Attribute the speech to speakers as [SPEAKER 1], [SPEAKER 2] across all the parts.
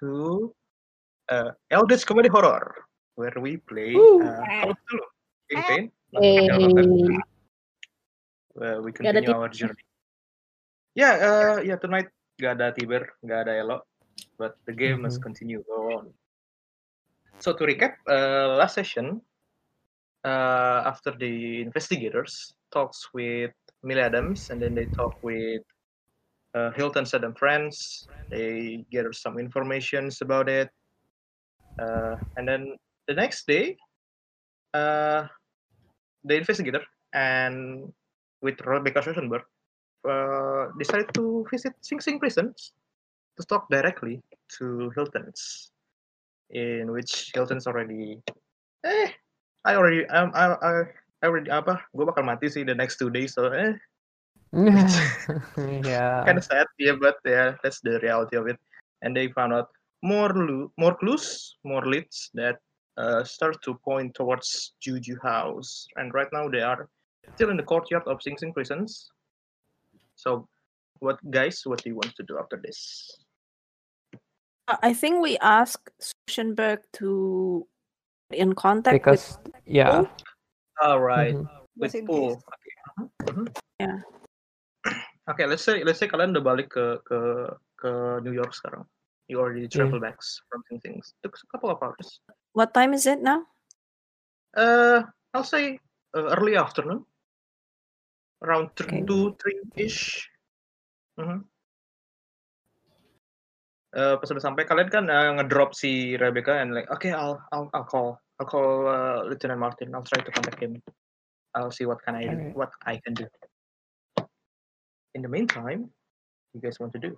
[SPEAKER 1] to uh, Eldritch Comedy Horror, where we play
[SPEAKER 2] Ooh.
[SPEAKER 1] uh, Call of Cthulhu campaign.
[SPEAKER 3] Hey.
[SPEAKER 1] Well, Eh, we
[SPEAKER 3] Nggak ada
[SPEAKER 1] continue our journey. Yeah, uh, yeah. Tonight nggak ada Tiber, nggak ada Elo, but the game
[SPEAKER 3] Mm-hmm.
[SPEAKER 1] must continue go on. So to recap, uh, last session, uh, after the investigators talks with Millie Adams, and then they talk with uh, Hilton Set and friends. They gather some informations about it, uh, and then the next day, uh, the investigator and with Rebecca Rosenberg uh, decided to visit Sing Sing prisons to talk directly to Hilton's, in which Hilton's already, eh, I already, um, I, I, I already apa? Gue bakal mati sih the next two days, so eh,
[SPEAKER 4] yeah.
[SPEAKER 1] kind of sad, yeah, but yeah, that's the reality of it. And they found out more lu- more clues, more leads that uh, start to point towards Juju House. And right now they are still in the courtyard of Sing Sing prisons. So, what guys, what do you want to do after this?
[SPEAKER 2] I think we asked Schönberg to get in contact with
[SPEAKER 4] Because yeah.
[SPEAKER 1] All right,
[SPEAKER 4] Mhm.
[SPEAKER 1] with
[SPEAKER 2] Just in
[SPEAKER 1] pool.
[SPEAKER 2] case.
[SPEAKER 1] Okay. mhm, mhm.
[SPEAKER 2] Yeah.
[SPEAKER 1] Oke, let's say let's say kalian udah balik ke ke ke New York sekarang. You already
[SPEAKER 4] Yeah.
[SPEAKER 1] travel back from Sing Sing. Took a couple of hours.
[SPEAKER 2] what time is it now?
[SPEAKER 1] Uh, I'll say uh, early afternoon, around th-
[SPEAKER 2] Okay.
[SPEAKER 1] two, three ish. Mhm. Uh, pas udah sampai kalian kan uh, ngedrop si Rebecca and like, okay, I'll I'll I'll call I'll call uh, Lieutenant Martin. I'll try to contact him. I'll see what can I do,
[SPEAKER 4] Alright.
[SPEAKER 1] what I can do. In the meantime, you guys want to do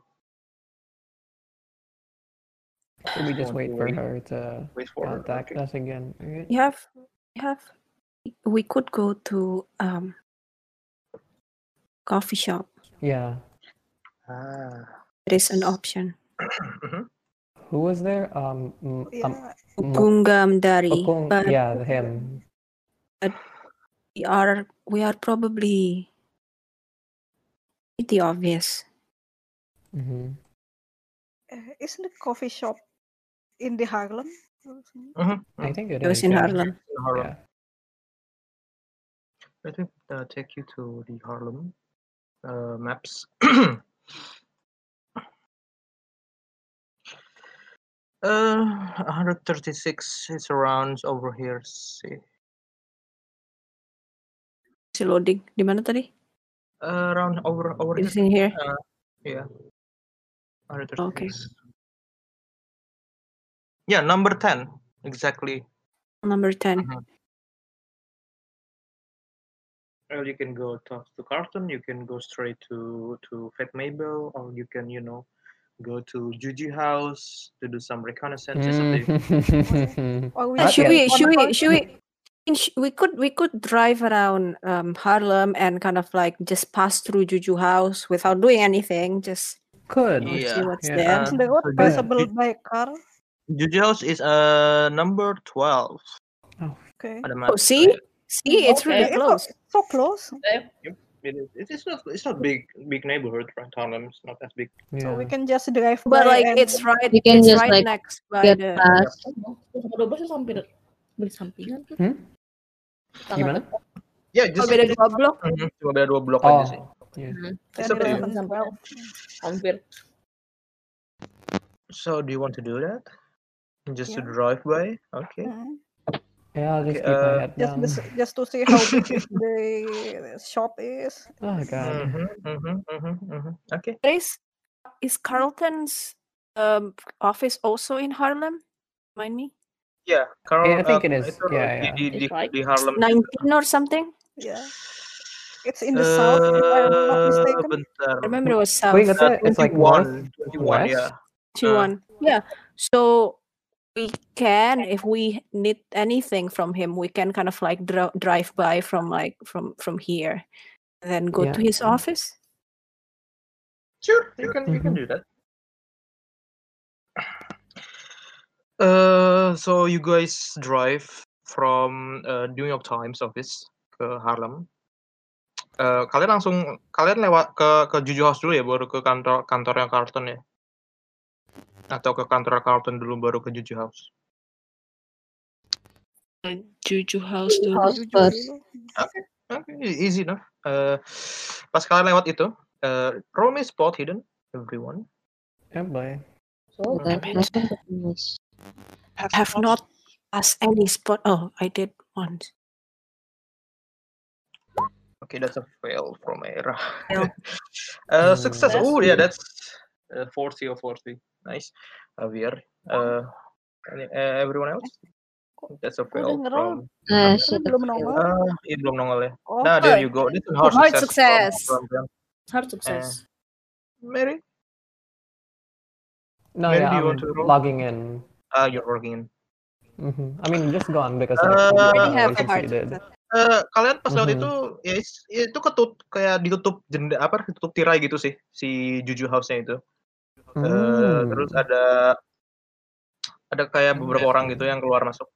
[SPEAKER 4] So we just
[SPEAKER 1] Want
[SPEAKER 4] wait
[SPEAKER 1] to
[SPEAKER 4] for
[SPEAKER 1] wait?
[SPEAKER 4] her to
[SPEAKER 1] wait for her,
[SPEAKER 4] contact
[SPEAKER 1] okay.
[SPEAKER 4] us again. right?
[SPEAKER 2] You have, you have, we could go to um coffee shop.
[SPEAKER 4] Yeah.
[SPEAKER 1] Ah.
[SPEAKER 2] It is an option.
[SPEAKER 1] Mhm.
[SPEAKER 4] Who was there? Um.
[SPEAKER 1] Oh,
[SPEAKER 4] m-
[SPEAKER 5] Iya,
[SPEAKER 4] um Mo-
[SPEAKER 2] Gungam Dari,
[SPEAKER 4] Okung-
[SPEAKER 2] but
[SPEAKER 4] yeah, him.
[SPEAKER 2] we are we are probably pretty obvious.
[SPEAKER 4] hmm
[SPEAKER 5] Uh, isn't the coffee shop in the Harlem? or something?
[SPEAKER 1] Mhm, mhm.
[SPEAKER 4] I think it
[SPEAKER 2] It was
[SPEAKER 4] is,
[SPEAKER 2] in
[SPEAKER 4] yeah.
[SPEAKER 2] Harlem.
[SPEAKER 1] Harlem.
[SPEAKER 4] Yeah.
[SPEAKER 1] Let me uh, take you to the Harlem uh, maps. uh, 136 is around over here. See,
[SPEAKER 2] Si loading di mana tadi?
[SPEAKER 1] uh, around over over here.
[SPEAKER 2] It is in here.
[SPEAKER 1] Yeah. 136. Yeah, number 10 exactly.
[SPEAKER 2] Number ten.
[SPEAKER 1] Well, you can go to, to Carlton. You can go straight to to Fat Mabel, or you can you know go to Juju House to do some reconnaissance. It's up
[SPEAKER 4] Mm-hmm.
[SPEAKER 1] to you.
[SPEAKER 4] Mm.
[SPEAKER 5] Or we
[SPEAKER 4] Uh,
[SPEAKER 2] Uh,
[SPEAKER 5] just
[SPEAKER 4] yeah.
[SPEAKER 2] should we?
[SPEAKER 5] on
[SPEAKER 2] Should
[SPEAKER 5] Harlem?
[SPEAKER 2] we? Should we? think sh- We could we could drive around um, Harlem and kind of like just pass through Juju House without doing anything. Just
[SPEAKER 4] Could.
[SPEAKER 2] you know,
[SPEAKER 1] Yeah.
[SPEAKER 2] see what's
[SPEAKER 4] Yeah.
[SPEAKER 2] there.
[SPEAKER 5] Isn't the road
[SPEAKER 1] so
[SPEAKER 4] there's-
[SPEAKER 5] passable by car?
[SPEAKER 1] Juju House is uh number twelve.
[SPEAKER 5] Okay.
[SPEAKER 1] Ada map.
[SPEAKER 2] Oh, see, see, it's really
[SPEAKER 5] Okay, it's
[SPEAKER 2] close.
[SPEAKER 5] So close.
[SPEAKER 1] It is, it is not it's not big big neighborhood right Harlem is not as big.
[SPEAKER 5] So we
[SPEAKER 4] Yeah.
[SPEAKER 5] can just drive
[SPEAKER 2] But like,
[SPEAKER 5] by and
[SPEAKER 2] it's right.
[SPEAKER 3] You can
[SPEAKER 2] it's
[SPEAKER 3] just,
[SPEAKER 2] right
[SPEAKER 3] like,
[SPEAKER 2] next by
[SPEAKER 3] Get
[SPEAKER 2] the.
[SPEAKER 3] us.
[SPEAKER 6] hampir bersampingan tuh.
[SPEAKER 4] Hmm? Gimana?
[SPEAKER 1] Yeah,
[SPEAKER 2] Oh,
[SPEAKER 1] just
[SPEAKER 2] beda dua blok.
[SPEAKER 1] Mhm, cuma beda dua blok aja sih.
[SPEAKER 4] Oh.
[SPEAKER 1] It's up
[SPEAKER 5] 10,
[SPEAKER 1] to you.
[SPEAKER 5] 11, 12.
[SPEAKER 6] Hampir.
[SPEAKER 1] So do you want to do that? Just to
[SPEAKER 5] Yeah.
[SPEAKER 1] drive by? Okay.
[SPEAKER 5] Mm.
[SPEAKER 4] Yeah, I'll
[SPEAKER 1] Okay,
[SPEAKER 4] just keep my
[SPEAKER 1] uh,
[SPEAKER 4] head
[SPEAKER 5] Just,
[SPEAKER 4] down.
[SPEAKER 5] this- just to see how big is the shop is.
[SPEAKER 4] Oh god.
[SPEAKER 1] Mhm, mhm, mhm, mhm. Okay.
[SPEAKER 2] There is is Carlton's um, office also in Harlem? Mind me,
[SPEAKER 1] Yeah, Carl.
[SPEAKER 4] Yeah, I think
[SPEAKER 1] uh,
[SPEAKER 4] it is.
[SPEAKER 1] itu
[SPEAKER 4] Yeah,
[SPEAKER 1] di-
[SPEAKER 4] yeah.
[SPEAKER 1] Di, di,
[SPEAKER 6] It's like
[SPEAKER 1] di Harlem.
[SPEAKER 2] nineteen or something.
[SPEAKER 5] Yeah. ya. It's in the south, if I'm not
[SPEAKER 1] Eh,
[SPEAKER 5] mistaken.
[SPEAKER 1] Bentar.
[SPEAKER 2] I remember it was South.
[SPEAKER 4] Wait, that's it. It's like north,
[SPEAKER 1] 21, 21,
[SPEAKER 4] west.
[SPEAKER 1] yeah.
[SPEAKER 2] two one. Yeah. So we can, if we need anything from him, we can kind of like dri- drive by from like from from here, and then go
[SPEAKER 4] Yeah.
[SPEAKER 2] to his office.
[SPEAKER 1] Sure, you can you can do that. Uh, so you guys drive from uh, New York Times office ke Harlem. Uh, kalian langsung kalian lewat ke ke Juju House dulu ya baru ke kantor kantornya Carlton ya. Atau ke kantor Carlton dulu baru ke Juju House.
[SPEAKER 3] Juju House dulu.
[SPEAKER 5] Jujur
[SPEAKER 7] House first.
[SPEAKER 5] dulu.
[SPEAKER 1] Okay, easy enough. Uh, pas kalian lewat itu, uh, roll me spot hidden, everyone.
[SPEAKER 4] Oh boy.
[SPEAKER 6] So,
[SPEAKER 1] Bukan.
[SPEAKER 2] I have not passed any spot. Oh, I did once.
[SPEAKER 1] Okay, that's a fail from Era.
[SPEAKER 2] Fail.
[SPEAKER 1] uh, success.
[SPEAKER 6] Hmm.
[SPEAKER 1] Oh yeah, that's uh, 40 or 40. Nice. Javier. Uh, any- uh, everyone else? That's a fail.
[SPEAKER 5] udah ngeroll.
[SPEAKER 1] From,
[SPEAKER 7] Nah,
[SPEAKER 5] Ini belum nongol.
[SPEAKER 1] uh, ya, belum nongol ya.
[SPEAKER 5] Oh,
[SPEAKER 1] Nah, there you go. This is hard,
[SPEAKER 2] Hard
[SPEAKER 1] success.
[SPEAKER 2] success.
[SPEAKER 1] from- from- from-
[SPEAKER 6] hard sukses.
[SPEAKER 1] Mary,
[SPEAKER 4] No,
[SPEAKER 1] Mary,
[SPEAKER 4] yeah,
[SPEAKER 1] do you
[SPEAKER 4] I'm
[SPEAKER 1] want to roll?
[SPEAKER 4] logging in.
[SPEAKER 1] uh, you're working in.
[SPEAKER 4] Mhm. I mean, just gone because
[SPEAKER 1] Uh,
[SPEAKER 4] I
[SPEAKER 1] Already
[SPEAKER 2] have
[SPEAKER 4] already
[SPEAKER 2] hard
[SPEAKER 4] succeeded.
[SPEAKER 1] Eh, kalian pas lewat
[SPEAKER 4] Mhm.
[SPEAKER 1] itu ya is- ya itu ketut kayak ditutup jenda apa ditutup tirai gitu sih si Juju House-nya itu. Eh,
[SPEAKER 4] Hmm.
[SPEAKER 1] terus ada ada kayak beberapa orang gitu yang keluar masuk.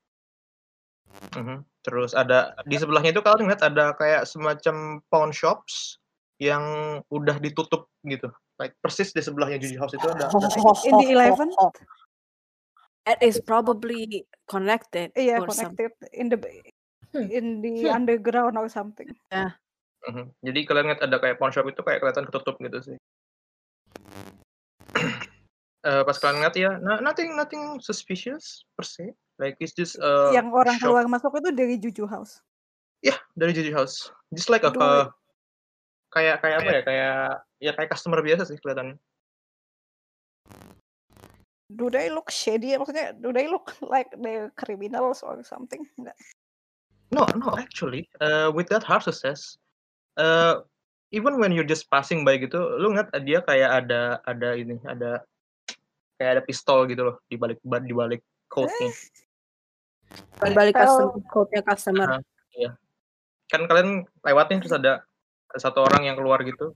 [SPEAKER 1] Mhm. Terus ada di sebelahnya itu kalian lihat ada kayak semacam pawn shops yang udah ditutup gitu. Like persis di sebelahnya Juju House itu ada. ada-
[SPEAKER 5] In the 11th?
[SPEAKER 2] That is probably connected.
[SPEAKER 5] Iya,
[SPEAKER 2] or something.
[SPEAKER 5] connected in the
[SPEAKER 6] Hmm.
[SPEAKER 5] in the
[SPEAKER 6] Hmm.
[SPEAKER 5] underground or something.
[SPEAKER 1] Mhm. Jadi kalian lihat ada kayak pawn shop itu kayak kelihatan ketutup gitu sih. Eh, pas kalian lihat ya, na- nothing nothing suspicious per se. Like it's just uh,
[SPEAKER 5] Yang orang
[SPEAKER 1] shop.
[SPEAKER 5] keluar masuk itu dari Juju House.
[SPEAKER 1] Ya, dari Juju House. Just like a,
[SPEAKER 5] Aduh.
[SPEAKER 1] ka- kayak kayak apa ya? Kayak ya kayak customer biasa sih kelihatannya.
[SPEAKER 5] Do they look shady? Ya, Maksudnya, do they look like they're criminals or something? Nggak.
[SPEAKER 1] No, no, actually, uh, with that hard success, uh, even when you're just passing by gitu, lu ngeliat dia kayak ada ada ini, ada kayak ada pistol gitu loh di balik ba- di balik coatnya.
[SPEAKER 2] Balik
[SPEAKER 5] Well-
[SPEAKER 2] customer, code-nya customer.
[SPEAKER 1] Ah. kan kalian lewat nih terus ada satu orang yang keluar gitu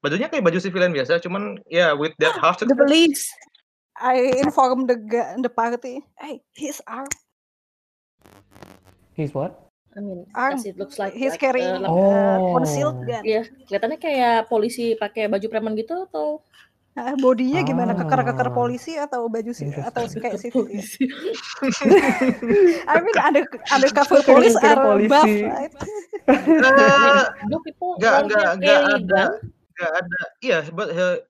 [SPEAKER 1] bajunya kayak baju civilian biasa cuman ya with that half
[SPEAKER 2] The police.
[SPEAKER 5] I inform the ga- the party. Hey, he's armed.
[SPEAKER 4] He's what?
[SPEAKER 6] I mean,
[SPEAKER 5] Arm.
[SPEAKER 6] as it looks like,
[SPEAKER 5] he's
[SPEAKER 6] like,
[SPEAKER 5] carrying
[SPEAKER 6] uh,
[SPEAKER 4] Oh.
[SPEAKER 5] a
[SPEAKER 4] Oh.
[SPEAKER 5] concealed gun.
[SPEAKER 6] Iya, kelihatannya kayak polisi pakai baju preman gitu atau
[SPEAKER 5] Ah, bodinya gimana?
[SPEAKER 4] Ah.
[SPEAKER 5] Keker-keker polisi atau baju sih atau
[SPEAKER 4] Interesting.
[SPEAKER 5] kayak sih?
[SPEAKER 6] polisi.
[SPEAKER 5] I mean ada ada cover polis
[SPEAKER 4] Keker-keker
[SPEAKER 5] are buff,
[SPEAKER 4] polisi.
[SPEAKER 5] right?
[SPEAKER 6] Dok itu
[SPEAKER 1] Nggak, nggak,
[SPEAKER 6] warna
[SPEAKER 1] nggak
[SPEAKER 6] carry
[SPEAKER 1] ada.
[SPEAKER 6] gun.
[SPEAKER 1] nggak ada iya but uh,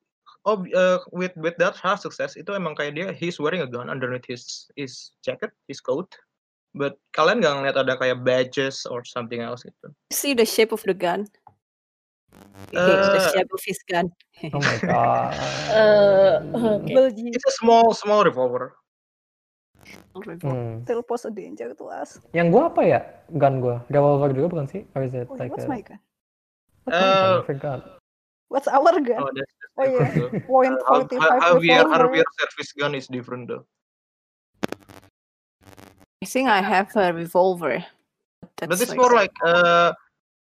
[SPEAKER 1] ob- uh, with with that half success itu emang kayak dia he's wearing a gun underneath his his jacket his coat but kalian nggak ngeliat ada kayak badges or something else gitu
[SPEAKER 2] See the shape of the gun. He hates the
[SPEAKER 1] Eh,
[SPEAKER 2] shape of his gun.
[SPEAKER 4] Oh my god.
[SPEAKER 2] Uh,
[SPEAKER 6] Eh, oke.
[SPEAKER 5] Belgi
[SPEAKER 1] it's a small small revolver
[SPEAKER 4] Hmm.
[SPEAKER 5] still pose a danger to us.
[SPEAKER 4] Yang gua apa ya? Gun gua. Revolver juga bukan sih? Or is it
[SPEAKER 5] Oh,
[SPEAKER 4] like
[SPEAKER 5] what's
[SPEAKER 4] a...
[SPEAKER 5] my gun?
[SPEAKER 4] What's my gun?
[SPEAKER 1] Eh,
[SPEAKER 4] I forgot.
[SPEAKER 5] What's our gun?
[SPEAKER 1] oh that's, that's
[SPEAKER 5] Oh, iya.
[SPEAKER 1] different though.
[SPEAKER 5] Point
[SPEAKER 1] Uh, Jav-
[SPEAKER 5] forty five
[SPEAKER 1] Javier
[SPEAKER 5] revolver.
[SPEAKER 1] Javier service gun is different though
[SPEAKER 2] I think I have a revolver. But that's
[SPEAKER 1] But it's more like uh,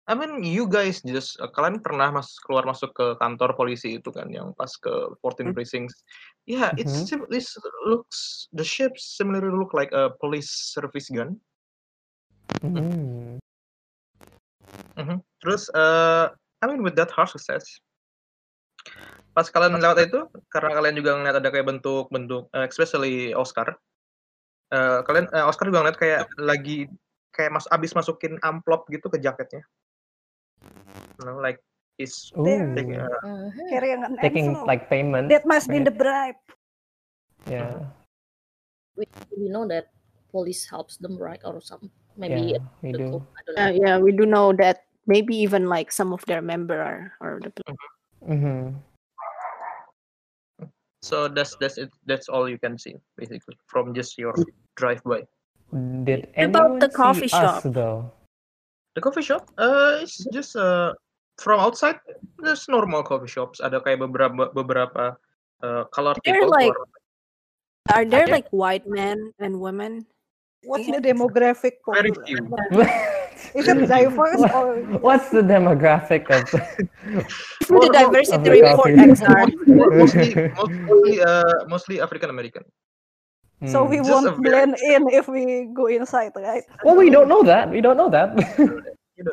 [SPEAKER 1] I mean you guys just uh, kalian pernah mas keluar masuk ke kantor polisi itu kan yang pas ke 14 precincts. Yeah, it's
[SPEAKER 4] Mhm.
[SPEAKER 1] sim- this looks the shape similarly look like a police service gun.
[SPEAKER 4] Hmm.
[SPEAKER 1] Terus uh, I mean with that hard success. Pas kalian lewat itu karena kalian juga ngeliat ada kayak bentuk-bentuk uh, especially Oscar. Uh, kalian uh, Oscar juga ngeliat kayak lagi kayak mas abis masukin amplop gitu ke jaketnya. You know, like is
[SPEAKER 5] There.
[SPEAKER 1] Like,
[SPEAKER 4] Ooh.
[SPEAKER 1] uh,
[SPEAKER 6] Mhm.
[SPEAKER 5] Carrying an
[SPEAKER 4] Taking
[SPEAKER 5] envelope.
[SPEAKER 4] like payment.
[SPEAKER 5] That must be
[SPEAKER 4] right?
[SPEAKER 5] the bribe.
[SPEAKER 4] Yeah.
[SPEAKER 6] We know that police helps them right or some maybe
[SPEAKER 4] yeah, we
[SPEAKER 6] the
[SPEAKER 4] do.
[SPEAKER 6] code, I don't know.
[SPEAKER 2] Uh, yeah, we do know that maybe even like some of their member are, are the
[SPEAKER 4] Mm-hmm.
[SPEAKER 1] so that's that's it. That's all you can see basically from just your drive by.
[SPEAKER 4] Did
[SPEAKER 2] What
[SPEAKER 4] anyone
[SPEAKER 2] about the coffee
[SPEAKER 4] see
[SPEAKER 2] shop?
[SPEAKER 4] us though?
[SPEAKER 1] The coffee shop, uh, it's just uh, from outside. There's normal coffee shops. Ada kayak beberapa beberapa uh, colored
[SPEAKER 2] They're
[SPEAKER 1] people. who
[SPEAKER 2] like-
[SPEAKER 1] are
[SPEAKER 2] Are there
[SPEAKER 1] yeah.
[SPEAKER 2] like white men and women?
[SPEAKER 5] What's
[SPEAKER 2] Yeah.
[SPEAKER 5] the demographic
[SPEAKER 1] Very
[SPEAKER 5] popular?
[SPEAKER 1] few.
[SPEAKER 5] Is it diverse or
[SPEAKER 4] What's the demographic of
[SPEAKER 2] Through the
[SPEAKER 1] Well, no,
[SPEAKER 2] diversity
[SPEAKER 4] oh my God,
[SPEAKER 2] report,
[SPEAKER 4] we-
[SPEAKER 2] XR.
[SPEAKER 1] mostly mostly uh, mostly African American.
[SPEAKER 5] so
[SPEAKER 4] Hmm.
[SPEAKER 5] we
[SPEAKER 1] Hmm, Just a
[SPEAKER 5] won't
[SPEAKER 1] very-
[SPEAKER 5] blend in if we go inside, right?
[SPEAKER 4] Well, we don't know that. We don't know that.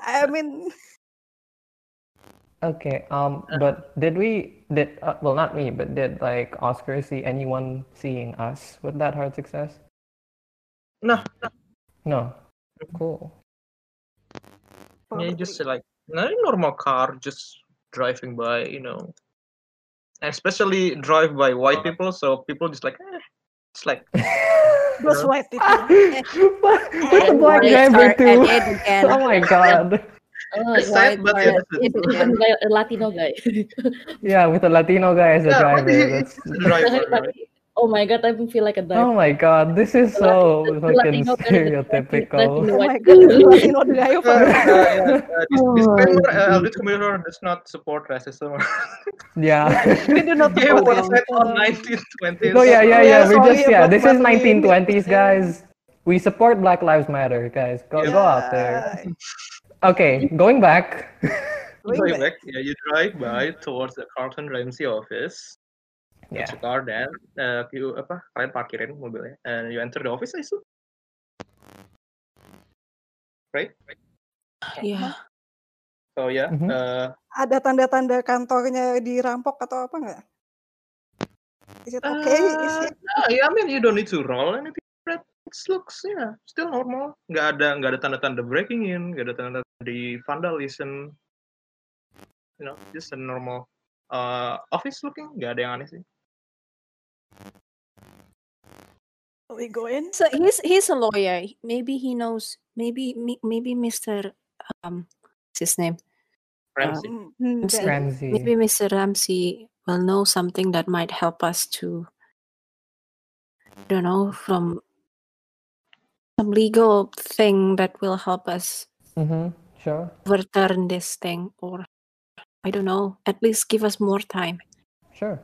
[SPEAKER 5] I mean,
[SPEAKER 4] Okay, um, but did we, did, uh, well, not me, but did like Oscar see anyone seeing us with that hard success?
[SPEAKER 1] No,
[SPEAKER 4] No. Cool.
[SPEAKER 2] Oh,
[SPEAKER 1] Yeah,
[SPEAKER 5] Probably.
[SPEAKER 1] just like not a normal car, just driving by, you know. And especially drive by white people, so people just like, eh. it's like
[SPEAKER 5] Those white people. Oh
[SPEAKER 4] With the
[SPEAKER 6] And
[SPEAKER 4] black
[SPEAKER 6] why
[SPEAKER 4] driver
[SPEAKER 2] are- and
[SPEAKER 4] too.
[SPEAKER 2] it again.
[SPEAKER 4] Oh my god.
[SPEAKER 6] Oh,
[SPEAKER 1] It's sad,
[SPEAKER 6] white
[SPEAKER 1] but
[SPEAKER 6] guy.
[SPEAKER 1] it's-
[SPEAKER 6] It's even guy, a Latino guy.
[SPEAKER 4] Yeah, with a Latino guy as a
[SPEAKER 1] Yeah,
[SPEAKER 4] driver.
[SPEAKER 1] it's-
[SPEAKER 4] That's...
[SPEAKER 1] it's a driver, right?
[SPEAKER 6] Tapi, oh my god, I feel like a diver.
[SPEAKER 4] Oh my god, this is so fucking
[SPEAKER 6] Latino guy is a
[SPEAKER 4] stereotypical.
[SPEAKER 5] Oh my
[SPEAKER 6] Latino
[SPEAKER 5] god,
[SPEAKER 6] white girl.
[SPEAKER 5] Latino driver.
[SPEAKER 1] Uh, yeah, uh, dis- disclaimer, uh, Aldrich Computer does not support racism.
[SPEAKER 4] Oh, Yeah.
[SPEAKER 5] We do not
[SPEAKER 1] yeah,
[SPEAKER 5] support
[SPEAKER 1] was set
[SPEAKER 5] racism.
[SPEAKER 1] on 1920s.
[SPEAKER 4] No, yeah, yeah, yeah.
[SPEAKER 5] Yeah,
[SPEAKER 4] We
[SPEAKER 5] sorry
[SPEAKER 4] just yeah.
[SPEAKER 5] about
[SPEAKER 4] This is
[SPEAKER 5] what we-
[SPEAKER 4] 1920s, guys. We support Black Lives Matter, guys. Go go out there.
[SPEAKER 5] Yeah.
[SPEAKER 4] Okay, going back.
[SPEAKER 1] You
[SPEAKER 5] Going
[SPEAKER 1] drive
[SPEAKER 5] back.
[SPEAKER 1] back, yeah, you drive by towards the Carlton Ramsey office.
[SPEAKER 4] Yeah.
[SPEAKER 1] Get your car there. Uh, you apa? Kalian parkirin mobilnya. And you enter the office, I assume. Right?
[SPEAKER 2] Yeah.
[SPEAKER 1] So yeah.
[SPEAKER 4] Mhm.
[SPEAKER 1] Uh,
[SPEAKER 5] Ada tanda-tanda kantornya dirampok atau apa nggak? Is it okay?
[SPEAKER 1] uh,
[SPEAKER 5] Is it
[SPEAKER 1] nah, yeah, I mean you don't need to roll anything. But it looks yeah, still normal. Nggak ada nggak ada tanda-tanda breaking in, nggak ada tanda-tanda di vandalism. You know, just a normal uh, office looking. Nggak ada yang aneh sih.
[SPEAKER 5] we go in?
[SPEAKER 2] So he's he's a lawyer. He- Maybe he knows. Maybe mi- maybe Mr. Um, what's his name?
[SPEAKER 1] Ramsey.
[SPEAKER 5] Hmm, hmm,
[SPEAKER 2] Ramsey.
[SPEAKER 5] dan-
[SPEAKER 2] Maybe
[SPEAKER 4] Ramsey.
[SPEAKER 2] Mr. Ramsey will know something that might help us to. I don't know from some legal thing that will help us
[SPEAKER 4] Mm-hmm. Sure.
[SPEAKER 2] overturn this thing, or I don't know. At least give us more time.
[SPEAKER 4] Sure.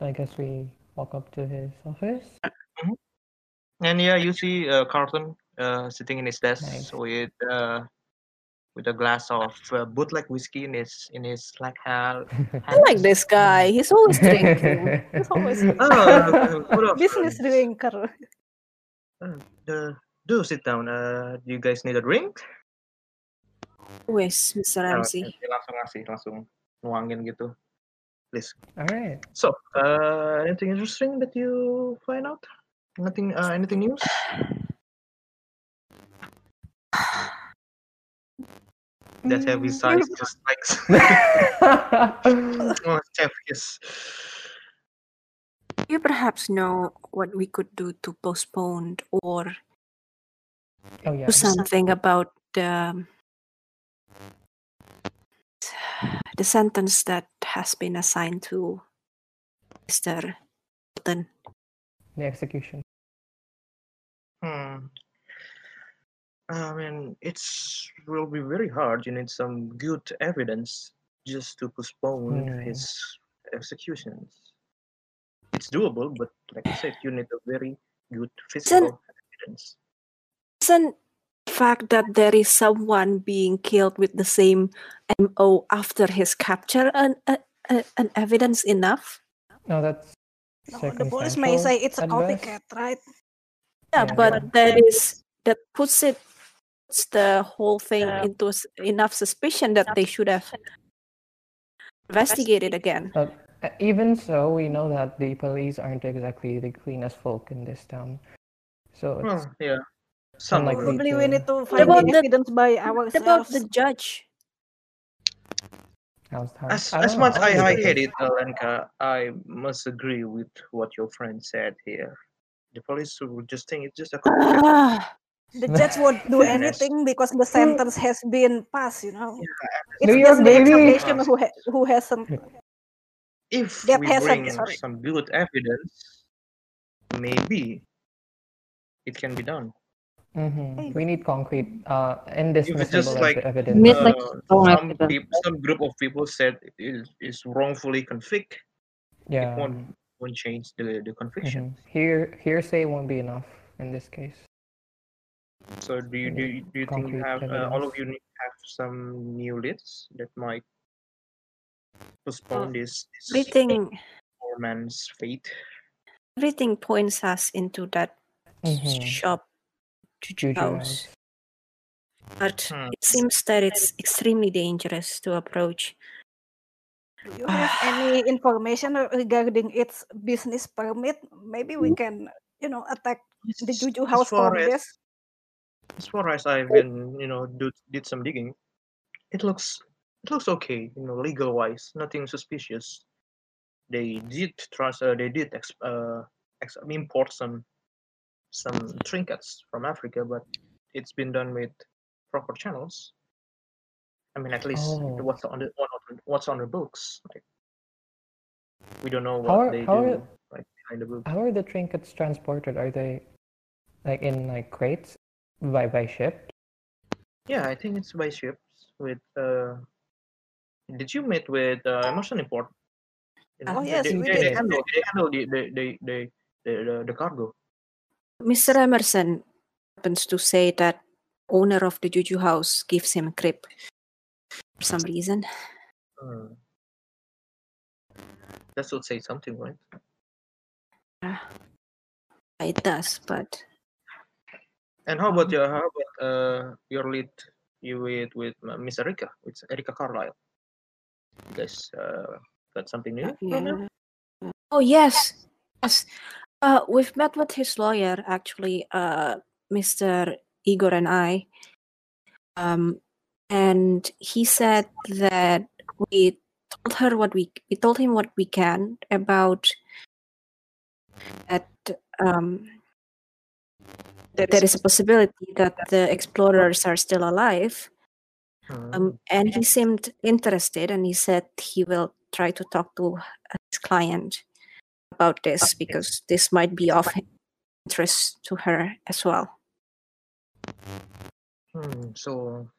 [SPEAKER 4] I guess we walk up to his office.
[SPEAKER 1] And yeah, you see uh, Carlton uh, sitting in his desk
[SPEAKER 4] Nice.
[SPEAKER 1] with uh, with a glass of uh, bootleg whiskey in his in his like hand.
[SPEAKER 2] I like this guy. He's always drinking.
[SPEAKER 5] always-
[SPEAKER 1] Oh, what up?
[SPEAKER 5] Business drinker.
[SPEAKER 1] Uh, do sit down. Uh, do you guys need a drink?
[SPEAKER 2] always, Mr. Ramsey.
[SPEAKER 1] Dia langsung ngasih, langsung nuangin gitu.
[SPEAKER 4] All right.
[SPEAKER 1] So, uh, anything interesting that you find out? Nothing, uh, anything news? That heavy size just like oh, chef, yes.
[SPEAKER 2] You perhaps know what we could do to postpone or
[SPEAKER 4] oh yeah.
[SPEAKER 2] do something about the the sentence that has been assigned to Mr. Button.
[SPEAKER 4] The execution.
[SPEAKER 1] Hmm. I mean, it's will be very hard. You need some good evidence just to postpone
[SPEAKER 4] Hmm.
[SPEAKER 1] his executions. It's doable, but like I said, you need a very good physical evidence.
[SPEAKER 2] Isn't the fact that there is someone being killed with the same MO after his capture an, a- a- an evidence enough?
[SPEAKER 4] No, that's.
[SPEAKER 5] No, the police may
[SPEAKER 4] circumstantial
[SPEAKER 5] say it's a
[SPEAKER 4] at best.
[SPEAKER 5] copycat, right?
[SPEAKER 2] yeah,
[SPEAKER 4] Yeah.
[SPEAKER 2] but that is that puts it puts the whole thing into s- enough suspicion that they should have investigated again.
[SPEAKER 4] But uh, even so, we know that the police aren't exactly the cleanest folk in this town. So it's
[SPEAKER 1] Well, Hmm, yeah. Some of
[SPEAKER 4] Unlikely.
[SPEAKER 1] it.
[SPEAKER 5] Probably
[SPEAKER 4] Gitu.
[SPEAKER 5] we need to find
[SPEAKER 2] about
[SPEAKER 5] the
[SPEAKER 2] the-
[SPEAKER 5] evidence by
[SPEAKER 2] What about
[SPEAKER 5] ourselves.
[SPEAKER 2] the judge?
[SPEAKER 4] how's hard.
[SPEAKER 1] Hmm. As,
[SPEAKER 4] I
[SPEAKER 1] as
[SPEAKER 4] don't
[SPEAKER 1] much
[SPEAKER 4] know,
[SPEAKER 1] I, I
[SPEAKER 4] honestly.
[SPEAKER 1] hate it, Alenka, I must agree with what your friend said here. The police would just think it's just a copycat.
[SPEAKER 2] Ah,
[SPEAKER 5] The judge won't do
[SPEAKER 1] Fairness.
[SPEAKER 5] anything because the sentence has been passed, you know.
[SPEAKER 4] New
[SPEAKER 5] It's
[SPEAKER 4] York,
[SPEAKER 5] just the
[SPEAKER 4] baby.
[SPEAKER 5] examination who, ha- who hasn't.
[SPEAKER 1] if
[SPEAKER 5] That
[SPEAKER 1] we
[SPEAKER 5] has some-
[SPEAKER 1] bring
[SPEAKER 5] sorry.
[SPEAKER 1] some good evidence, maybe it can be done.
[SPEAKER 4] Mhm. We need concrete uh, indismissible
[SPEAKER 1] just,
[SPEAKER 4] ev-
[SPEAKER 1] like,
[SPEAKER 4] evidence.
[SPEAKER 7] Meet, like,
[SPEAKER 1] Uh,
[SPEAKER 7] strong
[SPEAKER 1] some,
[SPEAKER 7] evidence.
[SPEAKER 1] peop- some group of people said it is, is wrongfully convict.
[SPEAKER 4] yeah. Mm-hmm.
[SPEAKER 1] It won't, won't change the, the conviction.
[SPEAKER 4] mhm. Hear, hearsay won't be enough in this case.
[SPEAKER 1] So do you do you, do you think you
[SPEAKER 4] Mm-hmm. Concrete
[SPEAKER 1] have uh, all of
[SPEAKER 4] evidence.
[SPEAKER 1] you need to have some new leads that might postpone this, this
[SPEAKER 2] everything
[SPEAKER 1] poor man's fate?
[SPEAKER 2] everything points us into that
[SPEAKER 4] Mhm.
[SPEAKER 2] shop
[SPEAKER 4] Juju
[SPEAKER 2] house. but
[SPEAKER 1] Hmm.
[SPEAKER 2] it seems that it's extremely dangerous to approach.
[SPEAKER 5] Do you have any information regarding its business permit? Maybe we can, you know, attack the
[SPEAKER 1] As
[SPEAKER 5] Juju house
[SPEAKER 1] far
[SPEAKER 5] for
[SPEAKER 1] as-
[SPEAKER 5] this.
[SPEAKER 1] as far as I've
[SPEAKER 4] Oh.
[SPEAKER 1] been, you know, do, did some digging, it looks it looks okay, you know, legal wise, nothing suspicious. They did trans, uh, they did ex, uh, ex, import some some trinkets from Africa, but it's been done with proper channels. I mean, at least
[SPEAKER 4] Oh.
[SPEAKER 1] what's on the what on- what's on the books. Like, we don't know
[SPEAKER 4] How
[SPEAKER 1] what
[SPEAKER 4] are-
[SPEAKER 1] they
[SPEAKER 4] how are-
[SPEAKER 1] do like behind the book.
[SPEAKER 4] How are the trinkets transported? Are they like in like crates by by ship?
[SPEAKER 1] Yeah, I think it's by ships with uh did you meet with uh Emerson Import? You
[SPEAKER 5] Oh,
[SPEAKER 1] know,
[SPEAKER 5] yes,
[SPEAKER 1] they,
[SPEAKER 5] we
[SPEAKER 1] they, they
[SPEAKER 4] did.
[SPEAKER 1] handle they handle the the the, the, the, the, the cargo.
[SPEAKER 2] Mr. Emerson happens to say that owner of the Juju house gives him crib for some reason.
[SPEAKER 1] Hmm. That should say something, right?
[SPEAKER 2] It does, but
[SPEAKER 1] And how
[SPEAKER 5] Um,
[SPEAKER 1] about your how about uh your lead you with with uh, Miss Erika, with Erika Carlisle? You guys uh got something new? from her?
[SPEAKER 2] oh yes, yes. Uh, we've met with his lawyer actually, uh, Mr. Igor and I, um, and he said that we told her what we we told him what we can about that um, that there is a possibility that the explorers are still alive
[SPEAKER 1] Hmm.
[SPEAKER 2] Um, and he seemed interested, and he said he will try to talk to his client about this because this might be of interest to her as well.
[SPEAKER 1] Hmm, so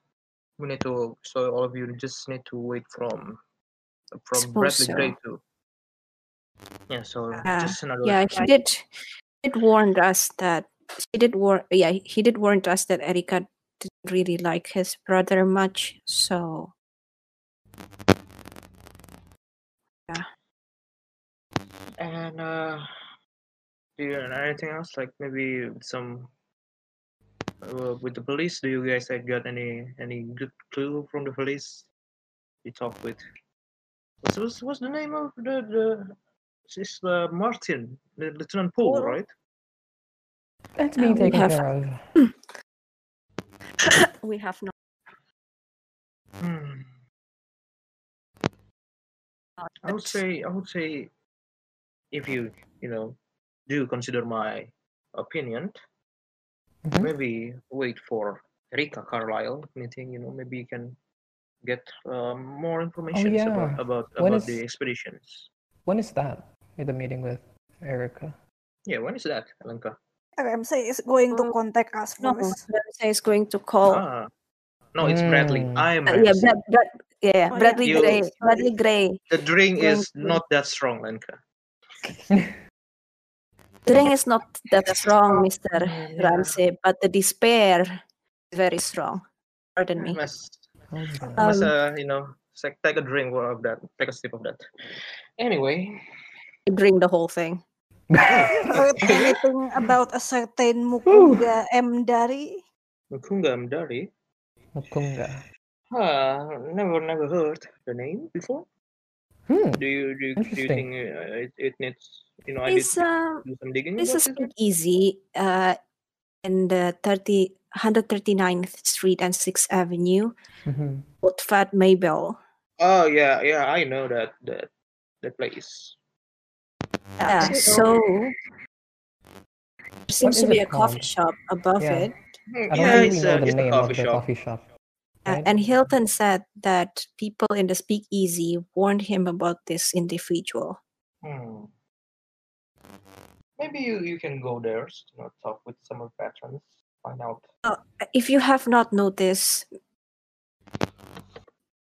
[SPEAKER 1] we need to. So all of you just need to wait from from Bradley
[SPEAKER 2] Suppose so.
[SPEAKER 1] Gray to. Yeah. So
[SPEAKER 2] Yeah,
[SPEAKER 1] just another.
[SPEAKER 2] Yeah, he did. He did warn us that he did warn. Yeah, he did warn us that Erika didn't really like his brother much. So
[SPEAKER 1] And uh, do you and anything else? Like maybe some. Uh, with the police, do you guys like, got any any good clue from the police? You talk with. What's, what's, what's the name of the the? It's uh, Martin, the Lieutenant Paul,
[SPEAKER 5] Paul?
[SPEAKER 1] right?
[SPEAKER 4] That's
[SPEAKER 2] Uh,
[SPEAKER 4] being
[SPEAKER 2] we
[SPEAKER 4] taken
[SPEAKER 2] have-
[SPEAKER 4] care of.
[SPEAKER 2] we have not.
[SPEAKER 1] Hmm. I would say I would say if you you know do consider my opinion,
[SPEAKER 4] Mhm.
[SPEAKER 1] maybe wait for Rika Carlisle meeting. You know, maybe you can get uh, more information
[SPEAKER 4] Oh, yeah.
[SPEAKER 1] about about,
[SPEAKER 4] When
[SPEAKER 1] about
[SPEAKER 4] is-
[SPEAKER 1] the expeditions.
[SPEAKER 4] When is that? With the meeting with Erica.
[SPEAKER 1] Yeah, when is that, Alenka?
[SPEAKER 5] RMC is going to
[SPEAKER 2] Uh,
[SPEAKER 5] contact us
[SPEAKER 2] No,
[SPEAKER 5] first.
[SPEAKER 2] Ramsay is going to
[SPEAKER 4] Oh.
[SPEAKER 2] call.
[SPEAKER 1] Ah, no, it's Bradley.
[SPEAKER 4] Mm.
[SPEAKER 1] I am
[SPEAKER 2] Uh, yeah,
[SPEAKER 1] Ramsey.
[SPEAKER 2] Brad, Brad, yeah,
[SPEAKER 5] Oh, yeah.
[SPEAKER 2] Bradley
[SPEAKER 1] You-
[SPEAKER 2] Gray. Bradley Gray.
[SPEAKER 1] the drink
[SPEAKER 2] going
[SPEAKER 1] is
[SPEAKER 2] to-
[SPEAKER 1] not that strong, Lenka.
[SPEAKER 2] The ring is not that strong, Mr.
[SPEAKER 4] Mm,
[SPEAKER 2] Ramsey, but the despair is very strong. Pardon me.
[SPEAKER 1] Must
[SPEAKER 4] Oh,
[SPEAKER 1] I
[SPEAKER 4] yeah.
[SPEAKER 1] must,
[SPEAKER 2] Um,
[SPEAKER 1] uh, you know, it's like, take a drink of that, take a sip of that. Anyway,
[SPEAKER 2] Drink the whole thing.
[SPEAKER 5] Heard anything about a certain Mukunga M. Dari?
[SPEAKER 1] Mukunga Mdari,
[SPEAKER 4] Mukunga.
[SPEAKER 1] uh, never, never heard the name before.
[SPEAKER 4] Hmm.
[SPEAKER 1] Do you, do you, do you
[SPEAKER 4] Interesting.
[SPEAKER 1] think uh, it, it needs, you know, I did
[SPEAKER 2] It's uh,
[SPEAKER 1] do some digging
[SPEAKER 2] it's
[SPEAKER 1] about
[SPEAKER 2] a
[SPEAKER 1] this.
[SPEAKER 2] speakeasy uh, in the 30, 139th Street and 6th Avenue,
[SPEAKER 4] Mhm.
[SPEAKER 2] Old Fat Mabel.
[SPEAKER 1] Oh yeah, yeah, I know that that that place.
[SPEAKER 2] Yeah,
[SPEAKER 1] Okay.
[SPEAKER 2] so there seems
[SPEAKER 4] is
[SPEAKER 2] to be
[SPEAKER 4] it
[SPEAKER 2] a coffee
[SPEAKER 4] called?
[SPEAKER 2] shop above
[SPEAKER 4] Yeah.
[SPEAKER 2] it.
[SPEAKER 1] Mm,
[SPEAKER 4] I don't
[SPEAKER 1] Yeah,
[SPEAKER 4] really
[SPEAKER 1] it's
[SPEAKER 4] know
[SPEAKER 1] a,
[SPEAKER 4] the
[SPEAKER 1] it's a
[SPEAKER 4] name
[SPEAKER 1] coffee
[SPEAKER 4] of the
[SPEAKER 1] shop.
[SPEAKER 4] coffee shop.
[SPEAKER 2] Uh,
[SPEAKER 4] right?
[SPEAKER 2] and Hilton said that people in the speakeasy warned him about this individual.
[SPEAKER 1] Hmm. Maybe you, you can go there, you know, talk with some of the patrons, find out.
[SPEAKER 2] if you have not noticed,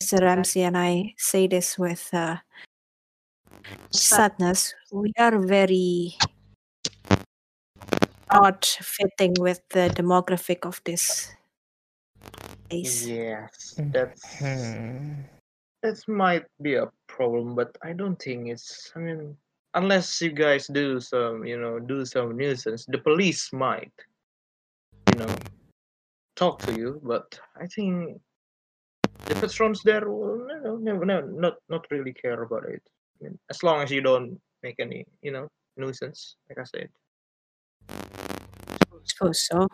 [SPEAKER 2] Mr. Ramsey and I say this with uh, sadness, we are very not fitting with the demographic of this place.
[SPEAKER 1] Yes,
[SPEAKER 4] Mhm.
[SPEAKER 1] that's
[SPEAKER 4] Hmm.
[SPEAKER 1] This might be a problem, but I don't think it's. I mean, unless you guys do some, you know, do some nuisance, the police might, you know, talk to you, but I think the patrons there will no, no, no, not not really care about it. I mean, as long as you don't make any, you know, nuisance, like I said.
[SPEAKER 2] suppose so.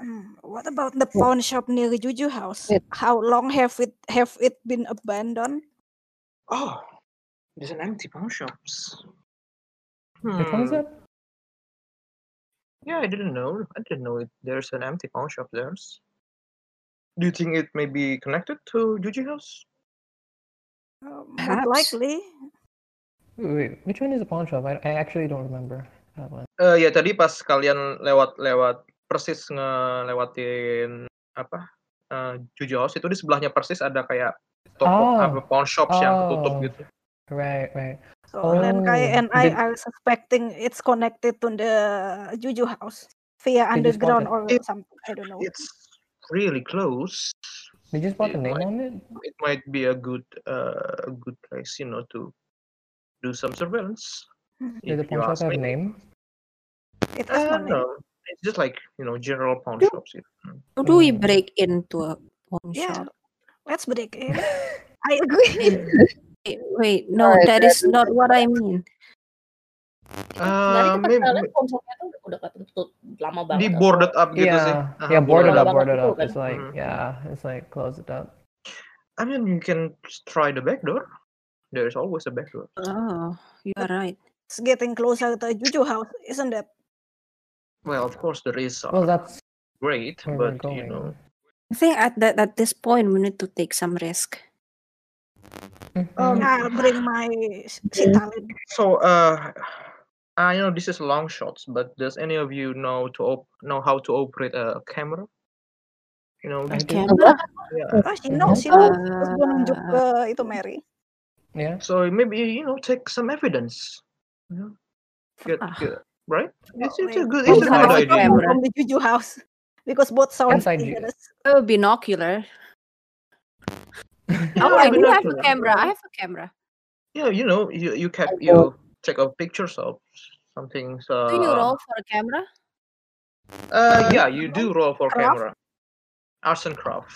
[SPEAKER 5] Hmm, What about the pawn shop near Juju House?
[SPEAKER 6] Wait.
[SPEAKER 5] How long have it have it been abandoned?
[SPEAKER 1] Oh, there's an empty pawn shops.
[SPEAKER 4] Which one is
[SPEAKER 1] Hmm,
[SPEAKER 4] that?
[SPEAKER 1] Yeah, I didn't know. I didn't know it. There's an empty pawn shop there. Do you think it may be connected to Juju House?
[SPEAKER 5] Um,
[SPEAKER 2] Perhaps.
[SPEAKER 5] most likely.
[SPEAKER 4] Wait, wait, which one is the pawn shop? I, I actually don't remember that one.
[SPEAKER 1] Eh ya tadi pas kalian lewat-lewat persis ngelewatin apa eh Juju House itu di sebelahnya persis ada kayak toko
[SPEAKER 4] Oh.
[SPEAKER 1] apa pawn shops yang ketutup
[SPEAKER 4] Oh.
[SPEAKER 1] gitu.
[SPEAKER 4] Right, right.
[SPEAKER 5] So Lenkai
[SPEAKER 4] Oh,
[SPEAKER 5] and I
[SPEAKER 4] did-
[SPEAKER 5] are suspecting it's connected to the Juju House via
[SPEAKER 4] They just bought
[SPEAKER 5] underground or
[SPEAKER 1] it.
[SPEAKER 5] something. I don't know.
[SPEAKER 1] It's really close.
[SPEAKER 4] They just bought the
[SPEAKER 1] Yeah,
[SPEAKER 4] name
[SPEAKER 1] like-
[SPEAKER 4] on it?
[SPEAKER 1] It might be a good uh, a good place, you know, to do some surveillance.
[SPEAKER 4] Did the
[SPEAKER 1] if you
[SPEAKER 4] pawn shop
[SPEAKER 1] ask
[SPEAKER 4] have a
[SPEAKER 1] me.
[SPEAKER 4] name?
[SPEAKER 5] It has
[SPEAKER 1] Uh,
[SPEAKER 5] no name.
[SPEAKER 1] no, it's just like you know general pawn
[SPEAKER 2] Yeah.
[SPEAKER 1] shops. It,
[SPEAKER 2] How do we
[SPEAKER 4] Mm.
[SPEAKER 2] break into a pawn
[SPEAKER 5] Yeah.
[SPEAKER 2] shop?
[SPEAKER 5] Let's break in. I agree.
[SPEAKER 2] Wait, wait, no,
[SPEAKER 6] Alright,
[SPEAKER 2] that
[SPEAKER 6] let's
[SPEAKER 2] is not what I mean.
[SPEAKER 6] Tadi
[SPEAKER 1] Uh,
[SPEAKER 6] kita
[SPEAKER 1] maybe-
[SPEAKER 6] kalian konsepnya tuh udah ketutup lama banget.
[SPEAKER 1] di
[SPEAKER 6] atau-
[SPEAKER 1] boarded up gitu sih.
[SPEAKER 4] Yeah,
[SPEAKER 1] Aha,
[SPEAKER 4] yeah, boarded
[SPEAKER 1] boarded
[SPEAKER 4] up,
[SPEAKER 6] up.
[SPEAKER 4] boarded up.
[SPEAKER 6] Betul kan?
[SPEAKER 4] It's like,
[SPEAKER 1] Mhm.
[SPEAKER 4] yeah, it's like close it up.
[SPEAKER 1] I mean, you can try the back door. There's always a back door.
[SPEAKER 2] Oh, you are right.
[SPEAKER 5] It's getting closer to Juju House, isn't it?
[SPEAKER 1] Well, of course, the risks are
[SPEAKER 4] Well, that's
[SPEAKER 1] great,
[SPEAKER 4] where
[SPEAKER 1] but
[SPEAKER 4] we're going.
[SPEAKER 1] you know,
[SPEAKER 2] I think at that at this point we need to take some risk.
[SPEAKER 1] Um,
[SPEAKER 4] Mhm.
[SPEAKER 5] I'll bring my s- sitalin.
[SPEAKER 1] so uh, I know this is long shots, but does any of you know to op- know how to operate a camera? You know, these
[SPEAKER 4] I do.
[SPEAKER 1] things?
[SPEAKER 2] Camera?
[SPEAKER 1] Yeah.
[SPEAKER 5] Oh, she knows, she
[SPEAKER 2] Uh,
[SPEAKER 5] knows. Terus gue nunjuk ke
[SPEAKER 4] Ah.
[SPEAKER 5] itu Mary.
[SPEAKER 4] yeah.
[SPEAKER 1] So maybe you know, take some evidence. You know, get,
[SPEAKER 2] Ah.
[SPEAKER 1] get right? It's, it's a
[SPEAKER 5] wait.
[SPEAKER 1] good,
[SPEAKER 2] Oh,
[SPEAKER 1] it's a
[SPEAKER 2] sorry.
[SPEAKER 1] good idea.
[SPEAKER 2] Camera.
[SPEAKER 5] From the Juju House. Because both sounds
[SPEAKER 4] Inside Ju-
[SPEAKER 5] dangerous.
[SPEAKER 2] oh, binocular.
[SPEAKER 1] Yeah,
[SPEAKER 2] Oh, I do have a
[SPEAKER 1] binocular.
[SPEAKER 2] camera. I have a camera.
[SPEAKER 1] Yeah, you know, you you cap you
[SPEAKER 6] know.
[SPEAKER 1] check out pictures of something. So
[SPEAKER 2] Do you roll for a camera?
[SPEAKER 1] Uh, yeah, you do roll for
[SPEAKER 5] Craft?
[SPEAKER 1] camera. Arts and craft.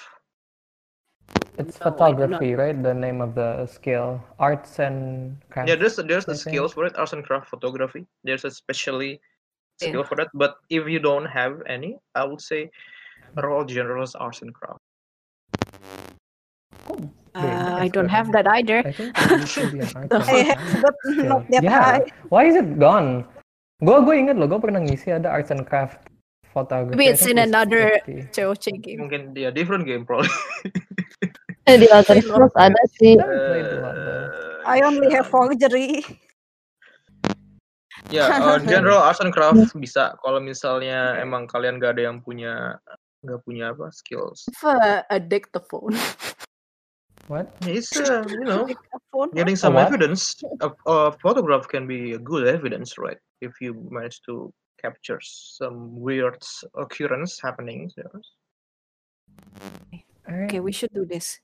[SPEAKER 4] It's
[SPEAKER 2] No, I do not.
[SPEAKER 4] photography, right? The name of the skill, arts and crafts.
[SPEAKER 1] Yeah, there's there's the
[SPEAKER 4] I think.
[SPEAKER 1] skills for it. Arts and craft photography. There's a specially
[SPEAKER 2] Yeah.
[SPEAKER 1] skill for that. But if you don't have any, I would say roll generalist arts and craft.
[SPEAKER 2] Uh, I
[SPEAKER 4] that's
[SPEAKER 2] don't
[SPEAKER 4] good.
[SPEAKER 2] have that either.
[SPEAKER 4] I think it should be an arts and
[SPEAKER 5] I have,
[SPEAKER 4] crafts
[SPEAKER 5] but
[SPEAKER 4] skill.
[SPEAKER 5] not that
[SPEAKER 4] yeah.
[SPEAKER 5] high.
[SPEAKER 4] Why is it gone? Gue gue inget loh, gue pernah ngisi ada ah, arts and craft photography.
[SPEAKER 2] Maybe
[SPEAKER 4] I
[SPEAKER 2] it's
[SPEAKER 4] think
[SPEAKER 2] in
[SPEAKER 4] it was
[SPEAKER 2] another-
[SPEAKER 4] 50.
[SPEAKER 2] Coba checking.
[SPEAKER 1] Mungkin dia different game probably.
[SPEAKER 7] Eh, di Lazarus Plus ada sih.
[SPEAKER 4] I haven't played a lot though.
[SPEAKER 1] Uh,
[SPEAKER 5] I only have
[SPEAKER 1] Sham.
[SPEAKER 5] forgery.
[SPEAKER 1] Ya, uh, general arts and craft bisa. Kalau misalnya emang kalian gak ada yang punya nggak punya apa skills.
[SPEAKER 2] have uh, a, a dictaphone.
[SPEAKER 4] What?
[SPEAKER 1] Yeah, It's uh, you know
[SPEAKER 5] Like a phone.
[SPEAKER 1] getting some
[SPEAKER 4] what?
[SPEAKER 1] evidence a, a photograph can be a good evidence right if you manage to capture some weird s- occurrence happening yes.
[SPEAKER 4] Alright.
[SPEAKER 2] Okay, we should do this.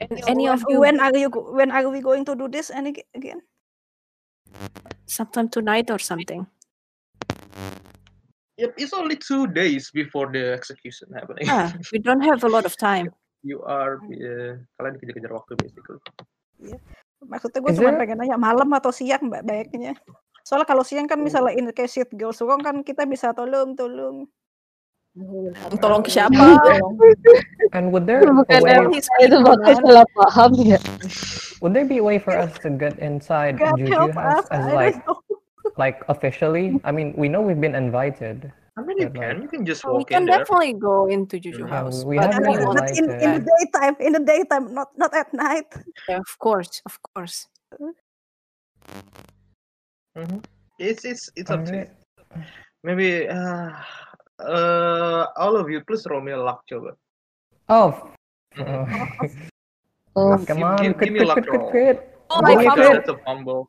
[SPEAKER 2] And
[SPEAKER 5] So
[SPEAKER 2] any of
[SPEAKER 5] when-
[SPEAKER 2] you,
[SPEAKER 5] When are you? go- When are we going to do this? Any again?
[SPEAKER 2] sometime tonight or something.
[SPEAKER 1] yep it's only two days before the execution happening
[SPEAKER 2] Ah, we don't have a lot of time.
[SPEAKER 1] you are uh, kalian dikejar-kejar waktu basically
[SPEAKER 5] Maksudnya gue
[SPEAKER 4] Is
[SPEAKER 5] cuma
[SPEAKER 4] there-
[SPEAKER 5] pengen nanya malam atau siang mbak baiknya. Soalnya kalau siang kan misalnya in case it goes wrong kan kita bisa tolong tolong.
[SPEAKER 2] Tolong ke siapa? Oh,
[SPEAKER 6] Tolong.
[SPEAKER 4] And would there a
[SPEAKER 7] Bukan
[SPEAKER 4] way,
[SPEAKER 7] yang itu pakai salah paham ya.
[SPEAKER 4] would there be a way for us to get inside
[SPEAKER 5] God
[SPEAKER 4] Juju
[SPEAKER 5] help
[SPEAKER 4] House
[SPEAKER 5] us.
[SPEAKER 4] as
[SPEAKER 5] I
[SPEAKER 4] like
[SPEAKER 5] don't know.
[SPEAKER 4] like officially? I mean, we know we've been invited.
[SPEAKER 1] I mean you
[SPEAKER 4] But, like,
[SPEAKER 1] can you can just
[SPEAKER 2] we
[SPEAKER 1] walk
[SPEAKER 2] can
[SPEAKER 1] in there
[SPEAKER 2] definitely go into Juju
[SPEAKER 1] Yeah,
[SPEAKER 2] House.
[SPEAKER 4] we
[SPEAKER 2] but
[SPEAKER 4] have
[SPEAKER 2] we
[SPEAKER 4] no
[SPEAKER 2] want-
[SPEAKER 5] But in, in the daytime, in the daytime, not not at night.
[SPEAKER 2] yeah, of course, of course.
[SPEAKER 1] Mhm. it's it's it's up to you
[SPEAKER 4] Alright.
[SPEAKER 1] maybe uh, uh, all of you please roll me a luck coba
[SPEAKER 4] Oh. f-
[SPEAKER 1] Mhm.
[SPEAKER 7] Oh,
[SPEAKER 4] Come
[SPEAKER 1] Give-
[SPEAKER 4] on,
[SPEAKER 1] give-
[SPEAKER 4] crit,
[SPEAKER 1] give me
[SPEAKER 4] crit,
[SPEAKER 1] luck
[SPEAKER 4] crit, crit,
[SPEAKER 1] roll.
[SPEAKER 4] crit.
[SPEAKER 2] Oh,
[SPEAKER 4] my
[SPEAKER 2] I
[SPEAKER 1] Because
[SPEAKER 4] God.
[SPEAKER 2] found it.
[SPEAKER 1] that's a fumble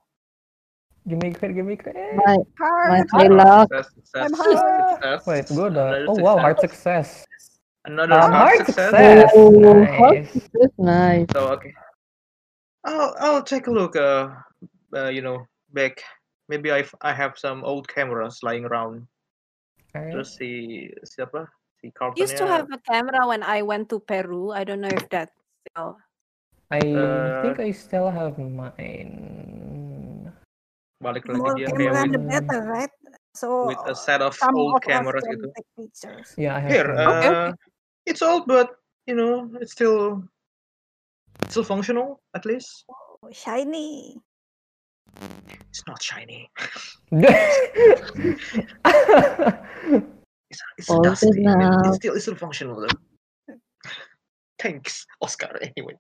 [SPEAKER 4] Give me crit, give me crit.
[SPEAKER 7] my, my
[SPEAKER 5] Hard.
[SPEAKER 7] play
[SPEAKER 1] Uh,
[SPEAKER 7] luck.
[SPEAKER 1] success, success,
[SPEAKER 5] I'm hard.
[SPEAKER 1] success,
[SPEAKER 4] Wait, good.
[SPEAKER 1] another
[SPEAKER 4] Uh, oh wow, hard
[SPEAKER 1] success.
[SPEAKER 4] success.
[SPEAKER 1] Another
[SPEAKER 4] Uh,
[SPEAKER 1] hard
[SPEAKER 4] hard
[SPEAKER 1] success.
[SPEAKER 4] success.
[SPEAKER 7] Oh, hard
[SPEAKER 4] Nice.
[SPEAKER 7] success, nice.
[SPEAKER 1] So okay, I'll I'll take a look. Uh, uh you know, back. Maybe I I have some old cameras lying around.
[SPEAKER 4] Alright.
[SPEAKER 1] Terus si siapa? Si Carlton
[SPEAKER 2] Used to have a camera when I went to Peru. I don't know if that still.
[SPEAKER 4] I
[SPEAKER 1] uh,
[SPEAKER 4] think I still have mine.
[SPEAKER 1] balik
[SPEAKER 5] More
[SPEAKER 1] lagi dia kayak
[SPEAKER 5] camera
[SPEAKER 1] with,
[SPEAKER 5] the
[SPEAKER 4] with-
[SPEAKER 5] better, right? So
[SPEAKER 1] with a set of
[SPEAKER 5] some
[SPEAKER 1] old
[SPEAKER 5] of us
[SPEAKER 1] cameras
[SPEAKER 5] can
[SPEAKER 1] gitu.
[SPEAKER 5] take pictures.
[SPEAKER 4] Yeah, I have
[SPEAKER 1] Here,
[SPEAKER 4] mine.
[SPEAKER 2] Okay,
[SPEAKER 1] uh, it's old but you know it's still it's still functional at least.
[SPEAKER 5] Oh, shiny.
[SPEAKER 1] It's not shiny. uh, It's, it's
[SPEAKER 7] Old
[SPEAKER 1] dusty. It-
[SPEAKER 7] enough.
[SPEAKER 1] It's still it's still functional though. Thanks Oscar anyway.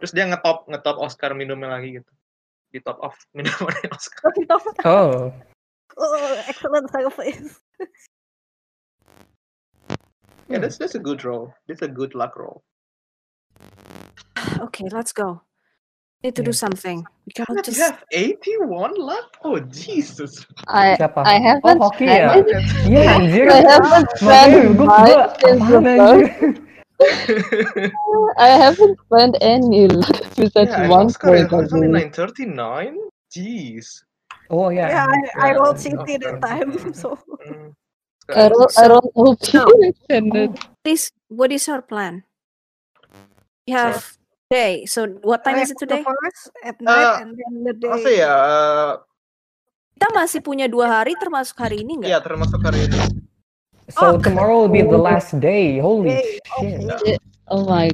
[SPEAKER 1] Terus dia ngetop ngetop Oscar minumnya lagi gitu. Di top off minumannya Oscar.
[SPEAKER 4] oh,
[SPEAKER 5] oh, excellent service.
[SPEAKER 1] Yeah, that's that's a good roll. That's a good luck roll.
[SPEAKER 2] Okay, let's go. Need to do
[SPEAKER 4] Yeah.
[SPEAKER 2] something. We
[SPEAKER 1] You
[SPEAKER 2] cannot just.
[SPEAKER 1] have 81 luck? Oh Jesus.
[SPEAKER 7] I
[SPEAKER 4] siapa?
[SPEAKER 7] I
[SPEAKER 4] oh,
[SPEAKER 7] haven't
[SPEAKER 4] hockey
[SPEAKER 7] I
[SPEAKER 4] ya?
[SPEAKER 7] haven't-
[SPEAKER 4] Iya, anjir.
[SPEAKER 7] I haven't
[SPEAKER 4] Makanya
[SPEAKER 7] spent
[SPEAKER 4] gue
[SPEAKER 7] mine since the
[SPEAKER 4] apaan
[SPEAKER 7] first.
[SPEAKER 4] anjir?
[SPEAKER 7] I haven't spent any luck to such
[SPEAKER 1] yeah, and
[SPEAKER 7] one
[SPEAKER 1] Oscar
[SPEAKER 7] point.
[SPEAKER 1] is
[SPEAKER 7] I
[SPEAKER 1] it's only
[SPEAKER 7] believe.
[SPEAKER 1] 939? Jeez.
[SPEAKER 4] Oh, ya.
[SPEAKER 5] Yeah, I, I
[SPEAKER 1] Yeah,
[SPEAKER 5] rolled
[SPEAKER 1] it's
[SPEAKER 5] CT
[SPEAKER 1] awkward.
[SPEAKER 5] that time, so
[SPEAKER 1] Mm. Oscar,
[SPEAKER 7] I roll- I roll OP
[SPEAKER 4] Oh,
[SPEAKER 7] and then-
[SPEAKER 2] What is what is our plan? We
[SPEAKER 1] Sorry.
[SPEAKER 2] have day. So what time
[SPEAKER 5] I
[SPEAKER 2] is it
[SPEAKER 5] have the
[SPEAKER 2] today?
[SPEAKER 5] First at night
[SPEAKER 1] Uh,
[SPEAKER 5] and then the day.
[SPEAKER 1] Apa sih ya? eh,
[SPEAKER 2] Kita masih punya dua hari termasuk hari ini nggak?
[SPEAKER 1] Iya termasuk hari ini.
[SPEAKER 4] So
[SPEAKER 2] Oh.
[SPEAKER 4] tomorrow will be the last day. Holy
[SPEAKER 5] Hey,
[SPEAKER 4] shit.
[SPEAKER 5] okay.
[SPEAKER 7] Oh my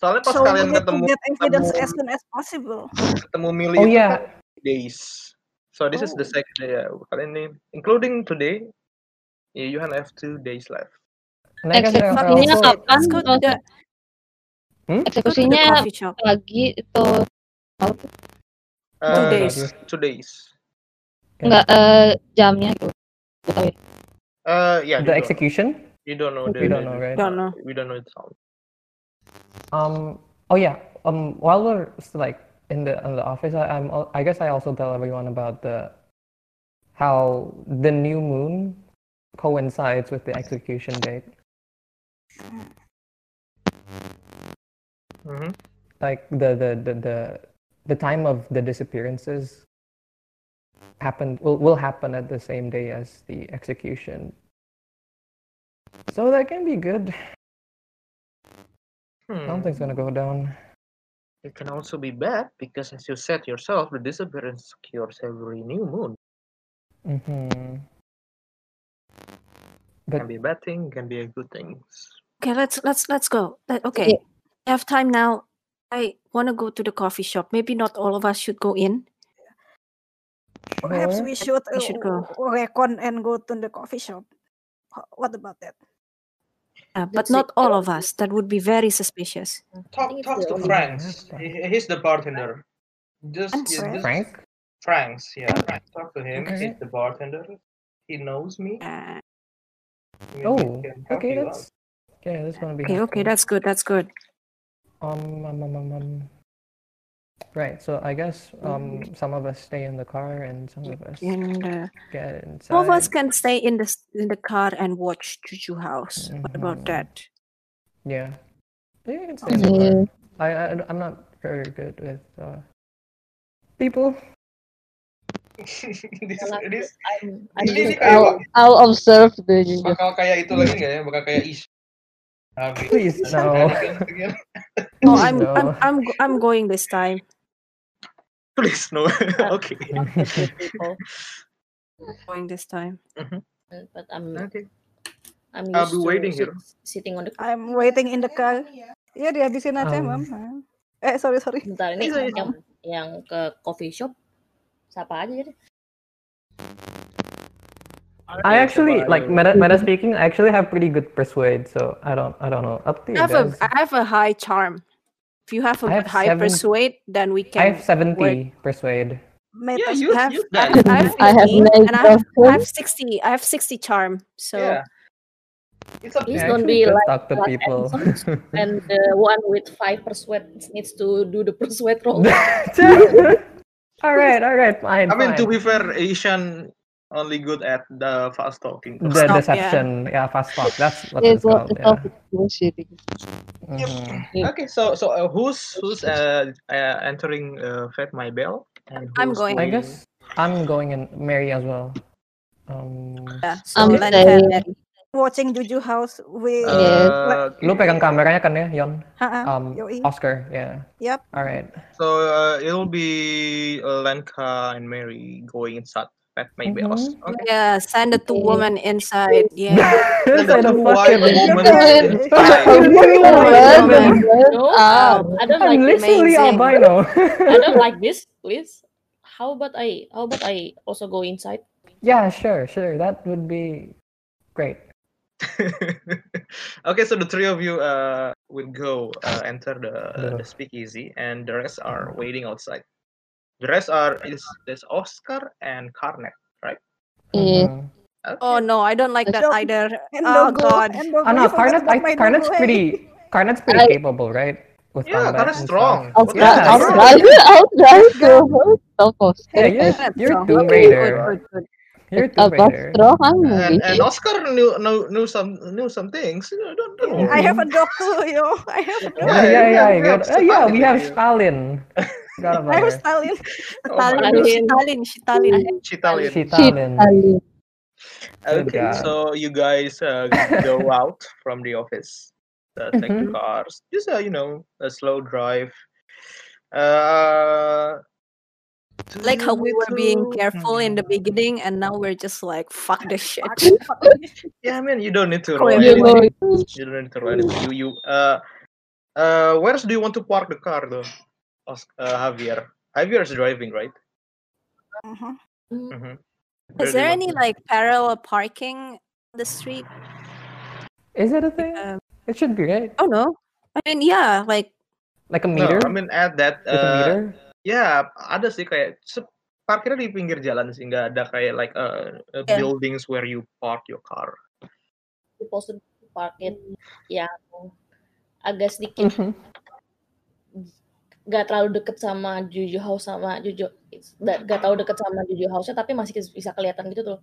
[SPEAKER 1] Soalnya pas
[SPEAKER 5] So we
[SPEAKER 1] kalian
[SPEAKER 5] need to
[SPEAKER 1] ketemu
[SPEAKER 5] get evidence
[SPEAKER 1] ketemu-
[SPEAKER 5] as soon as possible.
[SPEAKER 1] ketemu Mili
[SPEAKER 4] Oh
[SPEAKER 1] itu
[SPEAKER 4] ya,
[SPEAKER 1] kan days. So this is the
[SPEAKER 5] Oh.
[SPEAKER 1] second day. ya. Kalian ini including today, yeah, you have two days left.
[SPEAKER 4] and I guess there are
[SPEAKER 7] Eksekusinya
[SPEAKER 4] also
[SPEAKER 7] kapan?
[SPEAKER 2] Let's go to the,
[SPEAKER 4] Hmm?
[SPEAKER 2] go to the
[SPEAKER 7] Eksekusinya
[SPEAKER 2] coffee shop.
[SPEAKER 7] pagi itu
[SPEAKER 1] Eh,
[SPEAKER 2] Two days.
[SPEAKER 1] Uh, Two days.
[SPEAKER 7] enggak
[SPEAKER 2] uh,
[SPEAKER 7] eh, jamnya gitu. Nggak tahu ya.
[SPEAKER 1] Eh, yeah, you
[SPEAKER 4] the
[SPEAKER 1] don't-
[SPEAKER 4] execution.
[SPEAKER 1] You don't know.
[SPEAKER 4] We don't know, right?
[SPEAKER 2] Don't know.
[SPEAKER 1] We don't know its sound.
[SPEAKER 4] Um. Oh yeah. Um. While we're s- like in the in the office, I, I'm. al- I guess I also tell everyone about the how the new moon coincides with the execution date.
[SPEAKER 1] Mhm.
[SPEAKER 4] Like the the the the, the time of the disappearances happened will will happen at the same day as the execution. So that can be good.
[SPEAKER 1] Hmm.
[SPEAKER 4] Something's gonna go down.
[SPEAKER 1] It can also be bad because, as you said yourself, the disappearance occurs every new moon.
[SPEAKER 4] hmm
[SPEAKER 1] Can
[SPEAKER 4] But
[SPEAKER 1] be a bad thing, can be a good thing.
[SPEAKER 2] Okay, let's let's let's go. Let- okay,
[SPEAKER 7] Okay.
[SPEAKER 2] I have time now. I want to go to the coffee shop. Maybe not all of us should go in.
[SPEAKER 5] Perhaps
[SPEAKER 4] sure.
[SPEAKER 5] we should,
[SPEAKER 2] We should
[SPEAKER 5] uh, recon and go to the coffee shop. Ho- What about that?
[SPEAKER 2] Uh, but
[SPEAKER 6] That's it.
[SPEAKER 2] not all of us. That would be very suspicious.
[SPEAKER 6] I think it's the only-
[SPEAKER 4] Franz. He-
[SPEAKER 1] He's the bartender. Just,
[SPEAKER 2] Franz? you
[SPEAKER 5] just-
[SPEAKER 4] Frank.
[SPEAKER 1] Franks, yeah. Talk to him.
[SPEAKER 4] Okay.
[SPEAKER 1] He's the bartender. He knows me.
[SPEAKER 2] Uh,
[SPEAKER 1] Maybe
[SPEAKER 4] Oh,
[SPEAKER 1] he can help
[SPEAKER 4] okay,
[SPEAKER 1] you
[SPEAKER 4] that's yeah, that's gonna be
[SPEAKER 2] okay,
[SPEAKER 4] helpful.
[SPEAKER 2] okay, that's good. That's good.
[SPEAKER 4] um, um, um, um, um. Right, so I guess um, some of us stay in the car and some of us
[SPEAKER 2] And uh,
[SPEAKER 4] get inside.
[SPEAKER 2] all of us can stay in the s- in the car and watch Juju House. What about
[SPEAKER 4] Mhm.
[SPEAKER 6] Mm-hmm.
[SPEAKER 2] that?
[SPEAKER 4] Yeah, yeah, you can stay in the car.
[SPEAKER 7] Yeah.
[SPEAKER 4] I, I I'm not very good with uh, people.
[SPEAKER 1] this,
[SPEAKER 6] Well,
[SPEAKER 1] this
[SPEAKER 6] I'm, I'm
[SPEAKER 1] Ini nih
[SPEAKER 6] just
[SPEAKER 1] kayak
[SPEAKER 7] I'll, I'll observe the
[SPEAKER 1] bakal kayak itu lagi nggak ya? Bakal kayak ish. Habis.
[SPEAKER 4] Please no.
[SPEAKER 1] gitu kan.
[SPEAKER 2] Oh, I'm I'm
[SPEAKER 4] No.
[SPEAKER 2] I'm go- I'm going this time.
[SPEAKER 1] Please no. Oke.
[SPEAKER 6] not good with people,
[SPEAKER 2] Going this time.
[SPEAKER 6] but I'm
[SPEAKER 1] Oke.
[SPEAKER 6] I'm
[SPEAKER 1] I'll
[SPEAKER 6] used
[SPEAKER 1] be
[SPEAKER 6] to
[SPEAKER 1] waiting
[SPEAKER 6] sit-
[SPEAKER 1] here.
[SPEAKER 6] sitting on the
[SPEAKER 5] I'm waiting in the car. Ya dihabisin aja,
[SPEAKER 4] Um.
[SPEAKER 5] Mam. Eh, sorry, sorry.
[SPEAKER 6] bentar ini
[SPEAKER 1] Iya, iya.
[SPEAKER 6] yang yang ke coffee shop siapa aja jadi
[SPEAKER 4] I actually like meta, meta speaking. I actually have pretty good persuade, so I don't I don't know. Up to you
[SPEAKER 2] I have a
[SPEAKER 4] guys.
[SPEAKER 2] I have a high charm. If you have a
[SPEAKER 4] I have
[SPEAKER 2] high
[SPEAKER 4] seven-
[SPEAKER 2] persuade, then we can.
[SPEAKER 4] I have seventy persuade.
[SPEAKER 1] Yeah,
[SPEAKER 5] Meta
[SPEAKER 1] you
[SPEAKER 2] have-
[SPEAKER 1] you that.
[SPEAKER 2] I have, I have
[SPEAKER 7] I have
[SPEAKER 2] 15, and I have, I
[SPEAKER 7] nine
[SPEAKER 2] have 60. I have 60 charm. So
[SPEAKER 1] Yeah. It's a
[SPEAKER 6] Please
[SPEAKER 4] I
[SPEAKER 6] don't
[SPEAKER 4] actually
[SPEAKER 6] be
[SPEAKER 4] could
[SPEAKER 6] like-
[SPEAKER 4] talk to
[SPEAKER 6] like
[SPEAKER 4] people.
[SPEAKER 6] and the one with five persuade needs to do the persuade roll
[SPEAKER 4] all right, all right, fine.
[SPEAKER 1] I mean to
[SPEAKER 4] fine.
[SPEAKER 1] be fair, Asian only good at the fast talking.
[SPEAKER 4] the
[SPEAKER 2] Stop, yeah.
[SPEAKER 4] deception, yeah. fast talk. That's what it's
[SPEAKER 7] It's
[SPEAKER 4] called.
[SPEAKER 7] all, it's
[SPEAKER 4] Yeah.
[SPEAKER 7] all bullshitting.
[SPEAKER 4] Mhm.
[SPEAKER 1] Okay, so so uh, who's who's uh, uh entering uh, Fed my bell? And
[SPEAKER 2] I'm
[SPEAKER 1] who's
[SPEAKER 2] going.
[SPEAKER 4] I
[SPEAKER 1] doing-
[SPEAKER 4] guess I'm going in Mary as well. Um,
[SPEAKER 2] Yeah, so
[SPEAKER 7] I'm
[SPEAKER 2] let's
[SPEAKER 7] saying-
[SPEAKER 2] end.
[SPEAKER 5] watching Juju House with
[SPEAKER 1] Uh,
[SPEAKER 4] lu pegang kameranya kan ya, Yon?
[SPEAKER 5] Ha-ha,
[SPEAKER 4] Um,
[SPEAKER 5] yoi.
[SPEAKER 4] Oscar, yeah.
[SPEAKER 5] Yep.
[SPEAKER 4] Alright.
[SPEAKER 1] So uh, it'll be uh, Lenka and Mary going inside That may be us.
[SPEAKER 4] Mhm.
[SPEAKER 1] Okay.
[SPEAKER 2] Yeah, send the two
[SPEAKER 7] Okay.
[SPEAKER 2] woman inside. Yeah.
[SPEAKER 4] That's
[SPEAKER 1] Like,
[SPEAKER 4] like the
[SPEAKER 1] why
[SPEAKER 4] fucking-
[SPEAKER 1] the woman
[SPEAKER 5] Yeah.
[SPEAKER 1] is inside?
[SPEAKER 4] I'm
[SPEAKER 6] No,
[SPEAKER 7] Ah.
[SPEAKER 6] Um, Oh, I don't like this.
[SPEAKER 4] literally
[SPEAKER 7] amazing.
[SPEAKER 4] albino.
[SPEAKER 6] I don't like this, please. How about I? How about I also go inside?
[SPEAKER 4] yeah, sure, sure. That would be great.
[SPEAKER 1] okay, so the three of you uh, will go uh, enter the,
[SPEAKER 4] Yeah.
[SPEAKER 1] the speakeasy, and the rest are waiting outside. The rest are is there's Oscar and Carnet.
[SPEAKER 7] Yes.
[SPEAKER 4] Mhm.
[SPEAKER 1] Okay.
[SPEAKER 2] Oh no, I don't like that
[SPEAKER 5] No.
[SPEAKER 2] either.
[SPEAKER 5] and
[SPEAKER 2] Oh
[SPEAKER 5] Dogo-
[SPEAKER 2] god.
[SPEAKER 5] and
[SPEAKER 4] Oh
[SPEAKER 5] Dogo,
[SPEAKER 4] no,
[SPEAKER 5] you
[SPEAKER 4] Carnet's,
[SPEAKER 5] forgot about
[SPEAKER 4] I,
[SPEAKER 5] my
[SPEAKER 4] Carnet's
[SPEAKER 5] Dogo, eh?
[SPEAKER 4] pretty, Carnet's pretty capable, right? With
[SPEAKER 1] Yeah,
[SPEAKER 4] combat
[SPEAKER 1] Carnet's
[SPEAKER 4] and
[SPEAKER 1] strong.
[SPEAKER 4] stuff.
[SPEAKER 1] What the
[SPEAKER 4] Yeah,
[SPEAKER 1] hell?
[SPEAKER 4] sure.
[SPEAKER 7] Australia, Australia, of course.
[SPEAKER 4] Yeah, you're,
[SPEAKER 2] That's
[SPEAKER 4] you're
[SPEAKER 2] strong.
[SPEAKER 4] Tomb
[SPEAKER 2] Okay, good,
[SPEAKER 4] Raider.
[SPEAKER 2] good, good.
[SPEAKER 4] You're
[SPEAKER 7] Oh,
[SPEAKER 4] Tomb Raider.
[SPEAKER 1] And, and
[SPEAKER 7] Australia,
[SPEAKER 1] Oscar knew, knew knew some knew some things. You know, don't, don't worry.
[SPEAKER 5] I have a dog too, you know. I have a dog.
[SPEAKER 4] Yeah, yeah, yeah.
[SPEAKER 1] yeah,
[SPEAKER 4] I got-
[SPEAKER 1] yeah,
[SPEAKER 4] oh, yeah, we
[SPEAKER 1] Stalin.
[SPEAKER 4] have Stalin. Forgot
[SPEAKER 5] I
[SPEAKER 4] about
[SPEAKER 5] have
[SPEAKER 4] her.
[SPEAKER 5] Stalin.
[SPEAKER 1] Oh my
[SPEAKER 2] Stalin,
[SPEAKER 1] God.
[SPEAKER 2] Stalin, Stalin.
[SPEAKER 1] Chitalin.
[SPEAKER 4] She Stalin. Good
[SPEAKER 1] Okay,
[SPEAKER 4] God.
[SPEAKER 1] so you guys uh, go out from the office. Uh, take the
[SPEAKER 4] Mhm.
[SPEAKER 1] cars. Just uh, you know, a slow drive. Uh, do
[SPEAKER 2] Like how
[SPEAKER 1] you
[SPEAKER 2] we
[SPEAKER 1] need
[SPEAKER 2] were being
[SPEAKER 1] to-
[SPEAKER 2] careful in the
[SPEAKER 1] Hmm.
[SPEAKER 2] beginning, and now we're just like fuck this shit.
[SPEAKER 1] Yeah, I mean, you don't need to roll
[SPEAKER 2] Clear.
[SPEAKER 1] anything. You don't need to roll anything. You you uh uh, where else do you want to park the car though? Os- uh, Javier. Javier is driving, right?
[SPEAKER 5] Mhm.
[SPEAKER 1] Mhm. Where do
[SPEAKER 2] Is there
[SPEAKER 1] you
[SPEAKER 2] any
[SPEAKER 1] want to-
[SPEAKER 2] like parallel parking on the street?
[SPEAKER 4] Is it a thing?
[SPEAKER 2] Um,
[SPEAKER 5] Uh,
[SPEAKER 4] It should be right.
[SPEAKER 2] Oh no. I mean, yeah, like
[SPEAKER 4] Like a
[SPEAKER 1] No,
[SPEAKER 4] meter.
[SPEAKER 1] I mean at that.
[SPEAKER 4] With a
[SPEAKER 1] Uh,
[SPEAKER 4] meter.
[SPEAKER 1] Ya, ada sih kayak se- parkirnya di pinggir jalan sih, nggak ada kayak like uh, uh,
[SPEAKER 2] Yeah.
[SPEAKER 1] buildings where you park your car.
[SPEAKER 6] Supposed to park it yang agak sedikit
[SPEAKER 4] Mhm.
[SPEAKER 6] gak terlalu deket sama Juju House sama Juju it's- nggak nggak terlalu deket sama Juju House-nya tapi masih kis- bisa kelihatan gitu tuh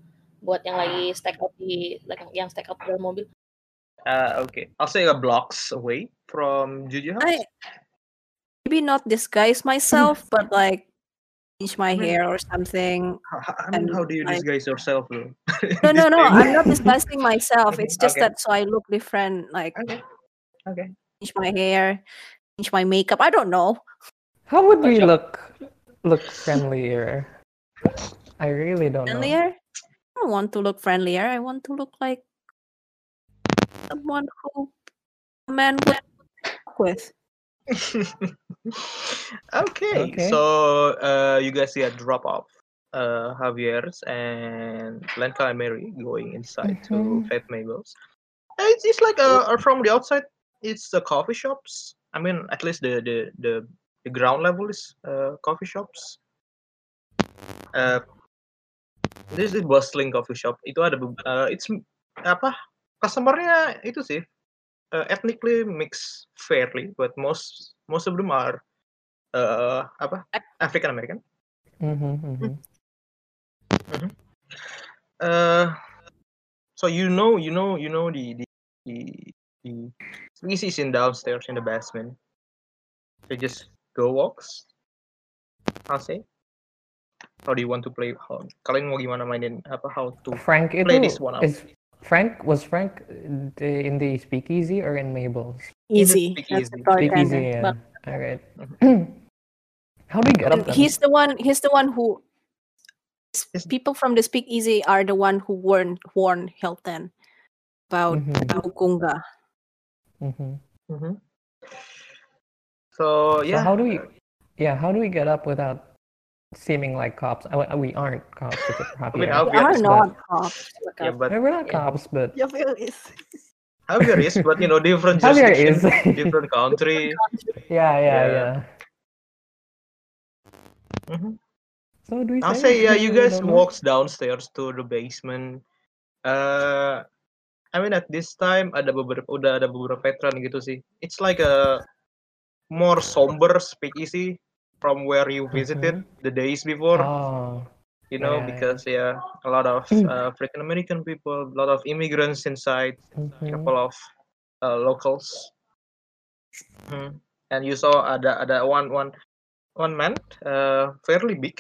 [SPEAKER 6] buat yang lagi stack up di like, yang stack up dalam mobil
[SPEAKER 1] Uh, okay, I'll say a blocks away from Juju House.
[SPEAKER 2] I maybe not disguise myself, but like change my
[SPEAKER 1] Mm.
[SPEAKER 2] hair or something.
[SPEAKER 1] Ho- ho- I mean,
[SPEAKER 2] and
[SPEAKER 1] how do you
[SPEAKER 2] I-
[SPEAKER 1] disguise yourself? though?
[SPEAKER 2] No, no, no.
[SPEAKER 1] Disguise.
[SPEAKER 2] I'm not disguising myself. It's just
[SPEAKER 1] Okay.
[SPEAKER 2] that so I look different. Like
[SPEAKER 1] Okay, okay.
[SPEAKER 2] change my hair, change my makeup. I don't know.
[SPEAKER 4] How would we
[SPEAKER 1] Gotcha.
[SPEAKER 4] look look friendlier? I really don't know.
[SPEAKER 2] Friendlier. I don't want to look friendlier. I want to look like someone who a man would fuck with.
[SPEAKER 1] okay,
[SPEAKER 4] Okay.
[SPEAKER 1] so uh, you guys see a drop off. Uh, Javier's and Lenka and Mary going inside to
[SPEAKER 4] Mhm.
[SPEAKER 1] Fat Mabel's. Uh, It's, it's like uh uh, from the outside, it's the coffee shops. I mean, at least the the the, the ground level is uh, coffee shops. Uh, this is bustling coffee shop. Itu ada be- uh, it's m- apa? Customernya itu sih uh, ethnically mixed fairly, but most most of them are uh, apa African American.
[SPEAKER 4] Mhm, mhm.
[SPEAKER 5] Hmm.
[SPEAKER 1] Uh, so you know, you know, you know the the the, the species in downstairs in the basement. They just go walks. I'll say. How do you want to play? How, kalian mau gimana mainin apa? How to?
[SPEAKER 4] Frank itu
[SPEAKER 1] Play this one out.
[SPEAKER 4] is Frank was Frank uh, in the speakeasy or in Mabel's?
[SPEAKER 1] He just
[SPEAKER 2] Easy.
[SPEAKER 1] speak
[SPEAKER 2] That's the
[SPEAKER 1] easy.
[SPEAKER 2] bartender.
[SPEAKER 4] Speakeasy, yeah.
[SPEAKER 6] But-
[SPEAKER 4] All right.
[SPEAKER 1] Mm-hmm.
[SPEAKER 4] How do we get up
[SPEAKER 2] And
[SPEAKER 4] then?
[SPEAKER 2] he's the one. He's the one who. s-
[SPEAKER 1] Is-
[SPEAKER 2] People from the speakeasy are the one who warned warned Hilton about
[SPEAKER 4] Mhm,
[SPEAKER 2] uh, Ukunga.
[SPEAKER 4] mhm.
[SPEAKER 1] Mhm. So
[SPEAKER 4] So
[SPEAKER 1] yeah.
[SPEAKER 4] how do we? Yeah, how do we get up without seeming like cops? I, we aren't cops. It's a
[SPEAKER 1] I mean,
[SPEAKER 4] Javier.
[SPEAKER 2] They are
[SPEAKER 1] Obvious, but-
[SPEAKER 2] not cops.
[SPEAKER 1] yeah, but
[SPEAKER 4] No, we're not
[SPEAKER 6] Yeah.
[SPEAKER 4] cops, but
[SPEAKER 5] Javier is.
[SPEAKER 1] Javier is, but you know, different
[SPEAKER 4] Javier
[SPEAKER 1] jurisdiction,
[SPEAKER 4] is.
[SPEAKER 1] different country.
[SPEAKER 4] yeah, yeah,
[SPEAKER 1] Yeah.
[SPEAKER 4] yeah.
[SPEAKER 1] Mhm.
[SPEAKER 4] So do we?
[SPEAKER 1] I'll say yeah, you
[SPEAKER 4] We
[SPEAKER 1] guys
[SPEAKER 4] don't know?
[SPEAKER 1] walks downstairs to the basement. Uh, I mean at this time ada beberapa udah ada beberapa veteran gitu sih. It's like a more somber speakeasy from where you visited the days before,
[SPEAKER 4] Mm-hmm. Oh,
[SPEAKER 1] you know,
[SPEAKER 4] yeah, yeah.
[SPEAKER 1] because yeah, a lot of
[SPEAKER 4] Mm.
[SPEAKER 1] uh, African American people, a lot of immigrants inside, a
[SPEAKER 4] mhm.
[SPEAKER 1] couple of uh, locals. Mhm. And you saw ada ada one one one man uh, fairly big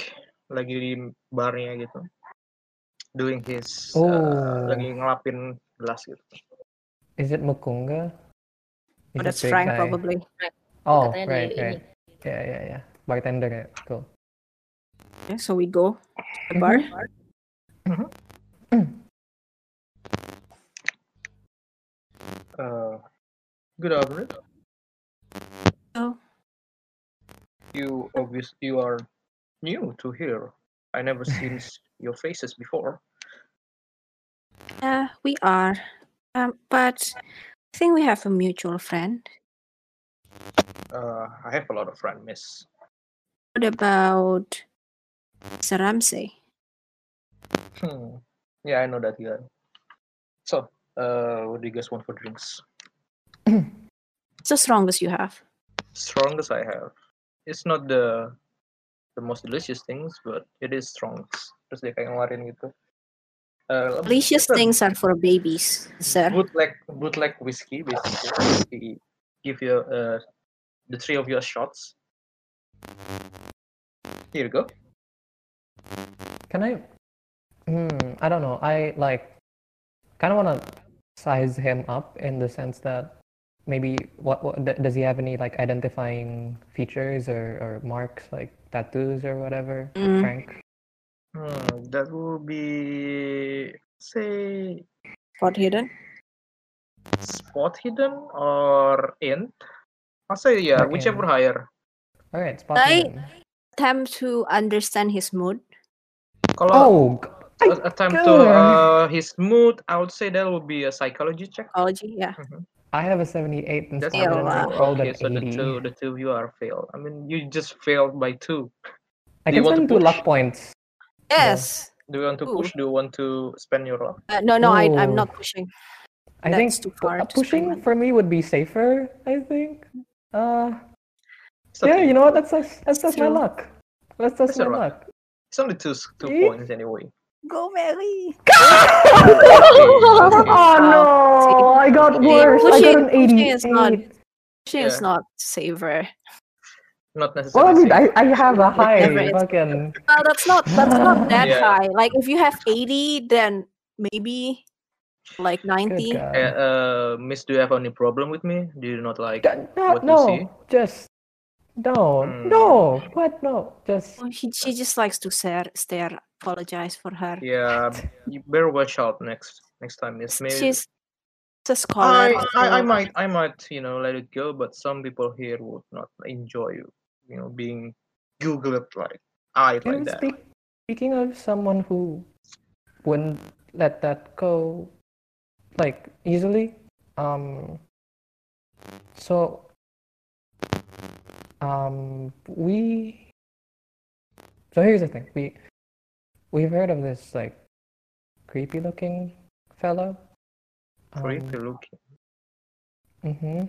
[SPEAKER 1] lagi di barnya gitu. doing his uh,
[SPEAKER 4] Oh.
[SPEAKER 1] lagi ngelapin gelas gitu.
[SPEAKER 4] Is it Mukunga? He's a
[SPEAKER 2] Oh, that's
[SPEAKER 4] big
[SPEAKER 2] Frank
[SPEAKER 4] guy.
[SPEAKER 2] probably.
[SPEAKER 4] Oh,
[SPEAKER 6] Katanya
[SPEAKER 4] right,
[SPEAKER 6] di
[SPEAKER 4] right. Yeah, yeah, yeah. Bartender, yeah. Cool.
[SPEAKER 2] Okay, so we go to the bar.
[SPEAKER 1] Uh, good afternoon.
[SPEAKER 2] Oh.
[SPEAKER 1] You obvious you are new to here. I never seen s- your faces before.
[SPEAKER 2] Uh, we are. Um, but I think we have a mutual friend.
[SPEAKER 1] Uh, I have a lot of friends, miss.
[SPEAKER 2] What about Sir Ramsey?
[SPEAKER 1] Hmm. Yeah, I know that guy. So, uh, what do you guys want for drinks?
[SPEAKER 2] What's the strongest you have?
[SPEAKER 1] Strongest I have. It's not the the most delicious things, but it is strongest. Terus dia kayak ngeluarin gitu. Uh,
[SPEAKER 2] Delicious
[SPEAKER 1] things.
[SPEAKER 2] things are for babies, sir.
[SPEAKER 1] bootleg bootleg whiskey basically He give you uh, the three of your shots here you go
[SPEAKER 4] Can I? Hmm, I don't know. I like kind of want to size him up in the sense that maybe what, what d- does he have any like identifying features or, or marks like tattoos or whatever?
[SPEAKER 2] Mm.
[SPEAKER 4] Frank.
[SPEAKER 1] hmm, that will be say
[SPEAKER 2] Spot hidden.
[SPEAKER 1] spot hidden or int i'll say yeah
[SPEAKER 4] Or
[SPEAKER 1] whichever
[SPEAKER 4] int.
[SPEAKER 1] higher
[SPEAKER 4] All right, spot
[SPEAKER 2] Right.
[SPEAKER 4] hidden.
[SPEAKER 2] Attempt to understand his mood.
[SPEAKER 1] kalau
[SPEAKER 4] Oh, g-
[SPEAKER 1] a- attempt to
[SPEAKER 4] God.
[SPEAKER 1] uh, his mood i would say that would be a psychology check
[SPEAKER 2] Psychology, yeah.
[SPEAKER 4] I have a 78 in
[SPEAKER 1] that's
[SPEAKER 4] spot Oh,
[SPEAKER 2] Yeah,
[SPEAKER 4] hidden.
[SPEAKER 2] wow.
[SPEAKER 4] I rolled
[SPEAKER 1] okay
[SPEAKER 4] an
[SPEAKER 1] so the
[SPEAKER 4] 80.
[SPEAKER 1] two the two of you are failed i mean you just failed by two
[SPEAKER 4] I
[SPEAKER 1] Do you
[SPEAKER 4] can
[SPEAKER 1] want to
[SPEAKER 4] spend two luck
[SPEAKER 1] push?
[SPEAKER 4] points.
[SPEAKER 2] Yes.
[SPEAKER 1] do you want to
[SPEAKER 2] Ooh.
[SPEAKER 1] push do you want to spend your luck
[SPEAKER 2] Uh, no, no, I, I'm
[SPEAKER 4] Ooh.
[SPEAKER 2] not pushing.
[SPEAKER 4] Oh. I think
[SPEAKER 2] That's too
[SPEAKER 4] pu-
[SPEAKER 2] far
[SPEAKER 4] uh,
[SPEAKER 2] to spend
[SPEAKER 4] pushing
[SPEAKER 2] money.
[SPEAKER 4] for me would be safer. I think. Uh,
[SPEAKER 1] It's
[SPEAKER 4] yeah,
[SPEAKER 1] okay.
[SPEAKER 4] you know what? Let's just let's test my
[SPEAKER 2] True.
[SPEAKER 4] luck. Let's test
[SPEAKER 1] That's
[SPEAKER 4] my
[SPEAKER 1] alright.
[SPEAKER 4] luck.
[SPEAKER 1] It's only two s- two
[SPEAKER 4] Eh?
[SPEAKER 1] points anyway.
[SPEAKER 5] Go Mary.
[SPEAKER 1] Okay, okay.
[SPEAKER 4] Oh no! I
[SPEAKER 2] See?
[SPEAKER 4] got
[SPEAKER 2] Okay,
[SPEAKER 4] worse. I got an
[SPEAKER 2] pushing- pushing is not-
[SPEAKER 4] 88.
[SPEAKER 2] Pushing
[SPEAKER 1] Yeah.
[SPEAKER 2] is not safer.
[SPEAKER 1] Not
[SPEAKER 4] Well, I
[SPEAKER 1] necessarily.
[SPEAKER 4] mean,
[SPEAKER 1] safe.
[SPEAKER 4] I, I have a
[SPEAKER 2] Never
[SPEAKER 4] high
[SPEAKER 2] is.
[SPEAKER 4] fucking.
[SPEAKER 2] Well, that's not that's not that
[SPEAKER 1] Yeah.
[SPEAKER 2] high. Like if you have 80, then maybe like
[SPEAKER 4] Good
[SPEAKER 2] 90.
[SPEAKER 1] Eh,
[SPEAKER 4] god.
[SPEAKER 1] uh, miss, do you have any problem with me? Do you not like?
[SPEAKER 4] D-
[SPEAKER 1] what you
[SPEAKER 4] no,
[SPEAKER 1] see?
[SPEAKER 4] no, just no,
[SPEAKER 1] Hmm.
[SPEAKER 4] no. What? No, just
[SPEAKER 2] Oh, He, she just likes to stare, stare. Apologize for her.
[SPEAKER 1] Yeah, you better watch out next next time, miss.
[SPEAKER 2] S-
[SPEAKER 1] Maybe
[SPEAKER 2] She's she's a scholar.
[SPEAKER 1] I, I I
[SPEAKER 2] so-
[SPEAKER 1] might I might you know let it go, but some people here would not enjoy you you know being googled like I
[SPEAKER 4] you
[SPEAKER 1] like
[SPEAKER 4] know,
[SPEAKER 1] that.
[SPEAKER 4] speak, speaking of someone who wouldn't let that go, like easily. Um. So. Um. We So here's the thing. We we've heard of this like creepy looking fellow. um, Oh,
[SPEAKER 1] Creepy looking.
[SPEAKER 4] hmm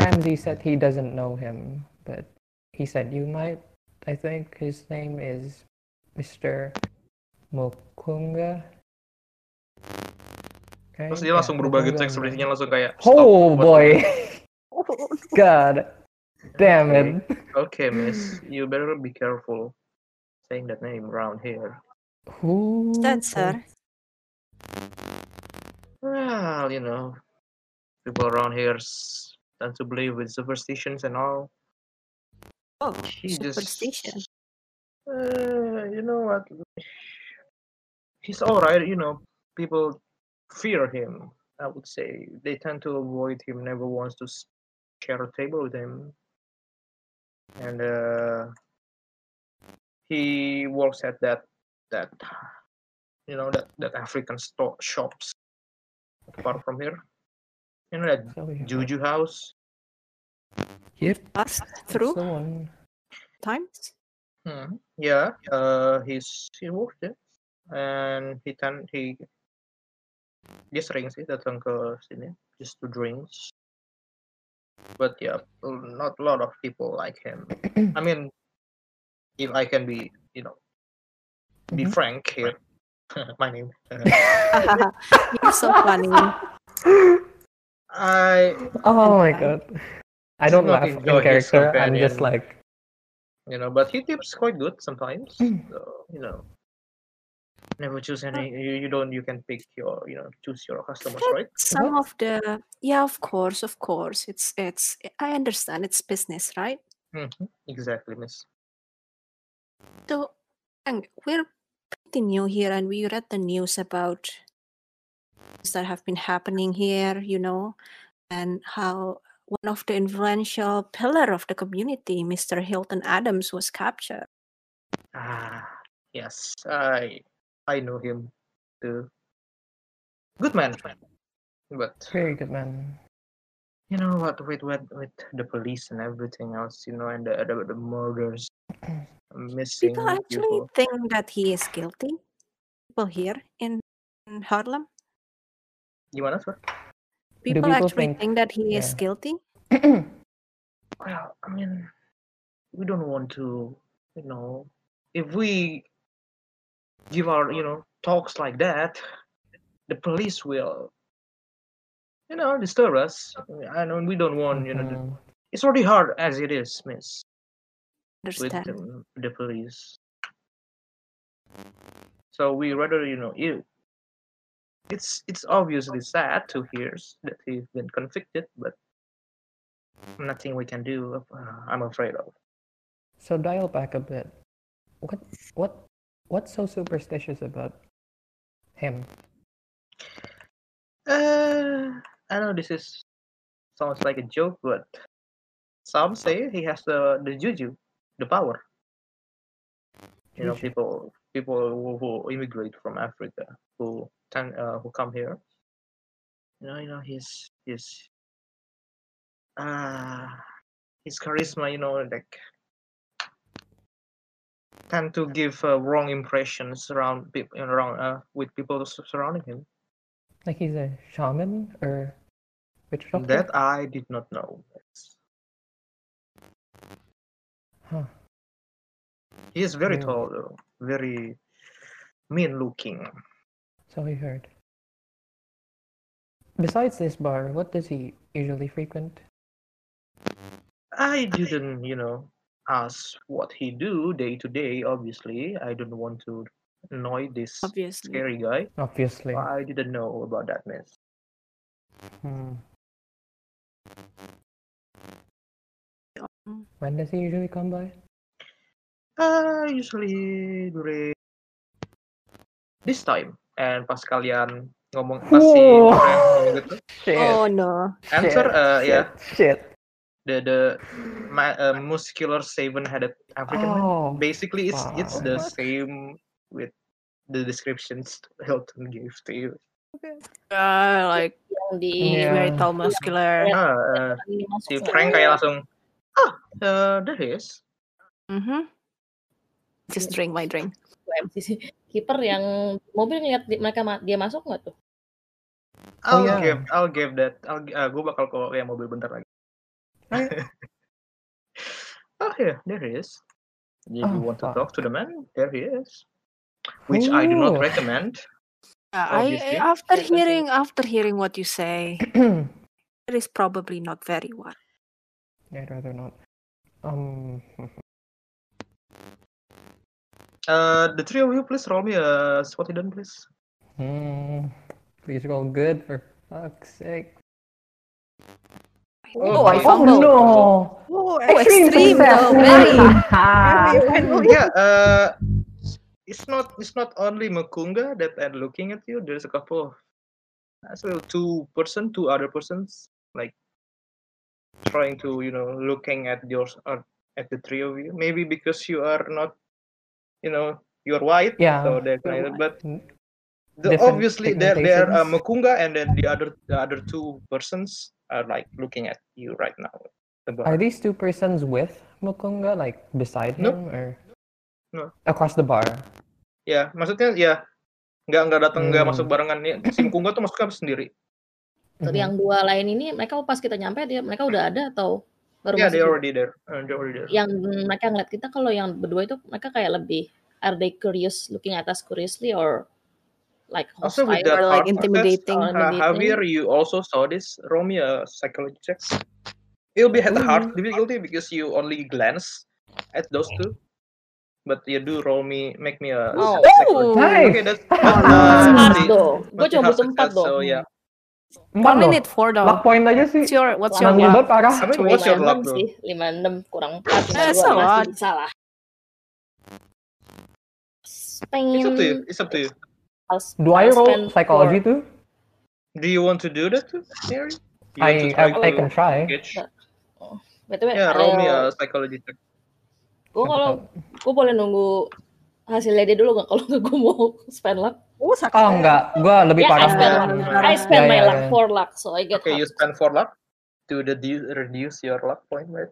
[SPEAKER 4] Ramsey said he doesn't know him, but he said you might. I think his name is Mr. Mokunga. Okay,
[SPEAKER 1] Terus dia
[SPEAKER 4] yeah,
[SPEAKER 1] langsung berubah gitu
[SPEAKER 4] Mokunga
[SPEAKER 1] ekspresinya
[SPEAKER 4] Mba-
[SPEAKER 1] langsung kayak.
[SPEAKER 4] Oh
[SPEAKER 1] stop, what-
[SPEAKER 4] boy,
[SPEAKER 5] Oh,
[SPEAKER 4] God, damn it.
[SPEAKER 1] Okay, miss, you better be careful saying that name around here.
[SPEAKER 4] Who?
[SPEAKER 2] That's her.
[SPEAKER 1] Well, you know, people around here s- tend to believe with superstitions and all.
[SPEAKER 2] Oh,
[SPEAKER 1] She just-
[SPEAKER 2] superstition.
[SPEAKER 1] Uh, you know what? He's alright, you know, people fear him, I would say. They tend to avoid him, never wants to s- share a table with him. And uh, he works at that, that you know, that, that African store shops apart from here. You know, that
[SPEAKER 4] So we have-
[SPEAKER 1] Juju house?
[SPEAKER 4] Yep,
[SPEAKER 2] Last
[SPEAKER 4] that's
[SPEAKER 2] through
[SPEAKER 4] the one.
[SPEAKER 2] times.
[SPEAKER 1] Hmm. Yeah. Uh, he's he worked there, and he can he dia sering sih datang ke sini just to drinks. But yeah, l- not a lot of people like him. I mean, if I can be, you know, be
[SPEAKER 4] Mhm.
[SPEAKER 1] frank here, my name. uh,
[SPEAKER 2] You're so funny.
[SPEAKER 1] I
[SPEAKER 4] Oh my
[SPEAKER 2] Okay.
[SPEAKER 4] god. I don't
[SPEAKER 1] not
[SPEAKER 4] laugh in
[SPEAKER 1] enjoy his
[SPEAKER 4] character. I'm just
[SPEAKER 1] companion.
[SPEAKER 4] like,
[SPEAKER 1] you know, but he tips quite good sometimes.
[SPEAKER 4] Mm.
[SPEAKER 1] So, you know, Never choose any. You, you don't. You can pick your. You know, choose your customers, right?
[SPEAKER 2] Some of the yeah, of course, of course. It's it's. I understand. It's business, right?
[SPEAKER 1] Mhm, Exactly, Miss.
[SPEAKER 2] So, and we're pretty new here, and we read the news about things that have been happening here, you know, and how one of the influential pillar of the community, Mr. Hilton Adams, was captured.
[SPEAKER 1] Ah, yes. I I know him too. Good man, but
[SPEAKER 4] Very good man.
[SPEAKER 1] you know what with with with the police and everything else you know and the the, the murders missing
[SPEAKER 2] People actually
[SPEAKER 1] people.
[SPEAKER 2] think that he is guilty. People here in, in Harlem,
[SPEAKER 1] gimana sir
[SPEAKER 2] people,
[SPEAKER 4] people
[SPEAKER 2] actually
[SPEAKER 4] think-
[SPEAKER 2] think, that he is
[SPEAKER 4] yeah.
[SPEAKER 2] guilty.
[SPEAKER 1] well i mean we don't want to you know if we give our you know talks like that the police will you know disturb us i know we don't want you know the-
[SPEAKER 4] Mhm.
[SPEAKER 1] it's already hard as it is miss with
[SPEAKER 2] Understand?
[SPEAKER 1] um, the police. So we rather, you know, you. It's it's obviously sad to hear s- that he's been convicted, but nothing we can do. uh, I'm afraid of.
[SPEAKER 4] So dial back a bit. What what what's so superstitious about him?
[SPEAKER 1] Uh, I know this is sounds like a joke, but some say he has the the juju, the power. You know,
[SPEAKER 4] Juju.
[SPEAKER 1] people people who, who immigrate from Africa who can, uh, who come here. You know, you know his his uh, his charisma. You know, like tend to give uh, wrong impressions around people around uh, with people sur- surrounding him.
[SPEAKER 4] Like he's a shaman or witch doctor?
[SPEAKER 1] That I did not know.
[SPEAKER 4] Huh.
[SPEAKER 1] He is very
[SPEAKER 4] Yeah.
[SPEAKER 1] tall, though. very mean looking.
[SPEAKER 4] So he heard. Besides this bar, what does he usually frequent?
[SPEAKER 1] I didn't, you know, ask what he do day to day. Obviously, I don't want to annoy this
[SPEAKER 2] Obviously.
[SPEAKER 1] scary guy.
[SPEAKER 4] Obviously.
[SPEAKER 1] I didn't know about that miss.
[SPEAKER 4] Hmm.
[SPEAKER 2] Um,
[SPEAKER 4] When does he usually come by?
[SPEAKER 1] Uh, usually during this time and pas kalian ngomong pas si
[SPEAKER 4] Whoa.
[SPEAKER 1] orang ngomong gitu,
[SPEAKER 4] Shit.
[SPEAKER 2] Oh no!
[SPEAKER 1] answer uh, yeah
[SPEAKER 4] Shit.
[SPEAKER 1] the the my, uh, muscular seven headed African man.
[SPEAKER 4] Oh.
[SPEAKER 1] basically it's it's the
[SPEAKER 4] Wow.
[SPEAKER 1] same with the descriptions Hilton gave to you.
[SPEAKER 2] Uh, like
[SPEAKER 6] yang di
[SPEAKER 4] Yeah.
[SPEAKER 2] very tall, muscular.
[SPEAKER 6] Yeah.
[SPEAKER 1] Ah, uh,
[SPEAKER 6] yang masuk
[SPEAKER 1] si
[SPEAKER 6] nggak?
[SPEAKER 1] Frank kayak langsung ah uh, there he is.
[SPEAKER 2] Mm-hmm. Just drink my drink.
[SPEAKER 6] UMC sih. Kiper yang mobil ngeliat di- mereka ma- dia masuk nggak tuh?
[SPEAKER 1] I'll
[SPEAKER 4] Oh, yeah.
[SPEAKER 1] give I'll give that. I'll uh, gue bakal ke ya mobil bentar lagi. oh yeah, there he is. If you
[SPEAKER 4] Oh,
[SPEAKER 1] want to
[SPEAKER 4] fuck.
[SPEAKER 1] talk to the man, there he is. Which I do not
[SPEAKER 4] Ooh.
[SPEAKER 1] recommend.
[SPEAKER 2] Yeah, Uh, I,
[SPEAKER 1] Obviously.
[SPEAKER 2] after
[SPEAKER 6] Yeah, continue.
[SPEAKER 2] hearing after hearing what you say,
[SPEAKER 4] yeah,
[SPEAKER 2] it is probably not very wise.
[SPEAKER 4] I'd rather not. Um,
[SPEAKER 1] Uh, the three of you please roll me a spot hidden please.
[SPEAKER 4] hmm. Please roll good for fuck's sake.
[SPEAKER 2] Oh, I
[SPEAKER 1] Okay.
[SPEAKER 2] fumbled.
[SPEAKER 4] no!
[SPEAKER 2] Oh,
[SPEAKER 5] Oh,
[SPEAKER 2] extreme though, very.
[SPEAKER 1] yeah, uh, it's not it's not only Makunga that are looking at you. There's a couple of as well two person, two other persons like trying to you know looking at yours or at the three of you. Maybe because you are not, you know, you're white.
[SPEAKER 4] Yeah,
[SPEAKER 1] So they're kind
[SPEAKER 2] you're
[SPEAKER 1] of, but
[SPEAKER 4] Mm.
[SPEAKER 1] the,
[SPEAKER 4] Different
[SPEAKER 1] obviously there there are
[SPEAKER 4] pigmentations.
[SPEAKER 1] Makunga and then the other the other two persons are like looking at you right now. The bar.
[SPEAKER 4] Are these two persons with Mukunga, like beside
[SPEAKER 1] Nope.
[SPEAKER 4] him, or
[SPEAKER 1] No.
[SPEAKER 4] across the bar?
[SPEAKER 1] Ya, maksudnya ya nggak nggak datang nggak
[SPEAKER 4] Hmm.
[SPEAKER 1] masuk barengan ya. Si Mukungga tuh masuknya sendiri.
[SPEAKER 6] Tuh,
[SPEAKER 4] Mhm.
[SPEAKER 6] Yang dua lain ini mereka pas kita nyampe dia mereka udah ada atau baru
[SPEAKER 1] Yeah, they
[SPEAKER 6] masuk? Iya,
[SPEAKER 1] already there. Uh, they already there.
[SPEAKER 6] Yang mereka ngeliat kita kalau yang berdua itu mereka kayak lebih are they curious looking at us curiously or like
[SPEAKER 1] Also
[SPEAKER 6] hostile?
[SPEAKER 1] with the
[SPEAKER 2] Or, like,
[SPEAKER 1] hard success,
[SPEAKER 2] intimidating.
[SPEAKER 1] uh, Javier, you also saw this. Roll me a psychology check. It'll be at the hard difficulty because you only glance at those two. but you do roll me, make me a.
[SPEAKER 6] Oh.
[SPEAKER 1] success. Okay,
[SPEAKER 4] Nice.
[SPEAKER 1] that's
[SPEAKER 6] Smart
[SPEAKER 1] uh,
[SPEAKER 6] dong. Gue
[SPEAKER 1] but you
[SPEAKER 6] cuma
[SPEAKER 1] have
[SPEAKER 6] butuh empat
[SPEAKER 1] success,
[SPEAKER 6] dong.
[SPEAKER 1] So yeah.
[SPEAKER 4] Empat
[SPEAKER 2] Only
[SPEAKER 4] loh.
[SPEAKER 2] need four
[SPEAKER 4] Luck
[SPEAKER 2] though.
[SPEAKER 4] point aja sih.
[SPEAKER 2] What's your what's your
[SPEAKER 4] Nang
[SPEAKER 2] luck?
[SPEAKER 4] nyedot parah.
[SPEAKER 1] I mean, what's
[SPEAKER 6] Lima
[SPEAKER 1] your luck
[SPEAKER 6] enam
[SPEAKER 1] though?
[SPEAKER 6] sih, lima enam kurang empat, lima
[SPEAKER 2] That's a
[SPEAKER 6] dua
[SPEAKER 2] lot.
[SPEAKER 6] masih salah. Spain.
[SPEAKER 1] It's up to you. It's up to you.
[SPEAKER 6] I'll s-
[SPEAKER 4] Do I
[SPEAKER 6] I'll
[SPEAKER 4] roll
[SPEAKER 6] spend
[SPEAKER 4] psychology too?
[SPEAKER 1] Do you want to do that too, Harry? You want
[SPEAKER 4] I,
[SPEAKER 1] to
[SPEAKER 4] I
[SPEAKER 1] try
[SPEAKER 4] I
[SPEAKER 1] to
[SPEAKER 4] can try.
[SPEAKER 1] Catch?
[SPEAKER 6] four. By the way,
[SPEAKER 1] Yeah, roll me
[SPEAKER 6] I'll-
[SPEAKER 1] a psychology check.
[SPEAKER 6] Gue kalau gue boleh nunggu hasilnya dia dulu nggak kalau nggak gue mau spend luck.
[SPEAKER 5] Oh, sakit.
[SPEAKER 4] Oh enggak, gua lebih
[SPEAKER 6] Ya, I
[SPEAKER 4] parah.
[SPEAKER 6] spend, I spend
[SPEAKER 4] Ya,
[SPEAKER 6] my
[SPEAKER 4] ya,
[SPEAKER 6] luck
[SPEAKER 4] ya.
[SPEAKER 6] for luck, so I get
[SPEAKER 1] Okay, you
[SPEAKER 6] half.
[SPEAKER 1] spend four luck to reduce reduce your luck point, right?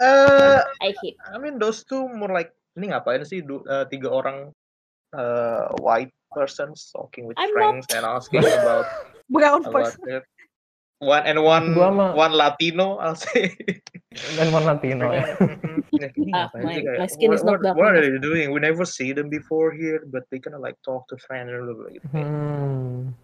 [SPEAKER 1] Uh,
[SPEAKER 6] I hit.
[SPEAKER 1] I mean those two more like ini ngapain sih du, uh, tiga orang uh, white persons talking with
[SPEAKER 6] I'm
[SPEAKER 1] friends and asking about
[SPEAKER 5] Brown
[SPEAKER 1] about
[SPEAKER 5] person.
[SPEAKER 1] it. one and one
[SPEAKER 4] Gua mah-
[SPEAKER 1] one Latino I'll say.
[SPEAKER 4] Dan warna Latino ya.
[SPEAKER 1] Mhm. Nah, ini
[SPEAKER 6] Ah,
[SPEAKER 1] ngapain sih
[SPEAKER 6] my-
[SPEAKER 1] kayak,
[SPEAKER 6] my skin is
[SPEAKER 1] what, what,
[SPEAKER 6] not dark
[SPEAKER 1] what are they
[SPEAKER 6] enough."
[SPEAKER 1] doing? We never see them before here, but they kind of like talk to friends and like,
[SPEAKER 4] Hmm.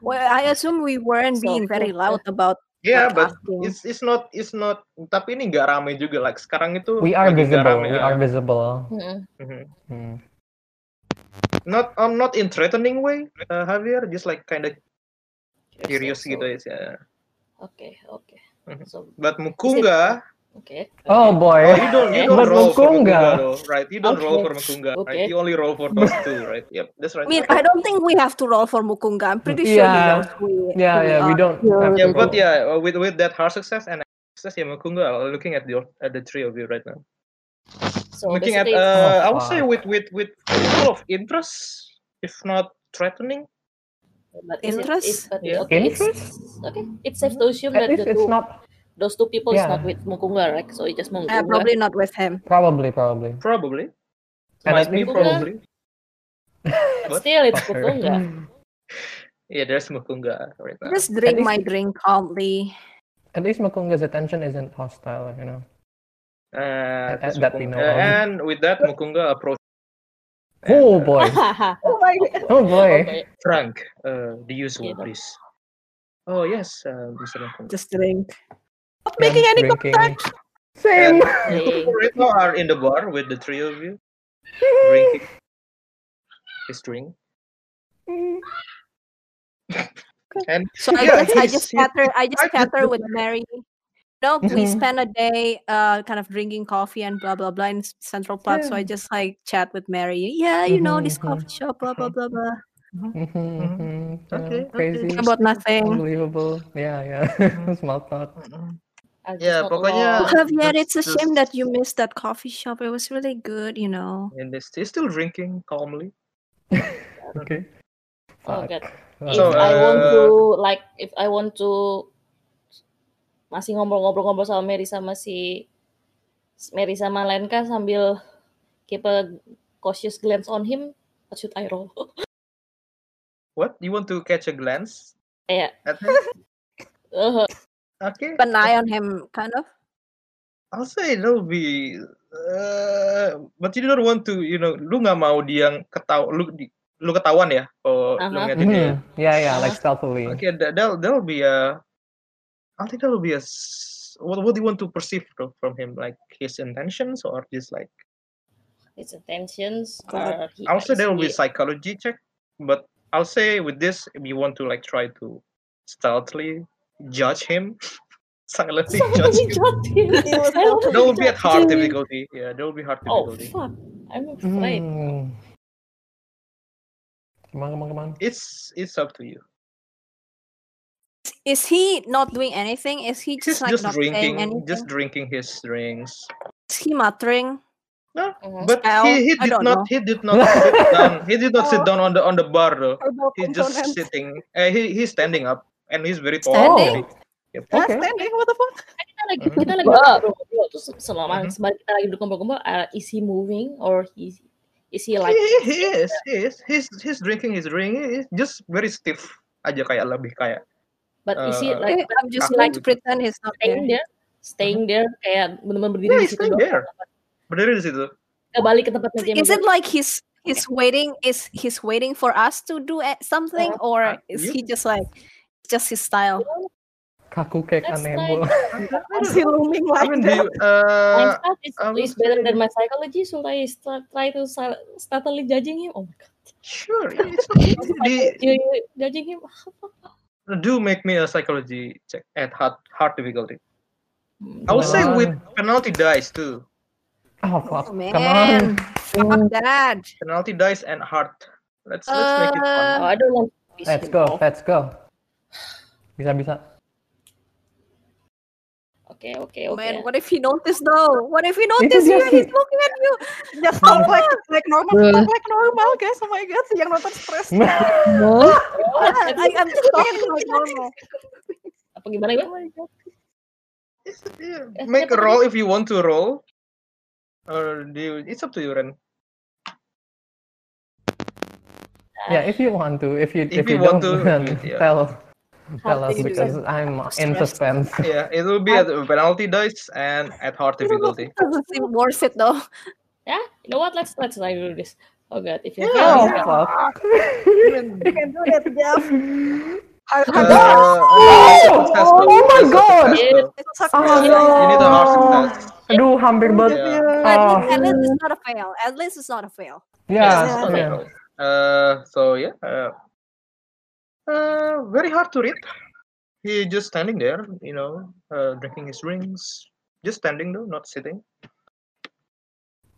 [SPEAKER 2] Well, I assume we weren't
[SPEAKER 6] So
[SPEAKER 2] being very
[SPEAKER 6] cute.
[SPEAKER 2] loud about
[SPEAKER 1] Yeah, but
[SPEAKER 2] like, asking.
[SPEAKER 1] it's it's not it's not tapi ini nggak rame juga like sekarang itu
[SPEAKER 4] We are
[SPEAKER 1] lagi nggak
[SPEAKER 4] visible.
[SPEAKER 1] rame,
[SPEAKER 4] We
[SPEAKER 1] ya.
[SPEAKER 4] are visible.
[SPEAKER 6] Mm-mm.
[SPEAKER 1] Mhm.
[SPEAKER 4] Hmm.
[SPEAKER 1] not um, not in threatening way uh, Javier just like kind of curious
[SPEAKER 6] So-
[SPEAKER 1] gitu ya
[SPEAKER 6] Oke, oke.
[SPEAKER 1] Mhm.
[SPEAKER 6] So,
[SPEAKER 1] but
[SPEAKER 6] Is it-
[SPEAKER 1] Mukunga
[SPEAKER 6] oke.
[SPEAKER 4] Oh boy.
[SPEAKER 1] oh, you don't you
[SPEAKER 6] Okay.
[SPEAKER 1] don't
[SPEAKER 4] But
[SPEAKER 1] roll for
[SPEAKER 4] Mukunga.
[SPEAKER 1] Mukunga though, right you don't roll
[SPEAKER 6] Okay.
[SPEAKER 1] for Mukunga right
[SPEAKER 6] Okay.
[SPEAKER 1] you only roll for those two right yep that's right
[SPEAKER 2] I mean,
[SPEAKER 1] Okay.
[SPEAKER 2] I don't think we have to roll for Mukunga. I'm pretty sure
[SPEAKER 4] Yeah.
[SPEAKER 2] he knows who
[SPEAKER 4] Yeah,
[SPEAKER 2] we, who
[SPEAKER 4] yeah, we
[SPEAKER 2] are. Uh,
[SPEAKER 4] don't.
[SPEAKER 7] Yeah,
[SPEAKER 4] have
[SPEAKER 7] but
[SPEAKER 1] yeah
[SPEAKER 4] to
[SPEAKER 1] but
[SPEAKER 4] roll.
[SPEAKER 1] yeah uh, with with that hard success and success yeah Mukunga uh, looking at the at the three of you right now
[SPEAKER 6] So
[SPEAKER 1] looking at
[SPEAKER 6] basically,
[SPEAKER 1] uh, I would
[SPEAKER 4] Oh,
[SPEAKER 1] say
[SPEAKER 4] fuck.
[SPEAKER 1] with with with full of interest if not threatening
[SPEAKER 6] but is it-
[SPEAKER 2] Interest?
[SPEAKER 6] is- but
[SPEAKER 1] Yeah.
[SPEAKER 6] okay, it's-
[SPEAKER 4] Interest?
[SPEAKER 6] Okay, it's safe to assume
[SPEAKER 4] At
[SPEAKER 6] that
[SPEAKER 4] least
[SPEAKER 6] the
[SPEAKER 4] it's
[SPEAKER 6] two,
[SPEAKER 4] not
[SPEAKER 6] those two people is
[SPEAKER 4] Yeah.
[SPEAKER 6] not with Mukunga, right? So it's just
[SPEAKER 2] Uh,
[SPEAKER 6] Mukunga.
[SPEAKER 2] probably not with him.
[SPEAKER 4] probably probably.
[SPEAKER 1] probably
[SPEAKER 4] And
[SPEAKER 1] might
[SPEAKER 4] at
[SPEAKER 1] be
[SPEAKER 4] least
[SPEAKER 1] probably
[SPEAKER 6] But still, it's Mukunga.
[SPEAKER 4] Fucker.
[SPEAKER 1] yeah there's Mukunga right now
[SPEAKER 2] Just drink
[SPEAKER 4] least-
[SPEAKER 2] my drink calmly.
[SPEAKER 4] At least Makunga's attention isn't hostile, you know.
[SPEAKER 1] Uh, terus
[SPEAKER 4] That- that we
[SPEAKER 1] Mukunga-
[SPEAKER 4] know of.
[SPEAKER 1] and with that Mukunga approach
[SPEAKER 4] Oh boy.
[SPEAKER 5] Oh my God.
[SPEAKER 4] Oh boy.
[SPEAKER 6] Okay.
[SPEAKER 1] Frank, uh, the usual,
[SPEAKER 6] Gitu.
[SPEAKER 1] please. Oh yes, uh, Mr. Mukunga.
[SPEAKER 2] Just drink.
[SPEAKER 5] Not making any
[SPEAKER 4] Drinking.
[SPEAKER 5] contact.
[SPEAKER 4] Same.
[SPEAKER 1] Uh, You right now are in the bar with the three of you, drinking his drink. and
[SPEAKER 2] So I
[SPEAKER 1] Yeah,
[SPEAKER 2] just, I
[SPEAKER 1] he's-
[SPEAKER 2] just
[SPEAKER 1] he's-
[SPEAKER 2] chatter, I just
[SPEAKER 1] I just
[SPEAKER 2] chatter
[SPEAKER 1] look
[SPEAKER 2] with Mary. No, we
[SPEAKER 1] Mm-hmm.
[SPEAKER 4] Mhm.
[SPEAKER 2] spend a day uh, kind of drinking coffee and blah blah blah in s- Central Park. So I just like chat with Mary. Yeah, you know this
[SPEAKER 1] Mm-hmm,
[SPEAKER 4] Mhm, mhm.
[SPEAKER 2] coffee shop, blah blah blah blah.
[SPEAKER 4] Mhm, mhm,
[SPEAKER 1] Okay, okay.
[SPEAKER 4] Crazy.
[SPEAKER 2] About nothing.
[SPEAKER 4] Unbelievable. Yeah,
[SPEAKER 1] Mm-hmm.
[SPEAKER 4] yeah. Small talk.
[SPEAKER 6] I just
[SPEAKER 1] Yeah,
[SPEAKER 6] not
[SPEAKER 1] pokoknya-
[SPEAKER 6] long.
[SPEAKER 2] "Oh, Javier,
[SPEAKER 1] that's
[SPEAKER 2] it's a shame
[SPEAKER 1] just-
[SPEAKER 2] that you missed that coffee shop. It was really good, you know.
[SPEAKER 1] and he's he's still drinking calmly.
[SPEAKER 4] Okay.
[SPEAKER 6] Oh,
[SPEAKER 4] Fuck.
[SPEAKER 6] God.
[SPEAKER 4] Fuck.
[SPEAKER 6] If
[SPEAKER 1] Mm-hmm. So,
[SPEAKER 6] I want
[SPEAKER 1] uh,
[SPEAKER 6] to like if I want to masih ngobrol-ngobrol-ngobrol sama Mary sama si Mary sama Lenka sambil keep a cautious glance on him, what should I roll?
[SPEAKER 1] What? You want to catch a glance?
[SPEAKER 6] Yeah.
[SPEAKER 1] At him?
[SPEAKER 6] Uh,
[SPEAKER 1] Okay.
[SPEAKER 2] Keep an eye on him, kind of.
[SPEAKER 1] I'll say it'll be, uh, but you don't want to, you know, lu nggak mau dia yang ketau, lu di- lu ketahuan ya, kalau lu
[SPEAKER 6] Aha.
[SPEAKER 1] ngeliatin dia.
[SPEAKER 4] Mhm. Yeah, yeah, like stealthily.
[SPEAKER 1] Okay, that that'll that'll be a. I think that'll be a. s- What what do you want to perceive from, from him, like his intentions or just like?
[SPEAKER 6] his intentions
[SPEAKER 2] God.
[SPEAKER 6] are he,
[SPEAKER 1] I'll say
[SPEAKER 6] is
[SPEAKER 1] there will be
[SPEAKER 6] he-
[SPEAKER 1] psychology check, but I'll say with this you want to like try to stealthily judge him, silently judge him.
[SPEAKER 6] Somebody shot him.
[SPEAKER 5] He was
[SPEAKER 6] I
[SPEAKER 5] helping.
[SPEAKER 6] don't-
[SPEAKER 1] There will be a hard
[SPEAKER 6] Judge him.
[SPEAKER 1] difficulty. Yeah, there will be hard
[SPEAKER 6] Oh
[SPEAKER 1] difficulty.
[SPEAKER 6] fuck! I'm afraid.
[SPEAKER 4] Hmm. Come on, come on, come on.
[SPEAKER 1] It's it's up to you.
[SPEAKER 2] Is he not doing anything? Is he
[SPEAKER 1] He's
[SPEAKER 2] just like
[SPEAKER 1] just
[SPEAKER 2] not saying anything?
[SPEAKER 1] drinking, just drinking his drinks.
[SPEAKER 2] Is he muttering?
[SPEAKER 1] No,
[SPEAKER 6] Mhm.
[SPEAKER 1] but
[SPEAKER 2] Well,
[SPEAKER 1] he, he
[SPEAKER 2] I
[SPEAKER 1] did
[SPEAKER 2] don't
[SPEAKER 1] not
[SPEAKER 2] know.
[SPEAKER 1] he did not sit down he did not sit
[SPEAKER 5] Oh.
[SPEAKER 1] down on the on the bar though.
[SPEAKER 5] Herbal
[SPEAKER 1] He's just
[SPEAKER 5] components.
[SPEAKER 1] sitting. Uh, he he's standing up and he's very tall.
[SPEAKER 2] Standing?
[SPEAKER 1] Yep.
[SPEAKER 5] Ah,
[SPEAKER 4] Okay.
[SPEAKER 5] standing, what the fuck?
[SPEAKER 6] Kita lagi
[SPEAKER 1] Mhm.
[SPEAKER 6] kita lagi
[SPEAKER 7] Wah.
[SPEAKER 6] ngobrol-ngobrol terus selama
[SPEAKER 1] Mhm.
[SPEAKER 6] sembari kita lagi duduk ngobrol-ngobrol, uh, is he moving or he is he
[SPEAKER 1] He,
[SPEAKER 6] like
[SPEAKER 1] he, he is he is he's he's drinking his drink. He's just very stiff aja kayak lebih kayak.
[SPEAKER 6] but is he
[SPEAKER 1] Uh,
[SPEAKER 6] like
[SPEAKER 2] Eh, I'm just
[SPEAKER 1] Ah,
[SPEAKER 2] going to
[SPEAKER 1] gitu.
[SPEAKER 2] pretend he's not there.
[SPEAKER 6] staying there staying there kayak benar-benar berdiri
[SPEAKER 1] Yeah,
[SPEAKER 6] di
[SPEAKER 1] he's
[SPEAKER 6] situ
[SPEAKER 1] Nah, staying
[SPEAKER 6] doang
[SPEAKER 1] there. Berdiri di situ.
[SPEAKER 6] nggak balik ke tempatnya dia
[SPEAKER 2] Is it like he's he's waiting? Is he's waiting for us to do a- something, or
[SPEAKER 1] uh,
[SPEAKER 2] is
[SPEAKER 1] you-
[SPEAKER 2] he just like just his style?
[SPEAKER 4] kaku kayak
[SPEAKER 6] That's
[SPEAKER 4] kanebo.
[SPEAKER 5] si looming
[SPEAKER 1] I
[SPEAKER 5] like
[SPEAKER 1] mean, do
[SPEAKER 5] that.
[SPEAKER 1] you, uh,
[SPEAKER 6] my stuff is,
[SPEAKER 1] I would
[SPEAKER 6] is better
[SPEAKER 1] say-
[SPEAKER 6] than my psychology, so I start, try to sil- subtly judging him. Oh my god,
[SPEAKER 1] sure, it's okay. Do you-
[SPEAKER 6] you, you judging him?
[SPEAKER 1] do make me a psychology check at hard hard difficulty. I
[SPEAKER 4] will
[SPEAKER 1] would say
[SPEAKER 4] Wow.
[SPEAKER 1] with penalty dice too.
[SPEAKER 4] Oh fuck,
[SPEAKER 2] Oh,
[SPEAKER 4] come on.
[SPEAKER 2] man. Fuck that.
[SPEAKER 1] Penalty dice and hard. Let's let's make it
[SPEAKER 6] Oh,
[SPEAKER 1] fun.
[SPEAKER 6] I don't want. to piss
[SPEAKER 4] Let's
[SPEAKER 6] him
[SPEAKER 4] go,
[SPEAKER 6] off.
[SPEAKER 4] let's go. Bisa bisa.
[SPEAKER 6] Okay, okay,
[SPEAKER 2] Oh,
[SPEAKER 6] okay.
[SPEAKER 2] Man, what if he notices though? What if he notices
[SPEAKER 4] dia
[SPEAKER 2] you and
[SPEAKER 4] sih.
[SPEAKER 2] he's looking at you?
[SPEAKER 5] Just talk like, like normal,
[SPEAKER 7] Bruh.
[SPEAKER 5] talk like normal guys. Oh my god, si yang nonton stres.
[SPEAKER 7] Wow.
[SPEAKER 6] Oh,
[SPEAKER 5] Ah, I, I'm just talking like normal.
[SPEAKER 6] apa gimana ya?
[SPEAKER 1] It's, yeah,
[SPEAKER 6] Eh,
[SPEAKER 1] Make a
[SPEAKER 6] tapi-
[SPEAKER 1] roll if you want to roll. Or do you, it's up to you, Ren.
[SPEAKER 4] Yeah, if you want to, if you
[SPEAKER 1] If
[SPEAKER 4] if,
[SPEAKER 1] you
[SPEAKER 4] you,
[SPEAKER 1] want
[SPEAKER 4] don't,
[SPEAKER 1] to,
[SPEAKER 4] then
[SPEAKER 1] yeah.
[SPEAKER 4] tell tell us
[SPEAKER 2] did you do
[SPEAKER 4] because I'm in
[SPEAKER 2] stressed.
[SPEAKER 4] suspense.
[SPEAKER 1] Yeah, it will be at penalty dice and at hard difficulty.
[SPEAKER 2] Doesn't seem worth it though.
[SPEAKER 6] Yeah, you know what? Let's let's try to do this. Oh god, if you
[SPEAKER 1] Yeah.
[SPEAKER 4] Oh
[SPEAKER 6] fail,
[SPEAKER 4] fuck.
[SPEAKER 5] You can do that, Jeff. Hard,
[SPEAKER 1] Uh,
[SPEAKER 5] hard,
[SPEAKER 1] successful,
[SPEAKER 4] Oh my
[SPEAKER 1] successful,
[SPEAKER 4] God.
[SPEAKER 1] successful.
[SPEAKER 5] suck.
[SPEAKER 4] Oh,
[SPEAKER 1] Yeah, you need a hard
[SPEAKER 4] no.
[SPEAKER 1] success.
[SPEAKER 4] Aduh, hampir banget.
[SPEAKER 1] Yeah.
[SPEAKER 2] At,
[SPEAKER 4] Ah.
[SPEAKER 2] least, at least it's not a fail. At least it's not a fail.
[SPEAKER 1] Yeah,
[SPEAKER 4] Yeah,
[SPEAKER 1] it's not a
[SPEAKER 4] yeah.
[SPEAKER 1] roll. Uh, so yeah, uh, uh, very hard to read. He just standing there, you know, uh, drinking his drinks, just standing though, not sitting.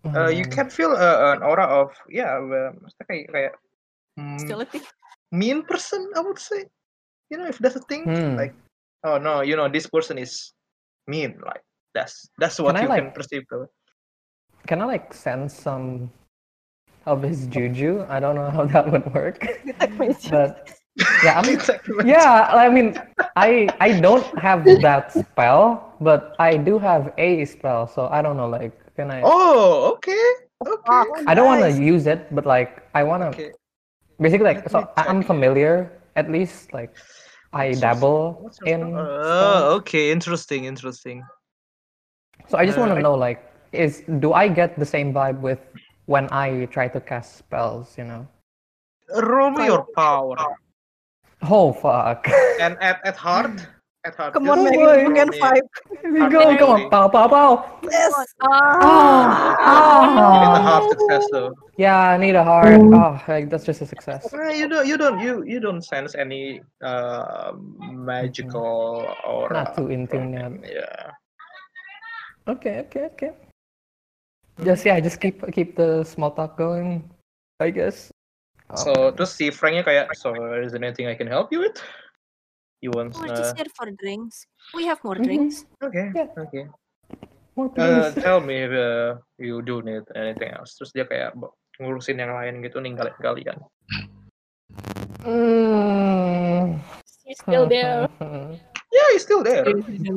[SPEAKER 1] Uh, you
[SPEAKER 4] Hmm.
[SPEAKER 1] can feel uh, an aura of yeah, well, maksudnya kayak kayak mm,
[SPEAKER 2] Hostility.
[SPEAKER 1] mean person, I would say. You know, if that's a thing,
[SPEAKER 4] Hmm.
[SPEAKER 1] like oh no, you know, this person is mean. Like that's that's what you
[SPEAKER 4] I, like-
[SPEAKER 1] can perceive. Though.
[SPEAKER 4] Can I like sense some of his juju? I don't know how that would work, but yeah, I'm, yeah. I mean, I I don't have that spell, but I do have a spell, so I don't know. Like, can I?
[SPEAKER 1] Oh, okay, okay,
[SPEAKER 5] Oh,
[SPEAKER 4] I don't want to use it, but like, I want to
[SPEAKER 1] okay.
[SPEAKER 4] basically like
[SPEAKER 1] Let
[SPEAKER 4] so.
[SPEAKER 1] me
[SPEAKER 4] I- I'm familiar at least. Like, I
[SPEAKER 1] What's your-
[SPEAKER 4] dabble
[SPEAKER 1] what's your
[SPEAKER 4] in.
[SPEAKER 1] spell?
[SPEAKER 4] spells.
[SPEAKER 1] Oh, okay, interesting, interesting.
[SPEAKER 4] So I just
[SPEAKER 1] Uh,
[SPEAKER 4] want
[SPEAKER 1] I-
[SPEAKER 4] to know, like, is do I get the same vibe with when I try to cast spells? You know?
[SPEAKER 1] Roll me your power,
[SPEAKER 4] Oh fuck!
[SPEAKER 1] and at at heart, at heart.
[SPEAKER 5] Come on,
[SPEAKER 1] just
[SPEAKER 5] man.
[SPEAKER 4] Hmm. boy.
[SPEAKER 5] You can
[SPEAKER 1] roll me.
[SPEAKER 5] five.
[SPEAKER 4] Here we go! Come on! Pow! Pow! Pow!
[SPEAKER 5] Yes.
[SPEAKER 2] Uh,
[SPEAKER 4] Ah!
[SPEAKER 1] You need a
[SPEAKER 4] Ah!
[SPEAKER 1] half success though.
[SPEAKER 4] Yeah, I need a heart. Oh, like, that's just a success.
[SPEAKER 1] Nah, you don't, you don't, you you don't sense any uh, magical aura.
[SPEAKER 4] Not too in
[SPEAKER 1] from
[SPEAKER 4] tune yet.
[SPEAKER 1] him, Yeah.
[SPEAKER 4] Okay, okay, okay. Just yeah, just keep keep the small talk going. I guess. Oh,
[SPEAKER 1] So terus si Franknya kayak, so is there anything I can help you with? You want?
[SPEAKER 2] We're
[SPEAKER 1] Uh,
[SPEAKER 2] Oh, just here for drinks. We have more
[SPEAKER 4] Mhm.
[SPEAKER 2] drinks.
[SPEAKER 1] okay,
[SPEAKER 4] Yeah.
[SPEAKER 1] okay.
[SPEAKER 4] more
[SPEAKER 1] Uh,
[SPEAKER 4] please.
[SPEAKER 1] tell me if uh, you do need anything else. Terus dia kayak bo- ngurusin yang lain gitu ninggalin kalian.
[SPEAKER 4] Mm.
[SPEAKER 6] he's
[SPEAKER 1] Uh-huh.
[SPEAKER 6] still there.
[SPEAKER 4] Mm-hmm.
[SPEAKER 1] Yeah, he's still there.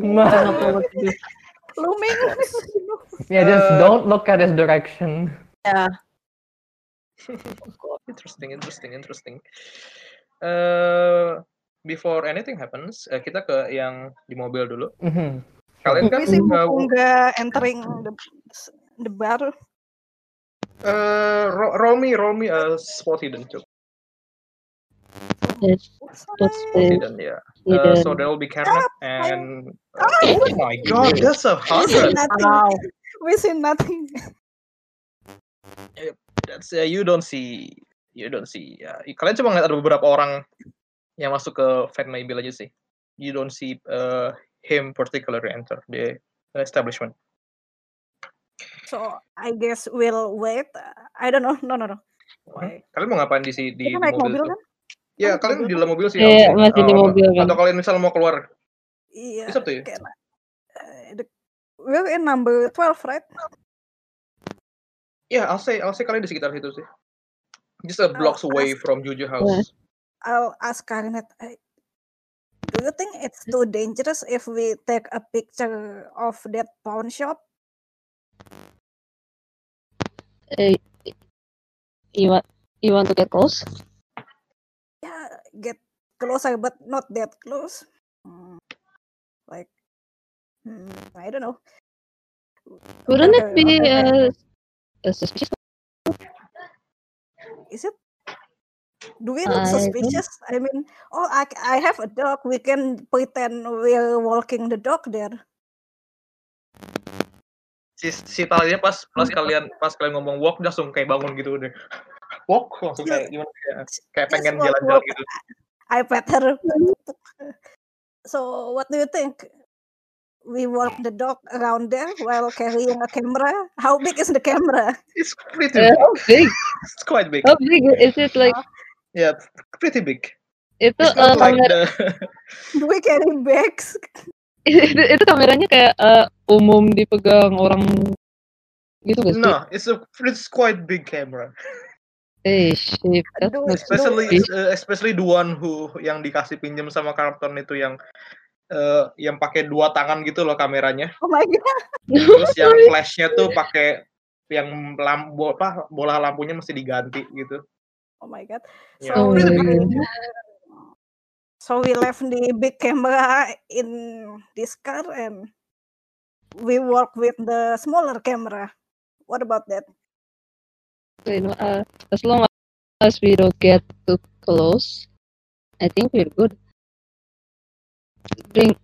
[SPEAKER 4] Ma-
[SPEAKER 2] Don't know what to do.
[SPEAKER 5] Looming.
[SPEAKER 4] yeah, just
[SPEAKER 1] Uh,
[SPEAKER 4] don't look at his direction.
[SPEAKER 2] Yeah.
[SPEAKER 1] Interesting, interesting, interesting. Uh, before anything happens, eh, kita ke yang di mobil dulu.
[SPEAKER 4] Mhm.
[SPEAKER 1] Kalian kan
[SPEAKER 5] Tapi sih
[SPEAKER 1] uh,
[SPEAKER 5] mumpung nggak entering the, the bar.
[SPEAKER 1] uh, ro- roll me, roll me a spot hidden, Cuk.
[SPEAKER 7] Yes, what's
[SPEAKER 1] Spot
[SPEAKER 7] the
[SPEAKER 1] hidden, yeah. Uh,
[SPEAKER 7] hidden?
[SPEAKER 1] so there will be Karen and
[SPEAKER 5] Ah,
[SPEAKER 1] oh my god, that's a
[SPEAKER 5] we see
[SPEAKER 1] hundred.
[SPEAKER 5] nothing. We see nothing.
[SPEAKER 1] That's uh, you don't see, you don't see. ya. kalian cuma ngeliat ada beberapa orang yang masuk ke Van Maybill aja sih. You don't see uh, him particularly enter the establishment.
[SPEAKER 5] So I guess we'll wait. I don't know. No, no, no.
[SPEAKER 1] Hmm? Kalian mau ngapain di si di, di
[SPEAKER 5] Kita naik
[SPEAKER 1] mobil,
[SPEAKER 5] mobil
[SPEAKER 1] tuh?
[SPEAKER 5] kan?
[SPEAKER 1] Ya,
[SPEAKER 5] Naik
[SPEAKER 1] kalian
[SPEAKER 5] mobil
[SPEAKER 1] di dalam mobil sih.
[SPEAKER 7] Iya,
[SPEAKER 1] harusnya.
[SPEAKER 7] masih di
[SPEAKER 1] Oh, apa-
[SPEAKER 7] mobil kan.
[SPEAKER 1] Atau kalian misal mau keluar, ya?
[SPEAKER 5] Iya.
[SPEAKER 1] it's up to you.
[SPEAKER 5] kayak na- eh, the- We're in number 12, right?
[SPEAKER 1] Ya, I'll say, I'll say kalian di sekitar situ sih. Just a
[SPEAKER 7] Nah,
[SPEAKER 1] blocks away from Juju House.
[SPEAKER 5] I'll ask Karnet. eh, Do you think it's too dangerous if we take a picture of that pawn shop?
[SPEAKER 7] Eh, you want you want to get close?
[SPEAKER 5] yeah, get closer but not that close. Mm, Like, mm, I don't know.
[SPEAKER 7] Wouldn't it
[SPEAKER 5] Okay,
[SPEAKER 7] be
[SPEAKER 5] okay,
[SPEAKER 7] eh, uh, uh, suspicious?
[SPEAKER 5] Is it? Do we look
[SPEAKER 7] I don't-
[SPEAKER 5] suspicious? I mean, oh, I, I have a dog. We can pretend we're walking the dog there.
[SPEAKER 1] si, si talinya pas pas kalian pas kalian ngomong walk dia langsung kayak bangun gitu deh walk langsung kayak gimana kayak, kayak
[SPEAKER 5] Just
[SPEAKER 1] pengen
[SPEAKER 5] walk,
[SPEAKER 1] jalan-jalan
[SPEAKER 5] walk.
[SPEAKER 1] gitu
[SPEAKER 5] I pet her. So, what do you think? We walk the dog around there while carrying a camera. How big is the camera?
[SPEAKER 1] it's pretty big
[SPEAKER 7] Uh, how big?
[SPEAKER 1] it's quite big
[SPEAKER 7] How big is it like?
[SPEAKER 1] yeah pretty big
[SPEAKER 7] Itu
[SPEAKER 1] it's not
[SPEAKER 7] uh,
[SPEAKER 1] like
[SPEAKER 7] kamera
[SPEAKER 1] the
[SPEAKER 5] Do we carry bags?
[SPEAKER 7] itu, itu kameranya kayak eh, umum dipegang orang gitu gak sih?
[SPEAKER 1] no it's a it's quite big camera
[SPEAKER 7] Eh, shit. That's
[SPEAKER 5] Aduh,
[SPEAKER 7] not
[SPEAKER 1] especially
[SPEAKER 7] big.
[SPEAKER 1] uh, especially the one who yang dikasih pinjam sama Carlton itu yang eh, yang pakai dua tangan gitu loh kameranya
[SPEAKER 5] Oh my god.
[SPEAKER 1] terus yang flashnya tuh pakai yang lam, bo- apa, bola lampunya mesti diganti gitu
[SPEAKER 5] Oh my god.
[SPEAKER 1] Ya.
[SPEAKER 5] So,
[SPEAKER 7] Oh
[SPEAKER 5] we,
[SPEAKER 7] my
[SPEAKER 5] we-
[SPEAKER 7] God.
[SPEAKER 5] so we left the big camera in this car and we walk with the smaller camera. What about that?
[SPEAKER 7] You know, uh, as long as we don't get too close, I think we're good. Bring,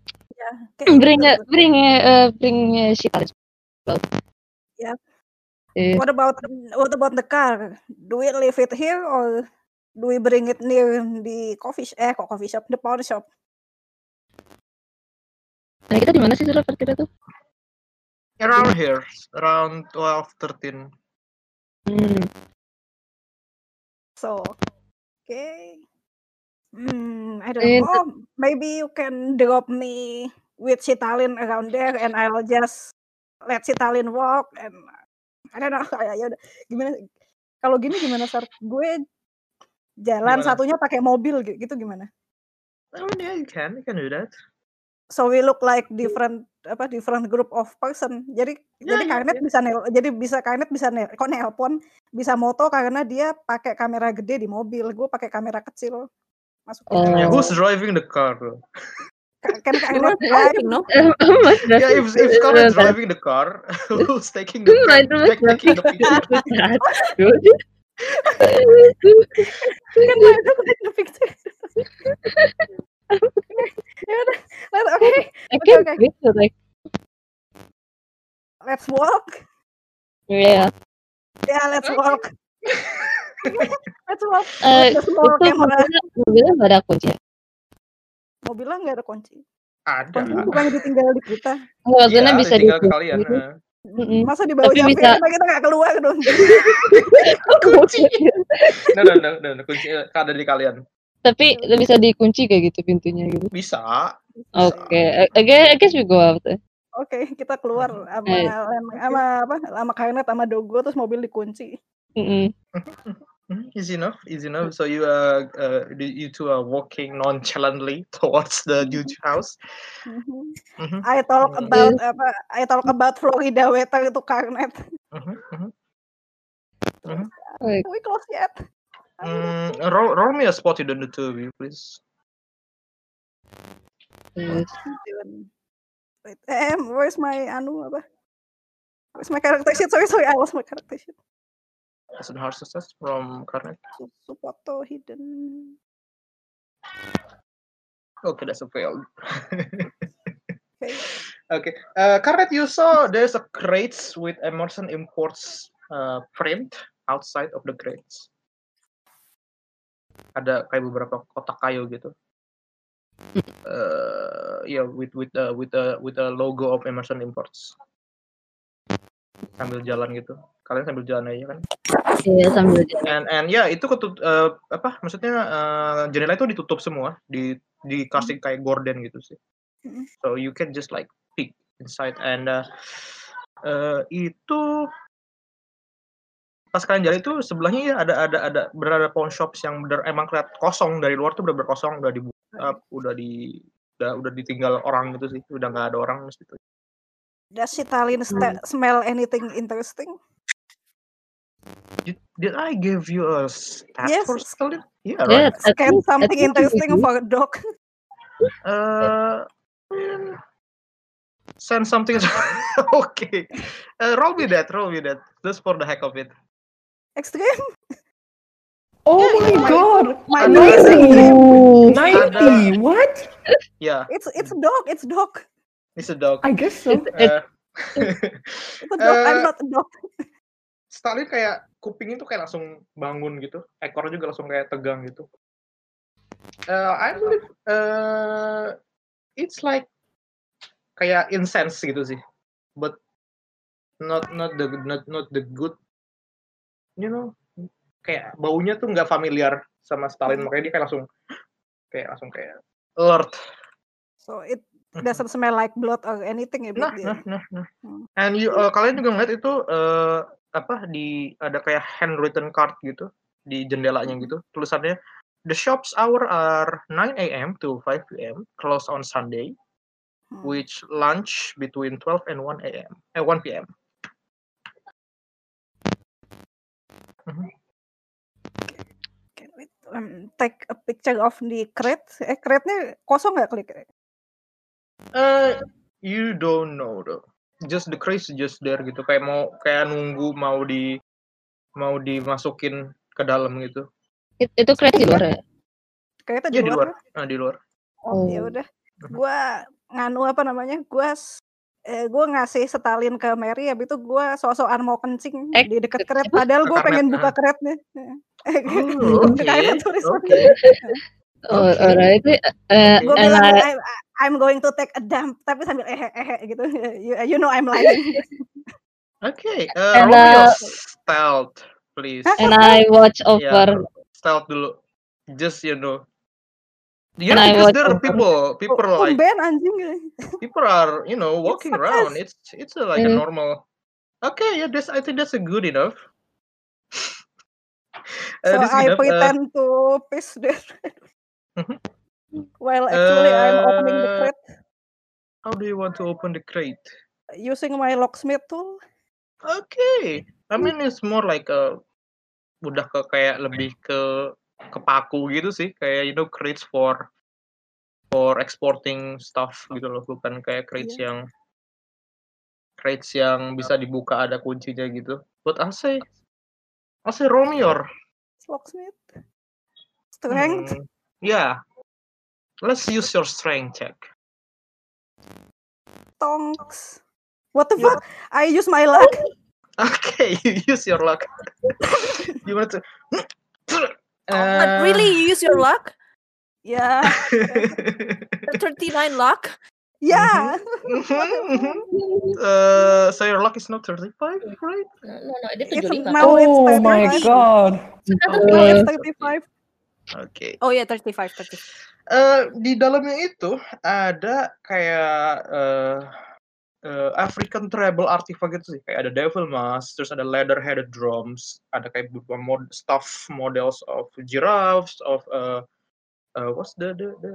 [SPEAKER 5] Okay,
[SPEAKER 7] bring,
[SPEAKER 5] the-
[SPEAKER 7] a, bring, a, uh, bring a shit as well.
[SPEAKER 5] Yeah.
[SPEAKER 7] Eh,
[SPEAKER 5] What about what about the car? Do we leave it here or do we bring it near the coffee sh- eh kok coffee shop, the pawn shop?
[SPEAKER 7] nah kita di mana sih surat parkirnya tuh?
[SPEAKER 1] around here around 12 13
[SPEAKER 7] Hmm,
[SPEAKER 5] So okay. Hmm, I don't
[SPEAKER 7] Eh,
[SPEAKER 5] know. Oh, maybe you can drop me with Citalin around there and I'll just let Citalin walk and I don't know. Ya, ya udah. Gimana kalau gini gimana Sar? Gue jalan
[SPEAKER 1] Gimana?
[SPEAKER 5] satunya pakai mobil gi- gitu gimana?
[SPEAKER 1] I mean, yeah you can you can do that
[SPEAKER 5] so we look like different apa different group of person jadi
[SPEAKER 1] Ya,
[SPEAKER 5] jadi
[SPEAKER 1] ya,
[SPEAKER 5] Karnet
[SPEAKER 1] ya.
[SPEAKER 5] bisa nel- jadi bisa Karnet bisa nel kok nelpon bisa moto karena dia pakai kamera gede di mobil gue pakai kamera kecil masuk ke
[SPEAKER 1] yeah,
[SPEAKER 5] dalam.
[SPEAKER 7] Oh.
[SPEAKER 1] who's driving the car though?
[SPEAKER 5] Ka- kan
[SPEAKER 2] You're
[SPEAKER 5] Karnet
[SPEAKER 2] not driving, no?
[SPEAKER 7] Mas
[SPEAKER 1] yeah
[SPEAKER 7] David,
[SPEAKER 1] Ya, if if
[SPEAKER 7] eh,
[SPEAKER 1] Scarlett
[SPEAKER 7] eh,
[SPEAKER 1] driving the car who's taking the
[SPEAKER 7] Duh,
[SPEAKER 1] back,
[SPEAKER 7] Mas David,
[SPEAKER 1] taking the picture
[SPEAKER 7] Aduh.
[SPEAKER 5] kan masuk ke dalam picture Ya udah, let- oke
[SPEAKER 7] I
[SPEAKER 5] Oke,
[SPEAKER 7] can't
[SPEAKER 5] oke.
[SPEAKER 7] wait to like,
[SPEAKER 5] let's walk
[SPEAKER 7] yeah.
[SPEAKER 5] ya yeah, let's walk let's walk
[SPEAKER 7] Eh,
[SPEAKER 5] the small
[SPEAKER 7] itu
[SPEAKER 5] camera
[SPEAKER 7] mobilnya, mobilnya nggak ada kunci.
[SPEAKER 5] mobilnya nggak ada kunci
[SPEAKER 1] ada
[SPEAKER 5] kunci bukan ditinggal di kita
[SPEAKER 7] Nggak, maksudnya
[SPEAKER 1] Iya,
[SPEAKER 7] bisa
[SPEAKER 1] ditinggal ke
[SPEAKER 7] dikunci.
[SPEAKER 1] kalian eh.
[SPEAKER 7] Mm-mm.
[SPEAKER 5] masa dibawa
[SPEAKER 7] Tapi
[SPEAKER 5] jam
[SPEAKER 7] bisa-
[SPEAKER 5] kita nggak keluar dong
[SPEAKER 1] no no no, no, no. kunci eh, ada di kalian
[SPEAKER 7] Tapi bisa dikunci kayak gitu pintunya gitu.
[SPEAKER 1] bisa
[SPEAKER 7] Oke, I- I guess- I guess we go out. eh.
[SPEAKER 5] Oke, kita keluar sama
[SPEAKER 7] Eh.
[SPEAKER 5] lem- sama apa? Sama Kainet sama Dogo terus mobil dikunci.
[SPEAKER 7] Mm-mm.
[SPEAKER 1] Mhm, Easy enough, easy enough. So you uh, uh the- you two are walking nonchalantly towards the huge house.
[SPEAKER 5] Mhm.
[SPEAKER 1] Mhm,
[SPEAKER 5] I talk
[SPEAKER 1] Hmm.
[SPEAKER 5] about apa? I talk about Florida weather itu Kainet.
[SPEAKER 1] mhm, mhm.
[SPEAKER 7] Oke.
[SPEAKER 5] We close ya. yet?
[SPEAKER 1] Mm, roll, roll me a spot you don't do two of you, please.
[SPEAKER 5] Wait, eh, where's my anu apa? Where's my character sheet? Sorry, sorry, I lost my character sheet.
[SPEAKER 1] That's a hard success from Karnak.
[SPEAKER 5] Su- Supoto hidden.
[SPEAKER 1] Okay, that's a fail.
[SPEAKER 5] Okay.
[SPEAKER 1] Okay, uh, Karnak, you saw there's a crates with Emerson Imports uh, print outside of the crates. Ada kayak beberapa kotak kayu gitu. Uh, yeah, with with uh, with a with a logo of Emerson Imports. Sambil jalan gitu. Kalian sambil jalan aja kan?
[SPEAKER 7] Iya, sambil jalan.
[SPEAKER 1] And and ya itu ketutup apa maksudnya eh, jendela itu ditutup semua di dikasih kayak gorden gitu sih.
[SPEAKER 5] Mhm.
[SPEAKER 1] So you can just like peek inside and eh, eh, itu pas kalian jalan itu sebelahnya ya ada ada ada berada pawn shops yang bener emang kelihatan kosong dari luar tuh bener-bener kosong udah dibuka udah di udah udah ditinggal orang gitu sih udah nggak ada orang terus gitu.
[SPEAKER 5] Does Citalin sta- smell anything interesting?
[SPEAKER 1] Did, did I give you a stat
[SPEAKER 5] Yes.
[SPEAKER 1] for Scarlet? Yeah, right.
[SPEAKER 7] Yes, I
[SPEAKER 5] Scan
[SPEAKER 7] think- I
[SPEAKER 5] something
[SPEAKER 7] think we
[SPEAKER 5] interesting
[SPEAKER 7] do.
[SPEAKER 5] for a dog.
[SPEAKER 1] Uh, mm, send something. okay. Uh, roll me that. Roll me that. Just for the heck of it.
[SPEAKER 5] Extreme.
[SPEAKER 4] Oh
[SPEAKER 5] Yeah,
[SPEAKER 4] my
[SPEAKER 5] yeah.
[SPEAKER 4] god!
[SPEAKER 5] My
[SPEAKER 1] Amazing.
[SPEAKER 5] amazing.
[SPEAKER 7] Ooh.
[SPEAKER 4] Ninety? What?
[SPEAKER 1] Yeah,
[SPEAKER 5] It's it's dog, it's dog.
[SPEAKER 1] it's a dog.
[SPEAKER 4] I guess so.
[SPEAKER 1] Eh,
[SPEAKER 5] It's a dog, I'm
[SPEAKER 1] Eh,
[SPEAKER 5] not a dog.
[SPEAKER 1] Stalin kayak kupingnya tuh kayak langsung bangun gitu, ekornya juga langsung kayak tegang gitu. Eh, I believe eh, it's like kayak incense gitu sih, but not not the not not the good, you know, kayak baunya tuh nggak familiar sama Stalin makanya dia kayak langsung kayak langsung kayak alert.
[SPEAKER 5] So it doesn't smell like blood or anything ya
[SPEAKER 1] Nah,
[SPEAKER 5] buat
[SPEAKER 1] nah,
[SPEAKER 5] dia.
[SPEAKER 1] nah, nah.
[SPEAKER 5] Hmm.
[SPEAKER 1] And you, eh, kalian juga ngeliat itu eh, apa di ada kayak handwritten card gitu di jendelanya
[SPEAKER 5] Hmm.
[SPEAKER 1] gitu tulisannya the shops hour are 9 a.m. to 5 p.m. close on Sunday
[SPEAKER 5] Hmm.
[SPEAKER 1] which lunch between 12 and 1 a.m. eh 1 p.m.
[SPEAKER 5] Can we um, take a picture of the crate? Eh crate-nya kosong nggak klik?
[SPEAKER 1] Eh, you don't know though. Just the crazy just there gitu kayak mau kayak nunggu mau di mau dimasukin ke dalam gitu.
[SPEAKER 7] It- itu keren di luar ya?
[SPEAKER 5] Crate
[SPEAKER 1] Iya
[SPEAKER 5] di
[SPEAKER 1] di
[SPEAKER 5] luar.
[SPEAKER 1] luar, Ah, di luar.
[SPEAKER 5] Oh, ya
[SPEAKER 7] Oh.
[SPEAKER 5] udah. Gua nganu apa namanya? Gua s- eh gua ngasih setalin ke Mary habis itu gua sosokan mau kencing
[SPEAKER 7] Eh,
[SPEAKER 5] di deket
[SPEAKER 7] siapa?
[SPEAKER 5] kret padahal gua
[SPEAKER 1] Ke
[SPEAKER 5] pengen
[SPEAKER 1] karnet,
[SPEAKER 5] buka
[SPEAKER 1] ah.
[SPEAKER 5] keretnya. Eh,
[SPEAKER 1] Oh, oke.
[SPEAKER 5] Kayak ada tulisan.
[SPEAKER 1] Oke.
[SPEAKER 7] Oh,
[SPEAKER 1] Oke.
[SPEAKER 7] alright. Eh, eh,
[SPEAKER 5] Gua
[SPEAKER 7] and
[SPEAKER 5] bilang
[SPEAKER 7] I-
[SPEAKER 5] I'm, I'm going to take a dump tapi sambil eh eh gitu. You, you know I'm lying.
[SPEAKER 1] Oke, eh
[SPEAKER 7] And,
[SPEAKER 1] roll your
[SPEAKER 7] uh,
[SPEAKER 1] stealth, please.
[SPEAKER 7] and I watch over.
[SPEAKER 1] Stealth dulu. Just you know. Yeah,
[SPEAKER 7] And I Oh,
[SPEAKER 1] because
[SPEAKER 7] watch
[SPEAKER 1] there are
[SPEAKER 7] over.
[SPEAKER 1] people, people like
[SPEAKER 5] Oh,
[SPEAKER 1] Eh,
[SPEAKER 5] Tumben anjing.
[SPEAKER 1] people are you know walking
[SPEAKER 5] success.
[SPEAKER 1] around. It's it's uh, like a
[SPEAKER 7] Mm.
[SPEAKER 1] normal. Okay, yeah, that's I think that's a good enough. Uh,
[SPEAKER 5] So
[SPEAKER 1] this is
[SPEAKER 5] I
[SPEAKER 1] enough, uh,
[SPEAKER 5] pretend to piss there.
[SPEAKER 1] Mhm.
[SPEAKER 5] While actually I'm opening the
[SPEAKER 1] Uh,
[SPEAKER 5] crate
[SPEAKER 1] how do you want to open the crate?
[SPEAKER 5] using my locksmith tool.
[SPEAKER 1] Okay, I mean it's more like a udah ke kayak lebih ke kepaku gitu sih kayak you know crates for for exporting stuff gitu loh bukan kayak crates
[SPEAKER 2] Iya.
[SPEAKER 1] yang crates yang bisa dibuka ada kuncinya gitu but I say I say roll me your
[SPEAKER 5] Locksmith. Strength.
[SPEAKER 1] hmm, yeah let's use your strength check Hmm.
[SPEAKER 5] Tongs. What the fuck? I use my luck.
[SPEAKER 1] Oh. okay you use your luck you want to
[SPEAKER 2] Oh,
[SPEAKER 8] Oh,
[SPEAKER 2] but really, you use your luck?
[SPEAKER 5] Yeah.
[SPEAKER 2] The 39 luck?
[SPEAKER 5] Yeah.
[SPEAKER 1] Mhm. uh, so your luck is not 35 right
[SPEAKER 6] No, no, dia
[SPEAKER 5] It's
[SPEAKER 6] 75.
[SPEAKER 5] now it's
[SPEAKER 4] Oh
[SPEAKER 5] 35.
[SPEAKER 4] my god.
[SPEAKER 5] Now it's
[SPEAKER 1] Oh.
[SPEAKER 5] 35.
[SPEAKER 1] okay
[SPEAKER 2] Oh yeah, 35, 35.
[SPEAKER 1] Eh, di dalamnya itu ada kayak eh eh, African tribal artifact gitu sih. Kayak ada devil mask, terus ada leather headed drums, ada kayak beberapa mod stuff models of giraffes, of eh eh, what's the the, the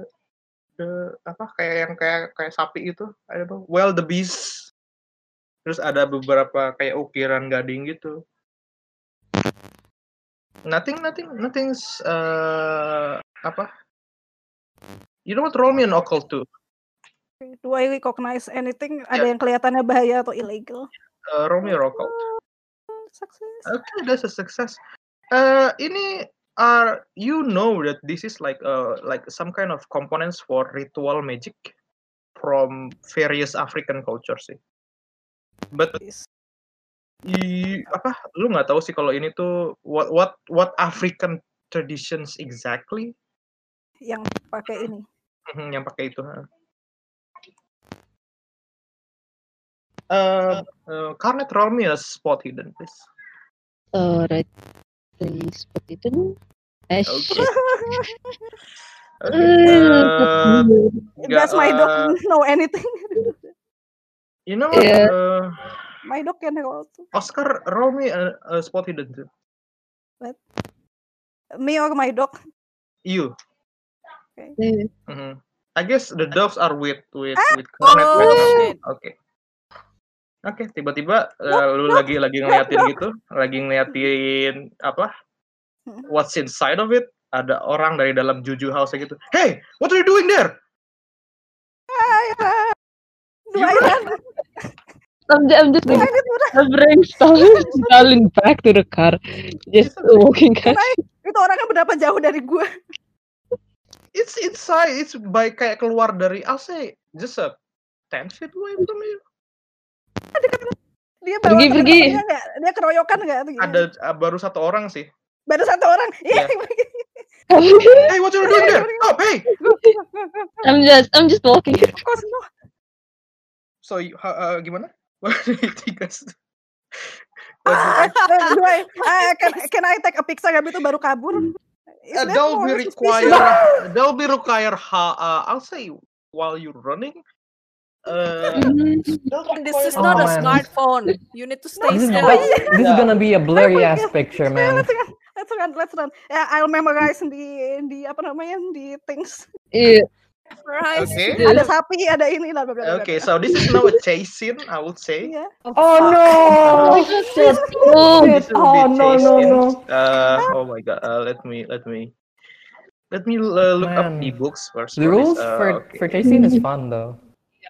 [SPEAKER 1] the apa kayak yang kayak kayak sapi itu ada apa? Well the beast. Terus ada beberapa kayak ukiran gading gitu. Nothing, nothing, nothing's eh apa? You know what? Roll me an occult too.
[SPEAKER 5] Do I recognize anything? Ada yang kelihatannya bahaya atau illegal?
[SPEAKER 1] uh, Romeo Rockout.
[SPEAKER 5] Success.
[SPEAKER 1] Okay, that's a success. Uh, ini are you know that this is like uh like some kind of components for ritual magic from various African cultures sih. But i, apa lu nggak tahu sih kalau ini tuh what what what African traditions exactly
[SPEAKER 5] Yang pakai ini.
[SPEAKER 1] Mhm, yang pakai itu. ha. Uh, uh, Carnet roll me a spot hidden please.
[SPEAKER 7] Alright. Please put it in. Eh,
[SPEAKER 1] Oke.
[SPEAKER 7] shit.
[SPEAKER 1] Oke,
[SPEAKER 7] Eh,
[SPEAKER 1] uh, nggak,
[SPEAKER 5] Does my
[SPEAKER 1] uh,
[SPEAKER 5] dog know anything?
[SPEAKER 1] You know what?
[SPEAKER 7] Yeah.
[SPEAKER 1] Uh,
[SPEAKER 5] My dog can roll too.
[SPEAKER 1] Oscar, roll me a, a spot hidden. too.
[SPEAKER 5] Me or my dog?
[SPEAKER 1] You.
[SPEAKER 7] eh,
[SPEAKER 1] Mhm. I guess the dogs are with with
[SPEAKER 5] Ah!
[SPEAKER 1] with Cornet right now.
[SPEAKER 2] Oh, shit.
[SPEAKER 1] Oke. Oke, tiba-tiba eh, lu lagi lagi ngeliatin gitu, lagi ngeliatin apa?
[SPEAKER 5] Hmm.
[SPEAKER 1] What's inside of it? Ada orang dari dalam Juju House gitu. Hey, what are you doing there?
[SPEAKER 5] Hai, hai. Do I
[SPEAKER 1] Gimana?
[SPEAKER 5] run?
[SPEAKER 7] I'm, ju- I'm just
[SPEAKER 5] Do I
[SPEAKER 7] like,
[SPEAKER 5] need to run?
[SPEAKER 7] I'm bringing Stalin, Stalin back to the car. Just walking.
[SPEAKER 5] Can I Itu orangnya berapa jauh dari gue?
[SPEAKER 1] It's inside. It's by kayak keluar dari. I'll say just a 10 feet away from you.
[SPEAKER 5] Dia bawa
[SPEAKER 7] Pergi, pergi.
[SPEAKER 5] temen-temennya nggak? Dia keroyokan nggak? atau gimana?
[SPEAKER 1] Ada ah, baru satu orang sih.
[SPEAKER 5] Baru satu orang.
[SPEAKER 1] Iya.
[SPEAKER 5] Iya.
[SPEAKER 7] I'm
[SPEAKER 1] Hey, what you doing there? Up, Oh, hey.
[SPEAKER 7] just I'm just walking.
[SPEAKER 5] of course no.
[SPEAKER 1] So you, how- uh, gimana? What do you think guys?
[SPEAKER 5] Ah, gue, ah, can, can I take a picture? Habis itu baru kabur. Is
[SPEAKER 1] Uh,
[SPEAKER 5] that
[SPEAKER 1] they'll be
[SPEAKER 5] more suspicious?
[SPEAKER 1] require. they'll be require. Ha, uh, I'll say while you're running. Uh, they'll
[SPEAKER 8] Mm-hmm. This
[SPEAKER 1] require-
[SPEAKER 8] is not a
[SPEAKER 4] Oh, man.
[SPEAKER 8] smartphone. You need to stay
[SPEAKER 4] This is,
[SPEAKER 8] still.
[SPEAKER 4] like, this is
[SPEAKER 1] Yeah.
[SPEAKER 4] gonna be a blurry ass
[SPEAKER 5] God.
[SPEAKER 4] picture,
[SPEAKER 5] Yeah,
[SPEAKER 4] man.
[SPEAKER 5] let's run, let's run, let's run. Yeah, I'll memorize di di apa namanya di things.
[SPEAKER 7] Yeah.
[SPEAKER 8] Right?
[SPEAKER 1] Okay.
[SPEAKER 7] Yeah.
[SPEAKER 5] Ada sapi, ada ini lah. bla, bla, bla, bla,
[SPEAKER 1] Okay,
[SPEAKER 5] bla.
[SPEAKER 1] so this is now a chase scene, I would say.
[SPEAKER 5] Iya.
[SPEAKER 4] Oh no!
[SPEAKER 7] Oh,
[SPEAKER 1] This will
[SPEAKER 4] Oh,
[SPEAKER 1] be
[SPEAKER 4] no,
[SPEAKER 1] chase
[SPEAKER 4] no,
[SPEAKER 1] scene.
[SPEAKER 4] no.
[SPEAKER 1] Uh, oh my god. Uh, let me, let me, let me uh, look up
[SPEAKER 4] Man.
[SPEAKER 1] the books first.
[SPEAKER 4] The
[SPEAKER 1] for this.
[SPEAKER 4] rules
[SPEAKER 1] Uh,
[SPEAKER 4] for
[SPEAKER 1] okay.
[SPEAKER 4] for chasing is fun though.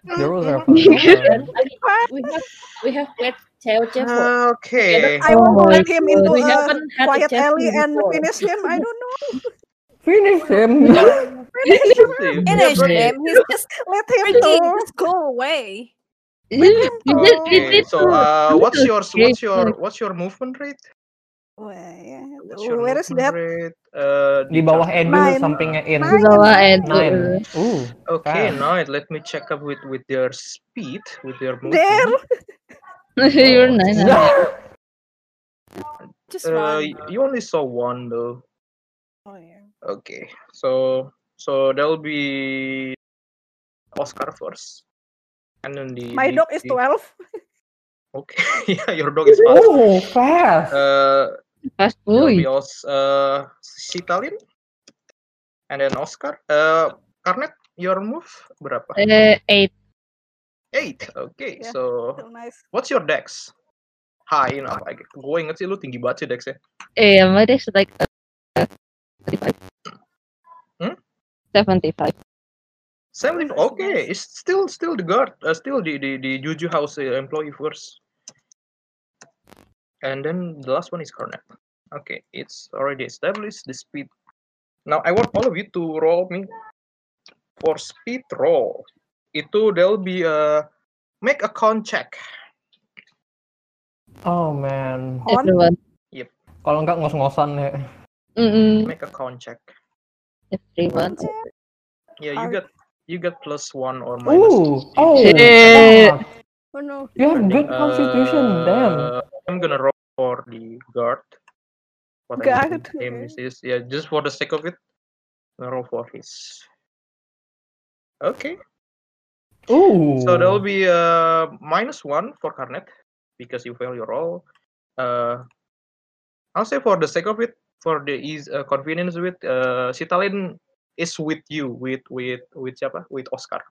[SPEAKER 4] The rules are
[SPEAKER 5] Iya.
[SPEAKER 4] fun.
[SPEAKER 6] Then
[SPEAKER 4] Um,
[SPEAKER 6] I mean, we have we have played Chao Chao
[SPEAKER 1] Uh,
[SPEAKER 6] for
[SPEAKER 1] Okay.
[SPEAKER 5] I
[SPEAKER 7] Oh
[SPEAKER 5] want to
[SPEAKER 7] my
[SPEAKER 5] let him into a
[SPEAKER 6] we haven't had a
[SPEAKER 5] quiet
[SPEAKER 6] chat
[SPEAKER 5] alley and
[SPEAKER 6] before.
[SPEAKER 5] finish him. I don't know.
[SPEAKER 4] Finish him.
[SPEAKER 8] Finish him. He's just
[SPEAKER 5] Let him
[SPEAKER 8] pretty.
[SPEAKER 5] to.
[SPEAKER 8] Just go away.
[SPEAKER 7] You just we
[SPEAKER 1] Okay,
[SPEAKER 7] did
[SPEAKER 1] so uh,
[SPEAKER 7] I'm
[SPEAKER 1] what's
[SPEAKER 7] so
[SPEAKER 1] your
[SPEAKER 7] scared,
[SPEAKER 1] what's your
[SPEAKER 7] like-
[SPEAKER 1] what's your movement rate?
[SPEAKER 5] Wah, ya.
[SPEAKER 1] What's your
[SPEAKER 5] Where is
[SPEAKER 1] movement
[SPEAKER 5] that?
[SPEAKER 1] rate? Uh,
[SPEAKER 4] Di bawah
[SPEAKER 1] character-
[SPEAKER 4] Edu
[SPEAKER 5] Nine.
[SPEAKER 4] sampingnya in.
[SPEAKER 5] Nine.
[SPEAKER 7] bawa
[SPEAKER 5] Nine.
[SPEAKER 7] Edo.
[SPEAKER 4] Nine. Ooh.
[SPEAKER 1] Okay,
[SPEAKER 4] fast.
[SPEAKER 1] now let me check up with with their speed, with their movement.
[SPEAKER 5] There.
[SPEAKER 7] You're nine.
[SPEAKER 4] No.
[SPEAKER 8] Just
[SPEAKER 1] Uh,
[SPEAKER 8] run.
[SPEAKER 1] y- you only saw one though.
[SPEAKER 5] Oh, ya.
[SPEAKER 1] Okay, so so there'll be Oscar first, Kan and then the
[SPEAKER 5] My
[SPEAKER 1] the-
[SPEAKER 5] dog is
[SPEAKER 1] the-
[SPEAKER 5] 12.
[SPEAKER 1] Okay, yeah, your dog is fast.
[SPEAKER 4] Oh, fast.
[SPEAKER 1] Uh,
[SPEAKER 7] Fast
[SPEAKER 1] there'll be
[SPEAKER 7] boy.
[SPEAKER 1] Os uh Sitalin, and then Oscar. Uh, Karnet, your move berapa?
[SPEAKER 7] Eh, eight.
[SPEAKER 1] Eight. Okay,
[SPEAKER 5] Yeah.
[SPEAKER 1] so
[SPEAKER 5] So nice.
[SPEAKER 1] what's your dex? High enough. I guess. Gue inget sih lu tinggi banget sih dexnya.
[SPEAKER 7] Eh, my dex is like uh, 35.
[SPEAKER 1] Hmm?
[SPEAKER 7] 75.
[SPEAKER 1] 70. Okay, it's still still the guard, uh, still the the the Juju House uh, employee first. And then the last one is Cornet. Okay, it's already established the speed. Now I want all of you to roll me for speed roll. Itu there'll be a make a con check.
[SPEAKER 4] Oh man.
[SPEAKER 5] On.
[SPEAKER 7] Everyone.
[SPEAKER 4] Kalau nggak ngos-ngosan ya.
[SPEAKER 7] Mm-mm.
[SPEAKER 1] Make a con check.
[SPEAKER 7] Everyone.
[SPEAKER 1] Yeah, you
[SPEAKER 5] Are-
[SPEAKER 1] got you got plus one or minus.
[SPEAKER 4] Ooh.
[SPEAKER 1] two.
[SPEAKER 4] Oh.
[SPEAKER 7] Shit.
[SPEAKER 4] fuck.
[SPEAKER 5] Oh no.
[SPEAKER 4] You have good constitution,
[SPEAKER 1] Uh,
[SPEAKER 4] damn.
[SPEAKER 1] I'm gonna roll for the guard. What I think
[SPEAKER 5] Guard,
[SPEAKER 1] his name
[SPEAKER 5] okay.
[SPEAKER 1] is this. Yeah, just for the sake of it, I'm gonna roll for his. Okay,
[SPEAKER 4] Ooh.
[SPEAKER 1] so there'll be uh minus one for Carnet because you fail your roll. Uh, I'll say for the sake of it, for the ease uh, convenience of it, uh, Sitalin is with you with with with siapa? With Oscar.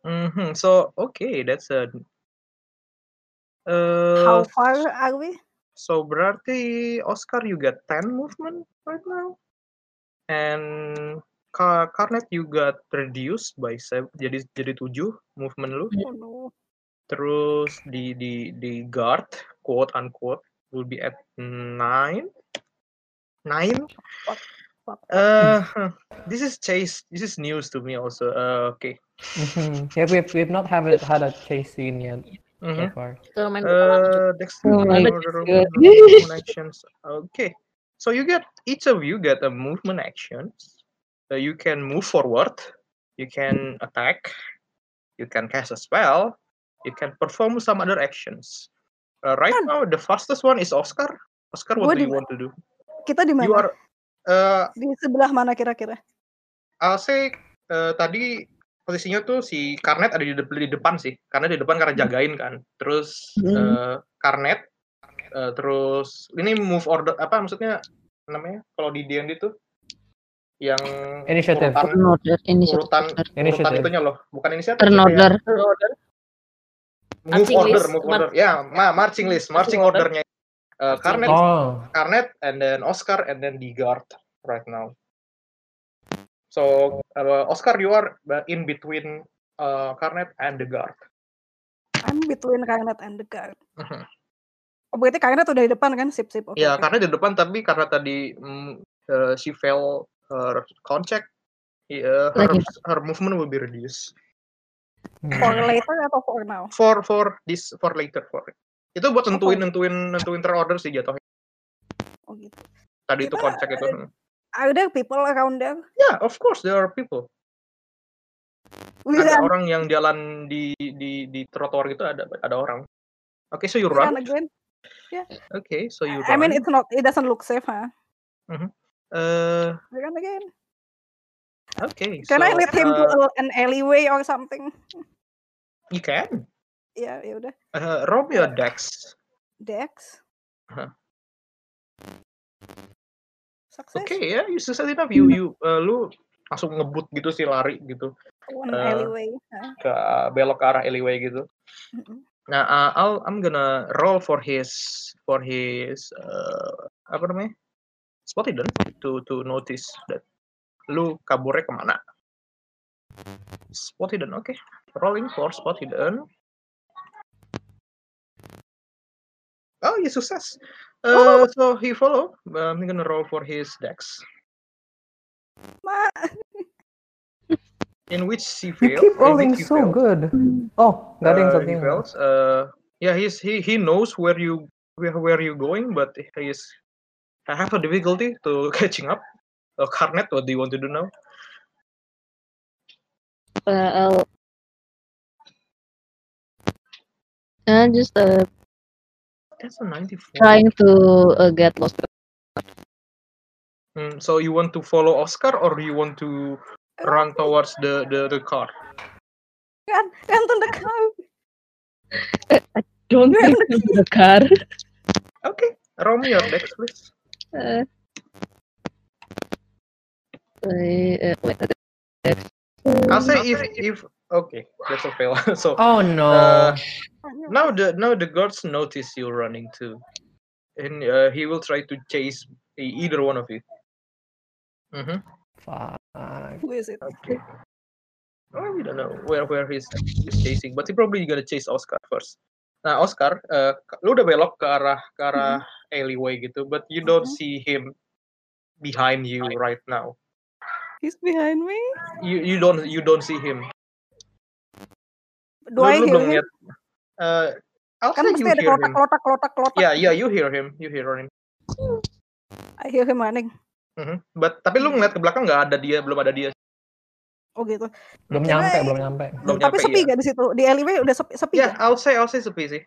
[SPEAKER 1] hmm So okay, that's a.
[SPEAKER 5] How
[SPEAKER 1] Uh,
[SPEAKER 5] far are we?
[SPEAKER 1] So berarti Oscar you got 10 movement right now. And Ka Karnet you got reduced by 7 jadi jadi 7 movement lu.
[SPEAKER 5] Oh no.
[SPEAKER 1] Terus di di di guard quote unquote will be at 9. 9.
[SPEAKER 5] Fuck, fuck.
[SPEAKER 1] Uh huh. this is chase. This is news to me also. Uh, okay.
[SPEAKER 4] Mhm. Yeah, we've we've not have it, had a chase scene yet so
[SPEAKER 1] Mhm.
[SPEAKER 4] far.
[SPEAKER 8] Don't mind the alarm.
[SPEAKER 1] Uh, next
[SPEAKER 7] Oh my God.
[SPEAKER 1] actions. Okay, so you get each of you get a movement actions. So you can move forward, you can attack, you can cast a spell, you can perform some other actions. Uh, right
[SPEAKER 5] Kan.
[SPEAKER 1] now, the fastest one is Oscar. Oscar, what
[SPEAKER 5] Gua
[SPEAKER 1] do
[SPEAKER 5] di
[SPEAKER 1] you want to do?
[SPEAKER 5] Kita di
[SPEAKER 1] You
[SPEAKER 5] mana?
[SPEAKER 1] are. Uh,
[SPEAKER 5] Di sebelah mana kira-kira?
[SPEAKER 1] I'll say uh, tadi posisinya tuh si Karnet ada di, de- di depan sih, karena di depan
[SPEAKER 4] Hmm.
[SPEAKER 1] karena jagain kan. Terus eh, Karnet, eh, terus ini move order apa maksudnya namanya kalau di D&D tuh yang
[SPEAKER 4] Initiative.
[SPEAKER 1] urutan
[SPEAKER 7] Turn order. Initiative
[SPEAKER 1] urutan
[SPEAKER 7] order.
[SPEAKER 1] urutan
[SPEAKER 4] Initiative.
[SPEAKER 1] itunya loh, bukan inisiatif.
[SPEAKER 7] Turn
[SPEAKER 1] sih, kayak
[SPEAKER 7] order.
[SPEAKER 1] Move
[SPEAKER 6] Marching
[SPEAKER 1] order,
[SPEAKER 6] list,
[SPEAKER 1] move
[SPEAKER 6] mar-
[SPEAKER 1] order. Ya, ma marching list, marching
[SPEAKER 6] Marching order.
[SPEAKER 1] ordernya. Eh,
[SPEAKER 6] Marching
[SPEAKER 1] Karnet,
[SPEAKER 4] Oh.
[SPEAKER 1] Karnet, and then Oscar, and then the guard right now. So uh, Oscar, you are uh, in between uh, Karnet and the guard. Uh-huh.
[SPEAKER 5] I'm between Karnet and the guard. Oh, berarti karena tuh dari depan kan, sip sip. oke,
[SPEAKER 1] Ya,
[SPEAKER 5] oke.
[SPEAKER 1] karena di depan tapi karena tadi mm, eh, she fail her contact, yeah, her,
[SPEAKER 7] Lagi.
[SPEAKER 1] her movement will be reduced.
[SPEAKER 5] For later atau for now?
[SPEAKER 1] For for this for later for itu buat nentuin nentuin nentuin terorder sih jatuhnya.
[SPEAKER 5] Oh gitu.
[SPEAKER 1] Tadi itu
[SPEAKER 5] Kita-
[SPEAKER 1] kocak itu.
[SPEAKER 5] Are there people around there?
[SPEAKER 1] Ya, of course there are people. Ada
[SPEAKER 5] Wiran,
[SPEAKER 1] orang yang jalan di di di trotoar gitu ada ada orang. Oke, so you
[SPEAKER 5] Wiran
[SPEAKER 1] run.
[SPEAKER 5] again.
[SPEAKER 1] Oke, so you
[SPEAKER 5] I mean
[SPEAKER 1] run.
[SPEAKER 5] it's not, it doesn't look safe, huh?
[SPEAKER 1] Eh,
[SPEAKER 5] Wiran again.
[SPEAKER 1] Oke,
[SPEAKER 5] Can I
[SPEAKER 1] so,
[SPEAKER 5] lead him to
[SPEAKER 1] uh,
[SPEAKER 5] a- an alleyway or something?
[SPEAKER 1] You can.
[SPEAKER 5] Ya, ya udah.
[SPEAKER 1] Uh, roll me a dex.
[SPEAKER 5] Dex.
[SPEAKER 1] Huh.
[SPEAKER 5] Success.
[SPEAKER 1] Oke ya, you success enough. You
[SPEAKER 5] Hmm.
[SPEAKER 1] you uh, lu langsung ngebut gitu sih lari gitu
[SPEAKER 5] One
[SPEAKER 1] Eh.
[SPEAKER 5] Oh, alleyway. Huh.
[SPEAKER 1] ke eh, belok ke arah alleyway gitu.
[SPEAKER 5] Mm-mm.
[SPEAKER 1] Nah, uh, I'll I'm gonna roll for his for his uh, apa namanya? Spot hidden to to notice that lu kaburnya kemana. Spot hidden, oke. Rolling for spot hidden. Oh, you success. Uh, so he follow. Um, I'm gonna roll for his dex.
[SPEAKER 5] Ma,
[SPEAKER 1] in which he
[SPEAKER 4] You
[SPEAKER 1] failed.
[SPEAKER 4] keep
[SPEAKER 1] in
[SPEAKER 4] rolling
[SPEAKER 1] which he
[SPEAKER 4] so
[SPEAKER 1] failed.
[SPEAKER 4] good. Oh, nggak ada yang
[SPEAKER 1] Uh,
[SPEAKER 4] satu
[SPEAKER 1] he
[SPEAKER 4] yang-
[SPEAKER 1] fails. Uh, yeah, he's he he knows where you where where you going, but he is I have a difficulty to catching up. Uh, Carnet, what do you want to do now?
[SPEAKER 7] Uh, I'll I'm just uh,
[SPEAKER 1] That's a 94.
[SPEAKER 7] trying to uh, get lost.
[SPEAKER 1] Hmm, so you want to follow Oscar or you want to run towards the the, the car?
[SPEAKER 5] kan, kan tuh dekat.
[SPEAKER 7] Don't think to the car.
[SPEAKER 1] Okay, roll me your dex, please.
[SPEAKER 7] Uh, I- uh, wait, uh, that's-
[SPEAKER 1] I'll say if if okay, that's a fail. so
[SPEAKER 4] Oh no.
[SPEAKER 1] Uh, now the now the guards notice you running too, and uh, he will try to chase e- either one of you. Mm-hmm.
[SPEAKER 4] Fuck.
[SPEAKER 5] Who is it?
[SPEAKER 1] Okay. Oh, we don't know where where he's, he's chasing, but he probably gonna chase Oscar first. Nah, Oscar, uh, k- lu udah belok ke arah ke arah
[SPEAKER 5] Mm-hmm.
[SPEAKER 1] alleyway gitu, but you don't
[SPEAKER 5] Mhm.
[SPEAKER 1] see him behind you right now.
[SPEAKER 5] He's behind me.
[SPEAKER 1] You you don't you don't see him.
[SPEAKER 5] Do I
[SPEAKER 1] lu, lu
[SPEAKER 5] hear
[SPEAKER 1] belum
[SPEAKER 5] him?
[SPEAKER 1] lihat. Uh, I'll
[SPEAKER 5] Kan
[SPEAKER 1] say
[SPEAKER 5] pasti
[SPEAKER 1] you
[SPEAKER 5] ada
[SPEAKER 1] hear him. Iya.
[SPEAKER 5] kelotak-kelotak, kelotak-kelotak.
[SPEAKER 1] Yeah, yeah, you hear him. You hear him.
[SPEAKER 5] I hear him running.
[SPEAKER 1] Mhm. But tapi
[SPEAKER 5] Mm-hmm.
[SPEAKER 1] lu ngeliat ke belakang nggak ada dia, belum ada dia.
[SPEAKER 5] Oh gitu.
[SPEAKER 4] Belum
[SPEAKER 5] Can
[SPEAKER 4] nyampe,
[SPEAKER 5] I-
[SPEAKER 4] belum nyampe.
[SPEAKER 1] Belum
[SPEAKER 5] Tapi
[SPEAKER 1] nyampe,
[SPEAKER 5] sepi
[SPEAKER 1] iya.
[SPEAKER 5] gak di situ? Di alleyway udah sepi, sepi
[SPEAKER 1] Ya,
[SPEAKER 5] gak?
[SPEAKER 1] I'll say, I'll say sepi sih.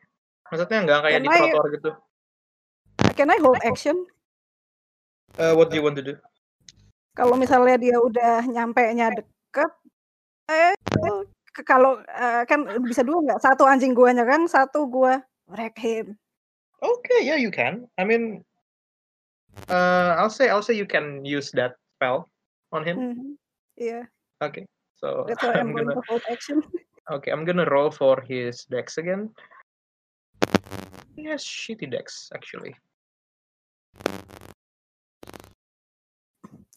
[SPEAKER 1] Maksudnya nggak kayak di
[SPEAKER 5] Can I-
[SPEAKER 1] trotoar gitu.
[SPEAKER 5] Can I hold action?
[SPEAKER 1] Eh, what do you want to do?
[SPEAKER 5] Kalau misalnya dia udah nyampe nya deket, eh tuh, ke- kalau eh, kan bisa dua nggak? Satu anjing gua nyerang, satu gua wreck him.
[SPEAKER 1] Okay, yeah, you can. I mean, uh, I'll say, I'll say you can use that spell on him.
[SPEAKER 5] Mhm. Iya,
[SPEAKER 1] Okay, so
[SPEAKER 5] that's why
[SPEAKER 1] I'm
[SPEAKER 5] I'm going
[SPEAKER 1] gonna,
[SPEAKER 5] to hold action.
[SPEAKER 1] okay, I'm gonna roll for his dex again. Yes, shitty dex actually.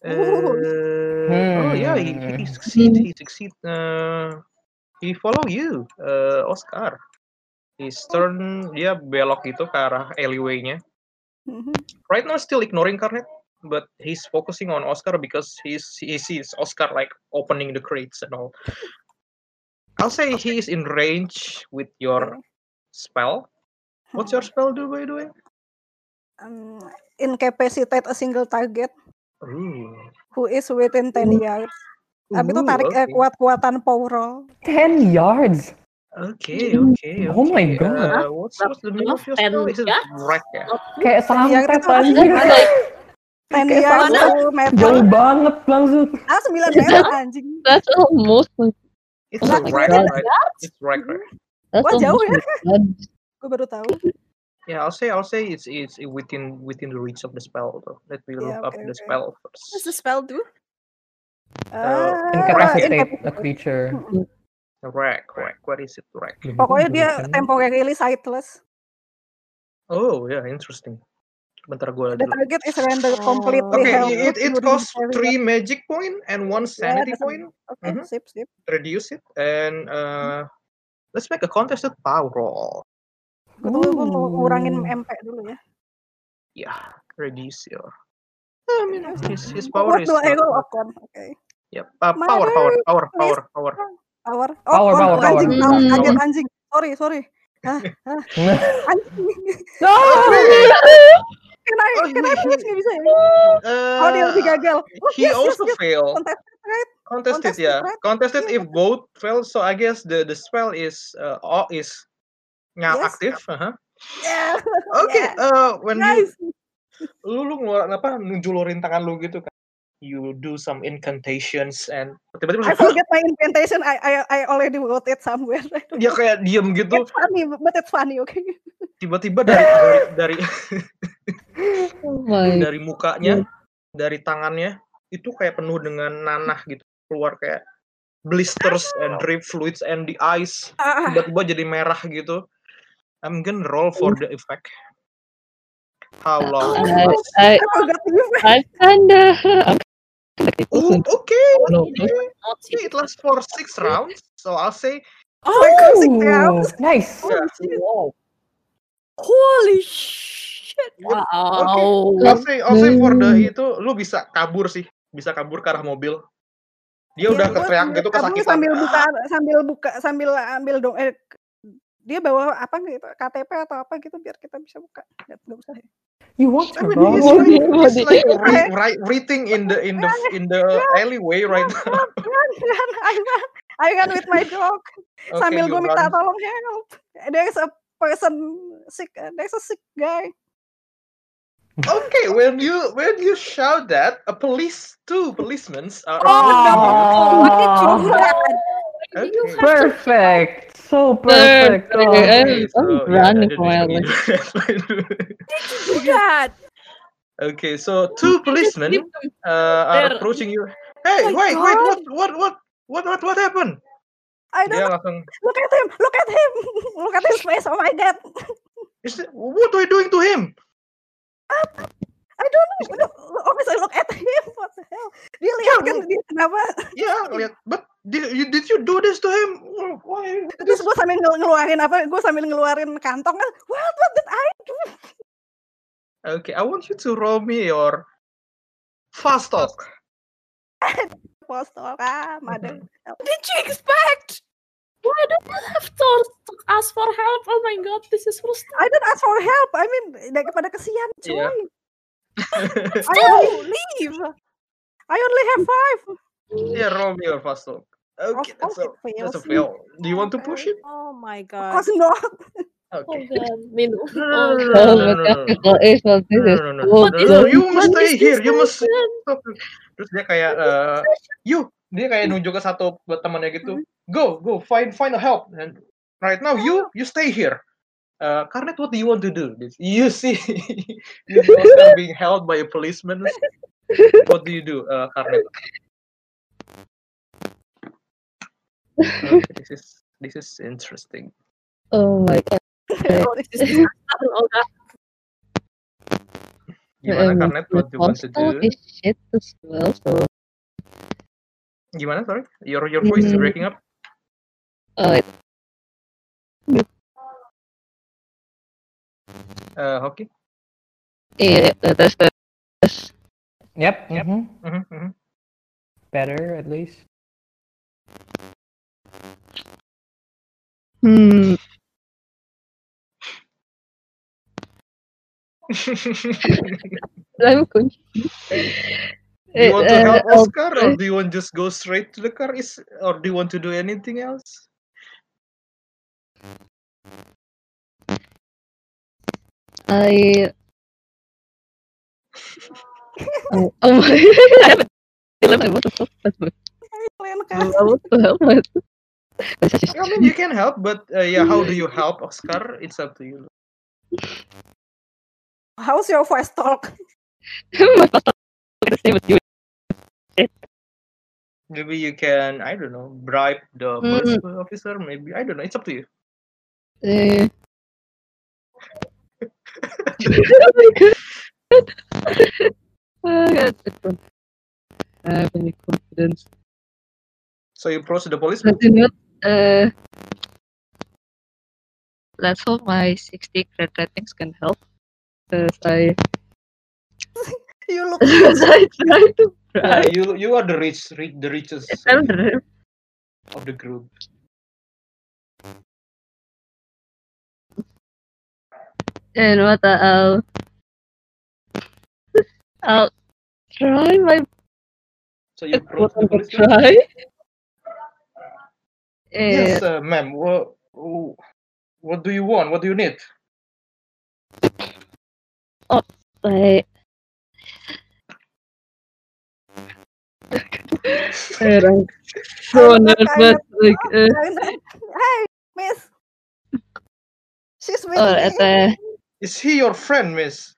[SPEAKER 1] Uh, Oh yeah, he, he succeed. He succeed. Uh, he follow you, uh, Oscar. His turn dia belok gitu ke arah alleyway-nya.
[SPEAKER 5] Mhm.
[SPEAKER 1] Right now still ignoring Carnet, but he's focusing on Oscar because he's he sees Oscar like opening the crates and all. I'll say he is in range with your spell. What's your spell do by the way?
[SPEAKER 5] Um, incapacitate a single target
[SPEAKER 1] Ooh.
[SPEAKER 5] who is within 10 yards. Abis itu
[SPEAKER 1] Ooh,
[SPEAKER 5] tarik eh,
[SPEAKER 1] okay.
[SPEAKER 5] kuat-kuatan power roll.
[SPEAKER 4] 10 yards.
[SPEAKER 1] Okay, okay,
[SPEAKER 4] Oh my
[SPEAKER 1] okay.
[SPEAKER 4] God.
[SPEAKER 1] Uh, what's, what's the name
[SPEAKER 6] Enough
[SPEAKER 1] of your
[SPEAKER 6] and
[SPEAKER 1] spell? Is it
[SPEAKER 6] yeah.
[SPEAKER 1] wreck ya?
[SPEAKER 4] Kayak
[SPEAKER 5] Yang
[SPEAKER 4] santet
[SPEAKER 5] itu-
[SPEAKER 4] anjir.
[SPEAKER 5] 10
[SPEAKER 4] Kayak
[SPEAKER 5] yards,
[SPEAKER 4] santet.
[SPEAKER 5] 10 meter.
[SPEAKER 4] Jauh banget langsung.
[SPEAKER 5] Ah, 9 meter anjing.
[SPEAKER 7] That's almost.
[SPEAKER 1] It's
[SPEAKER 7] Oh
[SPEAKER 1] a
[SPEAKER 7] my
[SPEAKER 1] wreck,
[SPEAKER 7] God.
[SPEAKER 1] right? It's wreck, right?
[SPEAKER 7] That's
[SPEAKER 5] Wah, jauh
[SPEAKER 7] almost. my God.
[SPEAKER 5] Gue baru tahu. Mm-hmm.
[SPEAKER 1] Yeah, I'll say I'll say it's it's within within the reach of the spell though. Let me look
[SPEAKER 5] Yeah,
[SPEAKER 1] up
[SPEAKER 5] okay,
[SPEAKER 1] the
[SPEAKER 5] okay.
[SPEAKER 1] spell
[SPEAKER 8] What does
[SPEAKER 1] first.
[SPEAKER 8] the spell do?
[SPEAKER 5] Ah,
[SPEAKER 4] Incapacitate
[SPEAKER 5] incap-
[SPEAKER 4] a creature.
[SPEAKER 1] Rack, rack. What is it? Rack.
[SPEAKER 5] Pokoknya dia
[SPEAKER 1] Mm-hmm.
[SPEAKER 5] temporarily sightless.
[SPEAKER 1] Oh yeah, interesting. Bentar gue
[SPEAKER 5] The target is rendered completely
[SPEAKER 1] Okay,
[SPEAKER 5] helpless
[SPEAKER 1] it, it
[SPEAKER 5] during
[SPEAKER 1] costs
[SPEAKER 5] the
[SPEAKER 1] three
[SPEAKER 5] period.
[SPEAKER 1] magic point and one sanity
[SPEAKER 5] that's-
[SPEAKER 1] point.
[SPEAKER 5] Ya, Oke,
[SPEAKER 1] Mhm.
[SPEAKER 5] sip, sip. Hmm.
[SPEAKER 1] Reduce it and uh, let's make a contested power roll.
[SPEAKER 5] Gue tunggu gue mau ngurangin
[SPEAKER 4] Ooh.
[SPEAKER 5] MP dulu ya.
[SPEAKER 1] Yeah, reduce your. I mean, his, his power
[SPEAKER 5] What
[SPEAKER 1] is.
[SPEAKER 5] do I roll
[SPEAKER 1] not-
[SPEAKER 5] upon? Okay.
[SPEAKER 1] Yep. Uh, power, power, power, power, power.
[SPEAKER 5] Power.
[SPEAKER 4] Power,
[SPEAKER 5] on-
[SPEAKER 4] power,
[SPEAKER 5] on Anjing,
[SPEAKER 7] power.
[SPEAKER 5] power,
[SPEAKER 7] Hmm.
[SPEAKER 5] kaget anjing. Sorry, sorry. Hah, hah, anjing.
[SPEAKER 4] No!
[SPEAKER 5] Can I,
[SPEAKER 1] Oh,
[SPEAKER 5] can I
[SPEAKER 1] he-
[SPEAKER 5] please? Nggak bisa ya? Oh, dia
[SPEAKER 1] Uh,
[SPEAKER 5] lebih gagal. Oh,
[SPEAKER 1] he
[SPEAKER 5] yes, yes,
[SPEAKER 1] also
[SPEAKER 5] yes.
[SPEAKER 1] failed.
[SPEAKER 5] Contested,
[SPEAKER 1] Contested,
[SPEAKER 5] right? Contested,
[SPEAKER 1] yeah.
[SPEAKER 5] right?
[SPEAKER 1] Contested
[SPEAKER 5] Yeah,
[SPEAKER 1] if both fail, so I guess the the spell is uh all is now
[SPEAKER 5] Yes.
[SPEAKER 1] active. Uh-huh.
[SPEAKER 5] Yeah.
[SPEAKER 1] Okay,
[SPEAKER 5] Yeah.
[SPEAKER 1] uh when
[SPEAKER 5] Nice.
[SPEAKER 1] you lu lu ngeluarin apa ngejulurin tangan lu gitu kan. You do some incantations and tiba-tiba
[SPEAKER 5] I
[SPEAKER 1] langsung,
[SPEAKER 5] forget my incantation. I I I already wrote it somewhere.
[SPEAKER 1] dia kayak diem gitu.
[SPEAKER 5] It's funny, but it's funny, okay?
[SPEAKER 1] Tiba-tiba dari dari dari,
[SPEAKER 7] Oh my.
[SPEAKER 1] dari
[SPEAKER 5] Hmm.
[SPEAKER 1] mukanya, dari tangannya itu kayak penuh dengan nanah gitu keluar kayak blisters and drip fluids and the ice
[SPEAKER 5] Ah,
[SPEAKER 1] tiba-tiba jadi merah gitu. I'm gonna roll for the effect. How
[SPEAKER 5] Ah.
[SPEAKER 1] long it
[SPEAKER 7] I,
[SPEAKER 1] lasts?
[SPEAKER 7] I,
[SPEAKER 5] I forgot the effect.
[SPEAKER 7] I kinda. I'm kinda
[SPEAKER 1] Oh,
[SPEAKER 7] confused.
[SPEAKER 1] okay.
[SPEAKER 7] No.
[SPEAKER 1] okay.
[SPEAKER 6] Not sih.
[SPEAKER 1] It lasts for six rounds, so I'll say
[SPEAKER 5] six rounds.
[SPEAKER 4] oh, nice.
[SPEAKER 1] Yeah.
[SPEAKER 2] Holy shit!
[SPEAKER 6] Wow.
[SPEAKER 5] Iya.
[SPEAKER 1] I'll say I'll say for
[SPEAKER 7] Hmm.
[SPEAKER 1] the itu lu bisa kabur sih, bisa kabur ke arah mobil. Dia
[SPEAKER 5] Iya,
[SPEAKER 1] udah
[SPEAKER 5] gua
[SPEAKER 1] keteriak
[SPEAKER 5] sambil
[SPEAKER 1] gitu
[SPEAKER 5] kabur
[SPEAKER 1] kesakitan.
[SPEAKER 5] sambil buka sambil buka sambil ambil dong eh, dia bawa apa gitu KTP atau apa gitu biar kita bisa buka nggak nggak usah ya.
[SPEAKER 4] You want
[SPEAKER 1] I
[SPEAKER 4] to
[SPEAKER 1] mean,
[SPEAKER 4] roll?
[SPEAKER 1] he's
[SPEAKER 7] Mobil,
[SPEAKER 1] like, he's
[SPEAKER 7] mobil.
[SPEAKER 1] like re- ri- writing in the in the in the
[SPEAKER 5] Iya.
[SPEAKER 1] alleyway right now.
[SPEAKER 5] Run, run, I run, I run with my dog
[SPEAKER 1] Okay,
[SPEAKER 5] sambil
[SPEAKER 1] you
[SPEAKER 5] gue minta
[SPEAKER 1] run.
[SPEAKER 5] tolong help there's a person sick there's a sick guy
[SPEAKER 1] Okay, when you when you shout that, a police two policemen are
[SPEAKER 4] Oh,
[SPEAKER 1] Okay.
[SPEAKER 4] perfect. So perfect. Oh.
[SPEAKER 7] Perfect. I'm-
[SPEAKER 1] so,
[SPEAKER 7] I'm
[SPEAKER 1] yeah,
[SPEAKER 7] running
[SPEAKER 1] that
[SPEAKER 7] for
[SPEAKER 1] is
[SPEAKER 7] my
[SPEAKER 1] what you do.
[SPEAKER 2] Look at
[SPEAKER 1] okay, so two policemen uh, are
[SPEAKER 6] There.
[SPEAKER 1] approaching you. Hey,
[SPEAKER 5] Oh
[SPEAKER 2] my
[SPEAKER 1] wait, wait,
[SPEAKER 2] God.
[SPEAKER 1] what, what, what, what, what, what happened?
[SPEAKER 5] I don't
[SPEAKER 1] Dia langsung,
[SPEAKER 5] look at him look at him look at his face oh my god
[SPEAKER 1] "Is it- what are you doing to him?
[SPEAKER 5] I don't know obviously look at him what the hell dia lihat kan dia kenapa
[SPEAKER 1] Yeah, lihat, but did you did you do this to him? Oh, Why?
[SPEAKER 5] terus gue sambil ngel- ngeluarin apa gue sambil ngeluarin kantong kan what what did I
[SPEAKER 1] Okay, I want you to roll me your fast talk.
[SPEAKER 5] post ah mother
[SPEAKER 2] did you expect?
[SPEAKER 6] Why do you have to to ask for help? Oh my god, this is frustrating.
[SPEAKER 7] Mm-hmm.
[SPEAKER 5] I don't ask for help I mean daripada kesian cuy
[SPEAKER 1] Iya.
[SPEAKER 5] I, only,
[SPEAKER 2] leave.
[SPEAKER 5] I only have five
[SPEAKER 1] yeah, roll me your fast talk. Okay,
[SPEAKER 5] course
[SPEAKER 1] that's a,
[SPEAKER 5] it
[SPEAKER 1] that's a
[SPEAKER 5] fails.
[SPEAKER 1] fail. Do you want to push it?
[SPEAKER 2] Oh my
[SPEAKER 5] of
[SPEAKER 2] god.
[SPEAKER 5] course not
[SPEAKER 6] Oh
[SPEAKER 1] Okay.
[SPEAKER 6] god, minum.
[SPEAKER 1] No, no, no, no, no, no, no, no.
[SPEAKER 7] Oh, but capital is not this is.
[SPEAKER 1] no, no,
[SPEAKER 7] so
[SPEAKER 1] no, no,
[SPEAKER 7] close.
[SPEAKER 1] you must
[SPEAKER 6] What
[SPEAKER 1] stay
[SPEAKER 6] is this
[SPEAKER 1] here, you must
[SPEAKER 6] session?
[SPEAKER 1] stop. Terus dia kayak, eh, you, dia kayak nunjuk ke satu buat temannya
[SPEAKER 6] Hmm.
[SPEAKER 1] gitu, go, go, find, find a help. And right now, you, you stay here. Uh, Karnet, what do you want to do? This- You see, you girls are being held by a policeman. What do you do, uh, Karnet? Okay, this is this is interesting.
[SPEAKER 7] Oh my god.
[SPEAKER 6] Oh god.
[SPEAKER 1] Gimana
[SPEAKER 7] Um,
[SPEAKER 1] Karnet? What do you want to
[SPEAKER 7] hostel
[SPEAKER 1] do?
[SPEAKER 7] is shit as well. So,
[SPEAKER 1] Gimana? Sorry, your your voice is
[SPEAKER 7] Hmm.
[SPEAKER 1] breaking up.
[SPEAKER 7] uh,
[SPEAKER 1] Uh, Hoki.
[SPEAKER 7] yeah, that- that's the. that's-
[SPEAKER 4] Yep. mhm.
[SPEAKER 1] Mhm, mhm.
[SPEAKER 4] Better at least.
[SPEAKER 7] Hmm. I'm confused.
[SPEAKER 1] Do you
[SPEAKER 7] Uh,
[SPEAKER 1] want to help
[SPEAKER 7] uh,
[SPEAKER 1] Oscar or do you want just go straight to the car? Is or do you want to do anything else?
[SPEAKER 7] I. Oh, oh my! I have a dilemma. What the fuck? That's my.
[SPEAKER 5] kalian
[SPEAKER 7] I
[SPEAKER 5] kan
[SPEAKER 7] want to help. but- That's such
[SPEAKER 1] I
[SPEAKER 7] a
[SPEAKER 1] mean, you can help, but uh, yeah, how do you help Oscar? It's up to you.
[SPEAKER 5] how's your voice talk
[SPEAKER 7] my first time I stay with you.
[SPEAKER 1] Maybe you can, I don't know, bribe the police officer. Maybe I don't know. It's up to you.
[SPEAKER 7] Uh... oh my god! Oh god! that's fun. I have any confidence? Mm.
[SPEAKER 1] So you approach the policeman.
[SPEAKER 7] But you know, uh, let's hope my 60 crit ratings can help. Because I,
[SPEAKER 5] You look
[SPEAKER 7] 'cause I tried to
[SPEAKER 1] Yeah, uh,
[SPEAKER 7] bribe.
[SPEAKER 1] you you are the rich, rich the richest
[SPEAKER 7] I'm
[SPEAKER 1] of,
[SPEAKER 7] the-
[SPEAKER 1] of the group.
[SPEAKER 7] And what the hell? I'll try my
[SPEAKER 1] So you
[SPEAKER 7] best
[SPEAKER 1] approach the
[SPEAKER 7] to
[SPEAKER 1] police. station?
[SPEAKER 7] try.
[SPEAKER 1] Yes,
[SPEAKER 7] And
[SPEAKER 1] uh, ma'am. What what do you want? What do you need?
[SPEAKER 7] I. And I'm so
[SPEAKER 5] I'm not
[SPEAKER 7] nervous. Like, uh,
[SPEAKER 5] kind of, hey, miss. She's with me.
[SPEAKER 7] or Oh, at the
[SPEAKER 1] Is he your friend, Miss?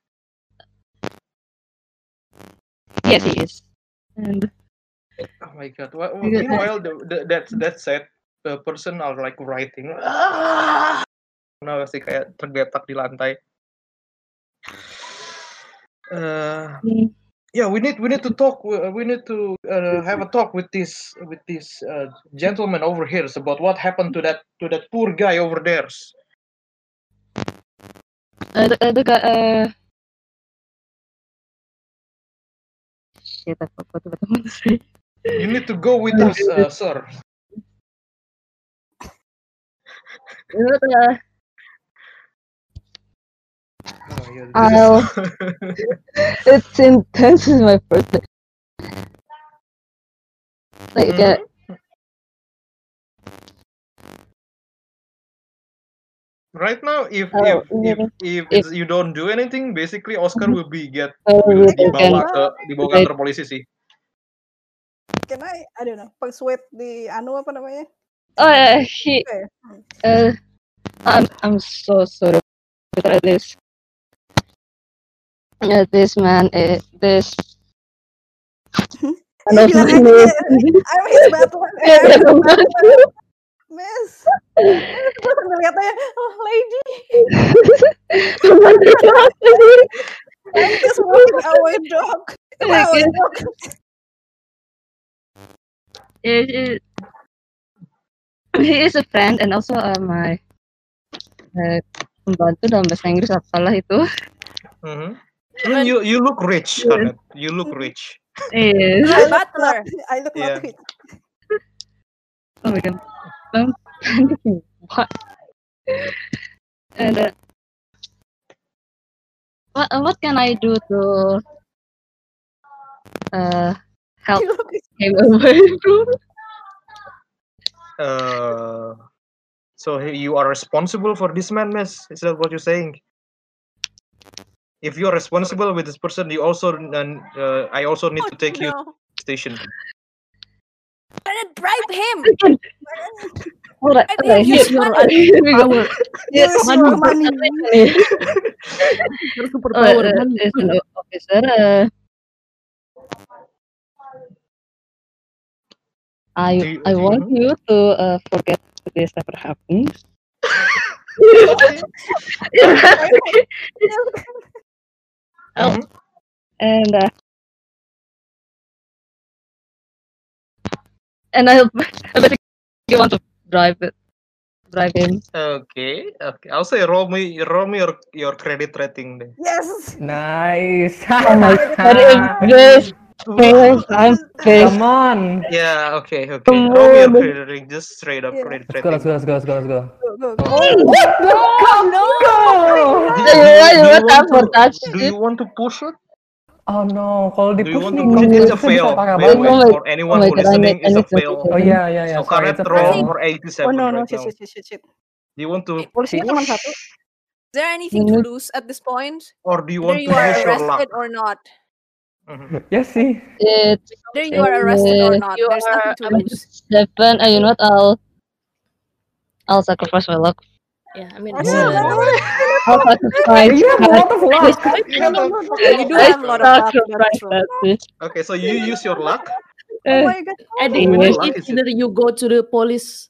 [SPEAKER 7] yes, he is. And
[SPEAKER 1] Oh my god! Wha- wha-
[SPEAKER 7] Yeah.
[SPEAKER 1] Meanwhile, the, the, that that said, the person are like writing. Ah! Nah, sih kayak tergeletak di lantai. Uh, yeah, we need we need to talk. We, we need to uh, have a talk with this with this uh, gentleman over here about what happened to that to that poor guy over there.
[SPEAKER 7] uh, the, uh, the guy. Uh... Shit, I forgot what I want to say.
[SPEAKER 1] You need to go with us, uh, sir.
[SPEAKER 7] You know the-
[SPEAKER 1] Oh, yeah, this is-
[SPEAKER 7] I'll- it's intense. It's my first. day. Like, uh,
[SPEAKER 1] right now if
[SPEAKER 7] Oh,
[SPEAKER 1] if
[SPEAKER 7] iya
[SPEAKER 1] if if,
[SPEAKER 7] If-
[SPEAKER 1] you don't do anything basically Oscar will be get
[SPEAKER 7] oh,
[SPEAKER 1] will
[SPEAKER 7] we
[SPEAKER 1] dibawa
[SPEAKER 7] can-
[SPEAKER 1] ke dibawa ke kantor polisi sih
[SPEAKER 5] Can I, I don't know, persuade the anu apa namanya?
[SPEAKER 7] oh, uh, he.
[SPEAKER 5] Okay.
[SPEAKER 7] Uh, I'm I'm so sorry for this. Uh, this man, uh, this. I
[SPEAKER 5] Dia
[SPEAKER 7] don't
[SPEAKER 5] bilang
[SPEAKER 7] know.
[SPEAKER 5] aja, I'm his butler.
[SPEAKER 7] Yeah,
[SPEAKER 5] I'm his
[SPEAKER 7] yeah,
[SPEAKER 5] butler. Eh, Miss. Terus sambil lihat aja, oh lady, I'm just walking our dog. Our
[SPEAKER 7] Okay.
[SPEAKER 5] dog.
[SPEAKER 7] It- it- he is a friend and also uh, my uh, pembantu dalam bahasa Inggris apalah itu.
[SPEAKER 1] Mhm. Mm, you you look rich Karnet. you look rich
[SPEAKER 7] Yes.
[SPEAKER 8] My butler.
[SPEAKER 5] I look
[SPEAKER 1] Yeah.
[SPEAKER 5] not rich.
[SPEAKER 7] Oh my god. Um, what? And uh, what uh, what can I do to uh help
[SPEAKER 5] You look rich.
[SPEAKER 7] him away from?
[SPEAKER 1] uh, so he- you are responsible for this man miss is that what you're saying if you're responsible with this person you also and uh, I also need to take you
[SPEAKER 8] no.
[SPEAKER 1] to the station
[SPEAKER 8] Try to bribe him. I
[SPEAKER 7] Alright, alright,
[SPEAKER 8] think use
[SPEAKER 7] here-
[SPEAKER 8] your
[SPEAKER 7] here we go.
[SPEAKER 9] Power.
[SPEAKER 7] Yeah,
[SPEAKER 5] Use
[SPEAKER 7] money.
[SPEAKER 5] your money.
[SPEAKER 9] Your
[SPEAKER 7] Oh,
[SPEAKER 9] superpower,
[SPEAKER 7] uh,
[SPEAKER 9] money.
[SPEAKER 7] is an officer. Uh,
[SPEAKER 1] Do
[SPEAKER 7] I
[SPEAKER 1] you- do
[SPEAKER 7] I
[SPEAKER 1] you
[SPEAKER 7] want
[SPEAKER 1] know?
[SPEAKER 7] you to uh, forget this never happened. Oh.
[SPEAKER 1] Mhm.
[SPEAKER 7] and uh, and I I basically want to drive it, drive him.
[SPEAKER 1] okay okay I'll say roll me roll me your your credit rating then
[SPEAKER 5] Yes.
[SPEAKER 4] Nice.
[SPEAKER 1] Oh
[SPEAKER 7] That
[SPEAKER 1] Ah.
[SPEAKER 7] is this fails. I'm big.
[SPEAKER 4] Come on.
[SPEAKER 1] Yeah, okay, okay. Roll me your credit rating, just straight up
[SPEAKER 5] Yeah.
[SPEAKER 1] credit
[SPEAKER 4] Let's go, let's
[SPEAKER 1] rating.
[SPEAKER 4] go, let's go, let's go, let's go.
[SPEAKER 5] Go, go, go.
[SPEAKER 4] Go!
[SPEAKER 1] Do,
[SPEAKER 7] Yeah,
[SPEAKER 1] do
[SPEAKER 7] yeah,
[SPEAKER 1] you
[SPEAKER 7] yeah, what
[SPEAKER 1] want
[SPEAKER 7] happened?
[SPEAKER 1] to-
[SPEAKER 7] That's
[SPEAKER 1] do
[SPEAKER 7] it.
[SPEAKER 1] you want to push it?
[SPEAKER 4] Oh no, kalau
[SPEAKER 1] Do you
[SPEAKER 4] di-push
[SPEAKER 1] want to
[SPEAKER 4] nih,
[SPEAKER 1] push it? It's a
[SPEAKER 4] komunikasi bisa
[SPEAKER 1] fail.
[SPEAKER 4] parah
[SPEAKER 1] By the
[SPEAKER 4] banget.
[SPEAKER 1] way,
[SPEAKER 7] Oh my-
[SPEAKER 1] for anyone
[SPEAKER 7] oh my
[SPEAKER 1] who
[SPEAKER 7] God, I need-
[SPEAKER 1] listening,
[SPEAKER 7] I
[SPEAKER 1] it's a
[SPEAKER 7] need to
[SPEAKER 1] fail.
[SPEAKER 4] Oh
[SPEAKER 7] Um,
[SPEAKER 1] So
[SPEAKER 4] yeah, yeah, yeah. Sorry, it's
[SPEAKER 1] current
[SPEAKER 4] a
[SPEAKER 1] roll
[SPEAKER 4] fail.
[SPEAKER 1] for
[SPEAKER 5] Oh
[SPEAKER 1] 87
[SPEAKER 5] no, no,
[SPEAKER 1] right
[SPEAKER 5] shit,
[SPEAKER 1] now.
[SPEAKER 5] shit, shit, shit, shit.
[SPEAKER 1] Do you want to
[SPEAKER 5] Polisinya cuma
[SPEAKER 1] push
[SPEAKER 5] satu.
[SPEAKER 8] Is there anything to lose at this point?
[SPEAKER 1] or do you
[SPEAKER 8] Whether you
[SPEAKER 1] want to
[SPEAKER 8] are
[SPEAKER 1] use your luck?
[SPEAKER 8] arrested or not.
[SPEAKER 1] Mhm.
[SPEAKER 4] Ya sih.
[SPEAKER 7] It's
[SPEAKER 8] Whether you are arrested or not. There's nothing to lose.
[SPEAKER 7] seven. Uh, you know what? I'll I'll sacrifice my luck.
[SPEAKER 6] Yeah, Ya, I mean, eh,
[SPEAKER 5] Oh,
[SPEAKER 1] Iya,
[SPEAKER 7] Yeah.
[SPEAKER 5] no, no, no.
[SPEAKER 7] I'll sacrifice.
[SPEAKER 4] You have a lot of luck.
[SPEAKER 1] You have a-
[SPEAKER 8] You do
[SPEAKER 7] I
[SPEAKER 8] have a lot of luck, that's
[SPEAKER 7] sacrifice
[SPEAKER 8] true.
[SPEAKER 7] that. bitch.
[SPEAKER 1] Okay, so you use your luck.
[SPEAKER 5] Oh
[SPEAKER 7] Uh,
[SPEAKER 5] my god.
[SPEAKER 6] I
[SPEAKER 1] How
[SPEAKER 6] think
[SPEAKER 1] many
[SPEAKER 6] it's
[SPEAKER 1] luck is it?
[SPEAKER 6] either you go to the police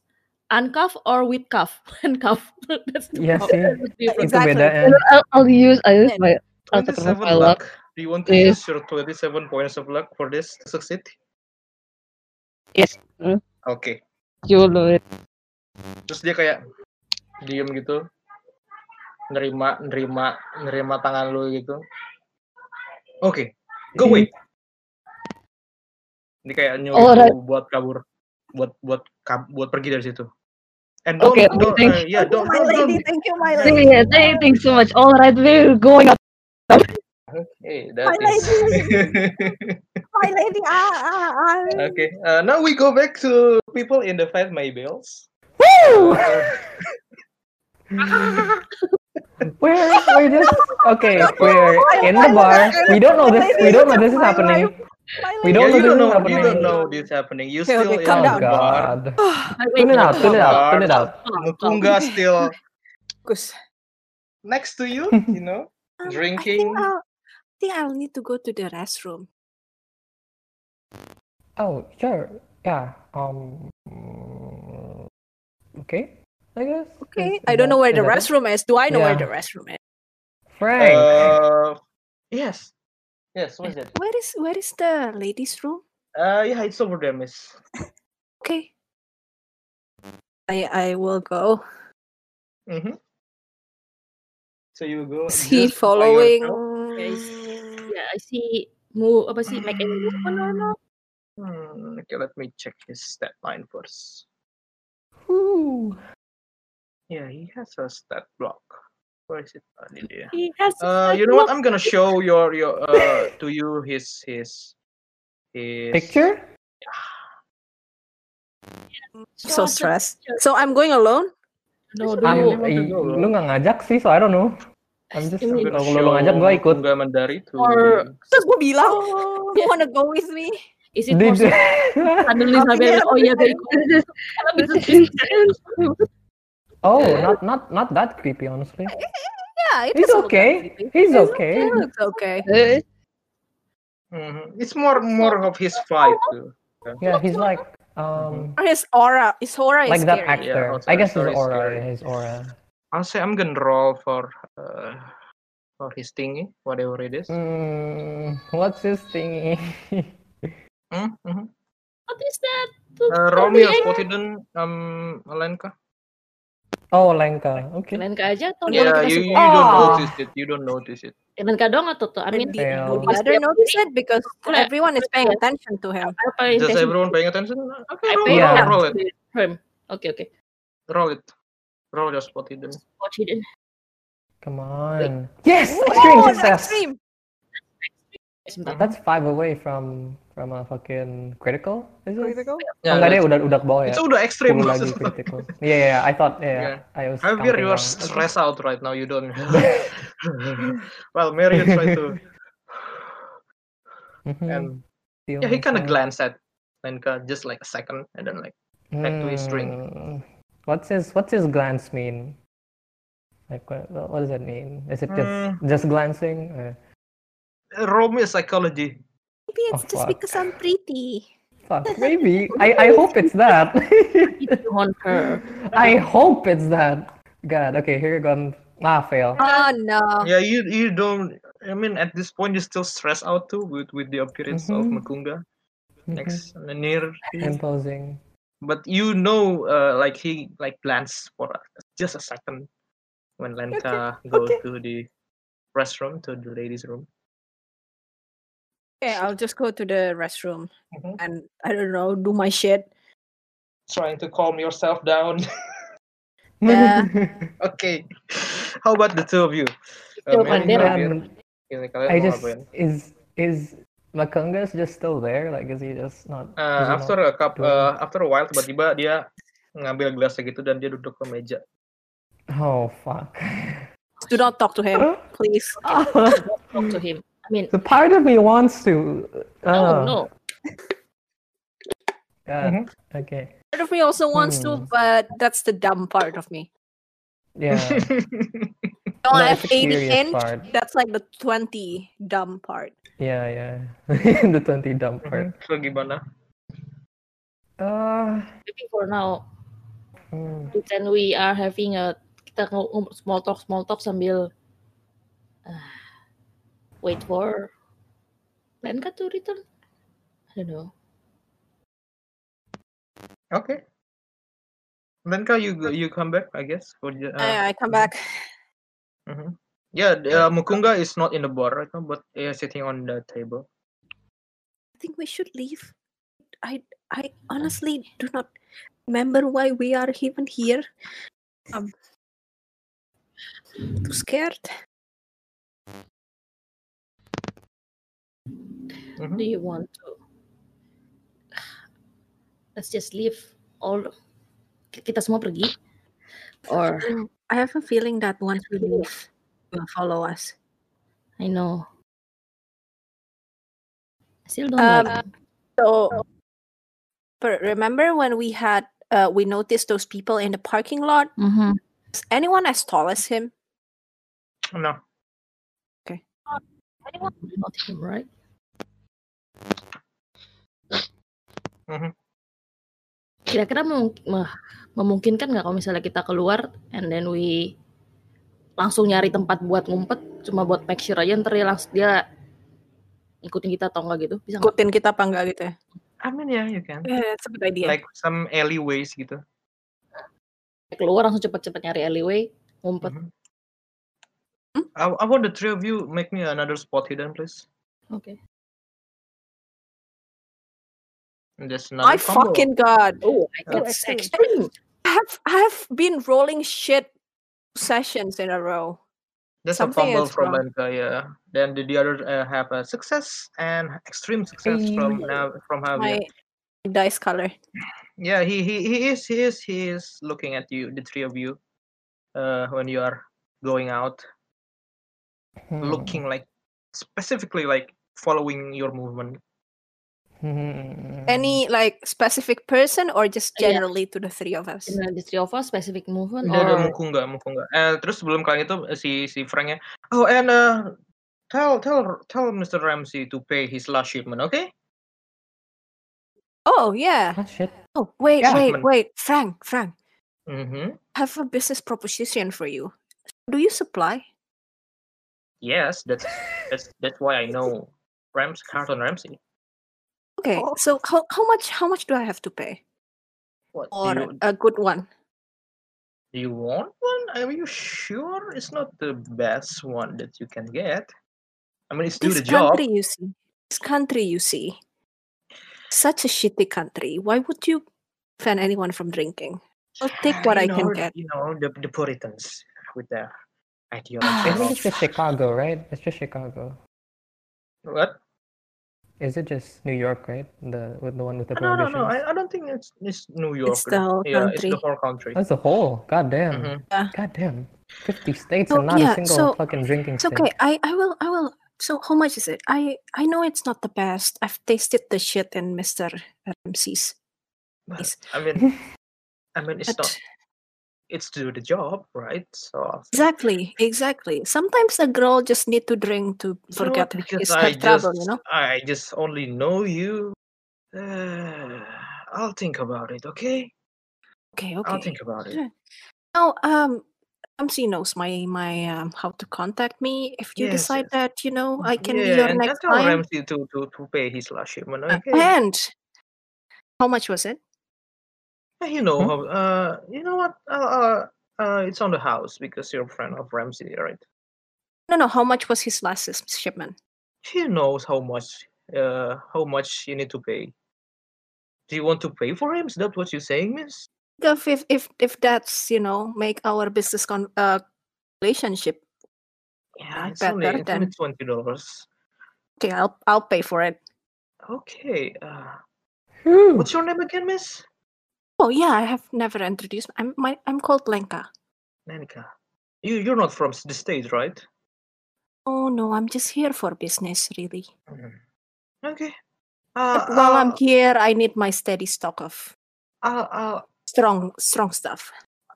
[SPEAKER 6] uncuff or with cuff. Handcuff. That's the
[SPEAKER 4] Iya sih.
[SPEAKER 6] problem. different.
[SPEAKER 4] Itu ya.
[SPEAKER 2] Exactly.
[SPEAKER 4] bedanya.
[SPEAKER 7] I'll, I'll use I use my I'll sacrifice
[SPEAKER 1] 27
[SPEAKER 7] my luck.
[SPEAKER 1] luck. Do you want to
[SPEAKER 7] Yes.
[SPEAKER 1] use your 27 points of luck for this to succeed?
[SPEAKER 7] Yes. Mm.
[SPEAKER 1] Okay.
[SPEAKER 7] You will do it.
[SPEAKER 1] Terus dia kayak diem gitu. nerima nerima nerima tangan lu gitu oke go away ini kayak nyuruh
[SPEAKER 7] Alright.
[SPEAKER 1] lu buat kabur buat buat kab- buat pergi dari situ and don't
[SPEAKER 7] Okay,
[SPEAKER 1] don't
[SPEAKER 7] thank
[SPEAKER 1] uh, yeah don't,
[SPEAKER 5] my
[SPEAKER 1] don't,
[SPEAKER 5] lady,
[SPEAKER 1] don't-
[SPEAKER 5] thank you my
[SPEAKER 7] So,
[SPEAKER 5] lady.
[SPEAKER 7] yeah, thank, thank so much. All right, we're going up.
[SPEAKER 1] okay that
[SPEAKER 5] My
[SPEAKER 1] is
[SPEAKER 5] My lady, ah, ah, ah.
[SPEAKER 1] okay uh, now we go back to people in the fight my bills
[SPEAKER 4] We're we're just okay. We're in the bar. We don't know this. We don't know this is happening.
[SPEAKER 5] My
[SPEAKER 4] We
[SPEAKER 5] lady.
[SPEAKER 4] don't
[SPEAKER 1] yeah, you don't
[SPEAKER 4] know this is
[SPEAKER 1] know you
[SPEAKER 4] happening.
[SPEAKER 1] don't know this happening you
[SPEAKER 2] Okay,
[SPEAKER 1] still
[SPEAKER 2] okay,
[SPEAKER 1] in
[SPEAKER 2] calm
[SPEAKER 4] Oh
[SPEAKER 1] the
[SPEAKER 2] down.
[SPEAKER 1] bar
[SPEAKER 4] God. Tune it out. Tune it out. Tune it out.
[SPEAKER 1] Mukunga still
[SPEAKER 2] Bagus.
[SPEAKER 1] next to you, you know,
[SPEAKER 2] Um,
[SPEAKER 1] drinking.
[SPEAKER 2] I Um, think, I'll, I think I'll need to go to the restroom.
[SPEAKER 4] Oh sure. Yeah. Um. mm, Okay. I guess.
[SPEAKER 2] Okay.
[SPEAKER 4] Is-
[SPEAKER 2] I
[SPEAKER 4] is
[SPEAKER 2] don't know
[SPEAKER 4] that- is
[SPEAKER 2] where the
[SPEAKER 4] that it?
[SPEAKER 2] restroom is. Do I know where
[SPEAKER 4] Yeah.
[SPEAKER 2] the restroom is?
[SPEAKER 4] Frank.
[SPEAKER 1] Uh, yes, yes. What's that?
[SPEAKER 2] Where is where is the ladies' room?
[SPEAKER 1] Uh, yeah, it's over there, miss.
[SPEAKER 2] Okay. I I will go.
[SPEAKER 1] Mm-hmm. So you go.
[SPEAKER 2] Is
[SPEAKER 1] just by
[SPEAKER 2] he
[SPEAKER 1] yourself?
[SPEAKER 2] following?
[SPEAKER 6] Guys, yeah, I see. Move apa sih? Make any movement or not?
[SPEAKER 1] Hmm, okay, let me check his stat line first.
[SPEAKER 4] Whew.
[SPEAKER 1] Yeah, he has a stat block. Where is it? Oh, there it is.
[SPEAKER 6] He has
[SPEAKER 1] Uh, you know what? I'm gonna show your your uh to you his his his
[SPEAKER 4] Picture.
[SPEAKER 2] so stressed. So I'm going alone.
[SPEAKER 1] Where
[SPEAKER 6] No,
[SPEAKER 1] do you
[SPEAKER 4] I'm,
[SPEAKER 6] dulu.
[SPEAKER 1] want to
[SPEAKER 4] i-
[SPEAKER 1] go, bro?
[SPEAKER 4] lu nggak ngajak sih, so I don't know. I'm just
[SPEAKER 1] I'm
[SPEAKER 6] Ini
[SPEAKER 1] gonna
[SPEAKER 4] kalau
[SPEAKER 1] show
[SPEAKER 4] lu ngajak gue ikut.
[SPEAKER 1] Mukunga Mandari to
[SPEAKER 6] Or-
[SPEAKER 2] Terus gue bilang, you wanna go with me?
[SPEAKER 6] Is it
[SPEAKER 4] Did
[SPEAKER 6] possible? Suddenly sampai oh iya gue ikut.
[SPEAKER 7] This is, this is intense.
[SPEAKER 4] oh, not not not that creepy honestly.
[SPEAKER 2] Yeah, it
[SPEAKER 4] He's
[SPEAKER 2] doesn't look that
[SPEAKER 4] okay.
[SPEAKER 2] creepy.
[SPEAKER 4] He's
[SPEAKER 2] It's
[SPEAKER 4] okay.
[SPEAKER 2] It looks okay.
[SPEAKER 7] Uh,
[SPEAKER 1] Mhm. It's more more of his vibe
[SPEAKER 2] Oh,
[SPEAKER 1] too.
[SPEAKER 4] Yeah, he's like um
[SPEAKER 2] Or His aura, his aura is
[SPEAKER 4] like that
[SPEAKER 2] Mm-hmm. scary.
[SPEAKER 4] actor.
[SPEAKER 1] Yeah, also
[SPEAKER 4] I guess his
[SPEAKER 1] very
[SPEAKER 4] aura,
[SPEAKER 1] scary.
[SPEAKER 4] his aura.
[SPEAKER 1] I'll say I'm gonna roll for uh, for his thingy, whatever it is.
[SPEAKER 4] Mm, what's his thingy?
[SPEAKER 1] Mm, mhm.
[SPEAKER 6] What is that?
[SPEAKER 1] Uh, roll me a Spotidon, um, Alenka.
[SPEAKER 4] oh, Lenka. Okay.
[SPEAKER 6] Lenka aja atau
[SPEAKER 1] Yeah, Iya,
[SPEAKER 6] Lenka
[SPEAKER 1] you,
[SPEAKER 6] sih?
[SPEAKER 1] you don't
[SPEAKER 4] Ah.
[SPEAKER 1] notice it. You don't notice it.
[SPEAKER 6] Lenka Eh, doang atau tuh? I mean,
[SPEAKER 2] Did
[SPEAKER 4] Yeah.
[SPEAKER 2] do the
[SPEAKER 6] Must be
[SPEAKER 2] other
[SPEAKER 6] a
[SPEAKER 2] notice it? Because
[SPEAKER 6] Well, I-
[SPEAKER 2] everyone is paying
[SPEAKER 6] yeah.
[SPEAKER 2] attention to him.
[SPEAKER 6] apa
[SPEAKER 1] Does
[SPEAKER 6] intention?
[SPEAKER 1] everyone paying attention? Okay,
[SPEAKER 6] I
[SPEAKER 1] roll,
[SPEAKER 6] pay
[SPEAKER 4] Yeah.
[SPEAKER 1] roll, roll it.
[SPEAKER 6] Firm. Oke oke.
[SPEAKER 1] Roll it. Roll your Spotidon.
[SPEAKER 4] Oh,
[SPEAKER 6] Watch it.
[SPEAKER 4] Come on. Yes,
[SPEAKER 2] Oh,
[SPEAKER 4] extreme success.
[SPEAKER 2] extreme.
[SPEAKER 6] Sebentar.
[SPEAKER 4] That's five away from from a fucking critical. Is it?
[SPEAKER 5] Critical?
[SPEAKER 4] Oh, enggak deh, udah udah ke bawah ya.
[SPEAKER 1] Itu udah ekstrim.
[SPEAKER 4] Sepuluh lagi critical. Yeah, yeah, yeah, I thought
[SPEAKER 1] Yeah.
[SPEAKER 4] yeah. I was
[SPEAKER 1] Javier,
[SPEAKER 4] counting
[SPEAKER 1] you are
[SPEAKER 4] wrong.
[SPEAKER 1] stressed out right now. You don't. well, Mary try to,
[SPEAKER 4] Mhm.
[SPEAKER 1] and
[SPEAKER 4] Feel
[SPEAKER 1] yeah, he kind of
[SPEAKER 4] myself.
[SPEAKER 1] glanced at Lenka just like a second, and then like back to his drink.
[SPEAKER 4] Hmm. What's his What's his glance mean? Like what, what what does that mean? Is it just
[SPEAKER 1] Hmm.
[SPEAKER 4] just glancing? Uh, or-
[SPEAKER 1] "Uh, roll me a psychology.
[SPEAKER 2] Maybe it's
[SPEAKER 4] Oh,
[SPEAKER 2] just
[SPEAKER 4] fuck.
[SPEAKER 2] because I'm pretty.
[SPEAKER 4] Fuck, maybe. I I hope it's that.
[SPEAKER 6] On her.
[SPEAKER 4] I hope it's that. God. Okay, here you go. Ah, fail.
[SPEAKER 2] Oh no.
[SPEAKER 1] Yeah, you you don't. I mean, at this point, you're still stressed out too with with the appearance of
[SPEAKER 4] Mhm.
[SPEAKER 1] Makunga
[SPEAKER 4] Mhm.
[SPEAKER 1] next uh, near.
[SPEAKER 4] Imposing.
[SPEAKER 1] But you know, uh, like he like glanced for a, just a second when Lenka goes
[SPEAKER 4] okay.
[SPEAKER 1] to the restroom to the ladies' room.
[SPEAKER 2] Okay, I'll just go to the restroom
[SPEAKER 4] Mm-hmm.
[SPEAKER 1] Mhm.
[SPEAKER 2] and I don't know, do my shit.
[SPEAKER 1] Trying to calm yourself down.
[SPEAKER 2] Yeah.
[SPEAKER 1] okay, how about the two of you? Uh,
[SPEAKER 6] Still
[SPEAKER 1] Mary,
[SPEAKER 6] Mandela.
[SPEAKER 1] Javier,
[SPEAKER 4] Um,
[SPEAKER 1] ini kalian
[SPEAKER 4] I
[SPEAKER 1] mau
[SPEAKER 4] just
[SPEAKER 1] ngapain?
[SPEAKER 4] is is Makunga is just still there? Like is he just not?
[SPEAKER 1] Uh,
[SPEAKER 4] is he
[SPEAKER 1] after a
[SPEAKER 4] not-
[SPEAKER 1] cup,
[SPEAKER 4] doing?
[SPEAKER 1] uh, after a while tiba-tiba dia ngambil gelasnya gitu dan dia duduk ke meja.
[SPEAKER 4] Oh fuck.
[SPEAKER 2] Do not talk to
[SPEAKER 4] Uh-huh.
[SPEAKER 2] him, please.
[SPEAKER 6] Talk to him. I mean,
[SPEAKER 4] The part of me wants to. Uh,
[SPEAKER 6] no no.
[SPEAKER 4] God.
[SPEAKER 1] Mm-hmm.
[SPEAKER 4] Okay.
[SPEAKER 2] Part of me also wants
[SPEAKER 4] Hmm.
[SPEAKER 2] to, but that's the dumb part of me.
[SPEAKER 4] Yeah. No,
[SPEAKER 2] No, I have
[SPEAKER 4] it's the
[SPEAKER 2] 80
[SPEAKER 4] curious
[SPEAKER 2] inch.
[SPEAKER 4] part.
[SPEAKER 2] That's like the 20 dumb part.
[SPEAKER 4] yeah. Yeah. the twenty dumb part.
[SPEAKER 1] So gimana?
[SPEAKER 4] Uh.
[SPEAKER 6] Maybe for now.
[SPEAKER 4] hmm.
[SPEAKER 6] Then we are having a kita ngom- small talk small talk sambil ah, wait for Lenka to return. I don't know.
[SPEAKER 1] Okay. Then you go, you come back, I guess. For the, uh,
[SPEAKER 2] I, I come back.
[SPEAKER 1] Mhm. Yeah, the, uh, Mukunga is not in the bar right now, but uh, sitting on the table.
[SPEAKER 2] I think we should leave. I I
[SPEAKER 1] Oh.
[SPEAKER 2] honestly do not remember why we are even here. Um, too scared.
[SPEAKER 1] Mhm.
[SPEAKER 6] Do you want to? Let's just leave all kita semua pergi. Or
[SPEAKER 2] Mm, I have a feeling that once we leave, will follow us.
[SPEAKER 6] I know. I still don't
[SPEAKER 8] Um,
[SPEAKER 6] know.
[SPEAKER 1] Oh.
[SPEAKER 2] So, but remember when we had uh, we noticed those people in the parking lot?
[SPEAKER 6] Mhm.
[SPEAKER 2] Is anyone as tall as him?
[SPEAKER 1] No,
[SPEAKER 6] Not him, right?
[SPEAKER 1] Mhm.
[SPEAKER 6] Kira-kira memung- meh- memungkinkan nggak kalau misalnya kita keluar and then we langsung nyari tempat buat ngumpet, cuma buat make sure aja ntar dia langsung dia ikutin kita atau enggak gitu, bisa nggak?
[SPEAKER 2] Ikutin kita apa enggak gitu ya?
[SPEAKER 1] I mean yeah, you can
[SPEAKER 2] Yeah, that's a good idea.
[SPEAKER 1] like some alleyways gitu.
[SPEAKER 6] Keluar langsung cepet-cepet nyari alleyway, ngumpet.
[SPEAKER 1] Mhm.
[SPEAKER 2] Hmm?
[SPEAKER 1] I, I want the three of you make me another spot hidden, please.
[SPEAKER 6] Oke.
[SPEAKER 1] And That's another
[SPEAKER 2] My
[SPEAKER 1] combo.
[SPEAKER 2] fucking god!
[SPEAKER 6] Oh, I
[SPEAKER 5] Oh,
[SPEAKER 6] got
[SPEAKER 5] excellent.
[SPEAKER 6] section.
[SPEAKER 2] I have I have been rolling shit sessions in a row.
[SPEAKER 1] That's a
[SPEAKER 2] something
[SPEAKER 1] fumble
[SPEAKER 2] is
[SPEAKER 1] from
[SPEAKER 2] wrong.
[SPEAKER 1] Lenka, yeah. Then the, the other uh, have a success and extreme success from
[SPEAKER 4] Ayy.
[SPEAKER 1] Nav- from
[SPEAKER 2] My
[SPEAKER 1] Javier.
[SPEAKER 2] dice color.
[SPEAKER 1] Yeah, he, he he is he is he is looking at you, the three of you, uh, when you are going out,
[SPEAKER 4] hmm.
[SPEAKER 1] looking like specifically like following your movement.
[SPEAKER 4] Hmm.
[SPEAKER 1] Mm.
[SPEAKER 2] Any like specific person or just
[SPEAKER 6] Yeah.
[SPEAKER 2] generally to the three of us?
[SPEAKER 6] Dengan the three of us, specific movement
[SPEAKER 2] Hmm.
[SPEAKER 1] Dia ada
[SPEAKER 6] or
[SPEAKER 1] Oh, mukunga, mukunga. Eh, terus sebelum kalian itu eh, si si Franknya, oh and uh, tell tell tell Mr. Ramsey to pay his last shipment, okay?
[SPEAKER 2] Oh yeah.
[SPEAKER 4] Ah, shit.
[SPEAKER 2] Oh wait,
[SPEAKER 1] Yeah.
[SPEAKER 2] wait,
[SPEAKER 1] Shipment.
[SPEAKER 2] wait, Frank, Frank.
[SPEAKER 1] Mm-hmm.
[SPEAKER 2] I have a business proposition for you. Do you supply?
[SPEAKER 1] Yes, that's that's that's why I know Rams Carlton Ramsey.
[SPEAKER 2] Okay,
[SPEAKER 5] Oh.
[SPEAKER 2] so how, how much how much do I have to pay?
[SPEAKER 1] What do
[SPEAKER 2] Or
[SPEAKER 1] you,
[SPEAKER 2] a good one?
[SPEAKER 1] do you want one? Are you sure it's not the best one that you can get? I mean, it's do
[SPEAKER 2] This
[SPEAKER 1] the job.
[SPEAKER 2] country you see. This country you see. Such a shitty country. Why would you prevent anyone from drinking? I'll take what
[SPEAKER 1] You
[SPEAKER 2] I can
[SPEAKER 1] know-
[SPEAKER 2] get.
[SPEAKER 1] You know the the Puritans with their
[SPEAKER 4] I
[SPEAKER 1] ideology.
[SPEAKER 4] think
[SPEAKER 1] of-
[SPEAKER 4] it's just Chicago, right? It's just Chicago.
[SPEAKER 1] what?
[SPEAKER 4] Is it just New York, right? The with the one with the
[SPEAKER 1] No, no, no.
[SPEAKER 4] prohibitions?
[SPEAKER 1] I, I don't think it's it's New York.
[SPEAKER 2] the whole
[SPEAKER 1] yeah, it's the
[SPEAKER 2] country.
[SPEAKER 1] whole country.
[SPEAKER 4] That's a whole. God damn.
[SPEAKER 1] Mhm.
[SPEAKER 2] Yeah.
[SPEAKER 4] God damn. 50 states
[SPEAKER 2] So,
[SPEAKER 4] and not
[SPEAKER 2] yeah,
[SPEAKER 4] a single
[SPEAKER 2] so-
[SPEAKER 4] fucking drinking
[SPEAKER 2] It's
[SPEAKER 4] state.
[SPEAKER 2] okay. I, I will I will so how much is it? I I know it's not the best. I've tasted the shit in um, Mr. Ramsey's.
[SPEAKER 1] But,
[SPEAKER 2] Yes.
[SPEAKER 1] I mean, I mean, it's
[SPEAKER 2] But
[SPEAKER 1] not. It's do the job, right? So I think-
[SPEAKER 2] exactly, exactly. Sometimes a girl just need to drink to
[SPEAKER 1] You know what?
[SPEAKER 2] forget
[SPEAKER 1] because
[SPEAKER 2] his,
[SPEAKER 1] I
[SPEAKER 2] her trouble,
[SPEAKER 1] just
[SPEAKER 2] you know?
[SPEAKER 1] I just only know you. Uh, I'll think about it. Okay.
[SPEAKER 2] Okay, okay.
[SPEAKER 1] I'll think about it.
[SPEAKER 2] Sure. Now, um, MC knows my my um how to contact me. If you
[SPEAKER 1] Yes,
[SPEAKER 2] decide
[SPEAKER 1] yes.
[SPEAKER 2] that you know I can
[SPEAKER 1] yeah,
[SPEAKER 2] be your
[SPEAKER 1] and
[SPEAKER 2] next
[SPEAKER 1] tell
[SPEAKER 2] client,
[SPEAKER 1] Ramsey to, to, to pay his last shipment.
[SPEAKER 2] uh,
[SPEAKER 1] Okay.
[SPEAKER 2] and how much was it?
[SPEAKER 1] Yeah, you know
[SPEAKER 4] Hmm?
[SPEAKER 2] Mm-hmm.
[SPEAKER 1] how. Uh, you know what? Uh, uh, uh, it's on the house because you're a friend of Ramsey, right?
[SPEAKER 2] No, no. How much was his last s- shipment?
[SPEAKER 1] He knows how much. Uh, how much you need to pay. Do you want to pay for him? Is that what you're saying, Miss?
[SPEAKER 2] If if if, if that's you know make our business con uh, relationship
[SPEAKER 1] Yeah,
[SPEAKER 2] Ah,
[SPEAKER 1] it's only
[SPEAKER 2] better
[SPEAKER 1] it's only
[SPEAKER 2] then.
[SPEAKER 1] twenty dollars.
[SPEAKER 2] okay, I'll I'll pay for it.
[SPEAKER 1] Okay. Uh,
[SPEAKER 2] Hmm.
[SPEAKER 4] Whew.
[SPEAKER 1] what's your name again, Miss?
[SPEAKER 2] Oh yeah, I have never introduced. I'm my I'm called Lenka.
[SPEAKER 1] Nanika. You you're not from s- the states, right?
[SPEAKER 2] Oh no, I'm just here for business, really.
[SPEAKER 1] Mhm. Okay. Uh,
[SPEAKER 2] But Mm-hmm.
[SPEAKER 1] uh,
[SPEAKER 2] while I'm
[SPEAKER 1] I'll-
[SPEAKER 2] here, I need my steady stock of
[SPEAKER 1] I'll, I'll,
[SPEAKER 2] strong strong stuff.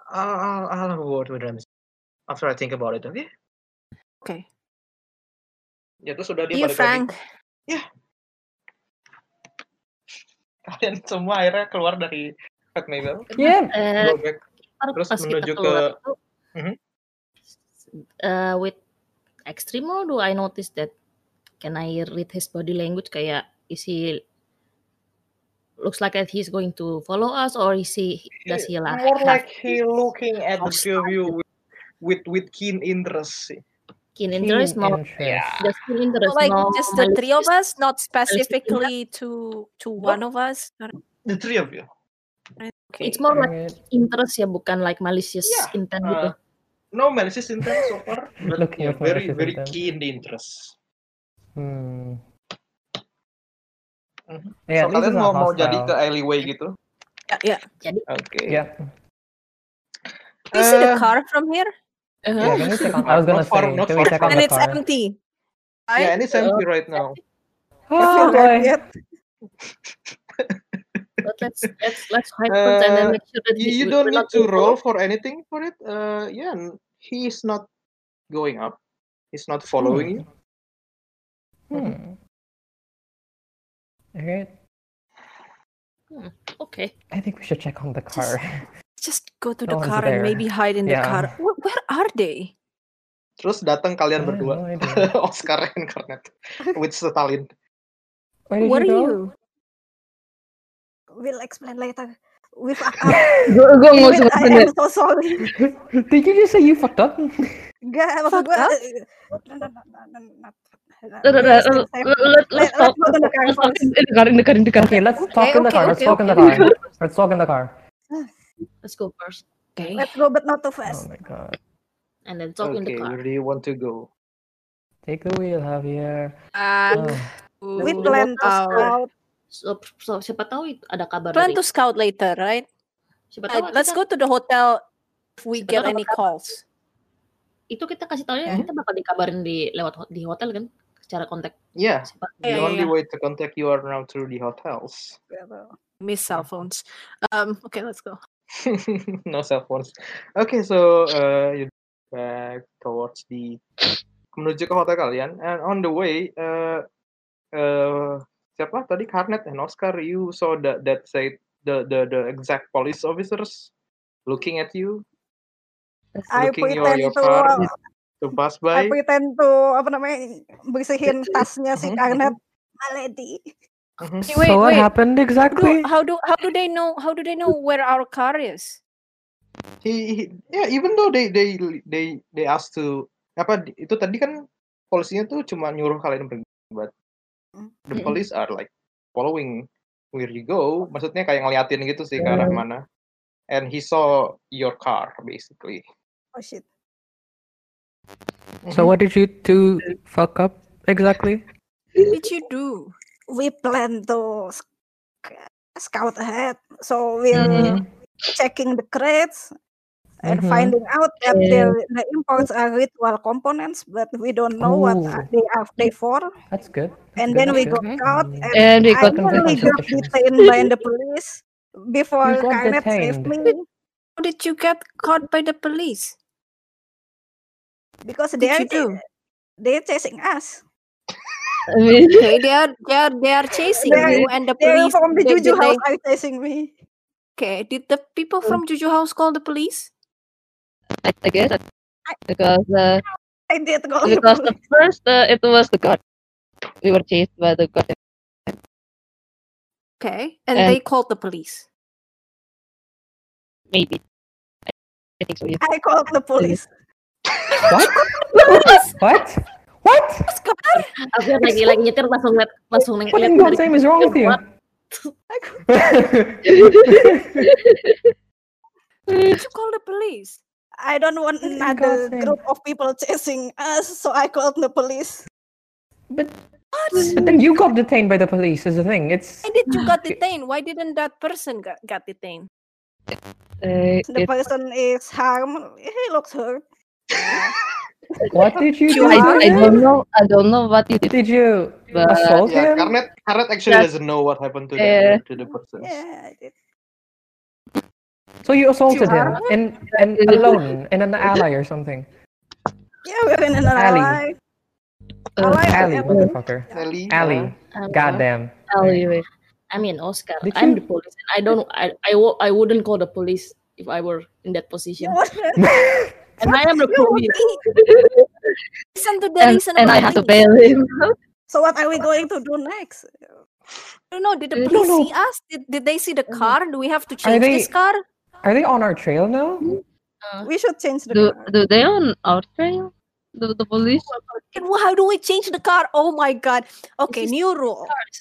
[SPEAKER 1] I'll, I'll, I'll have a word with Ramsey after I think about it, okay?
[SPEAKER 2] Okay.
[SPEAKER 1] Ya, terus sudah dia
[SPEAKER 2] Iya,
[SPEAKER 1] balik
[SPEAKER 2] Frank.
[SPEAKER 1] lagi. Ya. Kalian semua akhirnya keluar dari Fat Mabel,
[SPEAKER 4] Yeah.
[SPEAKER 6] Eh,
[SPEAKER 1] go back.
[SPEAKER 6] ntar
[SPEAKER 1] Terus
[SPEAKER 6] pas kita
[SPEAKER 1] menuju ke-
[SPEAKER 6] keluar itu,
[SPEAKER 1] Mhm.
[SPEAKER 6] eh, with extreme or do I notice that can I read his body language kayak is he looks like that he's going to follow us or is he does he like
[SPEAKER 1] More
[SPEAKER 6] have
[SPEAKER 1] like he looking at the
[SPEAKER 6] Outside.
[SPEAKER 1] two of you with with with keen interest sih.
[SPEAKER 6] Keen interest, no,
[SPEAKER 4] interest.
[SPEAKER 6] just keen interest,
[SPEAKER 8] So, like
[SPEAKER 6] no
[SPEAKER 8] just the three of
[SPEAKER 6] malicious.
[SPEAKER 8] us, not specifically to to one of us. Not-
[SPEAKER 1] The three of you.
[SPEAKER 8] Okay.
[SPEAKER 6] It's more like
[SPEAKER 4] Alright.
[SPEAKER 6] interest ya, bukan like malicious
[SPEAKER 1] Yeah,
[SPEAKER 6] intent gitu.
[SPEAKER 1] Uh, no malicious intent so far, but
[SPEAKER 4] Look,
[SPEAKER 1] yeah,
[SPEAKER 4] no
[SPEAKER 1] very
[SPEAKER 4] malicious
[SPEAKER 1] very
[SPEAKER 4] intent.
[SPEAKER 1] keen interest.
[SPEAKER 4] Hmm.
[SPEAKER 1] Mhm.
[SPEAKER 4] Yeah,
[SPEAKER 1] so
[SPEAKER 4] this is
[SPEAKER 1] kalian
[SPEAKER 4] not
[SPEAKER 1] mau mau jadi ke
[SPEAKER 4] hostile.
[SPEAKER 1] alleyway gitu?
[SPEAKER 2] Yeah, yeah.
[SPEAKER 1] Oke. Ya,
[SPEAKER 4] Yeah.
[SPEAKER 8] Do you see the
[SPEAKER 1] Uh,
[SPEAKER 8] car from here?
[SPEAKER 4] Yeah, can we check on, I was gonna
[SPEAKER 1] Not far-
[SPEAKER 4] say,
[SPEAKER 1] not
[SPEAKER 4] can we
[SPEAKER 1] far
[SPEAKER 4] check
[SPEAKER 1] from
[SPEAKER 4] on
[SPEAKER 8] And
[SPEAKER 4] the
[SPEAKER 8] it's
[SPEAKER 4] car?
[SPEAKER 8] empty.
[SPEAKER 1] Yeah,
[SPEAKER 8] Right?
[SPEAKER 1] and it's empty right now.
[SPEAKER 4] Oh, boy.
[SPEAKER 6] But let's let's let's hide
[SPEAKER 1] Uh,
[SPEAKER 6] first and then make sure that
[SPEAKER 1] You,
[SPEAKER 6] we-
[SPEAKER 1] you
[SPEAKER 6] we-
[SPEAKER 1] don't
[SPEAKER 6] we're
[SPEAKER 1] need
[SPEAKER 6] not
[SPEAKER 1] to
[SPEAKER 6] being
[SPEAKER 1] roll
[SPEAKER 6] followed.
[SPEAKER 1] for anything for it. Uh, yeah, n- he is not going up. He's not following you.
[SPEAKER 4] Hmm. Alright,
[SPEAKER 6] Okay.
[SPEAKER 4] I think we should check on the car.
[SPEAKER 2] Just go to
[SPEAKER 4] No
[SPEAKER 2] the
[SPEAKER 4] one's
[SPEAKER 2] car
[SPEAKER 4] there.
[SPEAKER 2] and maybe hide in the
[SPEAKER 4] Yeah.
[SPEAKER 2] car. Where, where are they?
[SPEAKER 1] Terus datang
[SPEAKER 4] I
[SPEAKER 1] kalian
[SPEAKER 4] have
[SPEAKER 1] berdua,
[SPEAKER 4] no idea.
[SPEAKER 1] Oscar and Cornet, with Stalin.
[SPEAKER 4] Where did
[SPEAKER 2] Where
[SPEAKER 4] you
[SPEAKER 2] are
[SPEAKER 4] go?
[SPEAKER 2] you?
[SPEAKER 5] We'll explain later. We've up.
[SPEAKER 7] Gue gue mau
[SPEAKER 5] David, I
[SPEAKER 7] sebentar.
[SPEAKER 5] am so sorry.
[SPEAKER 4] Did you just say you fucked up?
[SPEAKER 5] Enggak, maksud
[SPEAKER 2] Fuck
[SPEAKER 5] gue.
[SPEAKER 2] up?
[SPEAKER 5] eh, No, no, no, no, no, no, no.
[SPEAKER 7] Let
[SPEAKER 5] We'll stay
[SPEAKER 7] let
[SPEAKER 5] safe.
[SPEAKER 7] let- let's
[SPEAKER 5] Let- let's
[SPEAKER 7] talk.
[SPEAKER 5] go to the car
[SPEAKER 7] Let's talk
[SPEAKER 5] first.
[SPEAKER 7] in the car, in the car, in the car.
[SPEAKER 4] Okay, let's
[SPEAKER 8] Okay,
[SPEAKER 4] talk in the
[SPEAKER 8] okay,
[SPEAKER 4] car. Let's
[SPEAKER 8] okay,
[SPEAKER 4] talk in the
[SPEAKER 8] okay.
[SPEAKER 4] car. Let's talk in the car.
[SPEAKER 6] Let's go first
[SPEAKER 2] Okay.
[SPEAKER 5] Let's go, but not too
[SPEAKER 4] Oh
[SPEAKER 5] fast.
[SPEAKER 4] my god.
[SPEAKER 6] and then talk in the
[SPEAKER 1] Okay,
[SPEAKER 6] car.
[SPEAKER 1] where do you want to go?
[SPEAKER 4] Take the wheel, Javier.
[SPEAKER 2] Um,
[SPEAKER 8] Back
[SPEAKER 4] Oh,
[SPEAKER 8] to
[SPEAKER 5] We
[SPEAKER 6] Ooh.
[SPEAKER 5] plan Uh, to
[SPEAKER 2] uh,
[SPEAKER 8] our-
[SPEAKER 5] scout.
[SPEAKER 6] So, so siapa tahu itu ada kabar
[SPEAKER 2] Plan
[SPEAKER 6] dari
[SPEAKER 2] to scout later, right?
[SPEAKER 6] siapa
[SPEAKER 2] Uh,
[SPEAKER 6] tahu
[SPEAKER 2] let's
[SPEAKER 6] kita,
[SPEAKER 2] go to the hotel if we
[SPEAKER 6] Sebentar,
[SPEAKER 2] get
[SPEAKER 6] apa
[SPEAKER 2] any
[SPEAKER 6] kabar?
[SPEAKER 2] calls.
[SPEAKER 6] itu kita kasih tahunya
[SPEAKER 1] Hmm?
[SPEAKER 6] kita bakal dikabarin di lewat ho- di hotel kan secara kontak
[SPEAKER 4] Ya.
[SPEAKER 1] Yeah,
[SPEAKER 6] siapa
[SPEAKER 1] the
[SPEAKER 2] Yeah, yeah,
[SPEAKER 1] only
[SPEAKER 2] yeah.
[SPEAKER 1] way to contact you are now through the hotels.
[SPEAKER 5] gitu.
[SPEAKER 2] Miss cell phones. Um, okay, let's go.
[SPEAKER 1] no cell phones. Okay, so uh, you back towards the menuju ke hotel kalian, and on the way, uh, uh, siapa tadi Karnet and Oscar, you saw that that said the the the exact police officers looking at you,
[SPEAKER 5] I
[SPEAKER 1] looking your your
[SPEAKER 5] pretend to
[SPEAKER 1] car to pass by.
[SPEAKER 5] I pretend to apa namanya bersihin
[SPEAKER 7] Gitu.
[SPEAKER 5] tasnya si
[SPEAKER 1] Mhm,
[SPEAKER 5] Karnet Malady.
[SPEAKER 1] mhm.
[SPEAKER 2] Hey, wait,
[SPEAKER 4] so what
[SPEAKER 2] wait.
[SPEAKER 4] happened
[SPEAKER 2] How do,
[SPEAKER 4] exactly?
[SPEAKER 2] how do how do they know how do they know where our car is?
[SPEAKER 1] he, he yeah even though they they they they asked to apa di- itu tadi kan polisinya tuh cuma nyuruh kalian pergi but the
[SPEAKER 6] Mm-mm.
[SPEAKER 1] police are like following where you go maksudnya kayak ngeliatin gitu sih ke arah
[SPEAKER 7] Yeah.
[SPEAKER 1] mana and he saw your car basically Ya,
[SPEAKER 5] Oh shit.
[SPEAKER 4] So what did you two fuck up exactly?
[SPEAKER 2] What did you do?
[SPEAKER 5] We plan to sc- scout ahead. So we're
[SPEAKER 4] Mhm.
[SPEAKER 7] Hmm.
[SPEAKER 5] checking the crates and
[SPEAKER 4] Mhm.
[SPEAKER 5] finding out that
[SPEAKER 7] Mm-hmm. Yeah.
[SPEAKER 5] the the imports are ritual components, but we don't know what
[SPEAKER 4] Ooh.
[SPEAKER 5] are- they are they for.
[SPEAKER 4] That's good. That's
[SPEAKER 5] and
[SPEAKER 4] good,
[SPEAKER 5] then
[SPEAKER 4] that's
[SPEAKER 5] we
[SPEAKER 4] good.
[SPEAKER 5] got caught
[SPEAKER 4] Mm.
[SPEAKER 5] and
[SPEAKER 7] And
[SPEAKER 5] I
[SPEAKER 7] we got
[SPEAKER 4] Different
[SPEAKER 5] nearly got
[SPEAKER 4] suspicions.
[SPEAKER 5] detained by the police before
[SPEAKER 4] got
[SPEAKER 5] Karnet saved
[SPEAKER 4] detained.
[SPEAKER 5] me
[SPEAKER 2] How did you get caught by the police?
[SPEAKER 5] because
[SPEAKER 2] What
[SPEAKER 5] they
[SPEAKER 2] did
[SPEAKER 5] are
[SPEAKER 2] you do?
[SPEAKER 5] they're chasing us.
[SPEAKER 7] I mean,
[SPEAKER 2] Okay, they are they are they are chasing
[SPEAKER 5] They are-
[SPEAKER 2] you and the
[SPEAKER 5] They're
[SPEAKER 2] police.
[SPEAKER 5] from the
[SPEAKER 2] they-
[SPEAKER 5] Juju
[SPEAKER 2] did they-
[SPEAKER 5] house are chasing me.
[SPEAKER 2] okay, did the people
[SPEAKER 4] Mm.
[SPEAKER 2] from Juju House call the police?
[SPEAKER 7] I, I guess that- because uh,
[SPEAKER 5] I did go to
[SPEAKER 7] because
[SPEAKER 5] police.
[SPEAKER 7] the first uh, it was the god. We were chased by the god.
[SPEAKER 2] Okay, and,
[SPEAKER 7] And-
[SPEAKER 2] they called the police.
[SPEAKER 7] Maybe. I, I think so. Yeah.
[SPEAKER 5] I called the police.
[SPEAKER 4] What? Mm-hmm. what? What?
[SPEAKER 6] aku lagi lagi nyetir langsung liat langsung neng
[SPEAKER 4] What
[SPEAKER 6] liat
[SPEAKER 4] in God's name is wrong with you?
[SPEAKER 2] Did you call the police?
[SPEAKER 5] I don't want
[SPEAKER 4] What in
[SPEAKER 5] another
[SPEAKER 4] God's name?
[SPEAKER 5] group of people chasing us, so I called the police.
[SPEAKER 4] but
[SPEAKER 2] What?
[SPEAKER 4] but then you got detained by the police. Is the thing. It's
[SPEAKER 2] Why did you got detained? Why didn't that person got, got detained?
[SPEAKER 7] Uh,
[SPEAKER 5] The
[SPEAKER 7] it,
[SPEAKER 5] person is harmed. He looks hurt.
[SPEAKER 4] what did you do?
[SPEAKER 7] I, I
[SPEAKER 4] Ryan?
[SPEAKER 7] don't know. I don't know what you did,
[SPEAKER 4] Did you
[SPEAKER 7] but uh,
[SPEAKER 4] assault
[SPEAKER 1] yeah
[SPEAKER 4] him?
[SPEAKER 1] Karnet Karnet actually
[SPEAKER 7] That-
[SPEAKER 1] doesn't know what happened to
[SPEAKER 7] Eh.
[SPEAKER 1] the to the person
[SPEAKER 5] Yeah, I did.
[SPEAKER 4] So you assaulted him
[SPEAKER 2] are-
[SPEAKER 4] in and
[SPEAKER 7] Yeah.
[SPEAKER 4] alone in an alley or something?
[SPEAKER 5] yeah we're in an
[SPEAKER 4] Alley.
[SPEAKER 5] ally. Ally
[SPEAKER 7] Uh,
[SPEAKER 5] or
[SPEAKER 4] Alley,
[SPEAKER 5] alley?
[SPEAKER 4] motherfucker.
[SPEAKER 1] Ellie
[SPEAKER 4] Alley. Goddamn.
[SPEAKER 7] alleyway.
[SPEAKER 6] Um, I mean Oscar
[SPEAKER 4] Did
[SPEAKER 6] I'm
[SPEAKER 4] you-
[SPEAKER 6] the police and I don't I I, wo- I wouldn't call the police if I were in that position
[SPEAKER 5] You were-
[SPEAKER 6] and I am the
[SPEAKER 5] you were-
[SPEAKER 6] police
[SPEAKER 2] Listen to the
[SPEAKER 7] and,
[SPEAKER 2] reason
[SPEAKER 7] and
[SPEAKER 2] why
[SPEAKER 7] I had to
[SPEAKER 2] police.
[SPEAKER 7] bail him.
[SPEAKER 5] So what are we going to do next?
[SPEAKER 2] I don't know. Did the
[SPEAKER 7] I don't
[SPEAKER 2] police
[SPEAKER 4] know.
[SPEAKER 2] see us? Did, did they see the car? Do we have to change
[SPEAKER 4] they-
[SPEAKER 2] this car?
[SPEAKER 4] Are they on our trail now?
[SPEAKER 6] Uh.
[SPEAKER 5] we should change the
[SPEAKER 7] Do
[SPEAKER 5] card.
[SPEAKER 7] do they on our trail? Do the police?
[SPEAKER 2] And wh- how do we change the car? Oh my god. Okay,
[SPEAKER 6] is
[SPEAKER 2] new rule.
[SPEAKER 6] Cars.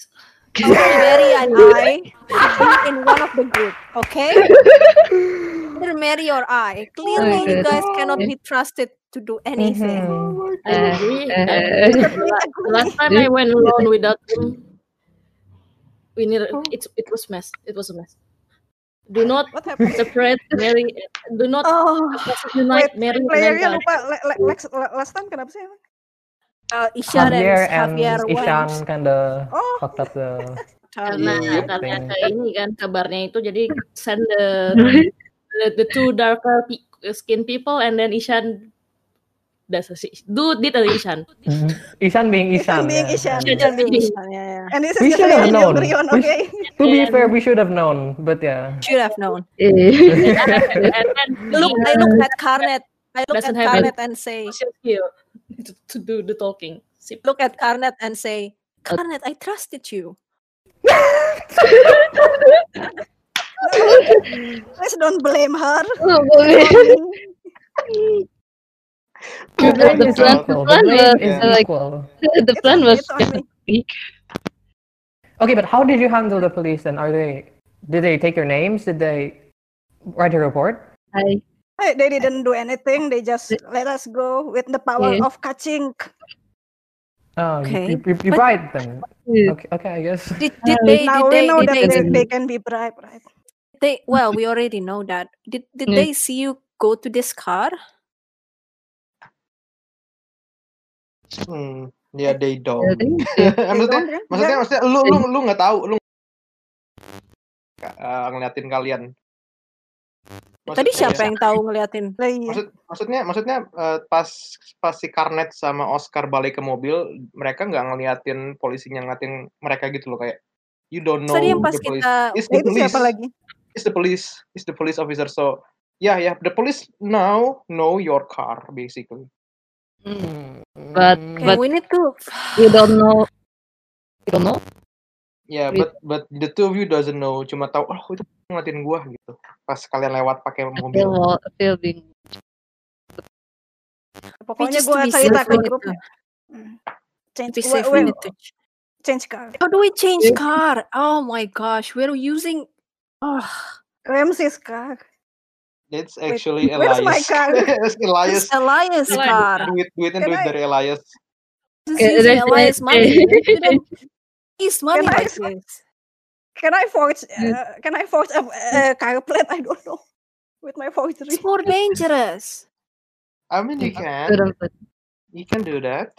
[SPEAKER 2] Mary and I should be in one of the group, okay? Either Mary or I. Clearly you
[SPEAKER 7] God.
[SPEAKER 2] guys cannot be trusted to do anything.
[SPEAKER 4] Mhm.
[SPEAKER 6] I
[SPEAKER 7] Uh,
[SPEAKER 6] agree. The
[SPEAKER 7] uh,
[SPEAKER 6] Last time I went alone without him, we needed
[SPEAKER 4] Oh.
[SPEAKER 6] it's it was mess. It was a mess. Do not
[SPEAKER 5] What happened?
[SPEAKER 6] separate Mary. Do not
[SPEAKER 5] Oh,
[SPEAKER 6] unite Mary
[SPEAKER 4] Iya,
[SPEAKER 6] dengan
[SPEAKER 5] playernya
[SPEAKER 6] Kak
[SPEAKER 5] lupa. Le, le, Lex- le- last time kenapa sih? emang?
[SPEAKER 2] Uh, Ishan
[SPEAKER 4] Javier and
[SPEAKER 2] and Javier
[SPEAKER 4] Ishan
[SPEAKER 2] went
[SPEAKER 4] kinda
[SPEAKER 5] Oh,
[SPEAKER 4] fucked up the
[SPEAKER 6] karena
[SPEAKER 4] Iya,
[SPEAKER 6] karena
[SPEAKER 4] pengen.
[SPEAKER 6] ke ini kan kabarnya itu jadi send the the, the two darker pe- skin people and then Ishan does a si- do did a Ishan
[SPEAKER 4] Mm-hmm. Ishan being Ishan.
[SPEAKER 5] Ishan
[SPEAKER 4] yeah.
[SPEAKER 5] being Ishan.
[SPEAKER 4] And-
[SPEAKER 6] Ishan.
[SPEAKER 2] Ishan being Ishan, yeah, yeah.
[SPEAKER 5] and this is
[SPEAKER 4] We
[SPEAKER 5] just
[SPEAKER 4] should have
[SPEAKER 5] a
[SPEAKER 4] known.
[SPEAKER 5] Leon,
[SPEAKER 4] We
[SPEAKER 5] okay?
[SPEAKER 4] To be
[SPEAKER 6] And-
[SPEAKER 4] fair, we should have known, but yeah.
[SPEAKER 2] Should have known.
[SPEAKER 7] eh,
[SPEAKER 6] and then
[SPEAKER 2] I look, I look at Carnet. I look
[SPEAKER 6] Doesn't
[SPEAKER 2] at
[SPEAKER 6] have
[SPEAKER 2] Carnet and say,
[SPEAKER 6] social skill to, to do the talking sip
[SPEAKER 2] look at Carnet and say, Carnet, I trusted you.
[SPEAKER 5] Please don't blame her.
[SPEAKER 7] nggak boleh.
[SPEAKER 4] The
[SPEAKER 7] plan-
[SPEAKER 4] blame
[SPEAKER 7] the
[SPEAKER 4] is
[SPEAKER 7] plan-
[SPEAKER 4] equal.
[SPEAKER 7] the
[SPEAKER 4] The blame is equal.
[SPEAKER 7] plan was, like- the
[SPEAKER 5] It's
[SPEAKER 7] plan
[SPEAKER 5] on-
[SPEAKER 7] was
[SPEAKER 5] it's on me.
[SPEAKER 7] weak.
[SPEAKER 4] Okay, but how did you handle the police then? Are they did they take your names? Did they write a report?
[SPEAKER 7] I
[SPEAKER 5] Hey, they didn't do anything. They just let us go with the power
[SPEAKER 7] Yeah.
[SPEAKER 5] of catching.
[SPEAKER 4] Oh,
[SPEAKER 2] Okay,
[SPEAKER 4] you, you, you
[SPEAKER 2] but-
[SPEAKER 4] bribed them.
[SPEAKER 7] Yeah.
[SPEAKER 4] Okay, okay, I guess.
[SPEAKER 2] Did, did they? Did
[SPEAKER 5] Now we
[SPEAKER 2] they?
[SPEAKER 5] know
[SPEAKER 2] Did
[SPEAKER 5] that
[SPEAKER 2] they?
[SPEAKER 5] they,
[SPEAKER 7] ex-
[SPEAKER 5] they can be bribed, right?
[SPEAKER 2] They well, we already know that. Did did
[SPEAKER 7] Yeah.
[SPEAKER 2] they see you go to this car?
[SPEAKER 1] Hmm, ya they
[SPEAKER 7] I
[SPEAKER 1] don't.
[SPEAKER 7] think
[SPEAKER 1] Eh, maksudnya,
[SPEAKER 5] don't, kan?
[SPEAKER 1] maksudnya,
[SPEAKER 5] Dia-
[SPEAKER 1] maksudnya, lu lu lu nggak tahu, lu eh, ngeliatin kalian.
[SPEAKER 2] Tadi
[SPEAKER 1] Maksudnya-
[SPEAKER 2] siapa yang tahu ngeliatin?
[SPEAKER 5] Lah, iya.
[SPEAKER 1] Maksud, maksudnya, maksudnya eh, pas pas si Karnet sama Oscar balik ke mobil, mereka nggak ngeliatin polisinya ngeliatin mereka gitu loh kayak you don't know
[SPEAKER 2] Tadi yang pas
[SPEAKER 1] the police.
[SPEAKER 2] kita
[SPEAKER 1] It's
[SPEAKER 5] Nah,
[SPEAKER 1] the
[SPEAKER 5] itu
[SPEAKER 1] police.
[SPEAKER 5] siapa lagi?
[SPEAKER 1] It's the police. It's the police officer. So yeah, yeah, the police now know your car basically.
[SPEAKER 7] But-
[SPEAKER 2] okay,
[SPEAKER 7] but-
[SPEAKER 2] we need to
[SPEAKER 7] we don't know. We don't know.
[SPEAKER 1] Yeah,
[SPEAKER 2] Iya.
[SPEAKER 7] Wait.
[SPEAKER 1] but but the two of you doesn't know, cuma tahu oh itu ngeliatin gua gitu. Pas kalian lewat pakai
[SPEAKER 7] Feel
[SPEAKER 1] mobil.
[SPEAKER 7] wa- feel being-
[SPEAKER 5] Pokoknya
[SPEAKER 2] just to
[SPEAKER 5] gue
[SPEAKER 2] be
[SPEAKER 5] cerita
[SPEAKER 2] safe,
[SPEAKER 5] ke
[SPEAKER 2] we need
[SPEAKER 5] grup.
[SPEAKER 2] to-
[SPEAKER 5] Hmm.
[SPEAKER 2] be
[SPEAKER 5] Change,
[SPEAKER 2] safe.
[SPEAKER 5] we-
[SPEAKER 2] We
[SPEAKER 5] we-
[SPEAKER 2] need to. ch-
[SPEAKER 5] change car.
[SPEAKER 2] How do we change
[SPEAKER 7] Yeah.
[SPEAKER 2] car? Oh my gosh, we're using. Oh,
[SPEAKER 5] Ramsey's car.
[SPEAKER 1] It's
[SPEAKER 5] Wait,
[SPEAKER 1] actually
[SPEAKER 5] where's my
[SPEAKER 1] Elias.
[SPEAKER 5] car?
[SPEAKER 1] It's Elias.
[SPEAKER 2] it's Elias
[SPEAKER 1] Duit-
[SPEAKER 2] car.
[SPEAKER 1] Duit duitnya
[SPEAKER 5] Can
[SPEAKER 1] duit
[SPEAKER 5] I-
[SPEAKER 1] dari Elias.
[SPEAKER 2] This
[SPEAKER 7] Okay,
[SPEAKER 2] is using
[SPEAKER 7] let's-
[SPEAKER 2] Elias
[SPEAKER 7] let's-
[SPEAKER 2] money. We shouldn't waste money
[SPEAKER 5] Can I
[SPEAKER 2] like
[SPEAKER 5] s-
[SPEAKER 2] this.
[SPEAKER 5] Can I forge?
[SPEAKER 7] Yeah.
[SPEAKER 5] Uh, can I forge a, a car plate? I don't know. With my forgery.
[SPEAKER 2] It's more dangerous.
[SPEAKER 1] I mean you
[SPEAKER 7] Yeah.
[SPEAKER 1] can,
[SPEAKER 7] Couldn't put-
[SPEAKER 1] you can do that.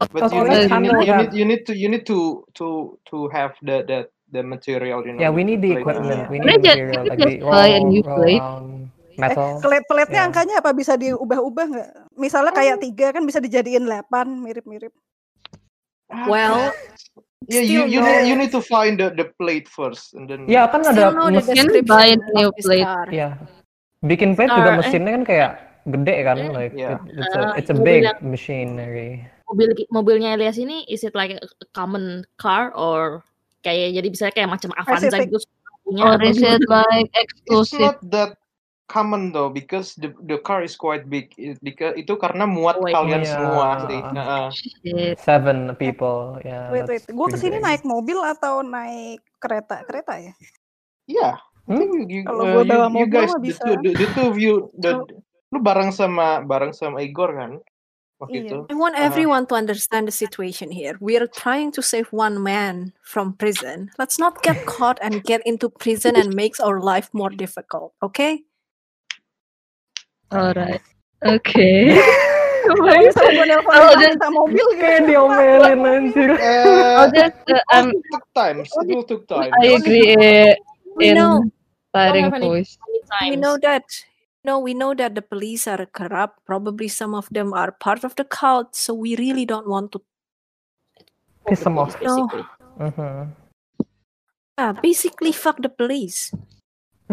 [SPEAKER 2] Oh,
[SPEAKER 1] But
[SPEAKER 4] Okay,
[SPEAKER 1] you
[SPEAKER 4] let's
[SPEAKER 1] need, you, need,
[SPEAKER 4] handle
[SPEAKER 1] you
[SPEAKER 4] that.
[SPEAKER 1] need you need to you need to to to have the the the material you know.
[SPEAKER 4] Yeah, we need the
[SPEAKER 1] plate.
[SPEAKER 4] equipment.
[SPEAKER 5] Yeah.
[SPEAKER 4] We
[SPEAKER 7] Can I
[SPEAKER 4] need the
[SPEAKER 7] just-
[SPEAKER 4] material,
[SPEAKER 7] can I
[SPEAKER 4] like the
[SPEAKER 7] just buy a
[SPEAKER 4] roll,
[SPEAKER 7] new
[SPEAKER 4] roll
[SPEAKER 7] plate?
[SPEAKER 4] um,
[SPEAKER 5] Eh,
[SPEAKER 4] metal.
[SPEAKER 5] pelet-peletnya
[SPEAKER 4] Yeah.
[SPEAKER 5] angkanya apa bisa diubah-ubah nggak? Misalnya kayak tiga kan bisa dijadiin delapan, mirip-mirip.
[SPEAKER 1] Ah,
[SPEAKER 2] Well,
[SPEAKER 1] yeah, you
[SPEAKER 2] still
[SPEAKER 1] you need you
[SPEAKER 2] no-
[SPEAKER 1] need to find the the plate first and then
[SPEAKER 4] Ya kan
[SPEAKER 2] still
[SPEAKER 4] ada
[SPEAKER 2] know the
[SPEAKER 4] mesin
[SPEAKER 7] Can we buy a
[SPEAKER 2] description
[SPEAKER 7] new
[SPEAKER 2] of this
[SPEAKER 7] plate?
[SPEAKER 2] car.
[SPEAKER 4] ya. Bikin plate juga
[SPEAKER 6] Car, eh.
[SPEAKER 4] mesinnya kan kayak gede kan like
[SPEAKER 1] Yeah.
[SPEAKER 4] it- it's a
[SPEAKER 6] Ah,
[SPEAKER 4] it's a
[SPEAKER 6] mobil
[SPEAKER 4] big
[SPEAKER 6] yang-
[SPEAKER 4] machinery.
[SPEAKER 6] mobil mobilnya Elias ini is it like a a common car or kayak jadi bisa kayak macam Avanza
[SPEAKER 5] Pacific.
[SPEAKER 6] gitu punya
[SPEAKER 7] Or
[SPEAKER 6] atau
[SPEAKER 7] is
[SPEAKER 6] gimana?
[SPEAKER 7] it Oh, like
[SPEAKER 1] it's
[SPEAKER 7] exclusive?
[SPEAKER 1] not that common though because the the car is quite big. It, because itu karena muat
[SPEAKER 6] Oh,
[SPEAKER 1] kalian
[SPEAKER 4] iya.
[SPEAKER 1] semua sih. ah. Heeh.
[SPEAKER 7] Shit.
[SPEAKER 4] Seven people. Yeah,
[SPEAKER 5] Wait,
[SPEAKER 4] Nah,
[SPEAKER 5] wait.
[SPEAKER 4] that's
[SPEAKER 5] Gue
[SPEAKER 4] pretty
[SPEAKER 5] kesini
[SPEAKER 4] big.
[SPEAKER 5] naik mobil atau naik kereta? Kereta ya?
[SPEAKER 1] Yeah, Iya, I
[SPEAKER 4] Hmm?
[SPEAKER 1] think you, you,
[SPEAKER 5] Kalau
[SPEAKER 1] uh,
[SPEAKER 5] gua
[SPEAKER 1] you,
[SPEAKER 5] bawa
[SPEAKER 1] you
[SPEAKER 5] mobil
[SPEAKER 1] guys
[SPEAKER 5] mah
[SPEAKER 1] the
[SPEAKER 5] bisa.
[SPEAKER 1] two the, the two of you the,
[SPEAKER 5] Kalau-
[SPEAKER 1] lu bareng sama bareng sama Igor kan waktu
[SPEAKER 5] Iya.
[SPEAKER 1] itu.
[SPEAKER 2] I want
[SPEAKER 1] Uh-huh.
[SPEAKER 2] everyone to understand the situation here. We are trying to save one man from prison. Let's not get caught and get into prison and makes our life more difficult, okay?
[SPEAKER 7] Alright. Okay. Oh
[SPEAKER 5] Kalau
[SPEAKER 7] my God.
[SPEAKER 5] misalnya gue nelfon
[SPEAKER 7] Oh,
[SPEAKER 5] Alisa
[SPEAKER 7] then-
[SPEAKER 5] minta mobil gitu.
[SPEAKER 4] Kayak diomelin anjir.
[SPEAKER 1] Eh,
[SPEAKER 7] Oh, that, uh,
[SPEAKER 1] it
[SPEAKER 7] um,
[SPEAKER 1] will took
[SPEAKER 5] oh,
[SPEAKER 1] times. It will took times.
[SPEAKER 7] I agree uh,
[SPEAKER 2] We know
[SPEAKER 7] in tiring
[SPEAKER 6] have any-
[SPEAKER 7] voice.
[SPEAKER 2] we
[SPEAKER 6] Many times.
[SPEAKER 2] know that no, we know that the police are corrupt. Probably some of them are part of the cult, so we really don't want to
[SPEAKER 4] Piss them off.
[SPEAKER 6] Basically.
[SPEAKER 4] Mhm.
[SPEAKER 2] Ah, basically fuck the police.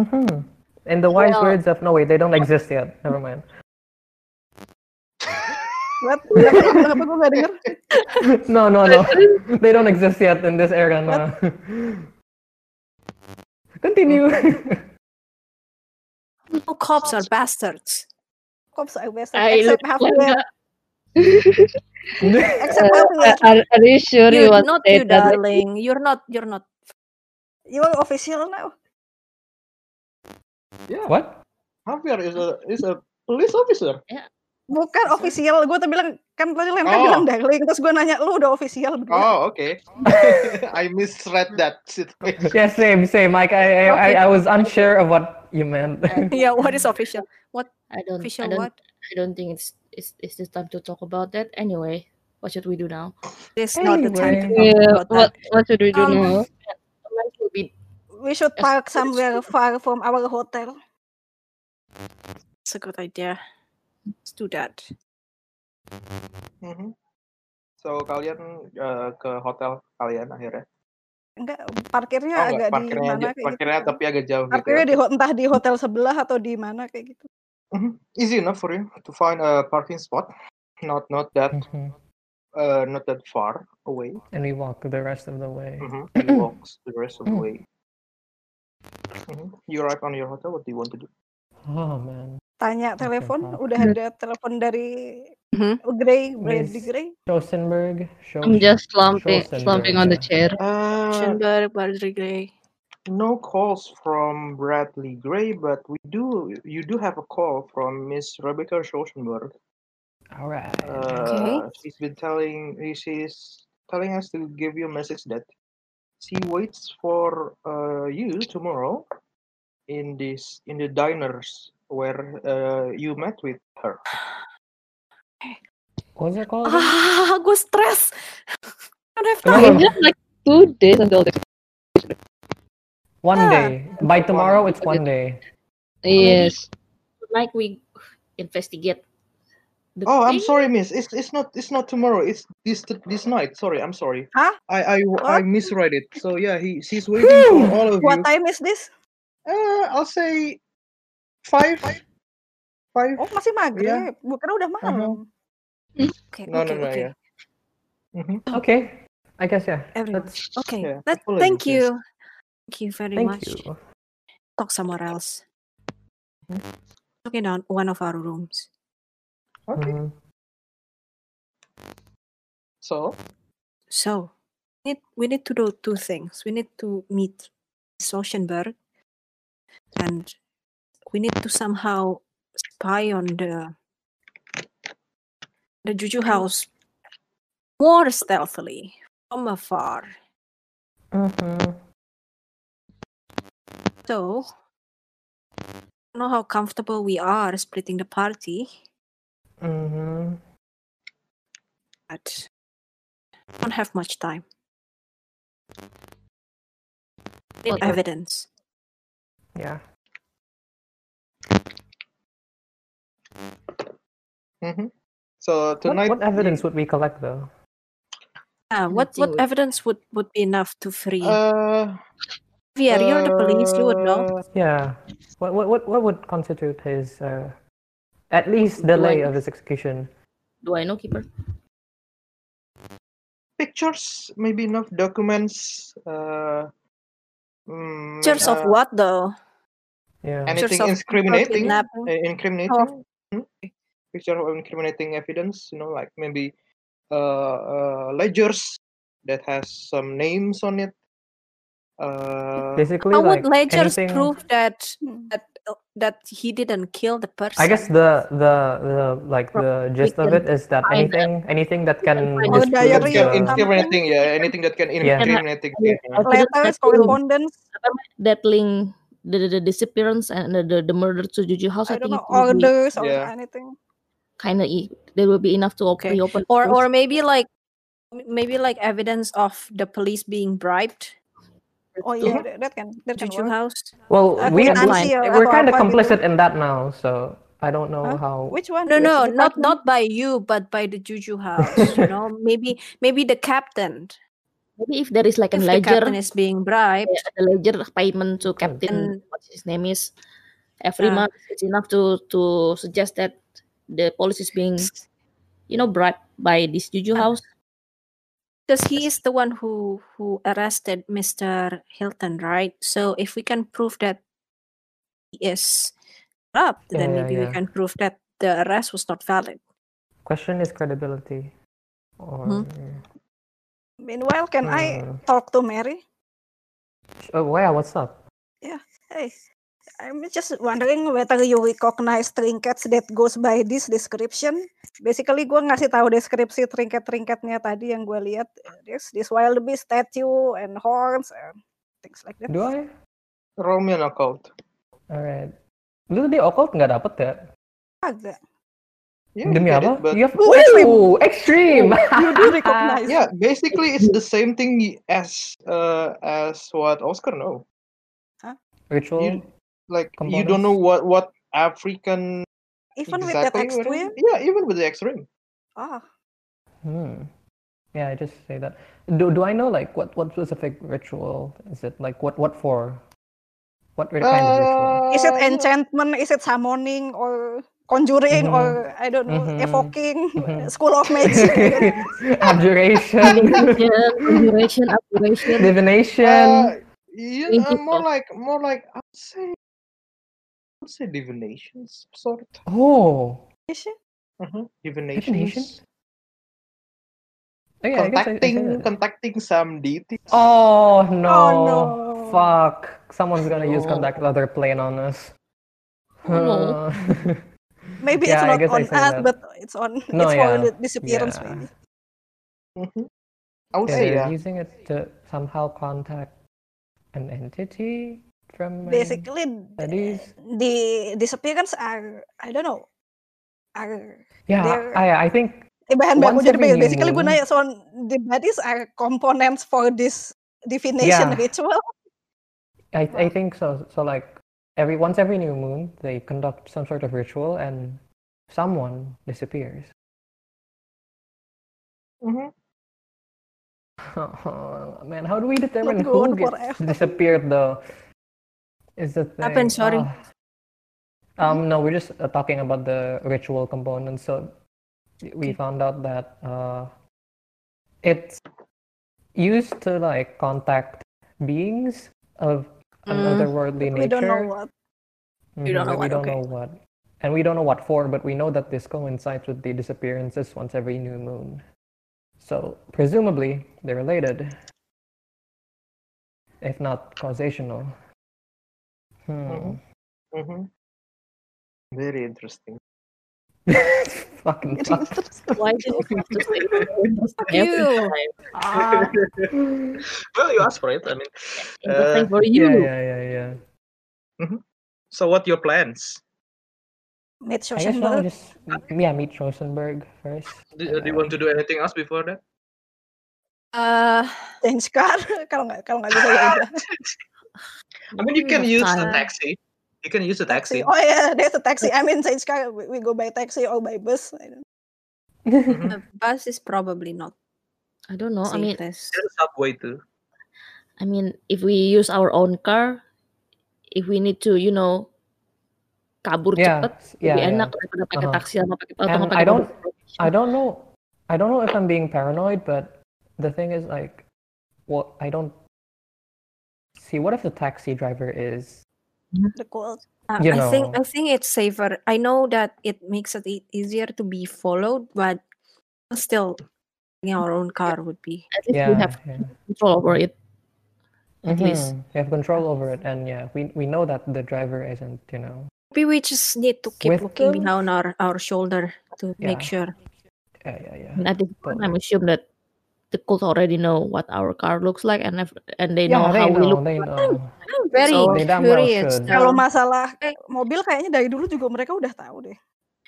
[SPEAKER 4] Mhm. In the wise
[SPEAKER 6] Well-
[SPEAKER 4] words of no wait, they don't exist yet. Never mind.
[SPEAKER 5] What? Kenapa, kenapa gue gak denger?
[SPEAKER 4] no, no, no. They don't exist yet in this era now. Continue.
[SPEAKER 2] No cops are bastards.
[SPEAKER 5] Cops are best.
[SPEAKER 6] I look
[SPEAKER 5] Except
[SPEAKER 6] like
[SPEAKER 5] halfway.
[SPEAKER 6] that.
[SPEAKER 5] Except halfway.
[SPEAKER 7] Uh, are, are you sure you
[SPEAKER 2] You're
[SPEAKER 7] want
[SPEAKER 2] not
[SPEAKER 7] to say
[SPEAKER 2] you,
[SPEAKER 7] that?
[SPEAKER 2] darling. You're not. You're not.
[SPEAKER 5] You are official now.
[SPEAKER 1] Yeah,
[SPEAKER 4] What?
[SPEAKER 1] Javier is a is a police officer.
[SPEAKER 5] Bukan
[SPEAKER 6] Official.
[SPEAKER 5] official. Gue tuh bilang kan tadi Lemka
[SPEAKER 1] Oh.
[SPEAKER 5] bilang darling. Terus gue nanya lu udah official berdua.
[SPEAKER 1] Oh, okay. I misread that situation.
[SPEAKER 4] Yeah, same, same. Like I, I, I, I was unsure of what you meant.
[SPEAKER 2] Yeah. What is official?
[SPEAKER 6] I don't. I
[SPEAKER 2] Official
[SPEAKER 6] don't.
[SPEAKER 2] what?
[SPEAKER 6] I don't think it's it's it's the time to talk about that. Anyway, what should we do now?
[SPEAKER 2] This not the time to
[SPEAKER 4] Anyway.
[SPEAKER 2] talk
[SPEAKER 7] Yeah,
[SPEAKER 2] about that.
[SPEAKER 7] what, what should we do
[SPEAKER 2] Um,
[SPEAKER 7] now?
[SPEAKER 6] Sometimes we'll be
[SPEAKER 5] We should
[SPEAKER 6] Yes,
[SPEAKER 5] park
[SPEAKER 6] yes.
[SPEAKER 5] somewhere far from our hotel.
[SPEAKER 2] It's a good idea. Let's do that.
[SPEAKER 1] Mhm. So kalian eh, ke hotel kalian akhirnya?
[SPEAKER 5] Enggak, parkirnya
[SPEAKER 1] Oh
[SPEAKER 5] Ya, agak
[SPEAKER 1] enggak,
[SPEAKER 5] di
[SPEAKER 1] parkirnya
[SPEAKER 5] mana
[SPEAKER 1] aja,
[SPEAKER 5] kayak
[SPEAKER 1] parkirnya
[SPEAKER 5] gitu. kan.
[SPEAKER 1] tapi agak jauh gitu.
[SPEAKER 5] Parkirnya di
[SPEAKER 1] oke.
[SPEAKER 5] ho- entah di hotel sebelah atau di mana kayak gitu.
[SPEAKER 1] Mhm. Easy enough for you to find a parking spot. Not not that
[SPEAKER 4] Mhm.
[SPEAKER 1] uh, not that far away.
[SPEAKER 4] and we walked the rest of the way.
[SPEAKER 1] Mhm. You walk the rest of the way. Mhm. You arrive on your hotel. What do you want to do?
[SPEAKER 4] Oh man,
[SPEAKER 5] Tanya telepon,
[SPEAKER 4] Pak.
[SPEAKER 5] udah
[SPEAKER 7] Hmm.
[SPEAKER 5] ada telepon dari
[SPEAKER 2] Mhm.
[SPEAKER 5] Grey, Brady
[SPEAKER 4] Miss-
[SPEAKER 5] Grey.
[SPEAKER 4] Schosenberg. Scho-
[SPEAKER 7] I'm just slumping,
[SPEAKER 4] Schosenberg,
[SPEAKER 7] slumping on the
[SPEAKER 4] yeah.
[SPEAKER 7] chair.
[SPEAKER 1] Uh,
[SPEAKER 2] Schoenberg, Baldry Gray.
[SPEAKER 1] no calls from Bradley Gray, but we do. You do have a call from Miss Rebecca Schulzenberg.
[SPEAKER 4] All right.
[SPEAKER 1] Uh, She's been telling. She's telling us to give you a message that she waits for uh, you tomorrow in this in the diners where uh, you met with her.
[SPEAKER 4] What's it called? again?
[SPEAKER 2] Ah, gue stres. Don't have
[SPEAKER 4] Kenapa?
[SPEAKER 7] We
[SPEAKER 2] time.
[SPEAKER 7] have like two days until the
[SPEAKER 4] One
[SPEAKER 5] Ah.
[SPEAKER 4] day. By tomorrow, it's one day.
[SPEAKER 7] yes.
[SPEAKER 6] like we investigate. The
[SPEAKER 1] Oh, I'm
[SPEAKER 6] thing.
[SPEAKER 1] sorry, miss. It's it's not it's not tomorrow. It's this this night. Sorry, I'm sorry.
[SPEAKER 5] Huh?
[SPEAKER 1] I I I
[SPEAKER 5] What?
[SPEAKER 1] misread it. So yeah, he she's waiting for all of
[SPEAKER 5] What
[SPEAKER 1] you.
[SPEAKER 5] time is this?
[SPEAKER 1] Uh, I'll say five five.
[SPEAKER 5] Oh, masih maghrib. Bukan udah malam.
[SPEAKER 2] Okay,
[SPEAKER 1] No no
[SPEAKER 2] okay,
[SPEAKER 1] no
[SPEAKER 2] okay.
[SPEAKER 1] yeah. Mhm.
[SPEAKER 4] Okay. I guess yeah.
[SPEAKER 2] Everyone.
[SPEAKER 4] That's
[SPEAKER 2] Okay.
[SPEAKER 1] Yeah,
[SPEAKER 2] Let,
[SPEAKER 1] apologies,
[SPEAKER 2] thank
[SPEAKER 1] yes.
[SPEAKER 2] you. Thank you very
[SPEAKER 4] thank
[SPEAKER 2] much.
[SPEAKER 4] you.
[SPEAKER 2] Talk somewhere else. Okay, now one of our rooms.
[SPEAKER 1] Okay.
[SPEAKER 4] Mhm.
[SPEAKER 1] So
[SPEAKER 2] So, we need, we need to do two things. We need to meet Sochenberg, and we need to somehow spy on the the Juju house more stealthily from afar.
[SPEAKER 4] Mhm.
[SPEAKER 2] So, I know how comfortable we are splitting the party,
[SPEAKER 4] Mhm.
[SPEAKER 2] but we don't have much time. We need
[SPEAKER 7] Well,
[SPEAKER 2] evidence.
[SPEAKER 4] Yeah.
[SPEAKER 1] mhm. so
[SPEAKER 4] What,
[SPEAKER 1] tonight
[SPEAKER 4] what evidence would we collect though?
[SPEAKER 2] Uh, what what
[SPEAKER 6] Nothing we-
[SPEAKER 2] evidence would, would be enough to free?
[SPEAKER 1] you- uh
[SPEAKER 2] Javier, you're the police. You would
[SPEAKER 4] mm,
[SPEAKER 2] know.
[SPEAKER 1] uh,
[SPEAKER 4] Yeah. What what what, what would constitute his uh, at least delay
[SPEAKER 6] Like-
[SPEAKER 4] of his execution?
[SPEAKER 6] Do I know keeper?
[SPEAKER 1] pictures maybe enough documents uh mm,
[SPEAKER 2] Pictures of
[SPEAKER 1] uh,
[SPEAKER 2] what though?
[SPEAKER 4] Yeah.
[SPEAKER 1] And-
[SPEAKER 2] Pictures
[SPEAKER 1] Anything
[SPEAKER 2] of
[SPEAKER 1] incriminating?
[SPEAKER 2] kidnapping.
[SPEAKER 1] uh,
[SPEAKER 5] Oh.
[SPEAKER 1] incriminating hmm? picture of incriminating evidence you know like maybe uh, uh ledgers that has some names on it uh
[SPEAKER 4] Basically
[SPEAKER 2] How
[SPEAKER 4] like
[SPEAKER 2] would ledgers
[SPEAKER 4] anything
[SPEAKER 2] prove that
[SPEAKER 5] Hmm.
[SPEAKER 2] that that he didn't kill the person?
[SPEAKER 4] I guess the the the like the gist of
[SPEAKER 6] can
[SPEAKER 4] it is that
[SPEAKER 6] find
[SPEAKER 4] anything anything that can
[SPEAKER 6] find
[SPEAKER 5] Or
[SPEAKER 4] disprove
[SPEAKER 5] diary
[SPEAKER 1] that can
[SPEAKER 5] or
[SPEAKER 4] the uh,
[SPEAKER 5] something.
[SPEAKER 1] incriminating yeah anything that can
[SPEAKER 4] Yeah.
[SPEAKER 1] incriminating
[SPEAKER 6] Yeah.
[SPEAKER 1] yeah.
[SPEAKER 6] Or to
[SPEAKER 5] Letters,
[SPEAKER 6] that room,
[SPEAKER 5] correspondence,
[SPEAKER 6] that link the, the, the disappearance and the, the, the murder to Juju House.
[SPEAKER 5] I
[SPEAKER 6] I,
[SPEAKER 5] don't know,
[SPEAKER 6] think it will be
[SPEAKER 5] orders or
[SPEAKER 1] Yeah.
[SPEAKER 5] anything.
[SPEAKER 6] kind of e- there will be enough to op-
[SPEAKER 2] Okay.
[SPEAKER 6] reopen.
[SPEAKER 2] or
[SPEAKER 6] case.
[SPEAKER 2] or maybe like m- maybe like evidence of the police being bribed
[SPEAKER 5] Oh
[SPEAKER 6] Tuh.
[SPEAKER 5] yeah, that, that can that can
[SPEAKER 2] Juju
[SPEAKER 5] work.
[SPEAKER 2] house.
[SPEAKER 4] Well,
[SPEAKER 5] Uh,
[SPEAKER 4] we
[SPEAKER 5] kwitansi or-
[SPEAKER 4] we're
[SPEAKER 5] atau
[SPEAKER 4] kind of
[SPEAKER 5] apa gitu.
[SPEAKER 4] complicit in that now, so I don't know
[SPEAKER 5] Huh?
[SPEAKER 4] how.
[SPEAKER 5] Which one?
[SPEAKER 2] No,
[SPEAKER 5] Which
[SPEAKER 2] no, not
[SPEAKER 5] department?
[SPEAKER 2] not by you, but by the Juju house. You know, maybe maybe the captain.
[SPEAKER 6] Maybe if there is like a
[SPEAKER 2] If the captain
[SPEAKER 6] ledger,
[SPEAKER 2] is being bribed,
[SPEAKER 6] yeah, the ledger payment to
[SPEAKER 2] And-
[SPEAKER 6] Captain what his name is every
[SPEAKER 2] Ah.
[SPEAKER 6] month, it's enough to to suggest that the police is being you know bribed by this
[SPEAKER 2] Ah.
[SPEAKER 6] Juju House.
[SPEAKER 2] because he is the one who who arrested Mr. Hilton, right? So if we can prove that he is up, then
[SPEAKER 4] Yeah,
[SPEAKER 2] maybe
[SPEAKER 4] yeah.
[SPEAKER 2] we can prove that the arrest was not valid.
[SPEAKER 4] Question is credibility. Or
[SPEAKER 5] Meanwhile, can I
[SPEAKER 4] uh,
[SPEAKER 5] talk to Mary?
[SPEAKER 4] oh, yeah, what's up?
[SPEAKER 5] Hey, I'm just wondering whether you recognize trinkets that goes by this description. Basically, gue ngasih tahu deskripsi trinket-trinketnya tadi yang gue lihat. This, this wild beast statue and horns and things like that.
[SPEAKER 4] Do I?
[SPEAKER 1] Roman occult.
[SPEAKER 4] Alright. Lu tadi occult nggak dapet ya?
[SPEAKER 5] Agak.
[SPEAKER 1] Yeah, you
[SPEAKER 4] Demi
[SPEAKER 1] get it,
[SPEAKER 4] apa?
[SPEAKER 1] but-
[SPEAKER 4] You have-
[SPEAKER 5] Ooh, extreme.
[SPEAKER 4] Ooh, extreme.
[SPEAKER 5] You do recognize.
[SPEAKER 1] yeah, basically it's the same thing as uh, as what Oscar know.
[SPEAKER 4] Ritual.
[SPEAKER 1] Like you don't know what what African
[SPEAKER 5] Even with that
[SPEAKER 1] exactly what
[SPEAKER 5] extreme.
[SPEAKER 1] it is. Yeah, even with the extreme.
[SPEAKER 4] iya.
[SPEAKER 5] Oh,
[SPEAKER 4] Hmm. Yeah, I just say that. Do do I know like what what specific ritual is it? Like what what for? What ri- kind of ritual?
[SPEAKER 5] is it
[SPEAKER 1] Uh,
[SPEAKER 5] enchantment? Is it summoning or conjuring
[SPEAKER 4] Mhm.
[SPEAKER 5] or I don't know,
[SPEAKER 4] Mhm.
[SPEAKER 5] evoking?
[SPEAKER 4] Mhm.
[SPEAKER 5] School of magic.
[SPEAKER 4] Abjuration,
[SPEAKER 7] Conjuration, abjuration.
[SPEAKER 4] divination.
[SPEAKER 1] Uh, yeah,
[SPEAKER 7] Thank
[SPEAKER 1] uh,
[SPEAKER 7] you,
[SPEAKER 1] more like more like I'd say I'd say divinations sort.
[SPEAKER 4] Oh,
[SPEAKER 1] Uh-huh. Divinations.
[SPEAKER 4] divination. Oh, yeah, I guess I- I say
[SPEAKER 1] Contacting
[SPEAKER 4] that.
[SPEAKER 1] contacting some deities.
[SPEAKER 4] Oh no.
[SPEAKER 5] no.
[SPEAKER 4] Fuck. Someone's gonna use
[SPEAKER 1] No.
[SPEAKER 4] contact other plane on us.
[SPEAKER 7] Oh,
[SPEAKER 4] Uh,
[SPEAKER 5] Maybe
[SPEAKER 4] Yeah, I
[SPEAKER 5] it's
[SPEAKER 4] guess I
[SPEAKER 5] not on us,
[SPEAKER 4] say that.
[SPEAKER 5] but it's on
[SPEAKER 4] No,
[SPEAKER 5] it's
[SPEAKER 4] yeah.
[SPEAKER 5] for the disappearance
[SPEAKER 4] Yeah.
[SPEAKER 5] maybe.
[SPEAKER 1] Mhm. I would
[SPEAKER 4] Yeah,
[SPEAKER 1] say
[SPEAKER 4] they're
[SPEAKER 1] yeah.
[SPEAKER 4] using it to somehow contact an entity from my
[SPEAKER 5] Basically, th-
[SPEAKER 4] studies.
[SPEAKER 5] the disappearance are kan I don't know are
[SPEAKER 4] Yeah,
[SPEAKER 5] they're-
[SPEAKER 4] I I think
[SPEAKER 5] eh, bahan baku
[SPEAKER 4] Once
[SPEAKER 5] jadi
[SPEAKER 4] every
[SPEAKER 5] ba-
[SPEAKER 4] new
[SPEAKER 5] basically gue
[SPEAKER 4] moon.
[SPEAKER 5] nanya so on the bodies are components for this divination
[SPEAKER 4] Yeah.
[SPEAKER 5] ritual.
[SPEAKER 4] I I think so. So like every once every new moon, they conduct some sort of ritual and someone disappears.
[SPEAKER 1] Mhm.
[SPEAKER 4] man, how do we determine
[SPEAKER 5] Not good
[SPEAKER 4] who gets
[SPEAKER 5] forever.
[SPEAKER 4] disappeared though? Is the thing.
[SPEAKER 2] Happen, sorry.
[SPEAKER 4] Ah. um, no, we're just uh, talking about the ritual component. So we found out that uh, it's used to like contact beings of an
[SPEAKER 2] Mm.
[SPEAKER 4] otherworldly nature.
[SPEAKER 5] Mm-hmm. We don't know what.
[SPEAKER 4] We
[SPEAKER 2] You don't know
[SPEAKER 4] Mm-hmm, We
[SPEAKER 2] what,
[SPEAKER 4] don't
[SPEAKER 2] okay.
[SPEAKER 4] know what. And we don't know what for, but we know that this coincides with the disappearances once every new moon. So presumably they're related, if not causational.
[SPEAKER 2] Mm-hmm.
[SPEAKER 4] Hmm.
[SPEAKER 1] Mhm. Very interesting.
[SPEAKER 4] Fucking fuck.
[SPEAKER 6] Why do you have to say it?
[SPEAKER 2] You.
[SPEAKER 4] Ah.
[SPEAKER 1] Well, you asked for it. I mean, uh,
[SPEAKER 7] Interesting for you.
[SPEAKER 4] Yeah, yeah, yeah, yeah.
[SPEAKER 1] so what your plans?
[SPEAKER 5] Mid
[SPEAKER 4] I guess now
[SPEAKER 5] Schwarzenegger.
[SPEAKER 4] just yeah, meet Rosenberg first.
[SPEAKER 1] Do, uh, do you want to do anything else before that?
[SPEAKER 2] Uh,
[SPEAKER 5] Change car kalau nggak kalau nggak bisa ya udah.
[SPEAKER 1] I mean, you can use the
[SPEAKER 2] time.
[SPEAKER 1] taxi. You can use the taxi.
[SPEAKER 5] taxi. Oh yeah, there's a taxi. I mean change car. We, we go by taxi or by bus. I don't-
[SPEAKER 4] Hmm.
[SPEAKER 1] Mhm.
[SPEAKER 2] the bus is probably not
[SPEAKER 6] I don't know. I mean,
[SPEAKER 4] uh,
[SPEAKER 2] safest.
[SPEAKER 1] There's a subway too.
[SPEAKER 6] I mean, if we use our own car, if we need to, you know, kabur
[SPEAKER 4] Yeah,
[SPEAKER 6] cepet,
[SPEAKER 4] yeah,
[SPEAKER 6] lebih
[SPEAKER 4] yeah.
[SPEAKER 6] enak daripada pakai
[SPEAKER 4] Uh-huh.
[SPEAKER 6] taksi sama pakai atau
[SPEAKER 4] And
[SPEAKER 6] nggak pakai
[SPEAKER 4] I don't-
[SPEAKER 6] public
[SPEAKER 4] I don't know. I don't know if I'm being paranoid, but the thing is, like, well, I don't see. What if the taxi driver is?
[SPEAKER 5] The cool.
[SPEAKER 2] Uh,
[SPEAKER 4] You
[SPEAKER 2] I think
[SPEAKER 4] know.
[SPEAKER 2] I think it's safer. I know that it makes it e- easier to be followed, but still, yeah, our own car would be.
[SPEAKER 6] At least we
[SPEAKER 4] Yeah,
[SPEAKER 6] have
[SPEAKER 4] yeah.
[SPEAKER 6] control over it. At
[SPEAKER 4] Mhm.
[SPEAKER 6] least.
[SPEAKER 4] we have control over it, and yeah, we we know that the driver isn't. You know,
[SPEAKER 2] Maybe we just need to keep
[SPEAKER 4] With
[SPEAKER 2] looking
[SPEAKER 4] them?
[SPEAKER 2] behind our our shoulder to make
[SPEAKER 4] Yeah.
[SPEAKER 2] sure.
[SPEAKER 4] yeah, yeah, yeah.
[SPEAKER 6] And at this point,
[SPEAKER 4] Totally.
[SPEAKER 6] I'm assume that the cult already know what our car looks like and if, and they know
[SPEAKER 4] yeah,
[SPEAKER 6] how
[SPEAKER 4] they
[SPEAKER 6] we
[SPEAKER 4] know.
[SPEAKER 6] look.
[SPEAKER 4] They know.
[SPEAKER 2] I'm very
[SPEAKER 6] So-
[SPEAKER 4] They damn well
[SPEAKER 2] curious.
[SPEAKER 4] should.
[SPEAKER 5] Kalau
[SPEAKER 2] though.
[SPEAKER 5] masalah
[SPEAKER 2] Eh.
[SPEAKER 5] mobil kayaknya dari dulu juga mereka udah tahu deh.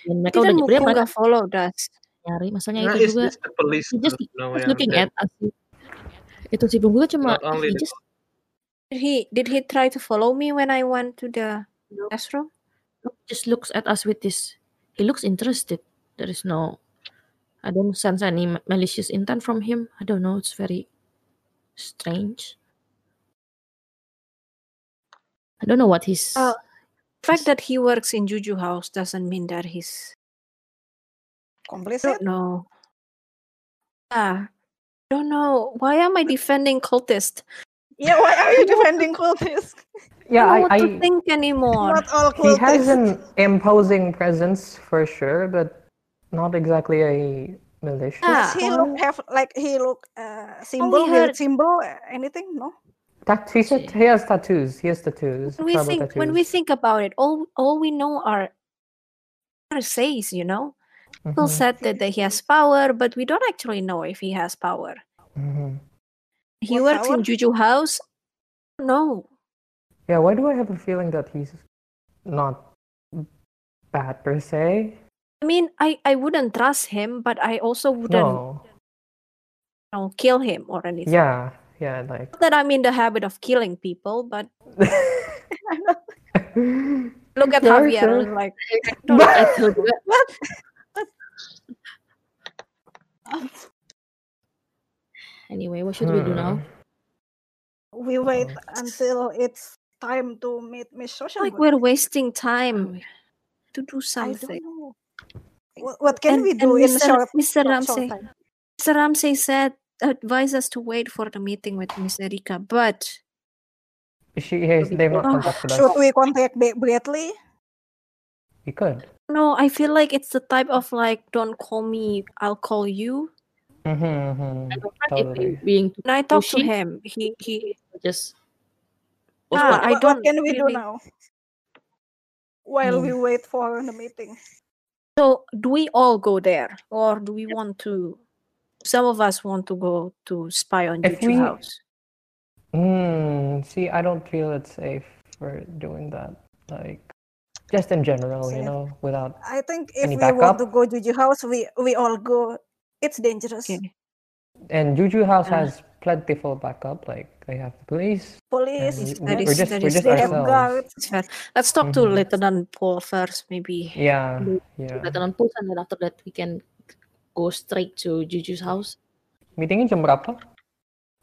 [SPEAKER 6] Dan mereka udah
[SPEAKER 2] Didn't
[SPEAKER 6] dia mereka
[SPEAKER 2] Mukunga follow us?
[SPEAKER 6] nyari, masalahnya
[SPEAKER 1] Nah,
[SPEAKER 6] itu
[SPEAKER 1] it's
[SPEAKER 6] juga.
[SPEAKER 1] just the police.
[SPEAKER 6] He just,
[SPEAKER 1] too. No,
[SPEAKER 6] just
[SPEAKER 1] yeah,
[SPEAKER 6] looking
[SPEAKER 1] that-
[SPEAKER 6] at us. Itu sih gue cuma
[SPEAKER 1] Not only
[SPEAKER 6] he
[SPEAKER 1] the
[SPEAKER 6] just
[SPEAKER 2] Did he did he try to follow me when I went to the
[SPEAKER 6] Nope.
[SPEAKER 2] restroom?
[SPEAKER 6] just looks at us with this. He looks interested. There is no, I don't sense any ma- malicious intent from him. I don't know. It's very strange. I don't know what he's.
[SPEAKER 2] Uh, The fact that he works in Juju House doesn't mean that he's
[SPEAKER 5] Komplisnya
[SPEAKER 2] don't know. Ah, don't know. Why am I defending cultist?
[SPEAKER 5] ya. Yeah, why are you defending cultists?
[SPEAKER 2] I
[SPEAKER 4] yeah,
[SPEAKER 2] don't know
[SPEAKER 4] I,
[SPEAKER 2] what to
[SPEAKER 4] I
[SPEAKER 2] think anymore.
[SPEAKER 5] Not all
[SPEAKER 4] he has
[SPEAKER 5] cultists.
[SPEAKER 4] an imposing presence for sure, but not exactly a malicious
[SPEAKER 2] Yeah.
[SPEAKER 5] Does he
[SPEAKER 4] one.
[SPEAKER 5] look have like he look
[SPEAKER 2] Oh,
[SPEAKER 5] uh, symbol,
[SPEAKER 2] heard-
[SPEAKER 5] weird symbol, uh, anything? No.
[SPEAKER 4] Tat- he said he has tattoos. He has tattoos.
[SPEAKER 2] When we
[SPEAKER 4] tribal
[SPEAKER 2] think when we
[SPEAKER 4] tattoos.
[SPEAKER 2] think about it, all all we know are are says, you know.
[SPEAKER 4] Mhm,
[SPEAKER 2] People said that, that he has power, but we don't actually know if he has power.
[SPEAKER 4] mhm.
[SPEAKER 2] He
[SPEAKER 5] What
[SPEAKER 2] works
[SPEAKER 5] power?
[SPEAKER 2] in Juju House. No,
[SPEAKER 4] Yeah, why do I have a feeling that he's not bad per se?
[SPEAKER 2] I mean I I wouldn't trust him, but I also wouldn't
[SPEAKER 4] No.
[SPEAKER 2] you know, kill him or anything.
[SPEAKER 4] Yeah, yeah, like
[SPEAKER 2] Not that I'm in the habit of killing people, but look at
[SPEAKER 4] Sure,
[SPEAKER 2] Javier
[SPEAKER 4] sure.
[SPEAKER 2] like
[SPEAKER 6] I feel bad. Anyway, what should we
[SPEAKER 4] Hmm.
[SPEAKER 6] do now?
[SPEAKER 5] We wait
[SPEAKER 4] Oh.
[SPEAKER 5] until it's time to meet Miss Social.
[SPEAKER 2] like we're wasting time
[SPEAKER 5] Oh,
[SPEAKER 6] wait.
[SPEAKER 2] to do something.
[SPEAKER 5] What, what can
[SPEAKER 2] And-
[SPEAKER 5] we
[SPEAKER 2] and
[SPEAKER 5] do in
[SPEAKER 2] Mr.
[SPEAKER 5] short,
[SPEAKER 2] Mr.
[SPEAKER 5] short- short
[SPEAKER 2] Ramsey.
[SPEAKER 5] time?
[SPEAKER 2] Mr. Ramsey said advise us to wait for the meeting with Miss Erika, but
[SPEAKER 4] she has they've not
[SPEAKER 2] Oh,
[SPEAKER 4] contacted us.
[SPEAKER 5] Should we contact Ba- Bradley?
[SPEAKER 4] We could.
[SPEAKER 2] no, I feel like it's the type of like don't call me, I'll call you.
[SPEAKER 4] hmm
[SPEAKER 6] I don't mind
[SPEAKER 4] Totally.
[SPEAKER 6] if we being
[SPEAKER 2] When I talk to
[SPEAKER 6] Pushy?
[SPEAKER 2] him, he he
[SPEAKER 6] just
[SPEAKER 2] Ah, I
[SPEAKER 6] postpone.
[SPEAKER 5] What- what
[SPEAKER 2] don't
[SPEAKER 5] can we do
[SPEAKER 2] really-
[SPEAKER 5] now? While
[SPEAKER 4] Hmm.
[SPEAKER 5] we wait for the meeting.
[SPEAKER 2] so do we all go there or do we want to some of us want to go to spy on
[SPEAKER 4] If
[SPEAKER 2] Juju
[SPEAKER 4] we-
[SPEAKER 2] House.
[SPEAKER 4] Hmm. See, I don't feel it's safe for doing that. Like, just in general, you
[SPEAKER 5] Safe.
[SPEAKER 4] know, without.
[SPEAKER 5] I think if
[SPEAKER 4] Any
[SPEAKER 5] we want
[SPEAKER 4] backup?
[SPEAKER 5] to go Juju House, we we all go. It's dangerous.
[SPEAKER 2] Okay.
[SPEAKER 4] And Juju House
[SPEAKER 2] Yeah.
[SPEAKER 4] has plentiful backup. Like, they have the police.
[SPEAKER 5] Police,
[SPEAKER 4] and
[SPEAKER 2] That
[SPEAKER 4] we-
[SPEAKER 2] is-
[SPEAKER 4] we're just
[SPEAKER 2] that
[SPEAKER 4] we're
[SPEAKER 2] is
[SPEAKER 4] just
[SPEAKER 5] they have
[SPEAKER 4] ourselves.
[SPEAKER 5] guards.
[SPEAKER 2] It's fair. Let's talk to
[SPEAKER 4] Mhm.
[SPEAKER 2] Lieutenant Paul first, maybe.
[SPEAKER 4] Yeah,
[SPEAKER 6] Mm.
[SPEAKER 4] yeah.
[SPEAKER 6] better on pulse and then after that we can go straight to Juju's house.
[SPEAKER 4] Meetingnya jam
[SPEAKER 1] Uh,
[SPEAKER 4] berapa?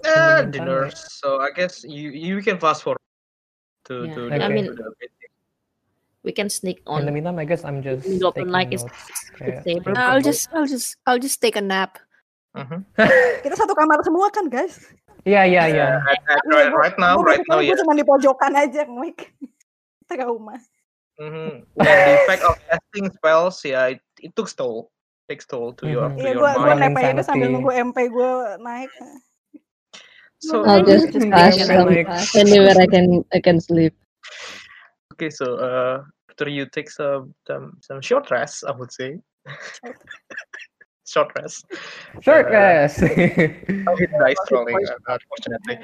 [SPEAKER 4] Convenient time,
[SPEAKER 1] dinner.
[SPEAKER 4] right?
[SPEAKER 1] So I guess you you can fast forward to
[SPEAKER 6] Yeah,
[SPEAKER 1] to,
[SPEAKER 4] I
[SPEAKER 1] the,
[SPEAKER 4] mean-
[SPEAKER 1] to the meeting.
[SPEAKER 6] We can sneak
[SPEAKER 4] In the
[SPEAKER 6] on.
[SPEAKER 4] meantime, I guess I'm just
[SPEAKER 6] Middle of the
[SPEAKER 4] taking
[SPEAKER 6] night is-
[SPEAKER 4] notes. kayak
[SPEAKER 6] same.
[SPEAKER 4] scribble.
[SPEAKER 2] I'll just I'll just I'll just take a nap.
[SPEAKER 1] Mhm.
[SPEAKER 5] Kita satu kamar semua kan, guys?
[SPEAKER 4] Yeah,
[SPEAKER 1] Uh,
[SPEAKER 4] yeah, yeah.
[SPEAKER 1] at- at
[SPEAKER 5] Iya,
[SPEAKER 1] right,
[SPEAKER 5] gua-
[SPEAKER 1] right now,
[SPEAKER 5] gua
[SPEAKER 1] right now,
[SPEAKER 5] berpikir
[SPEAKER 1] yeah.
[SPEAKER 4] ya.
[SPEAKER 5] gua cuma di pojokan aja, Mike. Trauma.
[SPEAKER 1] Mhm. And the effect of casting spells, yeah, it, it took toll. Takes toll to
[SPEAKER 2] Mm-hmm.
[SPEAKER 1] your to
[SPEAKER 5] Iya,
[SPEAKER 1] your
[SPEAKER 5] gua gua
[SPEAKER 1] mind.
[SPEAKER 4] Running
[SPEAKER 5] nepe itu sambil
[SPEAKER 4] sanity.
[SPEAKER 5] nunggu MP gua naik.
[SPEAKER 1] So
[SPEAKER 7] I'll just
[SPEAKER 2] Just
[SPEAKER 7] pass
[SPEAKER 2] taking a
[SPEAKER 7] some
[SPEAKER 2] nap.
[SPEAKER 7] anywhere I can I can sleep.
[SPEAKER 1] okay, so uh, after you take some some some short rest, I would say
[SPEAKER 5] Short.
[SPEAKER 1] short rest.
[SPEAKER 4] Short
[SPEAKER 1] Uh,
[SPEAKER 4] rest.
[SPEAKER 1] No hit dice
[SPEAKER 6] Hit
[SPEAKER 1] rolling,
[SPEAKER 6] dice.
[SPEAKER 1] uh, unfortunately.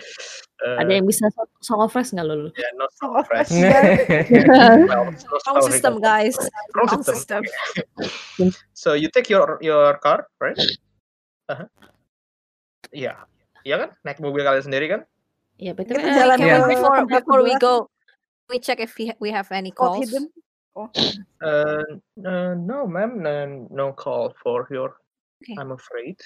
[SPEAKER 6] Ada
[SPEAKER 1] Uh,
[SPEAKER 6] yang bisa so- song of fresh nggak lo? Lu?
[SPEAKER 1] yeah, not
[SPEAKER 5] Song of
[SPEAKER 1] fresh.
[SPEAKER 5] Fresh.
[SPEAKER 1] Spells, no
[SPEAKER 2] Wrong
[SPEAKER 1] spell
[SPEAKER 2] system,
[SPEAKER 1] recall.
[SPEAKER 2] guys.
[SPEAKER 1] Wrong
[SPEAKER 2] Wrong
[SPEAKER 1] system.
[SPEAKER 2] system.
[SPEAKER 1] So you take your your car, right? Uh-huh. Yeah. Iya kan? Naik mobil kalian sendiri kan?
[SPEAKER 6] Ya betul.
[SPEAKER 5] Kita
[SPEAKER 2] Uh,
[SPEAKER 5] jalan
[SPEAKER 2] can
[SPEAKER 5] ke
[SPEAKER 2] we before
[SPEAKER 5] tempat
[SPEAKER 2] before we
[SPEAKER 5] sebelah,
[SPEAKER 2] go, we check if we, ha- we have any
[SPEAKER 5] Scott
[SPEAKER 2] calls.
[SPEAKER 5] Hidden.
[SPEAKER 4] Iya.
[SPEAKER 1] Uh, uh, no, ma'am, no, no call for your.
[SPEAKER 2] Okay.
[SPEAKER 1] I'm afraid.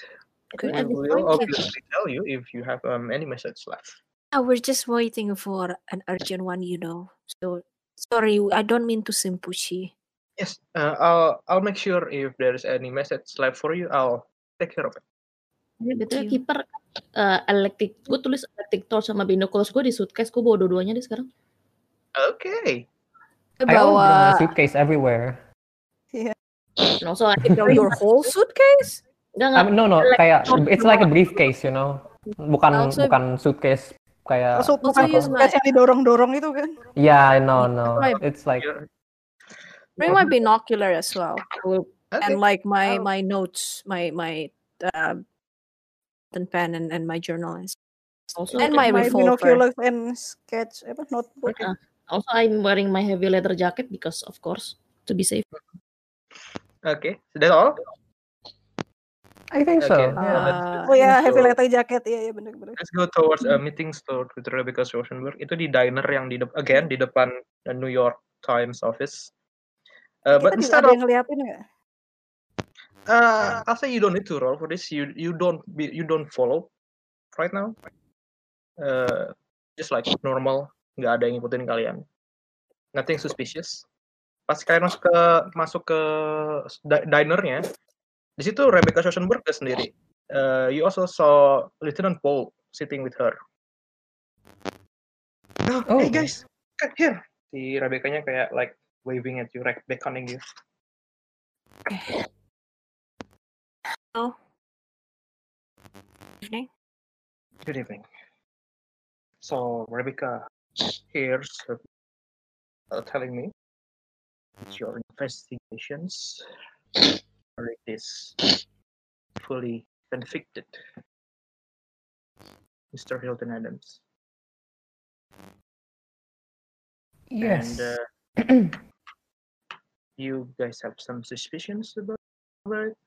[SPEAKER 1] We
[SPEAKER 2] Good.
[SPEAKER 6] At this
[SPEAKER 1] will
[SPEAKER 2] point, yeah.
[SPEAKER 1] obviously tell you if you have um, any message left.
[SPEAKER 2] Ah, we're just waiting for an urgent one, you know. So sorry, I don't mean to seem pushy.
[SPEAKER 1] Yes, uh, I'll I'll make sure if there is any message left for you, I'll take care of it.
[SPEAKER 6] Tapi betulnya
[SPEAKER 2] you.
[SPEAKER 6] kiper gitu, eh, electric. Gue tulis electric torch sama binoculars gue di suitcase. Gue bawa dua-duanya deh sekarang.
[SPEAKER 1] Okay.
[SPEAKER 4] I always bring my
[SPEAKER 2] Bawa
[SPEAKER 4] suitcase everywhere.
[SPEAKER 6] No soal.
[SPEAKER 2] you know, your whole suitcase.
[SPEAKER 4] I
[SPEAKER 6] Enggak enggak.
[SPEAKER 4] mean, no, no,
[SPEAKER 6] Like,
[SPEAKER 4] kayak
[SPEAKER 6] not-
[SPEAKER 4] it's like a briefcase, you know. Bukan
[SPEAKER 2] Also-
[SPEAKER 4] bukan suitcase kayak.
[SPEAKER 5] Terus
[SPEAKER 2] Also
[SPEAKER 5] bukan
[SPEAKER 2] use my
[SPEAKER 5] podcast yang didorong-dorong itu kan.
[SPEAKER 4] Yeah, no, no.
[SPEAKER 2] Right.
[SPEAKER 4] It's like
[SPEAKER 1] You're-
[SPEAKER 2] bring my binocular as well,
[SPEAKER 1] Okay.
[SPEAKER 2] and like my
[SPEAKER 1] Oh.
[SPEAKER 2] my notes, my my uh, and pen and, and my journal and
[SPEAKER 6] Also,
[SPEAKER 2] And my
[SPEAKER 5] My
[SPEAKER 2] revolver.
[SPEAKER 5] binoculars and sketch apa notebook.
[SPEAKER 1] Okay.
[SPEAKER 6] also I'm wearing my heavy leather jacket because of course to be safe.
[SPEAKER 1] Okay. So that's all.
[SPEAKER 4] I think so.
[SPEAKER 1] Okay.
[SPEAKER 4] Yeah.
[SPEAKER 1] let's-
[SPEAKER 6] Iya.
[SPEAKER 2] Uh,
[SPEAKER 5] Oh
[SPEAKER 4] Gitu.
[SPEAKER 5] ya, heavy
[SPEAKER 1] So-
[SPEAKER 5] leather jacket. Iya, iya benar-benar.
[SPEAKER 1] Let's go towards a meeting store with Rebecca Rosenberg. Itu di diner yang di de- again di depan uh, New York Times office.
[SPEAKER 4] Iya,
[SPEAKER 1] Uh, but
[SPEAKER 5] Kita di-
[SPEAKER 1] instead
[SPEAKER 5] ada
[SPEAKER 1] of
[SPEAKER 5] yang ngeliatin enggak?
[SPEAKER 1] uh, I'll say you don't need to roll for this. You you don't be, you don't follow right now. Uh, just like normal, nggak ada yang ngikutin kalian. Nothing suspicious. Pas kalian masuk ke masuk ke di- dinernya, di situ Rebecca Rosenberg sendiri. Uh, you also saw Lieutenant Paul sitting with her. Oh,
[SPEAKER 4] Oh.
[SPEAKER 1] hey guys, "Come here." Si Rebecca-nya kayak like waving at you, like beckoning you.
[SPEAKER 8] Evening.
[SPEAKER 1] Good evening. So Rebecca hears her, uh, telling me that your investigations are it is fully convicted, Mr. Hilton Adams.
[SPEAKER 4] Yes.
[SPEAKER 1] And uh, you guys have some suspicions about about it?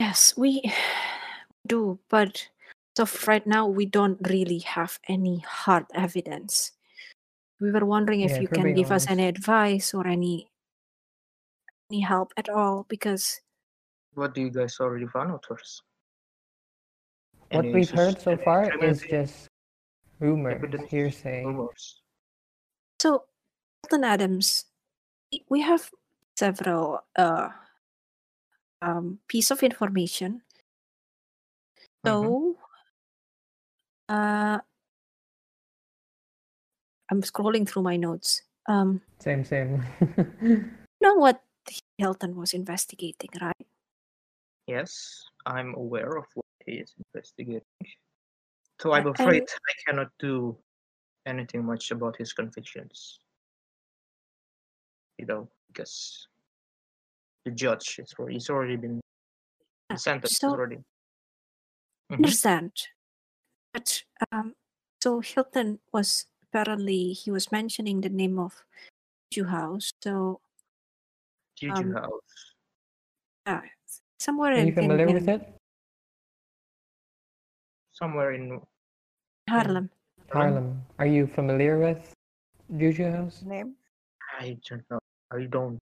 [SPEAKER 2] Yes, we do, but as of right now, we don't really have any hard evidence. We were wondering if
[SPEAKER 4] Yeah,
[SPEAKER 2] you
[SPEAKER 4] if we're
[SPEAKER 2] can
[SPEAKER 4] being
[SPEAKER 2] give us
[SPEAKER 4] honest.
[SPEAKER 2] any advice or any any help at all, because
[SPEAKER 1] What do you guys already found out first?
[SPEAKER 4] What
[SPEAKER 1] Any
[SPEAKER 4] we've
[SPEAKER 1] sus-
[SPEAKER 4] heard so
[SPEAKER 1] any
[SPEAKER 4] far is
[SPEAKER 1] criminal
[SPEAKER 4] just rumor,
[SPEAKER 1] evidence, Oh.
[SPEAKER 4] hearsay.
[SPEAKER 1] rumors?
[SPEAKER 2] so Hilton Adams, we- we have several uh um piece of information.
[SPEAKER 4] Mm-hmm.
[SPEAKER 1] Mhm.
[SPEAKER 2] So uh I'm scrolling through my notes. Um
[SPEAKER 4] Same, same.
[SPEAKER 2] you know what Hilton was investigating, right?
[SPEAKER 4] Mm-hmm.
[SPEAKER 1] Yes, I'm aware of what he is investigating. So I'm
[SPEAKER 2] Uh,
[SPEAKER 1] afraid I cannot do anything much about his convictions. You know, because the judge is already, he's already been
[SPEAKER 2] Yeah,
[SPEAKER 1] sentenced
[SPEAKER 2] so-
[SPEAKER 1] already. Mhm.
[SPEAKER 2] understand. But um, so Hilton was apparently he was mentioning the name of Jew House. So
[SPEAKER 1] Juju
[SPEAKER 2] um,
[SPEAKER 1] House.
[SPEAKER 2] uh, somewhere
[SPEAKER 4] Are
[SPEAKER 2] in,
[SPEAKER 4] you
[SPEAKER 2] in-
[SPEAKER 4] familiar
[SPEAKER 2] in
[SPEAKER 4] with it?
[SPEAKER 1] Somewhere in
[SPEAKER 2] Harlem.
[SPEAKER 4] Harlem. Are you familiar with Juju House?
[SPEAKER 5] Name.
[SPEAKER 1] I don't know. I don't.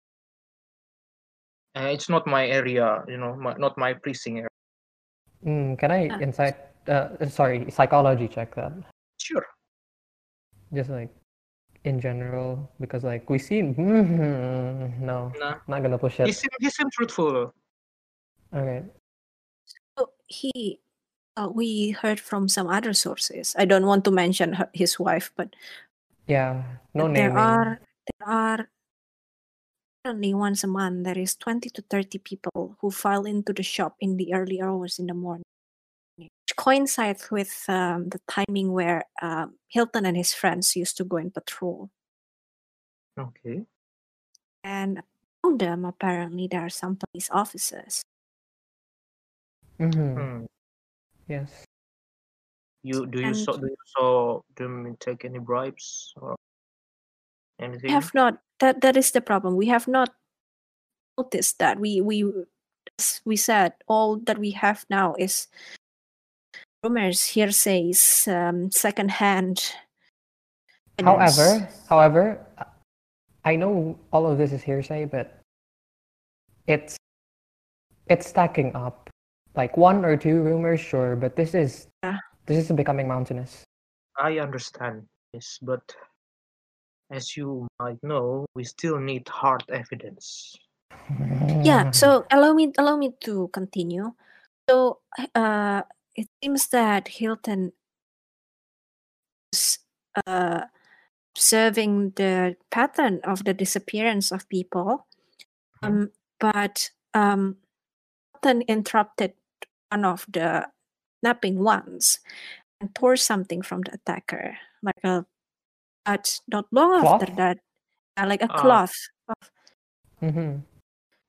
[SPEAKER 1] Uh, it's not my area, you know, my, not my precinct area.
[SPEAKER 4] Mm, can I
[SPEAKER 2] Ah.
[SPEAKER 4] insight? Uh, sorry, psychology check that.
[SPEAKER 1] Sure.
[SPEAKER 4] Just like in general, because like we see. no,
[SPEAKER 1] Nah.
[SPEAKER 4] not gonna push
[SPEAKER 1] He
[SPEAKER 4] it.
[SPEAKER 1] seemed, he seemed truthful.
[SPEAKER 4] Okay.
[SPEAKER 2] So he, uh, we heard from some other sources. I don't want to mention her, his wife, but
[SPEAKER 4] Yeah. No
[SPEAKER 2] there
[SPEAKER 4] naming.
[SPEAKER 2] are there are only once a month there is twenty to thirty people who file into the shop in the early hours in the morning. which coincides with um, the timing where um, Hilton and his friends used to go in patrol.
[SPEAKER 1] Okay.
[SPEAKER 2] And among them, apparently, there are some police officers.
[SPEAKER 4] Mhm,
[SPEAKER 1] Hmm.
[SPEAKER 4] Yes.
[SPEAKER 1] You do you
[SPEAKER 2] And-
[SPEAKER 1] saw do you saw them take any bribes or
[SPEAKER 2] We
[SPEAKER 1] anything?
[SPEAKER 2] have not. That that is the problem. We have not noticed that. We we as we said all that we have now is rumors, hearsays, um, secondhand. evidence.
[SPEAKER 4] However, however, I know all of this is hearsay, but it's it's stacking up. Like one or two rumors, sure, but this is
[SPEAKER 2] Yeah.
[SPEAKER 4] this is becoming mountainous.
[SPEAKER 1] I understand this, but as you might know, we still need hard evidence.
[SPEAKER 2] yeah
[SPEAKER 4] Mm-hmm.
[SPEAKER 2] so allow me allow me to continue so uh it seems that hilton is uh observing the pattern of the disappearance of people
[SPEAKER 1] Mhm.
[SPEAKER 2] um but um hilton interrupted one of the napping ones and tore something from the attacker like a but not long after
[SPEAKER 4] Cloth?
[SPEAKER 2] that uh, like a
[SPEAKER 1] Ah.
[SPEAKER 2] cloth of
[SPEAKER 4] Mhm.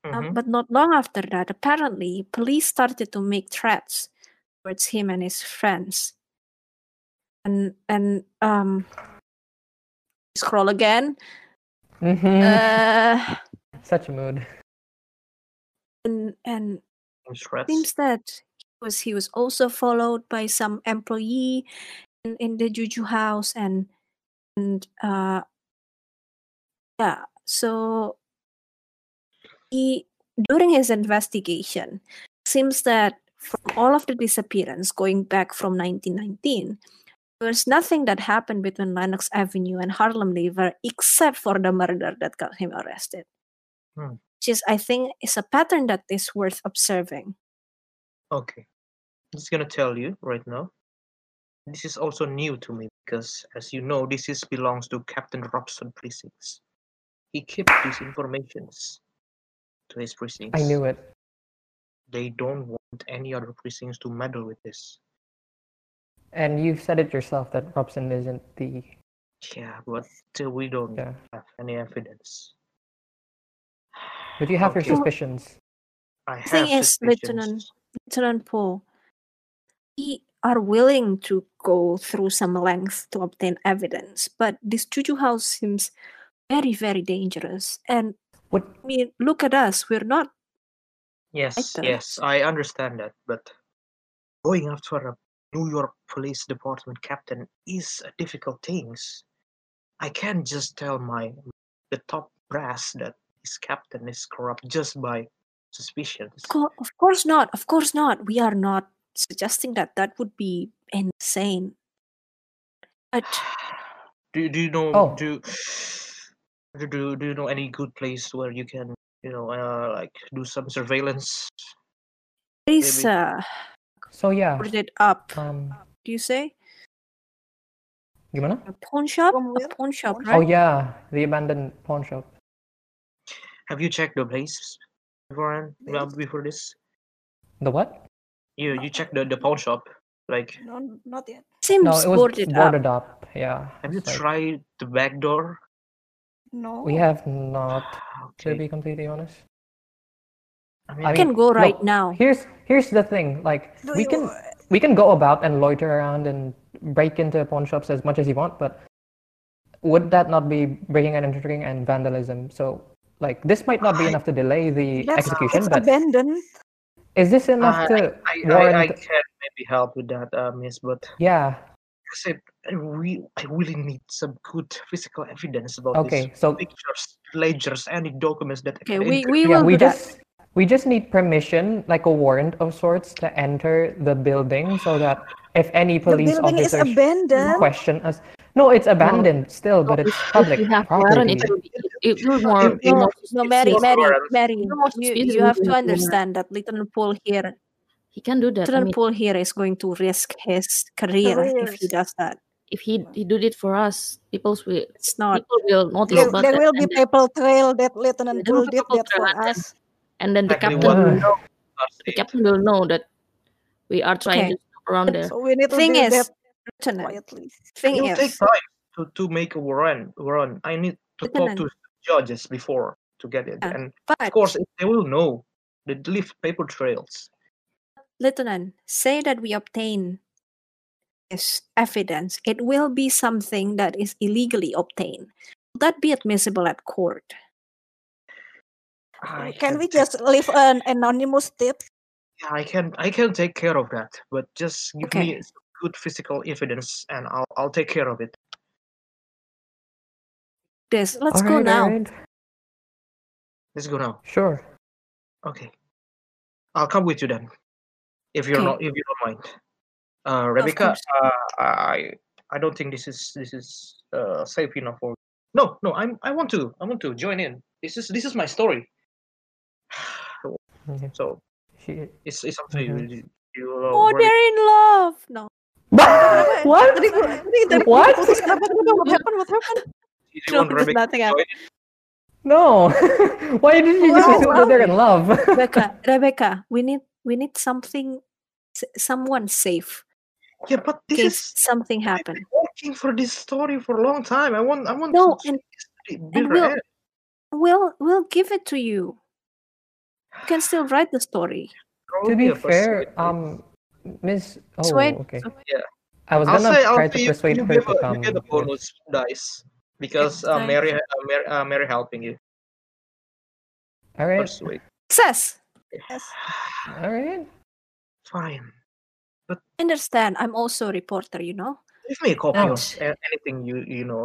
[SPEAKER 2] um,
[SPEAKER 1] Mhm.
[SPEAKER 2] but not long after that, apparently, police started to make threats towards him and his friends. And and um, scroll again.
[SPEAKER 4] Mhm.
[SPEAKER 2] Uh,
[SPEAKER 4] Such a mood.
[SPEAKER 2] and and
[SPEAKER 1] And threats.
[SPEAKER 2] seems that he was he was also followed by some employee in, in the Juju house and and uh, yeah. So he during his investigation seems that from all of the disappearance going back from 1919 there was nothing that happened between Lenox Avenue and Harlem River except for the murder that got him arrested.
[SPEAKER 1] Hmm.
[SPEAKER 2] Which is, I think, is a pattern that is worth observing.
[SPEAKER 1] Okay. I'm just gonna tell you right now. This is also new to me because, as you know, this is belongs to Captain Robson precincts. He keeps these informations to his precincts.
[SPEAKER 4] I knew it.
[SPEAKER 1] They don't want any other precincts to meddle with this.
[SPEAKER 4] And you've said it yourself that Robson isn't the
[SPEAKER 1] Yeah, but still we don't
[SPEAKER 4] yeah.
[SPEAKER 1] have any evidence.
[SPEAKER 4] But you have
[SPEAKER 1] Okay.
[SPEAKER 4] your suspicions.
[SPEAKER 1] I have
[SPEAKER 2] Thing is, Lieutenant,
[SPEAKER 1] suspicions.
[SPEAKER 2] Lieutenant Paul, we are willing to go through some lengths to obtain evidence, but this Juju house seems very, very dangerous. And
[SPEAKER 4] What
[SPEAKER 2] I mean, look at us. We're not.
[SPEAKER 1] Yes,
[SPEAKER 2] Item.
[SPEAKER 1] yes, I understand that, but going after a New York Police Department captain is a difficult things. I can't just tell my the top brass that this captain is corrupt just by suspicions.
[SPEAKER 2] co- Of course not. Of course not. We are not suggesting that. That would be insane. But
[SPEAKER 1] Do do you know
[SPEAKER 4] Oh.
[SPEAKER 1] do do do do you know any good place where you can you know uh, like do some surveillance?
[SPEAKER 2] there is
[SPEAKER 1] Maybe.
[SPEAKER 2] uh,
[SPEAKER 4] So yeah.
[SPEAKER 2] put it up.
[SPEAKER 4] Um
[SPEAKER 2] Do you say
[SPEAKER 4] gimana?
[SPEAKER 2] a pawn shop?
[SPEAKER 5] From
[SPEAKER 2] A
[SPEAKER 5] where?
[SPEAKER 2] pawn shop,
[SPEAKER 5] Pawn
[SPEAKER 2] right?
[SPEAKER 4] Oh yeah, the abandoned pawn shop.
[SPEAKER 1] Have you checked the place beforehand uh,
[SPEAKER 5] Yes.
[SPEAKER 1] before this?
[SPEAKER 4] The what?
[SPEAKER 1] You you checked
[SPEAKER 4] Uh,
[SPEAKER 1] the the pawn shop like
[SPEAKER 5] No, not yet.
[SPEAKER 2] Seems
[SPEAKER 4] No, it was
[SPEAKER 2] boarded,
[SPEAKER 4] boarded
[SPEAKER 2] up.
[SPEAKER 4] up. Yeah.
[SPEAKER 1] Have you
[SPEAKER 4] it's like-
[SPEAKER 1] tried the back door?
[SPEAKER 5] No.
[SPEAKER 4] We have not,
[SPEAKER 1] Okay.
[SPEAKER 4] to be completely honest.
[SPEAKER 1] I
[SPEAKER 4] I
[SPEAKER 2] We
[SPEAKER 1] mean,
[SPEAKER 2] can go
[SPEAKER 4] no,
[SPEAKER 2] right now.
[SPEAKER 4] Here's here's the thing. Like
[SPEAKER 5] Do
[SPEAKER 4] we
[SPEAKER 5] you-
[SPEAKER 4] can we can go about and loiter around and break into pawn shops as much as you want, but would that not be breaking and entering and vandalism? So like this might not be
[SPEAKER 1] I-
[SPEAKER 4] enough to delay the
[SPEAKER 5] That's-
[SPEAKER 4] execution,
[SPEAKER 5] It's
[SPEAKER 4] but
[SPEAKER 5] abandoned.
[SPEAKER 4] is this
[SPEAKER 1] Uh, I,
[SPEAKER 4] enough to
[SPEAKER 1] I, I, I
[SPEAKER 4] warrant?
[SPEAKER 1] can maybe help with that, uh, miss, but
[SPEAKER 4] Yeah.
[SPEAKER 1] I said I, re- I really need some good physical evidence about
[SPEAKER 4] Okay.
[SPEAKER 1] this.
[SPEAKER 4] So
[SPEAKER 1] Pictures, ledgers, any documents that
[SPEAKER 2] Okay,
[SPEAKER 1] can
[SPEAKER 2] we, we
[SPEAKER 4] yeah,
[SPEAKER 2] will
[SPEAKER 4] we
[SPEAKER 2] do that.
[SPEAKER 4] just we just need permission, like a warrant of sorts, to enter the building so that if any
[SPEAKER 5] The
[SPEAKER 4] police
[SPEAKER 5] building is
[SPEAKER 4] officers
[SPEAKER 5] abandoned.
[SPEAKER 4] question us. No, it's abandoned still, but it's public
[SPEAKER 6] If you have Warren,
[SPEAKER 4] property.
[SPEAKER 6] it will be it, it will more
[SPEAKER 1] If- if-
[SPEAKER 6] be
[SPEAKER 2] No,
[SPEAKER 6] more
[SPEAKER 2] no,
[SPEAKER 6] suspicious.
[SPEAKER 2] Mary,
[SPEAKER 1] Yes,
[SPEAKER 2] Mary,
[SPEAKER 1] Lawrence.
[SPEAKER 2] Mary,
[SPEAKER 6] No more
[SPEAKER 2] you,
[SPEAKER 6] suspicion
[SPEAKER 2] you have to
[SPEAKER 6] than you are.
[SPEAKER 2] understand that Lieutenant Paul here,
[SPEAKER 6] He can do that. I
[SPEAKER 2] Lieutenant
[SPEAKER 6] mean,
[SPEAKER 2] Paul here is going to risk his career if he
[SPEAKER 5] Careers.
[SPEAKER 2] does that.
[SPEAKER 6] if he he did it for us, people will
[SPEAKER 2] It's not.
[SPEAKER 6] people will notice
[SPEAKER 5] There,
[SPEAKER 6] about
[SPEAKER 5] there
[SPEAKER 6] that,
[SPEAKER 5] will be
[SPEAKER 6] and, then,
[SPEAKER 5] paper trail that Lieutenant
[SPEAKER 6] There will
[SPEAKER 5] Bull
[SPEAKER 6] be
[SPEAKER 5] did
[SPEAKER 6] paper
[SPEAKER 5] that for
[SPEAKER 6] trail,
[SPEAKER 5] us.
[SPEAKER 6] and then the
[SPEAKER 1] Exactly
[SPEAKER 6] captain
[SPEAKER 1] what
[SPEAKER 6] will
[SPEAKER 4] Wow.
[SPEAKER 6] know. The
[SPEAKER 1] That's it.
[SPEAKER 6] captain will know that we are trying
[SPEAKER 2] Okay.
[SPEAKER 6] to snoop around there.
[SPEAKER 5] So we need to
[SPEAKER 2] Thing
[SPEAKER 5] do
[SPEAKER 2] is,
[SPEAKER 5] that
[SPEAKER 2] Lieutenant,
[SPEAKER 5] quietly.
[SPEAKER 2] thing
[SPEAKER 1] It'll
[SPEAKER 2] is,
[SPEAKER 1] take time to, to make a warrant. warrant. I need to talk to
[SPEAKER 2] Lieutenant,
[SPEAKER 1] judges before to get it.
[SPEAKER 2] Yeah.
[SPEAKER 1] And of
[SPEAKER 2] but
[SPEAKER 1] course, they will know. They leave paper trails.
[SPEAKER 2] Lieutenant, say that we obtain this evidence, it will be something that is illegally obtained. Will that be admissible at court?
[SPEAKER 1] I can
[SPEAKER 5] Can we
[SPEAKER 1] take-
[SPEAKER 5] just leave an anonymous tip?
[SPEAKER 1] Yeah, I can I can take care of that, but just give me
[SPEAKER 2] Okay.
[SPEAKER 1] some good physical evidence and I'll I'll take care of it.
[SPEAKER 2] This, let's
[SPEAKER 4] All
[SPEAKER 2] go
[SPEAKER 4] right,
[SPEAKER 2] now.
[SPEAKER 4] all right.
[SPEAKER 1] Let's go now.
[SPEAKER 4] Sure.
[SPEAKER 1] Okay. I'll come with you then. If you're
[SPEAKER 2] Okay.
[SPEAKER 1] not if you don't mind. Uh Rebecca,
[SPEAKER 2] course.
[SPEAKER 1] uh, I I don't think this is this is uh safe enough for No, no, I'm I want to. I want to join in. This is this is my story.
[SPEAKER 4] Okay.
[SPEAKER 1] So
[SPEAKER 4] She-
[SPEAKER 1] it's it's up to
[SPEAKER 4] Mhm.
[SPEAKER 1] you. You, you uh,
[SPEAKER 2] Oh,
[SPEAKER 1] worry-
[SPEAKER 2] they're in love. No.
[SPEAKER 4] what?
[SPEAKER 5] Tadi gua- tadi dari gua
[SPEAKER 4] What?
[SPEAKER 5] putus. Kenapa? Kenapa? What happened? What happened?
[SPEAKER 1] do you want
[SPEAKER 2] No, there's
[SPEAKER 1] Rebecca to
[SPEAKER 2] nothing happened.
[SPEAKER 1] join
[SPEAKER 4] No. Why did you just
[SPEAKER 5] Wow,
[SPEAKER 4] assume
[SPEAKER 5] wow.
[SPEAKER 4] that they're in love?
[SPEAKER 2] Rebecca, Rebecca, we need we need something, s- someone safe
[SPEAKER 1] Yeah, but
[SPEAKER 2] in
[SPEAKER 1] this
[SPEAKER 2] case
[SPEAKER 1] is
[SPEAKER 2] something
[SPEAKER 1] I've been
[SPEAKER 2] happened.
[SPEAKER 1] working for this story for a long time. I want I want
[SPEAKER 2] No,
[SPEAKER 1] to
[SPEAKER 2] and
[SPEAKER 1] see the bitter
[SPEAKER 2] and we'll
[SPEAKER 1] end.
[SPEAKER 2] we'll we'll give it to you. You can still write the story.
[SPEAKER 4] to
[SPEAKER 1] Probably
[SPEAKER 4] be
[SPEAKER 1] a
[SPEAKER 4] fair,
[SPEAKER 1] persuade-
[SPEAKER 4] um, Miss. Oh,
[SPEAKER 2] Persuade.
[SPEAKER 4] okay.
[SPEAKER 1] Yeah,
[SPEAKER 4] I was
[SPEAKER 1] I'll
[SPEAKER 4] gonna
[SPEAKER 1] say I'll
[SPEAKER 4] try to
[SPEAKER 1] say you,
[SPEAKER 4] persuade
[SPEAKER 1] you
[SPEAKER 4] her
[SPEAKER 1] give
[SPEAKER 4] to
[SPEAKER 1] a you
[SPEAKER 4] come
[SPEAKER 1] get a
[SPEAKER 4] with.
[SPEAKER 1] bonus dice because uh,
[SPEAKER 2] Nice.
[SPEAKER 1] Mary uh, Mary, uh, Mary helping you
[SPEAKER 4] All right.
[SPEAKER 1] persuade.
[SPEAKER 2] Success.
[SPEAKER 5] Yes.
[SPEAKER 4] All right.
[SPEAKER 1] Fine,
[SPEAKER 2] Understand? I'm also a reporter. You know.
[SPEAKER 1] leave me a copy of
[SPEAKER 4] Ouch.
[SPEAKER 1] a- anything you you know.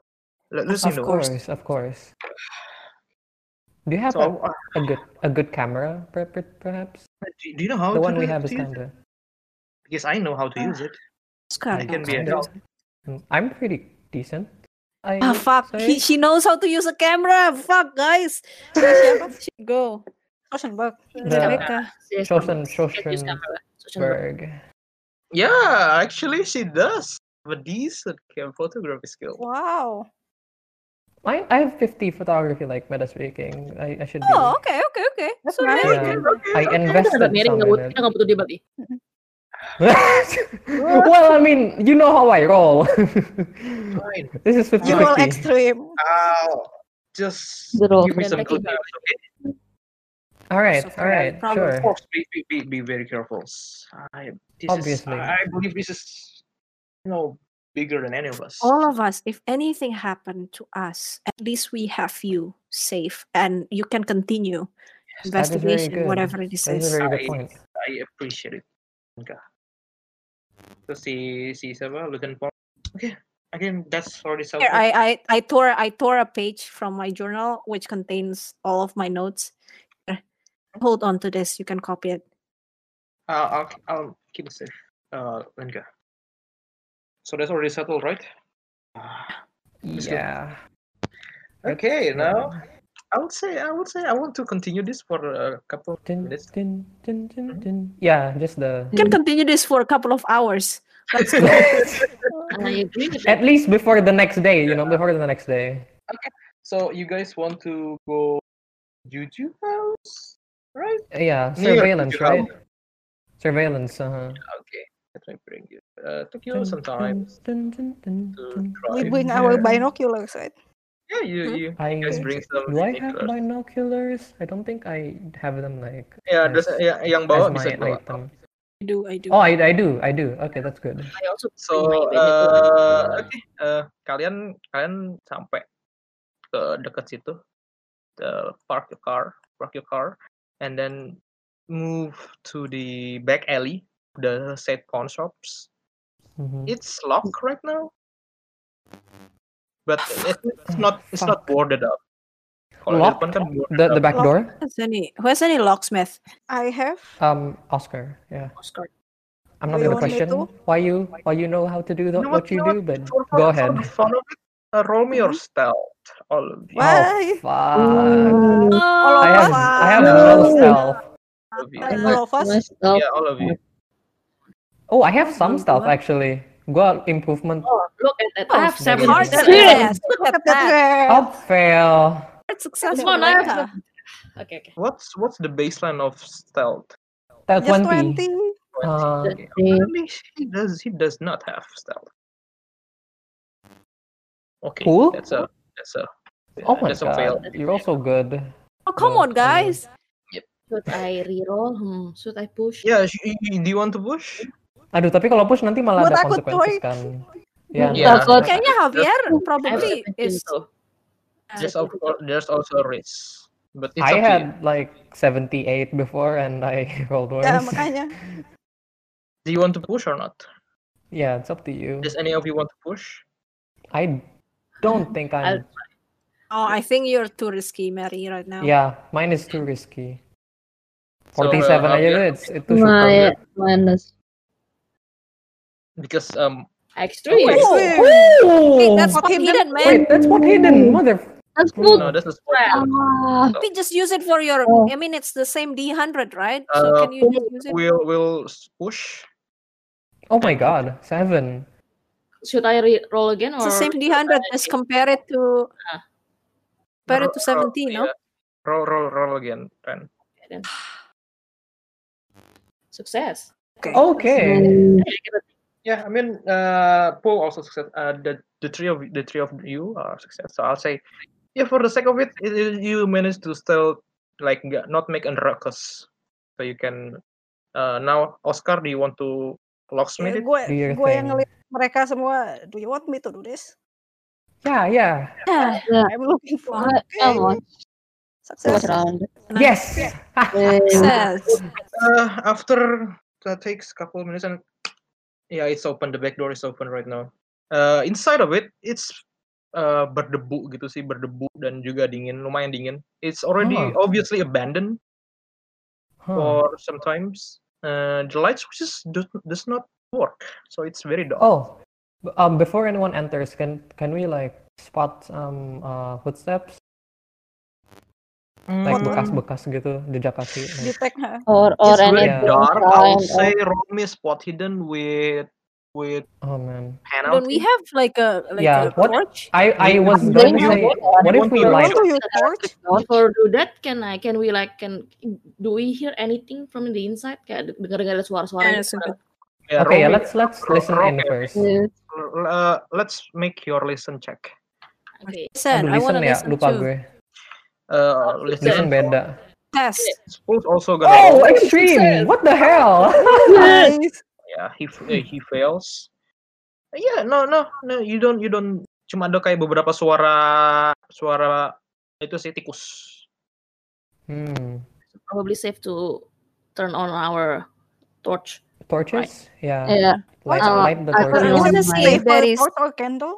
[SPEAKER 1] Let, let me
[SPEAKER 4] Of
[SPEAKER 1] know.
[SPEAKER 4] course, of course. Do you have
[SPEAKER 1] So
[SPEAKER 4] a,
[SPEAKER 1] uh,
[SPEAKER 4] a good a good camera, per- per- perhaps?
[SPEAKER 1] do, do you know how
[SPEAKER 4] The
[SPEAKER 1] to
[SPEAKER 4] one
[SPEAKER 1] do
[SPEAKER 4] we
[SPEAKER 1] it?
[SPEAKER 4] have is
[SPEAKER 1] to use
[SPEAKER 4] kind
[SPEAKER 1] it?
[SPEAKER 4] of.
[SPEAKER 1] Because I know how to use it.
[SPEAKER 2] Oscar.
[SPEAKER 4] Ah,
[SPEAKER 1] I can be a
[SPEAKER 4] Kinda.
[SPEAKER 1] help.
[SPEAKER 4] Mm, I'm pretty decent. I
[SPEAKER 2] Ah,
[SPEAKER 4] would
[SPEAKER 2] fuck.
[SPEAKER 4] say.
[SPEAKER 2] He, she knows how to use a camera. Fuck, guys. Siapa? She go.
[SPEAKER 5] Rosenberg.
[SPEAKER 4] the
[SPEAKER 2] Rebecca.
[SPEAKER 6] Yes,
[SPEAKER 4] Chosen
[SPEAKER 6] yes, use
[SPEAKER 4] Chosenberg.
[SPEAKER 6] camera. Chosen-
[SPEAKER 1] Yeah, actually she does. a decent cam photography skill.
[SPEAKER 5] Wow.
[SPEAKER 4] I, I have 50 photography, like meta speaking. I, I should be.
[SPEAKER 2] Oh, okay, okay, okay.
[SPEAKER 5] That's
[SPEAKER 2] So
[SPEAKER 5] nice.
[SPEAKER 2] nice.
[SPEAKER 4] Yeah. I invested
[SPEAKER 9] Nggak miring, nggak
[SPEAKER 4] some in
[SPEAKER 9] butuh,
[SPEAKER 4] it.
[SPEAKER 9] nggak butuh dia berarti.
[SPEAKER 4] well, I mean, you know how I roll.
[SPEAKER 1] Fine.
[SPEAKER 4] this is 50
[SPEAKER 5] You roll
[SPEAKER 4] 50.
[SPEAKER 5] extreme.
[SPEAKER 1] Ow. Just
[SPEAKER 7] Good roll.
[SPEAKER 1] give me
[SPEAKER 9] Dan
[SPEAKER 1] some
[SPEAKER 9] lagi
[SPEAKER 1] good tips. Okay?
[SPEAKER 4] All right,
[SPEAKER 2] So
[SPEAKER 4] all right,
[SPEAKER 2] problem
[SPEAKER 1] Of
[SPEAKER 4] sure.
[SPEAKER 1] course, be, be, be, be very careful. I, this
[SPEAKER 4] Obviously.
[SPEAKER 1] Is, I believe this is, you know, bigger than any of us.
[SPEAKER 2] all of us if anything happened to us at least we have you safe and you can continue
[SPEAKER 4] that is very
[SPEAKER 2] investigation
[SPEAKER 4] good.
[SPEAKER 2] whatever it is
[SPEAKER 4] That is a very good
[SPEAKER 1] I-
[SPEAKER 4] point.
[SPEAKER 1] I appreciate it. Enggak. Terus si si siapa? Lieutenant Paul. Oke, again that's already
[SPEAKER 2] Here,
[SPEAKER 1] something.
[SPEAKER 2] I, I i tore i tore a page from my journal which contains all of my notes Here, hold on to this you can copy it
[SPEAKER 1] Uh, I'll I'll keep it safe. Uh, Lenka. So that's already settled, right? Ah, Let's go.
[SPEAKER 4] Yeah.
[SPEAKER 1] Okay, now I would say I would say I want to continue this for a couple of
[SPEAKER 4] Dun,
[SPEAKER 1] minutes.
[SPEAKER 4] dun, dun, dun,
[SPEAKER 2] Mm-hmm.
[SPEAKER 4] dun. Yeah, just the.
[SPEAKER 2] you can continue this for a couple of hours let's go
[SPEAKER 9] I agree with that.
[SPEAKER 4] At least before the next day, you know, before the next day.
[SPEAKER 1] So you guys want to go Juju House, right?
[SPEAKER 4] Yeah,
[SPEAKER 1] New York
[SPEAKER 4] surveillance,
[SPEAKER 1] Juju House.
[SPEAKER 4] right? Surveillance, uh-huh.
[SPEAKER 1] Okay, let me bring you. Uh, Tokyo sometimes.
[SPEAKER 4] Dun, dun, dun,
[SPEAKER 1] to
[SPEAKER 4] dun,
[SPEAKER 1] try.
[SPEAKER 5] We
[SPEAKER 4] dun,
[SPEAKER 5] bring our
[SPEAKER 4] dun.
[SPEAKER 5] binoculars, right?
[SPEAKER 1] Yeah, you
[SPEAKER 2] Hmm?
[SPEAKER 1] you
[SPEAKER 4] I
[SPEAKER 1] you guys bring some.
[SPEAKER 4] do I have
[SPEAKER 1] binoculars.
[SPEAKER 4] binoculars? I don't think I have them like
[SPEAKER 1] Ya, dress,
[SPEAKER 4] as-
[SPEAKER 1] ya, yang
[SPEAKER 4] as
[SPEAKER 1] bawa bisa
[SPEAKER 4] my
[SPEAKER 1] dibawa.
[SPEAKER 4] item.
[SPEAKER 8] I do, I do.
[SPEAKER 4] Oh, I, I do, I do. Okay, that's good.
[SPEAKER 9] I also
[SPEAKER 1] So,
[SPEAKER 9] lumayan banyak
[SPEAKER 1] eh,
[SPEAKER 9] tuh.
[SPEAKER 1] oke, eh, kalian kalian sampai ke dekat situ, Eh, park your car, park your car, and then move to the back alley, the said pawn shops.
[SPEAKER 4] Mhm.
[SPEAKER 1] It's locked right now, but it- it's not it's not
[SPEAKER 4] Fuck.
[SPEAKER 1] boarded up. Kalau di
[SPEAKER 4] Locked?
[SPEAKER 1] depan kan boarded
[SPEAKER 4] The the
[SPEAKER 1] up.
[SPEAKER 4] back
[SPEAKER 5] Lock-
[SPEAKER 4] door.
[SPEAKER 2] where's any where's any locksmith
[SPEAKER 5] I have.
[SPEAKER 4] Um, Oscar. Yeah,
[SPEAKER 9] Oscar.
[SPEAKER 4] I'm not
[SPEAKER 5] Do you
[SPEAKER 4] gonna
[SPEAKER 5] want me
[SPEAKER 4] question
[SPEAKER 5] to?
[SPEAKER 4] why you why you know how to do
[SPEAKER 1] You
[SPEAKER 4] tho-
[SPEAKER 1] know
[SPEAKER 4] what
[SPEAKER 1] you
[SPEAKER 4] you
[SPEAKER 1] know
[SPEAKER 4] do, but
[SPEAKER 1] For- for-
[SPEAKER 4] go
[SPEAKER 1] for
[SPEAKER 4] ahead. Mm-hmm.
[SPEAKER 1] the fun of it, uh, roll me your stealth, all of you.
[SPEAKER 4] Oh
[SPEAKER 5] Why?
[SPEAKER 4] fuck!
[SPEAKER 6] Oh,
[SPEAKER 5] All
[SPEAKER 4] I
[SPEAKER 5] of
[SPEAKER 4] have
[SPEAKER 5] us.
[SPEAKER 4] I have
[SPEAKER 5] No.
[SPEAKER 4] no stealth.
[SPEAKER 1] All of you.
[SPEAKER 5] Uh,
[SPEAKER 7] What-
[SPEAKER 5] all of us.
[SPEAKER 7] what's up?
[SPEAKER 1] Yeah, all of you.
[SPEAKER 4] Oh, I have some
[SPEAKER 2] One,
[SPEAKER 4] stealth
[SPEAKER 2] one.
[SPEAKER 4] actually. Gua improvement.
[SPEAKER 9] Oh, look at that. I have
[SPEAKER 4] Oh,
[SPEAKER 9] seven.
[SPEAKER 4] hard
[SPEAKER 9] percent.
[SPEAKER 7] shit.
[SPEAKER 2] success look at
[SPEAKER 5] Look at
[SPEAKER 2] that
[SPEAKER 5] that.
[SPEAKER 4] Up fail.
[SPEAKER 2] Hard success
[SPEAKER 9] Come on, I have
[SPEAKER 2] Lenka.
[SPEAKER 9] Oke, oke.
[SPEAKER 1] What's what's the baseline of stealth?
[SPEAKER 4] Stealth
[SPEAKER 5] Just
[SPEAKER 4] 20.
[SPEAKER 5] 20.
[SPEAKER 4] Uh,
[SPEAKER 7] Let's
[SPEAKER 1] Okay.
[SPEAKER 7] see.
[SPEAKER 1] Apparently he does he does not have stealth. Okay,
[SPEAKER 4] Cool.
[SPEAKER 1] that's a that's a
[SPEAKER 4] oh my
[SPEAKER 1] that's a fail.
[SPEAKER 4] god, you're also good.
[SPEAKER 2] oh come
[SPEAKER 4] Well,
[SPEAKER 2] on guys
[SPEAKER 9] Should I reroll? Hmm, should I push?
[SPEAKER 1] Yeah, sh- y- y- do you want to push?
[SPEAKER 4] Aduh, tapi kalau push nanti malah
[SPEAKER 5] Gua
[SPEAKER 4] ada
[SPEAKER 5] takut,
[SPEAKER 4] consequences
[SPEAKER 5] coy.
[SPEAKER 4] kan.
[SPEAKER 1] Iya.
[SPEAKER 4] Ya, nggak- nggak-
[SPEAKER 2] kayaknya Javier
[SPEAKER 9] I have
[SPEAKER 2] probably
[SPEAKER 9] 17
[SPEAKER 2] is
[SPEAKER 9] tuh.
[SPEAKER 2] Uh,
[SPEAKER 1] There's also there's also a risk, but it's up
[SPEAKER 4] I
[SPEAKER 1] to you.
[SPEAKER 4] had like 78 before and I rolled worse.
[SPEAKER 5] Ya, makanya.
[SPEAKER 1] Do you want to push or not?
[SPEAKER 4] yeah, it's up to you.
[SPEAKER 1] Does any of you want to push?
[SPEAKER 4] I don't think I'm.
[SPEAKER 2] Oh, I think you're too risky, Mary, right now.
[SPEAKER 4] Yeah, mine is too risky.
[SPEAKER 1] So, uh,
[SPEAKER 4] 47 aja
[SPEAKER 1] Javier,
[SPEAKER 4] deh, it's, itu
[SPEAKER 7] My
[SPEAKER 4] syukur.
[SPEAKER 7] minus.
[SPEAKER 1] Because um
[SPEAKER 9] Extreme.
[SPEAKER 1] Wait.
[SPEAKER 5] Swim.
[SPEAKER 2] Wait,
[SPEAKER 4] Oh!
[SPEAKER 2] that's
[SPEAKER 5] What
[SPEAKER 2] what
[SPEAKER 5] hidden?
[SPEAKER 2] hidden, man.
[SPEAKER 4] Wait, that's what hidden, mother.
[SPEAKER 7] That's
[SPEAKER 2] Oh,
[SPEAKER 7] good.
[SPEAKER 1] no, that's a spot.
[SPEAKER 7] Ah,
[SPEAKER 2] We just use it for your.
[SPEAKER 7] Oh.
[SPEAKER 2] I mean, it's the same D100, right? So
[SPEAKER 1] Uh,
[SPEAKER 2] can you just use it?
[SPEAKER 1] will will push.
[SPEAKER 4] Oh my god, 7.
[SPEAKER 9] Should I reroll again or
[SPEAKER 2] It's the same D100. Just compare it to.
[SPEAKER 9] Ah.
[SPEAKER 2] Compare
[SPEAKER 1] Roll-
[SPEAKER 2] it to
[SPEAKER 1] roll-
[SPEAKER 2] 17, no?
[SPEAKER 1] yeah. Roll roll roll again, Ren.
[SPEAKER 9] success?
[SPEAKER 4] Okay.
[SPEAKER 7] mm,
[SPEAKER 9] I get a
[SPEAKER 1] Yeah, I mean, uh, Paul also success. Uh, the the three of the three of you are success. So I'll say, yeah, for the sake of it, it, it- you managed to still like nggak- not make a ruckus, so you can. Uh, now, Oscar, do you want to
[SPEAKER 5] Ya,
[SPEAKER 1] locksmith it?
[SPEAKER 5] gue
[SPEAKER 4] Do your
[SPEAKER 5] gue yang
[SPEAKER 4] thing.
[SPEAKER 5] ngeliat mereka semua. Do you want me to do this?
[SPEAKER 4] Yeah, yeah.
[SPEAKER 2] Yeah.
[SPEAKER 5] I'm looking for.
[SPEAKER 7] I, I want to
[SPEAKER 5] Success.
[SPEAKER 7] watch around.
[SPEAKER 4] Yes!
[SPEAKER 1] Ah,
[SPEAKER 7] Eh,
[SPEAKER 2] Success.
[SPEAKER 1] Uh, after that takes a couple of minutes, and yeah, it's open. The back door is open right now. Uh, inside of it, it's uh, berdebu gitu sih, berdebu dan juga dingin, lumayan dingin. It's already
[SPEAKER 4] Huh.
[SPEAKER 1] obviously abandoned.
[SPEAKER 4] Huh.
[SPEAKER 1] or sometimes uh, the light switches do, does not work so it's very dark
[SPEAKER 4] Oh, b- um, before anyone enters, can can we like spot um uh, footsteps,
[SPEAKER 1] Mm,
[SPEAKER 4] like
[SPEAKER 5] Spot what?
[SPEAKER 4] bekas-bekas gitu, jejak kaki? like-
[SPEAKER 5] Detect. ha.
[SPEAKER 7] or or
[SPEAKER 1] it's very
[SPEAKER 7] any
[SPEAKER 4] Yeah.
[SPEAKER 1] dark
[SPEAKER 7] sign
[SPEAKER 1] i'll
[SPEAKER 7] of-
[SPEAKER 1] say roll me a spot hidden with with
[SPEAKER 4] Oh man.
[SPEAKER 1] panel.
[SPEAKER 2] Don't we have like a like
[SPEAKER 4] Yeah,
[SPEAKER 2] a
[SPEAKER 4] what-
[SPEAKER 2] torch?
[SPEAKER 4] I I was
[SPEAKER 7] I'm
[SPEAKER 4] going to
[SPEAKER 7] going to
[SPEAKER 4] say,
[SPEAKER 7] vote.
[SPEAKER 4] what if
[SPEAKER 1] I
[SPEAKER 4] we light?
[SPEAKER 5] want to use torch.
[SPEAKER 9] Before do that, can I can we like can do we hear anything from the inside? Kayak dengar-dengar ada suara-suara.
[SPEAKER 2] Yeah,
[SPEAKER 9] gitu.
[SPEAKER 2] simple.
[SPEAKER 1] Yeah,
[SPEAKER 4] Okay, yeah,
[SPEAKER 1] roll-
[SPEAKER 4] let's let's listen in first.
[SPEAKER 1] Um,
[SPEAKER 7] Yes.
[SPEAKER 1] uh, let's make your listen check.
[SPEAKER 9] Oke.
[SPEAKER 2] Listen,
[SPEAKER 4] Aduh,
[SPEAKER 2] I want
[SPEAKER 4] listen
[SPEAKER 2] to
[SPEAKER 4] ya,
[SPEAKER 2] listen
[SPEAKER 4] lupa
[SPEAKER 2] too.
[SPEAKER 4] gue.
[SPEAKER 1] Uh,
[SPEAKER 4] Listen
[SPEAKER 1] listen.
[SPEAKER 4] beda.
[SPEAKER 2] Test.
[SPEAKER 1] Spool's also gonna
[SPEAKER 4] Oh,
[SPEAKER 1] roll.
[SPEAKER 4] extreme! What the hell?
[SPEAKER 5] Nice.
[SPEAKER 1] Yeah, he f- uh, he fails. Yeah, no no no. You don't you don't. Cuma ada kayak beberapa suara suara itu sih tikus.
[SPEAKER 4] hmm.
[SPEAKER 9] Probably safe to turn on our torch.
[SPEAKER 4] Torches? Yeah.
[SPEAKER 7] Yeah.
[SPEAKER 4] Light,
[SPEAKER 7] Uh,
[SPEAKER 4] light the
[SPEAKER 7] I
[SPEAKER 5] Is
[SPEAKER 7] don't
[SPEAKER 4] torches.
[SPEAKER 7] know.
[SPEAKER 5] it
[SPEAKER 7] my-
[SPEAKER 5] safer
[SPEAKER 2] there is-
[SPEAKER 5] torch or candle?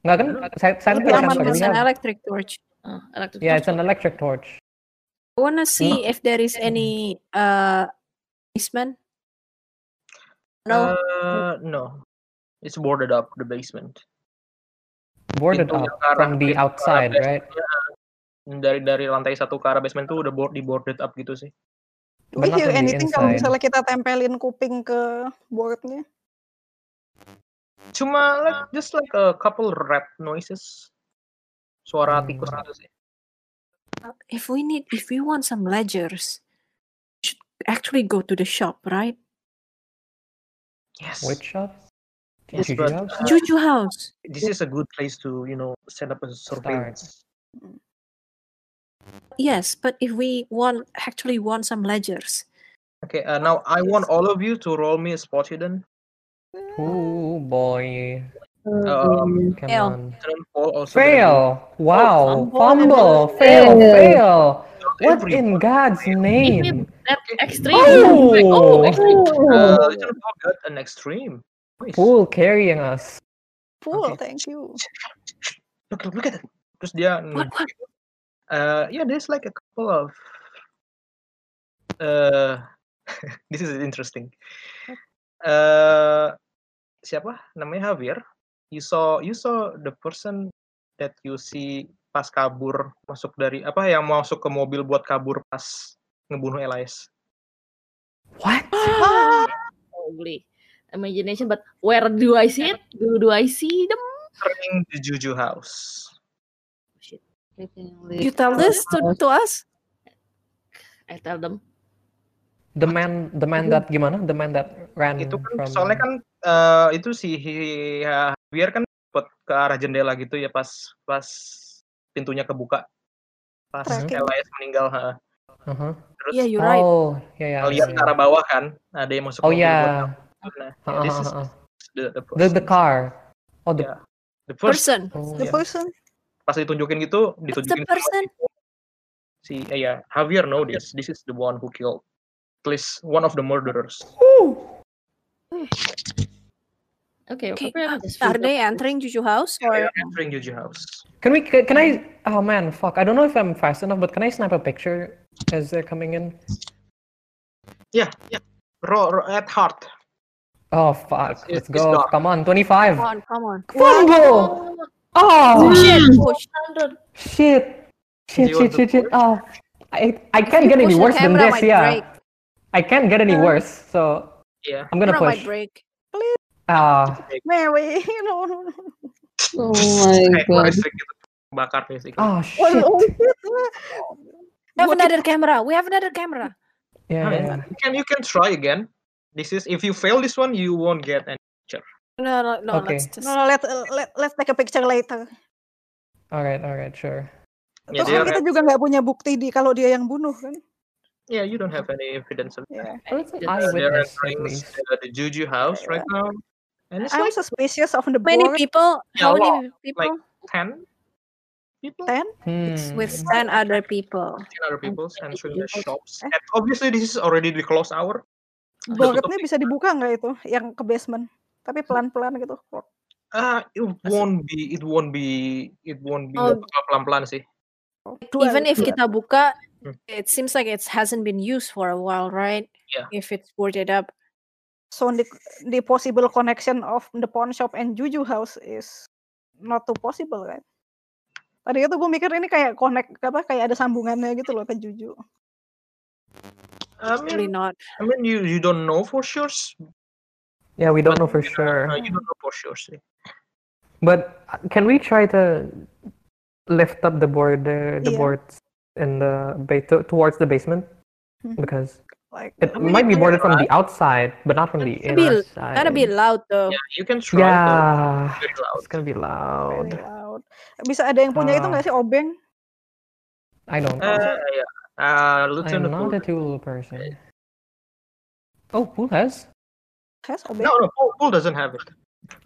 [SPEAKER 4] Nggak kan? sen- Sensor,
[SPEAKER 5] Nyaman
[SPEAKER 4] sensor.
[SPEAKER 5] banget.
[SPEAKER 4] We
[SPEAKER 2] It's an
[SPEAKER 4] have.
[SPEAKER 2] electric torch.
[SPEAKER 9] Uh, electric
[SPEAKER 4] Yeah,
[SPEAKER 9] torch.
[SPEAKER 4] it's an electric torch.
[SPEAKER 2] I want to see if there is any uh policeman. No.
[SPEAKER 1] Uh, no. It's boarded up the basement.
[SPEAKER 4] Boarded
[SPEAKER 1] Pintu
[SPEAKER 4] up
[SPEAKER 1] ke arah-
[SPEAKER 4] from
[SPEAKER 1] pintu
[SPEAKER 4] the
[SPEAKER 1] ke arah
[SPEAKER 4] outside,
[SPEAKER 1] basement.
[SPEAKER 4] right?
[SPEAKER 1] Dari dari lantai satu ke arah basement tuh udah board di boarded up gitu sih.
[SPEAKER 5] Do we
[SPEAKER 4] But not
[SPEAKER 5] hear
[SPEAKER 4] on the
[SPEAKER 5] anything kalau
[SPEAKER 4] inside.
[SPEAKER 5] misalnya kita tempelin kuping ke boardnya?
[SPEAKER 1] Cuma like just like a couple rat noises. Suara
[SPEAKER 4] Hmm.
[SPEAKER 1] tikus gitu sih.
[SPEAKER 2] If we need, if we want some ledgers, we should actually go to the shop, right?
[SPEAKER 1] Yes.
[SPEAKER 4] Which shop?
[SPEAKER 1] Yes,
[SPEAKER 4] Juju
[SPEAKER 1] but,
[SPEAKER 4] House?
[SPEAKER 1] Uh,
[SPEAKER 2] Juju House.
[SPEAKER 1] This is a good place to, you know, set up a surveillance.
[SPEAKER 2] Yes, but if we want actually want some ledgers,
[SPEAKER 1] Okay, uh, now I want all of you to roll me a spot hidden.
[SPEAKER 4] Ooh, boy.
[SPEAKER 1] Um,
[SPEAKER 4] Come
[SPEAKER 2] Fail.
[SPEAKER 4] on.
[SPEAKER 1] Lieutenant Paul also gonna
[SPEAKER 4] Fail. Wow.
[SPEAKER 1] fumble.
[SPEAKER 4] Fumble. Fail.
[SPEAKER 7] Fail.
[SPEAKER 4] Fail.
[SPEAKER 1] do- Not
[SPEAKER 4] What
[SPEAKER 1] everyone.
[SPEAKER 4] in God's name?
[SPEAKER 9] That extreme.
[SPEAKER 4] Oh.
[SPEAKER 9] extreme.
[SPEAKER 1] Uh, Lieutenant Paul got an extreme. Nice.
[SPEAKER 4] Pool carrying us.
[SPEAKER 5] Full,
[SPEAKER 1] Okay.
[SPEAKER 5] thank you.
[SPEAKER 1] Look, look, look at that. Terus dia
[SPEAKER 2] what? what?
[SPEAKER 1] uh yeah there's like a couple of uh this is interesting uh siapa namanya Javier you saw you saw the person that you see pas kabur masuk dari apa yang mau masuk ke mobil buat kabur pas ngebunuh Elias
[SPEAKER 4] What?
[SPEAKER 9] Probably imagination, but where do I see it? Do, do I see them?
[SPEAKER 1] turning the Juju house um,
[SPEAKER 2] You tell this to, to us?
[SPEAKER 9] I tell them.
[SPEAKER 4] The man, the man that gimana? The man that ran
[SPEAKER 1] itu kan
[SPEAKER 4] Hmm, from.
[SPEAKER 1] soalnya kan eh, itu si Hi- ya, Javier kan buat ke arah jendela gitu ya pas pas pintunya kebuka pas
[SPEAKER 5] Tracking.
[SPEAKER 1] Elias meninggal ha.
[SPEAKER 4] Uh-huh.
[SPEAKER 1] terus
[SPEAKER 2] Yeah, you're right.
[SPEAKER 4] Oh, yeah, yeah.
[SPEAKER 1] lihat
[SPEAKER 4] yeah,
[SPEAKER 1] ke arah bawah kan ada yang masuk
[SPEAKER 4] Oh
[SPEAKER 1] mobil buat
[SPEAKER 4] yeah,
[SPEAKER 1] kabur. Nah,
[SPEAKER 4] Uh,
[SPEAKER 1] yeah, this is
[SPEAKER 4] uh, uh, uh.
[SPEAKER 1] the the,
[SPEAKER 4] the
[SPEAKER 1] person.
[SPEAKER 4] the car. Oh the.
[SPEAKER 1] Yeah. The first
[SPEAKER 2] Person.
[SPEAKER 4] oh,
[SPEAKER 5] The
[SPEAKER 1] Yeah.
[SPEAKER 5] person
[SPEAKER 1] pas ditunjukin gitu
[SPEAKER 2] What's
[SPEAKER 1] ditunjukin
[SPEAKER 2] the person?
[SPEAKER 1] si eh, ya Javier know this this is the one who killed at least one of the murderers
[SPEAKER 9] Okay,
[SPEAKER 2] Okay,
[SPEAKER 9] probably
[SPEAKER 2] uh,
[SPEAKER 9] I'm just
[SPEAKER 2] are
[SPEAKER 9] figured-
[SPEAKER 2] they entering Juju House
[SPEAKER 1] They
[SPEAKER 2] or
[SPEAKER 1] are entering Juju house
[SPEAKER 4] Can we? Can, can I? Oh man, fuck! I don't know if I'm fast enough, but can I snap a picture as they're coming in?
[SPEAKER 1] yeah yeah Ro, ro- ya. at heart
[SPEAKER 4] Oh fuck!
[SPEAKER 1] It's-
[SPEAKER 4] Let's
[SPEAKER 1] it's
[SPEAKER 4] go!
[SPEAKER 1] dark.
[SPEAKER 4] Come on, twenty-five.
[SPEAKER 2] come on, come on.
[SPEAKER 4] Fumble! Oh
[SPEAKER 2] Shit, push.
[SPEAKER 4] shit! Shit!
[SPEAKER 1] you want
[SPEAKER 4] Shit!
[SPEAKER 1] to
[SPEAKER 4] Shit! Shit! Oh, I I can't
[SPEAKER 2] you
[SPEAKER 4] get any
[SPEAKER 2] push the
[SPEAKER 4] worse than
[SPEAKER 2] camera,
[SPEAKER 4] this.
[SPEAKER 2] might break.
[SPEAKER 4] Yeah, I can't get any worse. So
[SPEAKER 1] yeah
[SPEAKER 4] I'm gonna
[SPEAKER 2] Camera might
[SPEAKER 4] push.
[SPEAKER 2] break.
[SPEAKER 4] Ah,
[SPEAKER 5] Mary, no, no, no.
[SPEAKER 7] Oh my
[SPEAKER 1] kayak keluar
[SPEAKER 7] god.
[SPEAKER 1] listrik gitu bakar listrik
[SPEAKER 4] ah,
[SPEAKER 5] What
[SPEAKER 2] oh.
[SPEAKER 4] shit!
[SPEAKER 5] is it?
[SPEAKER 2] We have another camera. We have another camera.
[SPEAKER 4] Yeah,
[SPEAKER 1] No,
[SPEAKER 4] yeah.
[SPEAKER 1] you can you can try again this is if you fail this one you won't get any
[SPEAKER 2] No, no, no.
[SPEAKER 4] Okay.
[SPEAKER 2] Let's just.
[SPEAKER 5] No, no, let, let, let's take a picture later.
[SPEAKER 4] All right, all right, sure.
[SPEAKER 1] Ya,
[SPEAKER 5] Terus
[SPEAKER 1] dia
[SPEAKER 5] kan kita juga nggak punya bukti di kalau dia yang bunuh kan? Ya.
[SPEAKER 1] yeah you don't have any evidence of
[SPEAKER 5] Yeah.
[SPEAKER 4] Well, it's an
[SPEAKER 9] They're
[SPEAKER 1] Uh, they're
[SPEAKER 4] eyewitness at
[SPEAKER 1] entering
[SPEAKER 4] least.
[SPEAKER 1] uh, the Juju house right now. And it's
[SPEAKER 5] I'm
[SPEAKER 1] like
[SPEAKER 5] suspicious of the
[SPEAKER 2] many
[SPEAKER 5] board.
[SPEAKER 2] people?
[SPEAKER 1] Yeah, a
[SPEAKER 2] How
[SPEAKER 1] lot,
[SPEAKER 2] many people?
[SPEAKER 1] like- 10 people, 10
[SPEAKER 5] Ten.
[SPEAKER 2] It's with
[SPEAKER 4] Hmm.
[SPEAKER 2] ten other people.
[SPEAKER 1] other people entering the
[SPEAKER 9] Juju house.
[SPEAKER 1] shops. And obviously, this is already the close hour.
[SPEAKER 5] Boardnya bisa dibuka nggak itu? Yang ke basement. Tapi pelan-pelan gitu.
[SPEAKER 1] Uh, it won't be, it won't be, it won't be
[SPEAKER 2] Oh.
[SPEAKER 1] nggak bakal pelan-pelan sih.
[SPEAKER 5] Dua,
[SPEAKER 2] Even if
[SPEAKER 5] dua.
[SPEAKER 2] kita buka,
[SPEAKER 1] Hmm.
[SPEAKER 2] it seems like it hasn't been used for a while, right?
[SPEAKER 1] Yeah.
[SPEAKER 2] If it's boarded up.
[SPEAKER 5] so the, the possible connection of the pawn shop and Juju house is not too possible kan? Tadi itu gue mikir ini kayak connect apa kayak ada sambungannya gitu loh ke Juju.
[SPEAKER 1] I
[SPEAKER 2] Really
[SPEAKER 1] mean,
[SPEAKER 2] not.
[SPEAKER 1] I mean, you you don't know for sure,
[SPEAKER 4] Yeah, we don't know for
[SPEAKER 1] Uh,
[SPEAKER 4] sure.
[SPEAKER 1] you don't know for sure sih.
[SPEAKER 4] But uh, can we try to lift up the border, the
[SPEAKER 5] Yeah.
[SPEAKER 4] boards in the ba- to- towards the basement?
[SPEAKER 2] Hmm.
[SPEAKER 5] Mhm.
[SPEAKER 4] Because
[SPEAKER 5] Like
[SPEAKER 4] it
[SPEAKER 1] mean,
[SPEAKER 4] might
[SPEAKER 1] you
[SPEAKER 4] be
[SPEAKER 1] can
[SPEAKER 4] boarded from
[SPEAKER 1] try.
[SPEAKER 4] the outside, but not from the
[SPEAKER 2] Gotta be-
[SPEAKER 4] inside.
[SPEAKER 2] Gotta be loud though.
[SPEAKER 1] Yeah, you can try though.
[SPEAKER 4] Yeah,
[SPEAKER 1] Very loud.
[SPEAKER 4] it's gonna be
[SPEAKER 5] very
[SPEAKER 4] loud.
[SPEAKER 5] loud. Bisa ada yang punya itu
[SPEAKER 4] Ah.
[SPEAKER 5] nggak sih obeng?
[SPEAKER 4] I don't know.
[SPEAKER 1] Uh, yeah. Uh,
[SPEAKER 4] I'm
[SPEAKER 1] Lieutenant
[SPEAKER 4] not
[SPEAKER 1] Poole.
[SPEAKER 4] a tool person. Oh, pool has?
[SPEAKER 5] Has obeng?
[SPEAKER 1] No, no, Poole, Poole doesn't have it.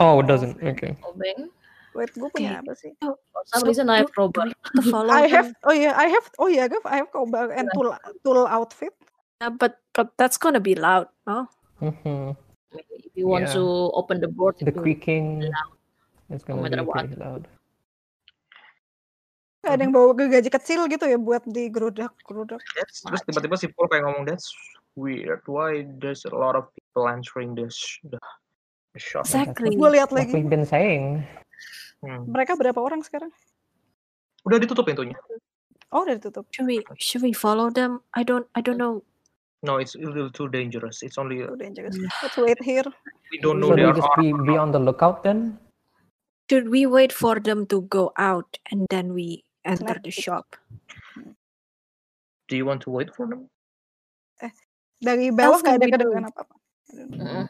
[SPEAKER 4] Oh, it doesn't. Okay.
[SPEAKER 9] obeng.
[SPEAKER 5] Wait, gue punya
[SPEAKER 2] Kayak-
[SPEAKER 5] apa sih?
[SPEAKER 9] For some reason I have Robert.
[SPEAKER 2] To follow
[SPEAKER 5] I have,
[SPEAKER 2] them.
[SPEAKER 5] oh yeah, I have, oh yeah, Gav, I have obeng and tool, tool outfit.
[SPEAKER 2] Yeah, but but that's gonna be loud, no?
[SPEAKER 4] hmm
[SPEAKER 9] If you want
[SPEAKER 4] Yeah.
[SPEAKER 9] to open the board,
[SPEAKER 4] The
[SPEAKER 9] it will-
[SPEAKER 4] creaking is
[SPEAKER 1] Oh
[SPEAKER 9] No matter
[SPEAKER 4] gonna be
[SPEAKER 9] what.
[SPEAKER 4] pretty loud.
[SPEAKER 5] Ada
[SPEAKER 4] Hmm.
[SPEAKER 5] yang bawa gergaji kecil gitu ya buat digerudak gerudak.
[SPEAKER 1] That's, terus tiba-tiba si Paul kayak ngomong that's weird. Why there's a lot of people entering this the, the shop?
[SPEAKER 2] Exactly.
[SPEAKER 5] Gue lihat
[SPEAKER 4] Like
[SPEAKER 5] lagi,
[SPEAKER 4] we've been saying.
[SPEAKER 1] Hmm.
[SPEAKER 5] mereka berapa orang sekarang?
[SPEAKER 1] Udah ditutup pintunya.
[SPEAKER 5] Oh, udah ditutup.
[SPEAKER 2] Should we should we follow them? I don't I don't know.
[SPEAKER 1] No, it's a little too dangerous. It's only uh,
[SPEAKER 5] Udah jelas.
[SPEAKER 4] Hmm.
[SPEAKER 5] Let's wait here.
[SPEAKER 1] we don't know
[SPEAKER 4] Should
[SPEAKER 1] they
[SPEAKER 4] we
[SPEAKER 1] are
[SPEAKER 4] just be,
[SPEAKER 1] armed.
[SPEAKER 4] be on the lookout then?
[SPEAKER 2] Should we wait for them to go out and then we enter the
[SPEAKER 5] Let's-
[SPEAKER 2] shop?
[SPEAKER 1] Do you want to wait for them?
[SPEAKER 5] Dari
[SPEAKER 7] Kan
[SPEAKER 5] bawah
[SPEAKER 2] can
[SPEAKER 5] nggak ada
[SPEAKER 2] we do?
[SPEAKER 5] kedengaran
[SPEAKER 7] gitu.
[SPEAKER 5] apa-apa.
[SPEAKER 9] Mm-mm.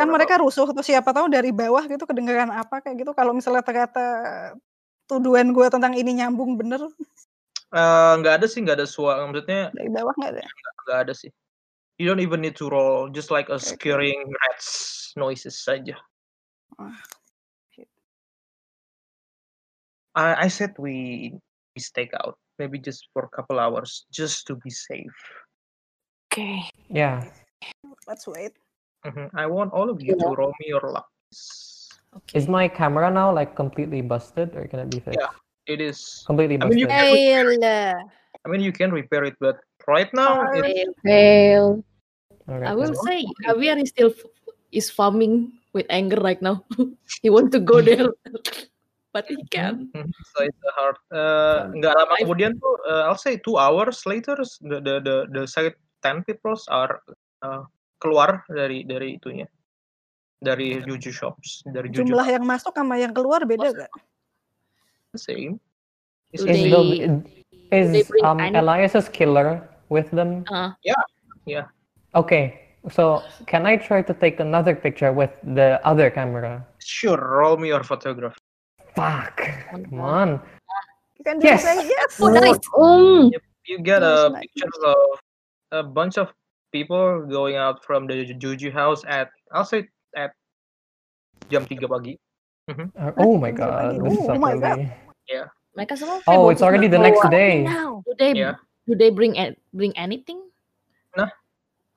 [SPEAKER 5] Kan mereka rusuh tuh siapa tahu dari bawah gitu kedengaran apa kayak gitu. Kalau misalnya ternyata tuduhan gue tentang ini nyambung bener
[SPEAKER 1] Eh, nggak ada sih, nggak ada suara. Maksudnya
[SPEAKER 5] dari bawah nggak ada.
[SPEAKER 1] nggak ada sih. You don't even need to roll, just like a scaring rats noises saja.
[SPEAKER 5] Ah, shit.
[SPEAKER 1] I I said we we stake out, maybe just for a couple hours, just to be safe.
[SPEAKER 2] Okay.
[SPEAKER 4] Yeah.
[SPEAKER 5] Let's wait.
[SPEAKER 1] Mhm, I want all of you to roll me your luck.
[SPEAKER 4] Is my camera now like completely busted or can it be fixed?
[SPEAKER 1] Yeah. It is.
[SPEAKER 4] Completely
[SPEAKER 1] I mean, you
[SPEAKER 4] busted.
[SPEAKER 1] can, I mean, you can repair it, but right now, it-
[SPEAKER 7] Fail.
[SPEAKER 4] Okay,
[SPEAKER 9] I
[SPEAKER 4] cool.
[SPEAKER 9] will say Javier is still is farming with anger right now. he want to go
[SPEAKER 4] Hmm.
[SPEAKER 9] there, but he can.
[SPEAKER 1] Mhm, so it's a hard. Uh, nggak lama kemudian tuh, uh, I'll say two hours later, s- the the the, the side ten people are uh, keluar dari dari itunya, dari juju shops, dari juju.
[SPEAKER 5] Jumlah yang masuk sama yang keluar beda gak?
[SPEAKER 1] same. It's
[SPEAKER 9] Do
[SPEAKER 1] the
[SPEAKER 4] Is,
[SPEAKER 1] same.
[SPEAKER 9] they-
[SPEAKER 4] the,
[SPEAKER 9] they
[SPEAKER 4] is
[SPEAKER 9] bring
[SPEAKER 4] um,
[SPEAKER 9] any-
[SPEAKER 4] Elias's killer with them?
[SPEAKER 9] Uh, Oh.
[SPEAKER 4] Okay, so can I try to take another picture with the other camera?
[SPEAKER 1] Sure, roll me your photography.
[SPEAKER 4] Fuck, come on.
[SPEAKER 5] You can
[SPEAKER 4] Yes.
[SPEAKER 5] just say yes.
[SPEAKER 7] Oh, um,
[SPEAKER 1] You get
[SPEAKER 5] Nice,
[SPEAKER 1] a
[SPEAKER 5] nice,
[SPEAKER 1] picture of a bunch of people going out from the Ju- Juju house at I'll say at jam 3 pagi.
[SPEAKER 4] Uh, Oh my
[SPEAKER 5] Nice, nice.
[SPEAKER 4] god, this is
[SPEAKER 5] Oh my God.
[SPEAKER 4] really-
[SPEAKER 9] mereka semua. heboh
[SPEAKER 4] Oh, it's already the
[SPEAKER 9] juga.
[SPEAKER 4] next
[SPEAKER 9] Bawa-
[SPEAKER 4] day.
[SPEAKER 2] Now.
[SPEAKER 9] Do they
[SPEAKER 1] Yeah.
[SPEAKER 9] do they bring an- bring anything?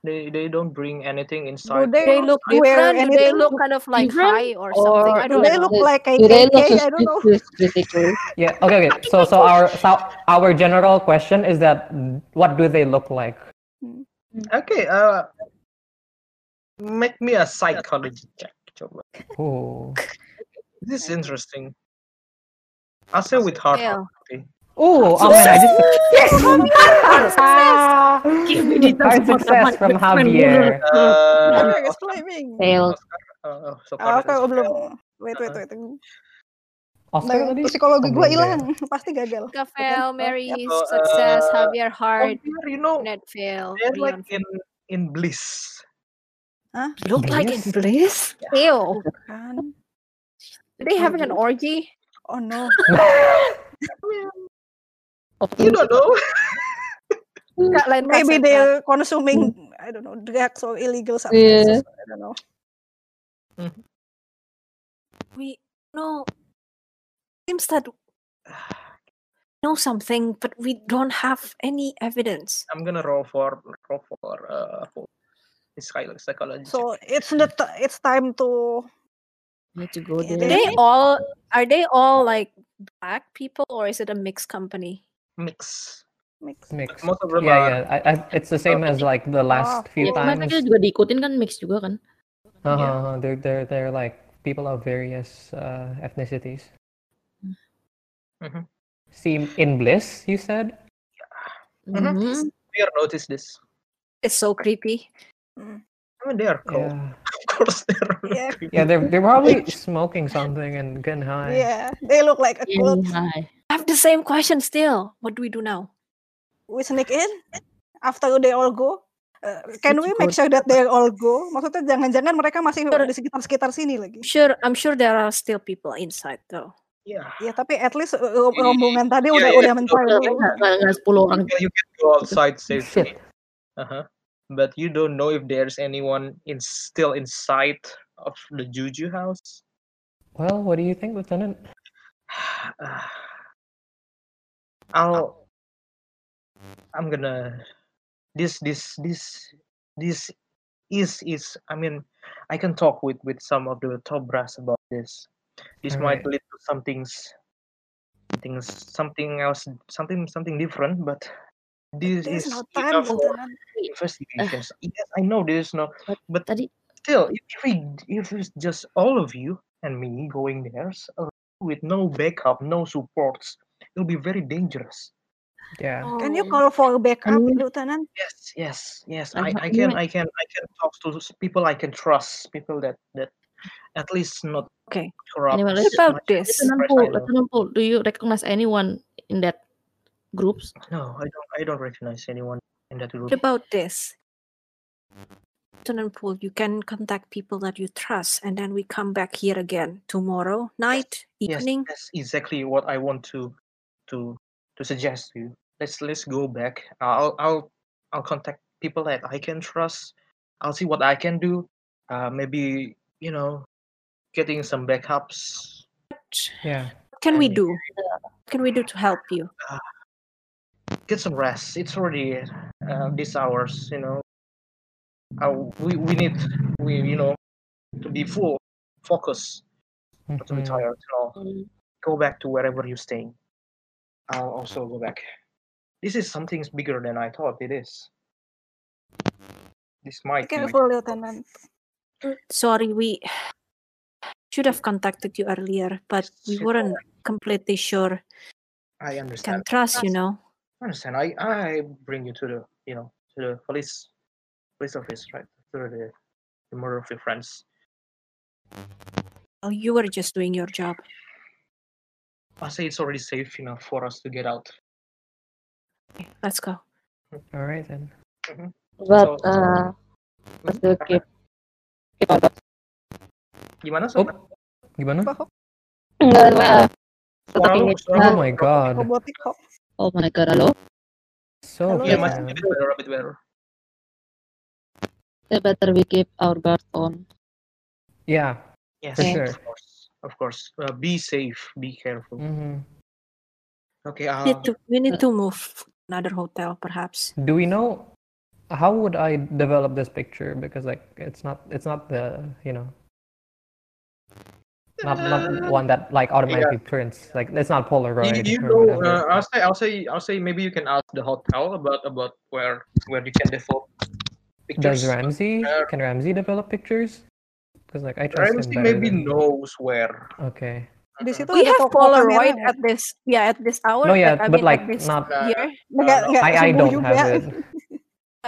[SPEAKER 1] They they don't bring anything
[SPEAKER 5] Do
[SPEAKER 1] inside.
[SPEAKER 5] they,
[SPEAKER 2] They look
[SPEAKER 5] wear
[SPEAKER 2] different. Do they
[SPEAKER 5] anything?
[SPEAKER 2] look kind of like
[SPEAKER 9] Different?
[SPEAKER 2] high or something? I
[SPEAKER 5] Do
[SPEAKER 2] don't
[SPEAKER 5] they
[SPEAKER 2] know.
[SPEAKER 5] look like
[SPEAKER 7] do
[SPEAKER 5] KKK?
[SPEAKER 7] they look Uh,
[SPEAKER 5] I don't know.
[SPEAKER 7] suspicious basically?
[SPEAKER 4] Yeah. Okay. Okay. So, so our so our general question is that what do they look like?
[SPEAKER 1] Okay, uh make me a psychology check. Coba.
[SPEAKER 4] Ooh.
[SPEAKER 1] This is interesting. I'll say with hard.
[SPEAKER 2] Yeah.
[SPEAKER 4] Ooh. Oh man, I just yes.
[SPEAKER 9] Give me details
[SPEAKER 4] Hard
[SPEAKER 9] about the
[SPEAKER 4] success from
[SPEAKER 9] man- man
[SPEAKER 4] Javier.
[SPEAKER 1] Uh,
[SPEAKER 5] Where is climbing?
[SPEAKER 7] Fail.
[SPEAKER 1] uh, uh, so far
[SPEAKER 5] Ah,
[SPEAKER 1] this
[SPEAKER 5] Oke,
[SPEAKER 1] is-
[SPEAKER 5] belum. Wait, wait, wait.
[SPEAKER 7] uh.
[SPEAKER 4] Oscar
[SPEAKER 5] Nah,
[SPEAKER 4] tadi?
[SPEAKER 5] psikologi
[SPEAKER 4] Oh,
[SPEAKER 5] gue
[SPEAKER 4] belum ya.
[SPEAKER 5] hilang, pasti gagal.
[SPEAKER 2] Gafail, Mary,
[SPEAKER 1] So,
[SPEAKER 2] success,
[SPEAKER 1] uh,
[SPEAKER 2] Javier, Hart,
[SPEAKER 1] Compare, you know,
[SPEAKER 2] Ned fail.
[SPEAKER 1] they're like
[SPEAKER 2] Leon
[SPEAKER 1] in
[SPEAKER 2] fail.
[SPEAKER 1] in bliss.
[SPEAKER 2] Look like in bliss? Ew.
[SPEAKER 5] Kan.
[SPEAKER 2] Are they having an orgy?
[SPEAKER 5] Oh no.
[SPEAKER 1] You don't know.
[SPEAKER 2] Nggak lain kasar, Kak.
[SPEAKER 5] Maybe they're consuming I don't know drugs or illegal substances. I don't know.
[SPEAKER 2] We no. Seems that know something, but we don't have any evidence.
[SPEAKER 1] I'm gonna roll for roll for uh for this kind of psychology. check.
[SPEAKER 5] So it's the t- it's time to
[SPEAKER 9] Need to go
[SPEAKER 5] Yeah,
[SPEAKER 9] there.
[SPEAKER 2] Are they all are they all like black people or is it a mixed company?
[SPEAKER 1] mix.
[SPEAKER 5] mix.
[SPEAKER 4] Mix.
[SPEAKER 1] Most of them are-
[SPEAKER 4] Yeah, yeah. I, I, it's the same as like the last few
[SPEAKER 9] Ya, kemarin
[SPEAKER 4] times.
[SPEAKER 9] kan kita juga diikutin kan mix juga kan.
[SPEAKER 4] Uh-huh, uh-huh. They're they're they're like people of various uh, ethnicities.
[SPEAKER 1] Mhm.
[SPEAKER 4] Seem in bliss, you said.
[SPEAKER 1] Mhm.
[SPEAKER 2] Mm-hmm.
[SPEAKER 9] Mhm.
[SPEAKER 5] Mm-hmm.
[SPEAKER 1] We are notice this.
[SPEAKER 2] It's so creepy.
[SPEAKER 1] I mean, they are cold.
[SPEAKER 4] Yeah.
[SPEAKER 1] course they're not
[SPEAKER 5] Yeah.
[SPEAKER 1] doing
[SPEAKER 4] Yeah,
[SPEAKER 1] it.
[SPEAKER 4] they're, they're probably smoking something and getting high.
[SPEAKER 5] Yeah, they look like a cult.
[SPEAKER 6] Hi.
[SPEAKER 2] I have the same question still. What do we do now?
[SPEAKER 5] We sneak in after they all go. Uh, can we make sure that they all go? Maksudnya jangan-jangan mereka masih di sekitar-sekitar sini lagi.
[SPEAKER 2] Sure, I'm sure there are still people inside though.
[SPEAKER 1] yeah.
[SPEAKER 5] Ya tapi at least uh, rom- rombongan tadi
[SPEAKER 1] Iya,
[SPEAKER 5] udah
[SPEAKER 1] iya,
[SPEAKER 5] udah
[SPEAKER 1] betul.
[SPEAKER 5] mencari.
[SPEAKER 9] Nggak sepuluh orang.
[SPEAKER 1] You can go outside safely.
[SPEAKER 4] Shit.
[SPEAKER 1] Uh-huh. But you don't know if there's anyone in still inside of the Juju house.
[SPEAKER 4] Well, what do you think, Lieutenant?
[SPEAKER 1] Ah. I'll I'm gonna this this this this is is I mean I can talk with with some of the top brass about this. This might
[SPEAKER 4] Alright.
[SPEAKER 1] lead to some things things something else something something different but this
[SPEAKER 5] There's
[SPEAKER 1] is
[SPEAKER 5] no time,
[SPEAKER 1] enough for
[SPEAKER 5] Lieutenant.
[SPEAKER 1] investigations. Yes, I know there is no
[SPEAKER 6] Tadi
[SPEAKER 1] still if we if it's just all of you and me going there s- alone with no backup no supports it'll be very dangerous
[SPEAKER 4] Yeah.
[SPEAKER 5] Can you
[SPEAKER 2] Oh.
[SPEAKER 5] call for backup,
[SPEAKER 6] Anu-
[SPEAKER 5] Lieutenant?
[SPEAKER 1] yes yes yes i,
[SPEAKER 6] I ha-
[SPEAKER 1] I
[SPEAKER 6] I
[SPEAKER 1] can
[SPEAKER 6] might-
[SPEAKER 1] i can i can talk to those people i can trust people that that at least not
[SPEAKER 2] Okay.
[SPEAKER 1] corrupt
[SPEAKER 6] Anyway,
[SPEAKER 1] as
[SPEAKER 6] what
[SPEAKER 2] about
[SPEAKER 1] much
[SPEAKER 2] this?
[SPEAKER 1] as I
[SPEAKER 6] Lieutenant Paul,
[SPEAKER 1] know.
[SPEAKER 6] Lieutenant Paul, do you recognize anyone in that groups?
[SPEAKER 1] no i don't i don't recognize anyone in that group
[SPEAKER 2] What about this? Lieutenant Pool, you can contact people that you trust, and then we come back here again tomorrow night,
[SPEAKER 1] yes
[SPEAKER 2] evening.
[SPEAKER 1] that's exactly what i want to to to suggest to you let's let's go back i'll i'll i'll contact people that i can trust i'll see what i can do uh maybe you know getting some backups
[SPEAKER 4] Yeah.
[SPEAKER 2] What can we
[SPEAKER 1] And-
[SPEAKER 2] do? What can we do to help you?
[SPEAKER 1] get some rest it's already uh, these hours you know uh, we we need we you know to be full focus not to be
[SPEAKER 4] Mhm.
[SPEAKER 1] tired at all go back to wherever you're staying i'll
[SPEAKER 4] Mm-hmm.
[SPEAKER 1] also go back this is something bigger than i thought it is this might be
[SPEAKER 5] Careful, Lieutenant.
[SPEAKER 2] Sorry, we should have contacted you earlier, but we
[SPEAKER 1] It's
[SPEAKER 2] weren't completely sure.
[SPEAKER 1] I
[SPEAKER 2] Can
[SPEAKER 1] understand.
[SPEAKER 2] trust, you know.
[SPEAKER 1] I understand. I I bring you to the you know to the police police office, right? To the, the murder of your friends.
[SPEAKER 2] Oh, you were just doing your job.
[SPEAKER 1] I say it's already safe enough for us to get out.
[SPEAKER 2] Okay, let's go.
[SPEAKER 4] Mm-hmm. All right then.
[SPEAKER 7] But
[SPEAKER 1] So-
[SPEAKER 7] uh,
[SPEAKER 1] Mhm.
[SPEAKER 7] still keep keep on.
[SPEAKER 1] Gimana sih?
[SPEAKER 4] Oh,
[SPEAKER 1] Uh,
[SPEAKER 4] gimana?
[SPEAKER 5] Bahok,
[SPEAKER 7] Enggak, enggak.
[SPEAKER 1] Suara
[SPEAKER 7] Tetap
[SPEAKER 1] lu,
[SPEAKER 7] ini.
[SPEAKER 1] suara
[SPEAKER 4] Oh
[SPEAKER 1] lu.
[SPEAKER 4] my god.
[SPEAKER 5] robotik kok.
[SPEAKER 7] Oh my god, halo.
[SPEAKER 4] So
[SPEAKER 5] Halo,
[SPEAKER 1] Yeah,
[SPEAKER 5] Iya,
[SPEAKER 1] masih a
[SPEAKER 4] bad.
[SPEAKER 1] bit better, a bit better.
[SPEAKER 7] They better we keep our guard on.
[SPEAKER 4] Yeah.
[SPEAKER 1] Yes,
[SPEAKER 4] For
[SPEAKER 1] of
[SPEAKER 4] sure.
[SPEAKER 1] course, of course. Uh, be safe, be careful.
[SPEAKER 4] hmm
[SPEAKER 1] Okay, uh,
[SPEAKER 4] Um,
[SPEAKER 2] Need to- we
[SPEAKER 4] mm.
[SPEAKER 2] need to move another hotel, perhaps.
[SPEAKER 4] Do we know how would I develop this picture? Because like it's not it's not the you know not not one that like automatically prints. Like it's
[SPEAKER 1] Uh,
[SPEAKER 4] not
[SPEAKER 1] you,
[SPEAKER 4] Polaroid
[SPEAKER 1] you
[SPEAKER 4] or
[SPEAKER 1] go.
[SPEAKER 4] whatever.
[SPEAKER 1] Uh, I'll say, I'll say, I'll say. Maybe you can ask the hotel about about where where you can develop pictures.
[SPEAKER 4] Does Ramsey
[SPEAKER 1] uh,
[SPEAKER 4] can Ramsey develop pictures? Because like I trust
[SPEAKER 1] Ramsey
[SPEAKER 4] him better
[SPEAKER 1] maybe
[SPEAKER 4] than-
[SPEAKER 1] knows where.
[SPEAKER 4] Okay.
[SPEAKER 5] Di situ
[SPEAKER 2] we
[SPEAKER 5] ada
[SPEAKER 2] have
[SPEAKER 5] toko kamera.
[SPEAKER 2] Polaroid at this yeah at this hour.
[SPEAKER 4] No, yeah,
[SPEAKER 2] I
[SPEAKER 4] but
[SPEAKER 2] mean,
[SPEAKER 4] like
[SPEAKER 2] at this
[SPEAKER 4] not.
[SPEAKER 1] Nah,
[SPEAKER 2] year
[SPEAKER 5] Nggak-
[SPEAKER 1] no.
[SPEAKER 4] I I
[SPEAKER 5] nggak sembuh
[SPEAKER 4] don't
[SPEAKER 5] juga.
[SPEAKER 4] have it.
[SPEAKER 2] uh,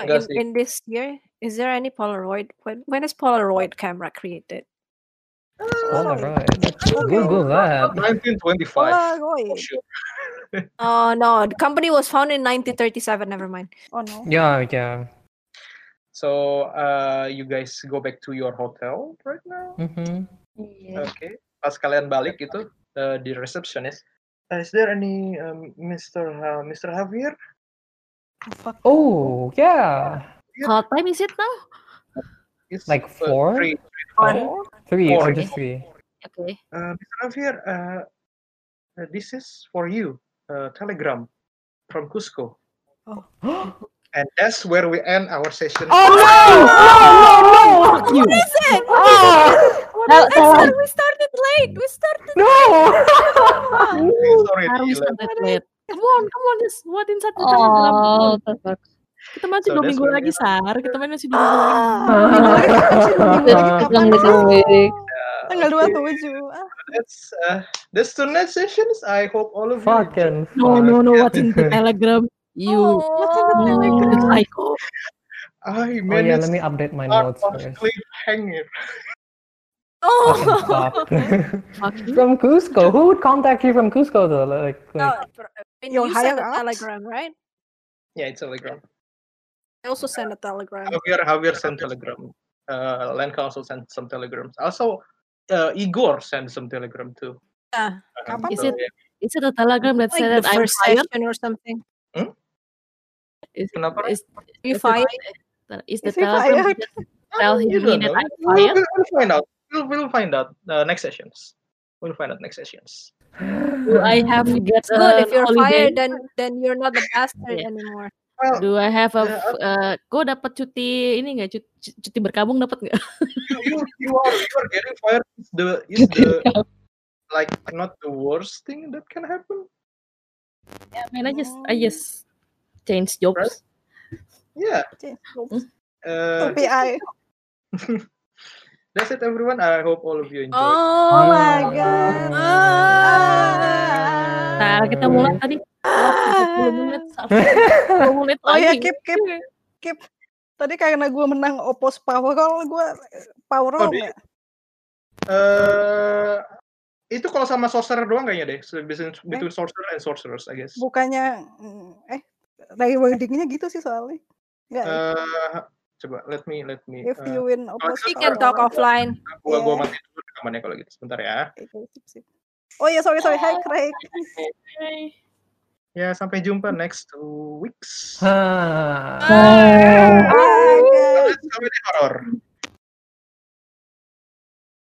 [SPEAKER 1] Enggak
[SPEAKER 2] in,
[SPEAKER 1] sih.
[SPEAKER 2] in this year is there any Polaroid? When when is Polaroid camera created?
[SPEAKER 5] Ah,
[SPEAKER 4] Polaroid.
[SPEAKER 5] Okay.
[SPEAKER 4] Google that.
[SPEAKER 1] 1925. Oh,
[SPEAKER 5] Polaroid.
[SPEAKER 1] shit.
[SPEAKER 2] Oh no, the company was founded in 1937. Never mind.
[SPEAKER 5] Oh no.
[SPEAKER 4] Yeah, yeah.
[SPEAKER 1] So uh, you guys go back to your hotel right now.
[SPEAKER 4] Mm-hmm.
[SPEAKER 7] Iya.
[SPEAKER 1] Okay. Pas kalian balik itu uh, di receptionist. Uh, is there any um, Mr. Ha- Mr. Javier?
[SPEAKER 5] Fuck.
[SPEAKER 4] Oh, yeah.
[SPEAKER 6] What time is it now?
[SPEAKER 1] It's
[SPEAKER 4] Like
[SPEAKER 1] uh,
[SPEAKER 4] four?
[SPEAKER 1] three.
[SPEAKER 5] Oh.
[SPEAKER 4] Four? Three
[SPEAKER 1] Four.
[SPEAKER 4] or just three?
[SPEAKER 6] Okay.
[SPEAKER 1] Uh, Mr. Javier, uh, uh, this is for you. Uh, telegram from Cusco.
[SPEAKER 4] oh
[SPEAKER 1] And that's where we end our session.
[SPEAKER 4] no!
[SPEAKER 6] Oh,
[SPEAKER 9] Fuck you.
[SPEAKER 7] Halo, salah.
[SPEAKER 2] we started late. We started.
[SPEAKER 4] No!
[SPEAKER 1] Okay, sorry.
[SPEAKER 9] Are we
[SPEAKER 1] Dylan.
[SPEAKER 9] started late? Come on, come on, just what inside the
[SPEAKER 6] 아,
[SPEAKER 7] Oh,
[SPEAKER 9] oh.
[SPEAKER 7] terpaksa.
[SPEAKER 9] Kita masih
[SPEAKER 1] So
[SPEAKER 9] dua
[SPEAKER 1] that's
[SPEAKER 9] minggu
[SPEAKER 1] when we
[SPEAKER 9] lagi, Sar. Kita main masih dua minggu
[SPEAKER 2] Ah.
[SPEAKER 9] lagi.
[SPEAKER 2] Oh.
[SPEAKER 4] 네,
[SPEAKER 7] Jadi kita
[SPEAKER 5] Kapan
[SPEAKER 7] bilang
[SPEAKER 5] sih?
[SPEAKER 7] gitu,
[SPEAKER 5] 아.
[SPEAKER 7] Wik.
[SPEAKER 1] Uh,
[SPEAKER 5] Tanggal
[SPEAKER 1] okay,
[SPEAKER 5] 27. Ah,
[SPEAKER 1] That's uh, that's tonight's sessions. I hope all of you. enjoy-
[SPEAKER 4] Fucking
[SPEAKER 9] No,
[SPEAKER 1] iya.
[SPEAKER 4] fuck.
[SPEAKER 9] no, no, what's in the telegram? You
[SPEAKER 5] look at the
[SPEAKER 9] you
[SPEAKER 6] oh,
[SPEAKER 5] telegram.
[SPEAKER 9] psycho.
[SPEAKER 1] I
[SPEAKER 4] Oh yeah, let
[SPEAKER 1] managed
[SPEAKER 4] me update my
[SPEAKER 1] Art
[SPEAKER 4] notes
[SPEAKER 1] of
[SPEAKER 4] first.
[SPEAKER 1] cliffhanger.
[SPEAKER 4] Fucking
[SPEAKER 2] Oh,
[SPEAKER 4] stop. from Cusco, who would contact you from Cusco though? Like, like
[SPEAKER 2] oh br- when
[SPEAKER 5] Your
[SPEAKER 2] you send a
[SPEAKER 5] higher-ups?
[SPEAKER 2] telegram, right?
[SPEAKER 1] Yeah, it's telegram.
[SPEAKER 2] I also send a telegram.
[SPEAKER 1] Javier, Javier sent telegram. Uh, Lenka also sent some telegrams. Also, uh, Igor sent some telegram too.
[SPEAKER 2] Yeah.
[SPEAKER 1] Um,
[SPEAKER 5] Kapan
[SPEAKER 1] so,
[SPEAKER 6] tuh?
[SPEAKER 1] yeah.
[SPEAKER 6] Is it a telegram that
[SPEAKER 2] Like
[SPEAKER 6] said
[SPEAKER 2] the
[SPEAKER 6] that I'm
[SPEAKER 2] first
[SPEAKER 6] fired?
[SPEAKER 2] session or something.
[SPEAKER 6] Is,
[SPEAKER 1] Kenapa?
[SPEAKER 6] is,
[SPEAKER 2] You
[SPEAKER 6] is
[SPEAKER 2] fired?
[SPEAKER 6] The, is the
[SPEAKER 5] Is he
[SPEAKER 6] telegram
[SPEAKER 5] fired?
[SPEAKER 6] that tell
[SPEAKER 1] You
[SPEAKER 6] him
[SPEAKER 1] don't
[SPEAKER 6] that
[SPEAKER 1] know.
[SPEAKER 6] I'm
[SPEAKER 1] We'll,
[SPEAKER 6] fired?
[SPEAKER 1] we'll, we'll find out. We'll, we'll find out uh, next sessions. We'll find out next sessions.
[SPEAKER 6] Do I have to get
[SPEAKER 2] It's good if
[SPEAKER 6] a
[SPEAKER 2] you're
[SPEAKER 6] holiday?
[SPEAKER 2] fired, then then you're not a bastard
[SPEAKER 6] Yeah.
[SPEAKER 2] anymore.
[SPEAKER 1] Well,
[SPEAKER 6] Do I have a
[SPEAKER 1] Yeah,
[SPEAKER 6] f- uh, gue dapat cuti ini nggak cuti, cuti berkabung dapat nggak?
[SPEAKER 1] you, you are you are getting fired is the is the like not the worst thing that can happen.
[SPEAKER 6] I mean, I just I just ah, iya change jobs.
[SPEAKER 1] Right? Yeah. Uh,
[SPEAKER 5] Tapi I
[SPEAKER 1] that's it, everyone. I hope all of you enjoyed.
[SPEAKER 2] Oh
[SPEAKER 5] my
[SPEAKER 2] my
[SPEAKER 5] god.
[SPEAKER 2] ah.
[SPEAKER 6] Nah, kita mulai tadi
[SPEAKER 2] god.
[SPEAKER 6] 10 menit sampai 10 menit
[SPEAKER 5] Ah. Oh
[SPEAKER 2] iya.
[SPEAKER 5] ya,
[SPEAKER 6] lagi.
[SPEAKER 5] keep keep keep. Tadi karena gue menang opos power roll, gue power roll
[SPEAKER 1] deh.
[SPEAKER 5] nggak?
[SPEAKER 1] Eh, itu kalau sama sorcerer doang kayaknya deh. So, Between, between sorcerer and sorcerers, I guess.
[SPEAKER 5] Bukannya mm, eh dari wordingnya gitu sih soalnya. Nggak ya?
[SPEAKER 1] Eh, coba, let me, let me.
[SPEAKER 5] If
[SPEAKER 1] eh,
[SPEAKER 5] you win opos
[SPEAKER 2] We
[SPEAKER 1] Kita
[SPEAKER 2] can talk
[SPEAKER 5] power roll.
[SPEAKER 2] offline.
[SPEAKER 1] gua, gua
[SPEAKER 5] yeah.
[SPEAKER 1] matiin dulu rekamannya kalau gitu. Sebentar ya.
[SPEAKER 5] Oke, sip, sip. Oh ya, sorry sorry, hi Craig.
[SPEAKER 1] Ya, sampai jumpa next two weeks.
[SPEAKER 4] Ah.
[SPEAKER 2] Bye.
[SPEAKER 5] Hi guys.
[SPEAKER 1] Sampai di horor.